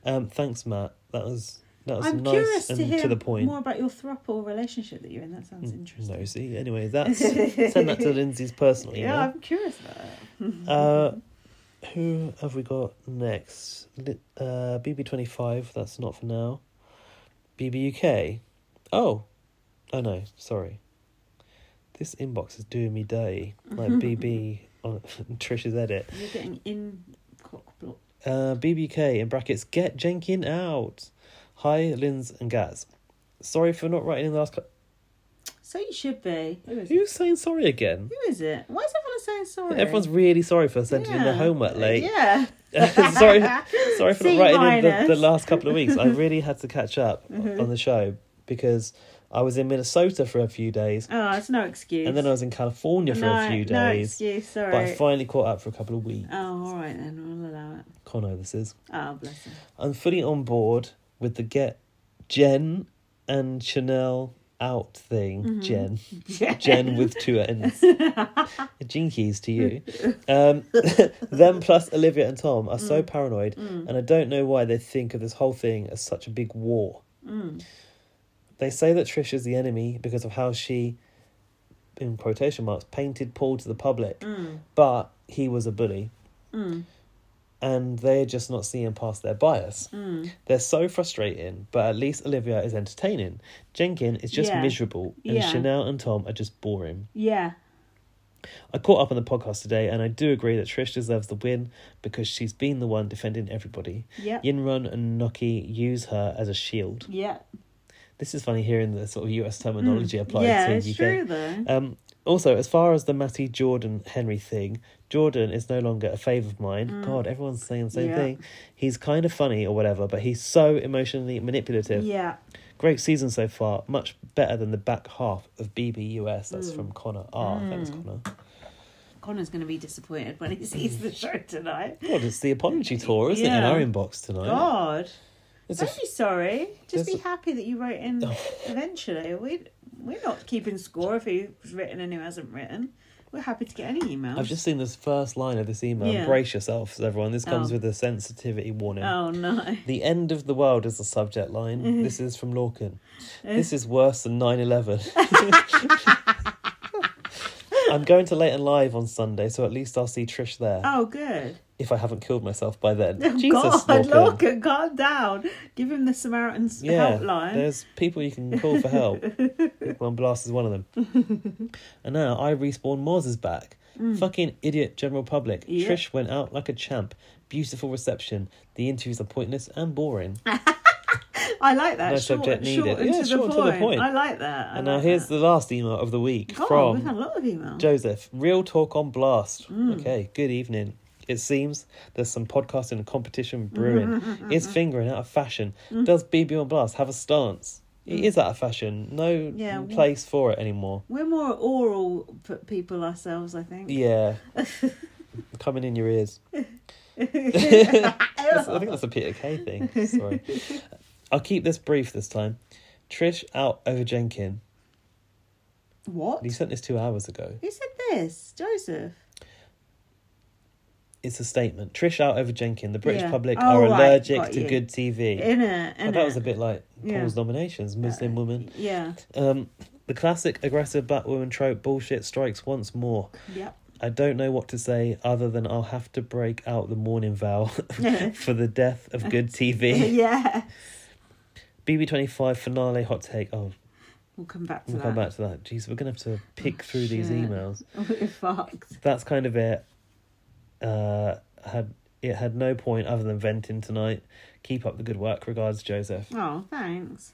Speaker 2: Um, thanks, Matt. That was that was
Speaker 1: I'm
Speaker 2: nice
Speaker 1: curious
Speaker 2: and
Speaker 1: to hear
Speaker 2: the point. Mm,
Speaker 1: more about your throuple relationship that you're in. That sounds interesting.
Speaker 2: Nosy. Anyway, that's send that to Lindsay's personal
Speaker 1: yeah,
Speaker 2: email.
Speaker 1: I'm curious about it.
Speaker 2: Uh, who have we got next? Li- Uh, BB25, that's not for now. BBUK. Oh. Oh no, sorry. This inbox is doing me dirty. Like BB on Trish's edit.
Speaker 1: You're getting in cock block.
Speaker 2: Uh, BBK in brackets, get Jenkin out. Hi, Linz and Gaz. Sorry for not writing in the last. Cl-
Speaker 1: So you should be. Who is it?
Speaker 2: Who's saying sorry again?
Speaker 1: Who is it? Why is everyone saying sorry?
Speaker 2: Everyone's really sorry for sending in their
Speaker 1: Yeah.
Speaker 2: homework late.
Speaker 1: Yeah.
Speaker 2: sorry, sorry for
Speaker 1: C
Speaker 2: not writing in the, the
Speaker 1: minus.
Speaker 2: last couple of weeks. I really had to catch up
Speaker 1: Mm-hmm.
Speaker 2: on the show because I was in Minnesota for a few days,
Speaker 1: Oh, it's no excuse.
Speaker 2: and then I was in California for
Speaker 1: no,
Speaker 2: a few
Speaker 1: No
Speaker 2: days.
Speaker 1: excuse. Sorry.
Speaker 2: but I finally caught up for a couple of weeks.
Speaker 1: Oh, all right then. We'll allow it.
Speaker 2: Conno, this is.
Speaker 1: Oh, bless him.
Speaker 2: I'm fully on board with the get Jen and Chanel out thing. Jen. Jen with two ends. Gene keys to you. Um, them plus Olivia and Tom are so paranoid, and I don't know why they think of this whole thing as such a big war. They say that Trish is the enemy because of how she, in quotation marks, painted Paul to the public, but he was a bully. And they're just not seeing past their bias. They're so frustrating, but at least Olivia is entertaining. Jenkin is just
Speaker 1: Yeah.
Speaker 2: miserable, and
Speaker 1: Yeah.
Speaker 2: Chanel and Tom are just boring.
Speaker 1: Yeah.
Speaker 2: I caught up on the podcast today, and I do agree that Trish deserves the win because she's been the one defending everybody.
Speaker 1: Yep.
Speaker 2: Yinrun and Noki use her as a shield.
Speaker 1: Yeah.
Speaker 2: This is funny hearing the sort of US terminology applied
Speaker 1: Hmm. yeah,
Speaker 2: to
Speaker 1: it's
Speaker 2: UK.
Speaker 1: true though.
Speaker 2: Um, also, as far as the Matty Jordan Henry thing, Jordan is no longer a fave of mine. God, everyone's saying the same
Speaker 1: Hmm. Yeah.
Speaker 2: thing. He's kind of funny or whatever, but he's so emotionally manipulative.
Speaker 1: Yeah.
Speaker 2: Great season so far, much better than the back half of BBUS. That's
Speaker 1: Hmm.
Speaker 2: from Connor R. Thanks, Connor.
Speaker 1: Connor's going to be disappointed when he sees the show tonight.
Speaker 2: God, it's the apology tour, isn't it? In
Speaker 1: Yeah.
Speaker 2: our inbox tonight.
Speaker 1: God.
Speaker 2: It's a
Speaker 1: Don't
Speaker 2: f-
Speaker 1: be sorry. Just
Speaker 2: There's
Speaker 1: be
Speaker 2: a- Oh.
Speaker 1: happy that you wrote in eventually. We we're not keeping score of who's written and who hasn't written. We're happy to get any emails.
Speaker 2: I've just seen this first line of this email.
Speaker 1: Yeah.
Speaker 2: Brace yourselves, everyone. This comes
Speaker 1: Oh.
Speaker 2: with a sensitivity warning.
Speaker 1: Oh Mm-hmm. no.
Speaker 2: The end of the world is the subject line. this is from Lorcan.
Speaker 1: Eh?
Speaker 2: This is worse than 9 11. I'm going to Leighton Live on Sunday, so at least I'll see Trish there
Speaker 1: Oh good.
Speaker 2: if I haven't killed myself by then.
Speaker 1: Oh,
Speaker 2: Jesus,
Speaker 1: God,
Speaker 2: Lorcan.
Speaker 1: Lorcan, calm down. Give him the Samaritan's
Speaker 2: Yeah,
Speaker 1: helpline.
Speaker 2: there's people you can call for help. One Blast is one of them. and now I respawn Moz is back. Fucking idiot general public.
Speaker 1: Mm. Yeah.
Speaker 2: Trish went out like a champ. Beautiful reception. The interviews are pointless and boring.
Speaker 1: I like that.
Speaker 2: No
Speaker 1: short,
Speaker 2: subject needed.
Speaker 1: short and
Speaker 2: Yeah,
Speaker 1: to,
Speaker 2: short
Speaker 1: the
Speaker 2: and to the
Speaker 1: point.
Speaker 2: point.
Speaker 1: I like that. I
Speaker 2: and now
Speaker 1: like
Speaker 2: here's
Speaker 1: that.
Speaker 2: the last email of the week
Speaker 1: God, we've had a Mm.
Speaker 2: from
Speaker 1: lot of emails.
Speaker 2: Joseph. Real talk on blast. Okay, good evening. It seems there's some podcasting and competition brewing. is fingering out of fashion?
Speaker 1: Mm.
Speaker 2: Does BB on Blast have a stance? It is out of fashion. No
Speaker 1: Yeah, well-
Speaker 2: place for it anymore.
Speaker 1: We're more oral p- people ourselves, I think.
Speaker 2: Yeah. Coming in your ears.
Speaker 1: Ah,
Speaker 2: That's- I think that's a Peter Kay thing. Sorry. I'll keep this brief this time. Trish out over Jenkin.
Speaker 1: What?
Speaker 2: He sent this two hours ago.
Speaker 1: Who said this? Joseph.
Speaker 2: It's a statement. Trish out over Jenkin. The British
Speaker 1: Yeah.
Speaker 2: public
Speaker 1: Oh,
Speaker 2: are
Speaker 1: right,
Speaker 2: allergic
Speaker 1: got
Speaker 2: to
Speaker 1: you.
Speaker 2: good TV.
Speaker 1: In it.
Speaker 2: Oh,
Speaker 1: In
Speaker 2: that was a bit like
Speaker 1: Yeah. Uh,
Speaker 2: Paul's nominations, Muslim woman.
Speaker 1: Yeah.
Speaker 2: Um, the classic aggressive black woman trope bullshit strikes once more.
Speaker 1: Yep.
Speaker 2: I don't know what to say other than I'll have to break out the mourning vow for the death of good TV.
Speaker 1: yeah.
Speaker 2: BB25 finale hot take. Oh,
Speaker 1: We'll come back to
Speaker 2: we'll
Speaker 1: that. Oh,
Speaker 2: come back to that. Jeez, we're going to have to pick through these
Speaker 1: shit.
Speaker 2: emails.
Speaker 1: We're fucked.
Speaker 2: That's kind of it. Uh, had It had no point other than venting tonight. Keep up the good work. Regards, Joseph.
Speaker 1: Oh, thanks.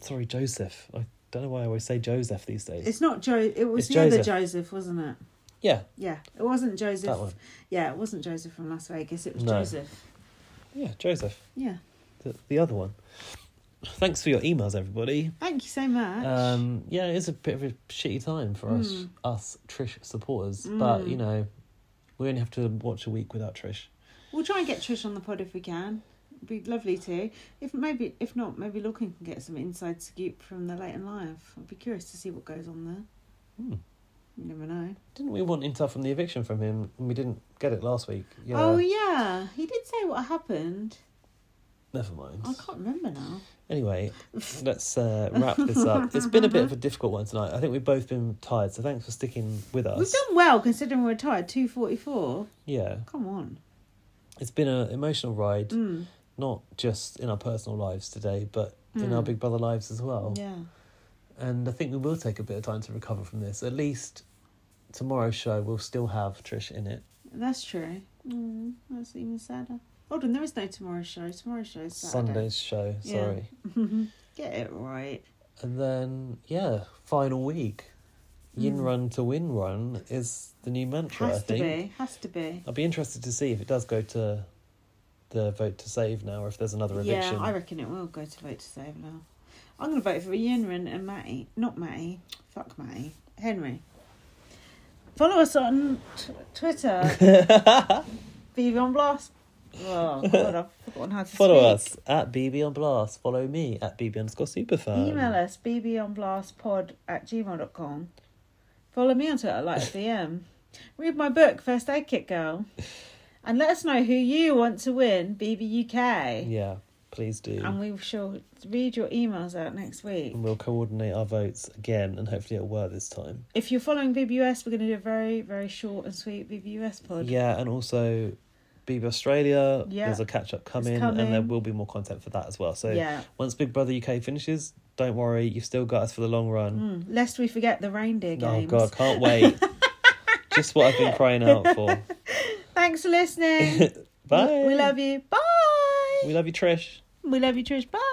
Speaker 2: Sorry, Joseph. I don't know why I always say Joseph these days.
Speaker 1: It's not Joe. It was
Speaker 2: It's
Speaker 1: the other
Speaker 2: Joseph.
Speaker 1: Joseph, wasn't it?
Speaker 2: Yeah,
Speaker 1: Yeah. It wasn't Joseph.
Speaker 2: that one.
Speaker 1: Yeah, it wasn't Joseph from Las Vegas. It was
Speaker 2: No.
Speaker 1: Joseph.
Speaker 2: Yeah, Joseph.
Speaker 1: Yeah.
Speaker 2: The, the other one. Thanks for your emails, everybody.
Speaker 1: Thank you so much.
Speaker 2: Um, yeah, it's a bit of a shitty time for us,
Speaker 1: Mm.
Speaker 2: us Trish supporters. But
Speaker 1: Mm.
Speaker 2: you know, we only have to watch a week without Trish.
Speaker 1: We'll try and get Trish on the pod if we can. It'd be lovely to. If maybe, if not, maybe Looking can get some inside scoop from the late in life. I'd be curious to see what goes on there.
Speaker 2: Hmm.
Speaker 1: You never know.
Speaker 2: Didn't we want intel from the eviction from him? and We didn't get it last week. Yeah,
Speaker 1: Oh yeah, he did say what happened.
Speaker 2: never mind.
Speaker 1: I can't remember now.
Speaker 2: Anyway, let's uh, wrap this up. It's been a bit of a difficult one tonight. I think we've both been tired, so thanks for sticking with us.
Speaker 1: We've done well considering we're tired. Two forty four.
Speaker 2: yeah,
Speaker 1: Come on.
Speaker 2: it's been an emotional ride,
Speaker 1: Mm.
Speaker 2: not just in our personal lives today, but in
Speaker 1: Mm.
Speaker 2: our Big Brother lives as well.
Speaker 1: Yeah.
Speaker 2: And I think we will take a bit of time to recover from this. At least tomorrow's show will still have Trish in it.
Speaker 1: That's true. Mm, that's even sadder. Hold on, there is no tomorrow show. Tomorrow show is Saturday.
Speaker 2: Sunday's show,
Speaker 1: Yeah.
Speaker 2: sorry.
Speaker 1: Get it right.
Speaker 2: And then, yeah, final week. Yin
Speaker 1: Mm.
Speaker 2: Run to Win Run is the new mantra, I
Speaker 1: Has to
Speaker 2: think.
Speaker 1: be. Has to be.
Speaker 2: I'll be interested to see if it does go to the vote to save now or if there's another eviction.
Speaker 1: Yeah, I reckon it will go to vote to save now. I'm going to vote for Yinrin and Matty. Not Matty. Fuck Matty. Henry. Follow us on t- Twitter. Be on blast. Oh, God, I've forgotten how to
Speaker 2: Follow
Speaker 1: speak.
Speaker 2: us at BB on Blast. Follow me at BB underscore superfan.
Speaker 1: Email us bbonblastpod at gmail.com. Follow me on Twitter like VM. Read my book, First Aid Kit Girl. And let us know who you want to win BB UK.
Speaker 2: Yeah, Mm. please do.
Speaker 1: And we shall read your emails out next week.
Speaker 2: and we'll coordinate our votes again and hopefully it'll work this time.
Speaker 1: If you're following BBUS, we're going to do a very, very short and sweet BBUS pod.
Speaker 2: Yeah, and also BB Australia.
Speaker 1: Yeah.
Speaker 2: There's a catch up coming,
Speaker 1: coming.
Speaker 2: and there will be more content for that as well. So
Speaker 1: Yeah.
Speaker 2: once Big Brother UK finishes, don't worry, you've still got us for the long run.
Speaker 1: Mm, Lest we forget the reindeer
Speaker 2: oh
Speaker 1: games.
Speaker 2: God, can't wait. Just what I've been crying out for.
Speaker 1: Thanks for listening.
Speaker 2: Bye.
Speaker 1: We love you. Bye.
Speaker 2: We love you, Trish.
Speaker 1: We love you, Trish. Bye.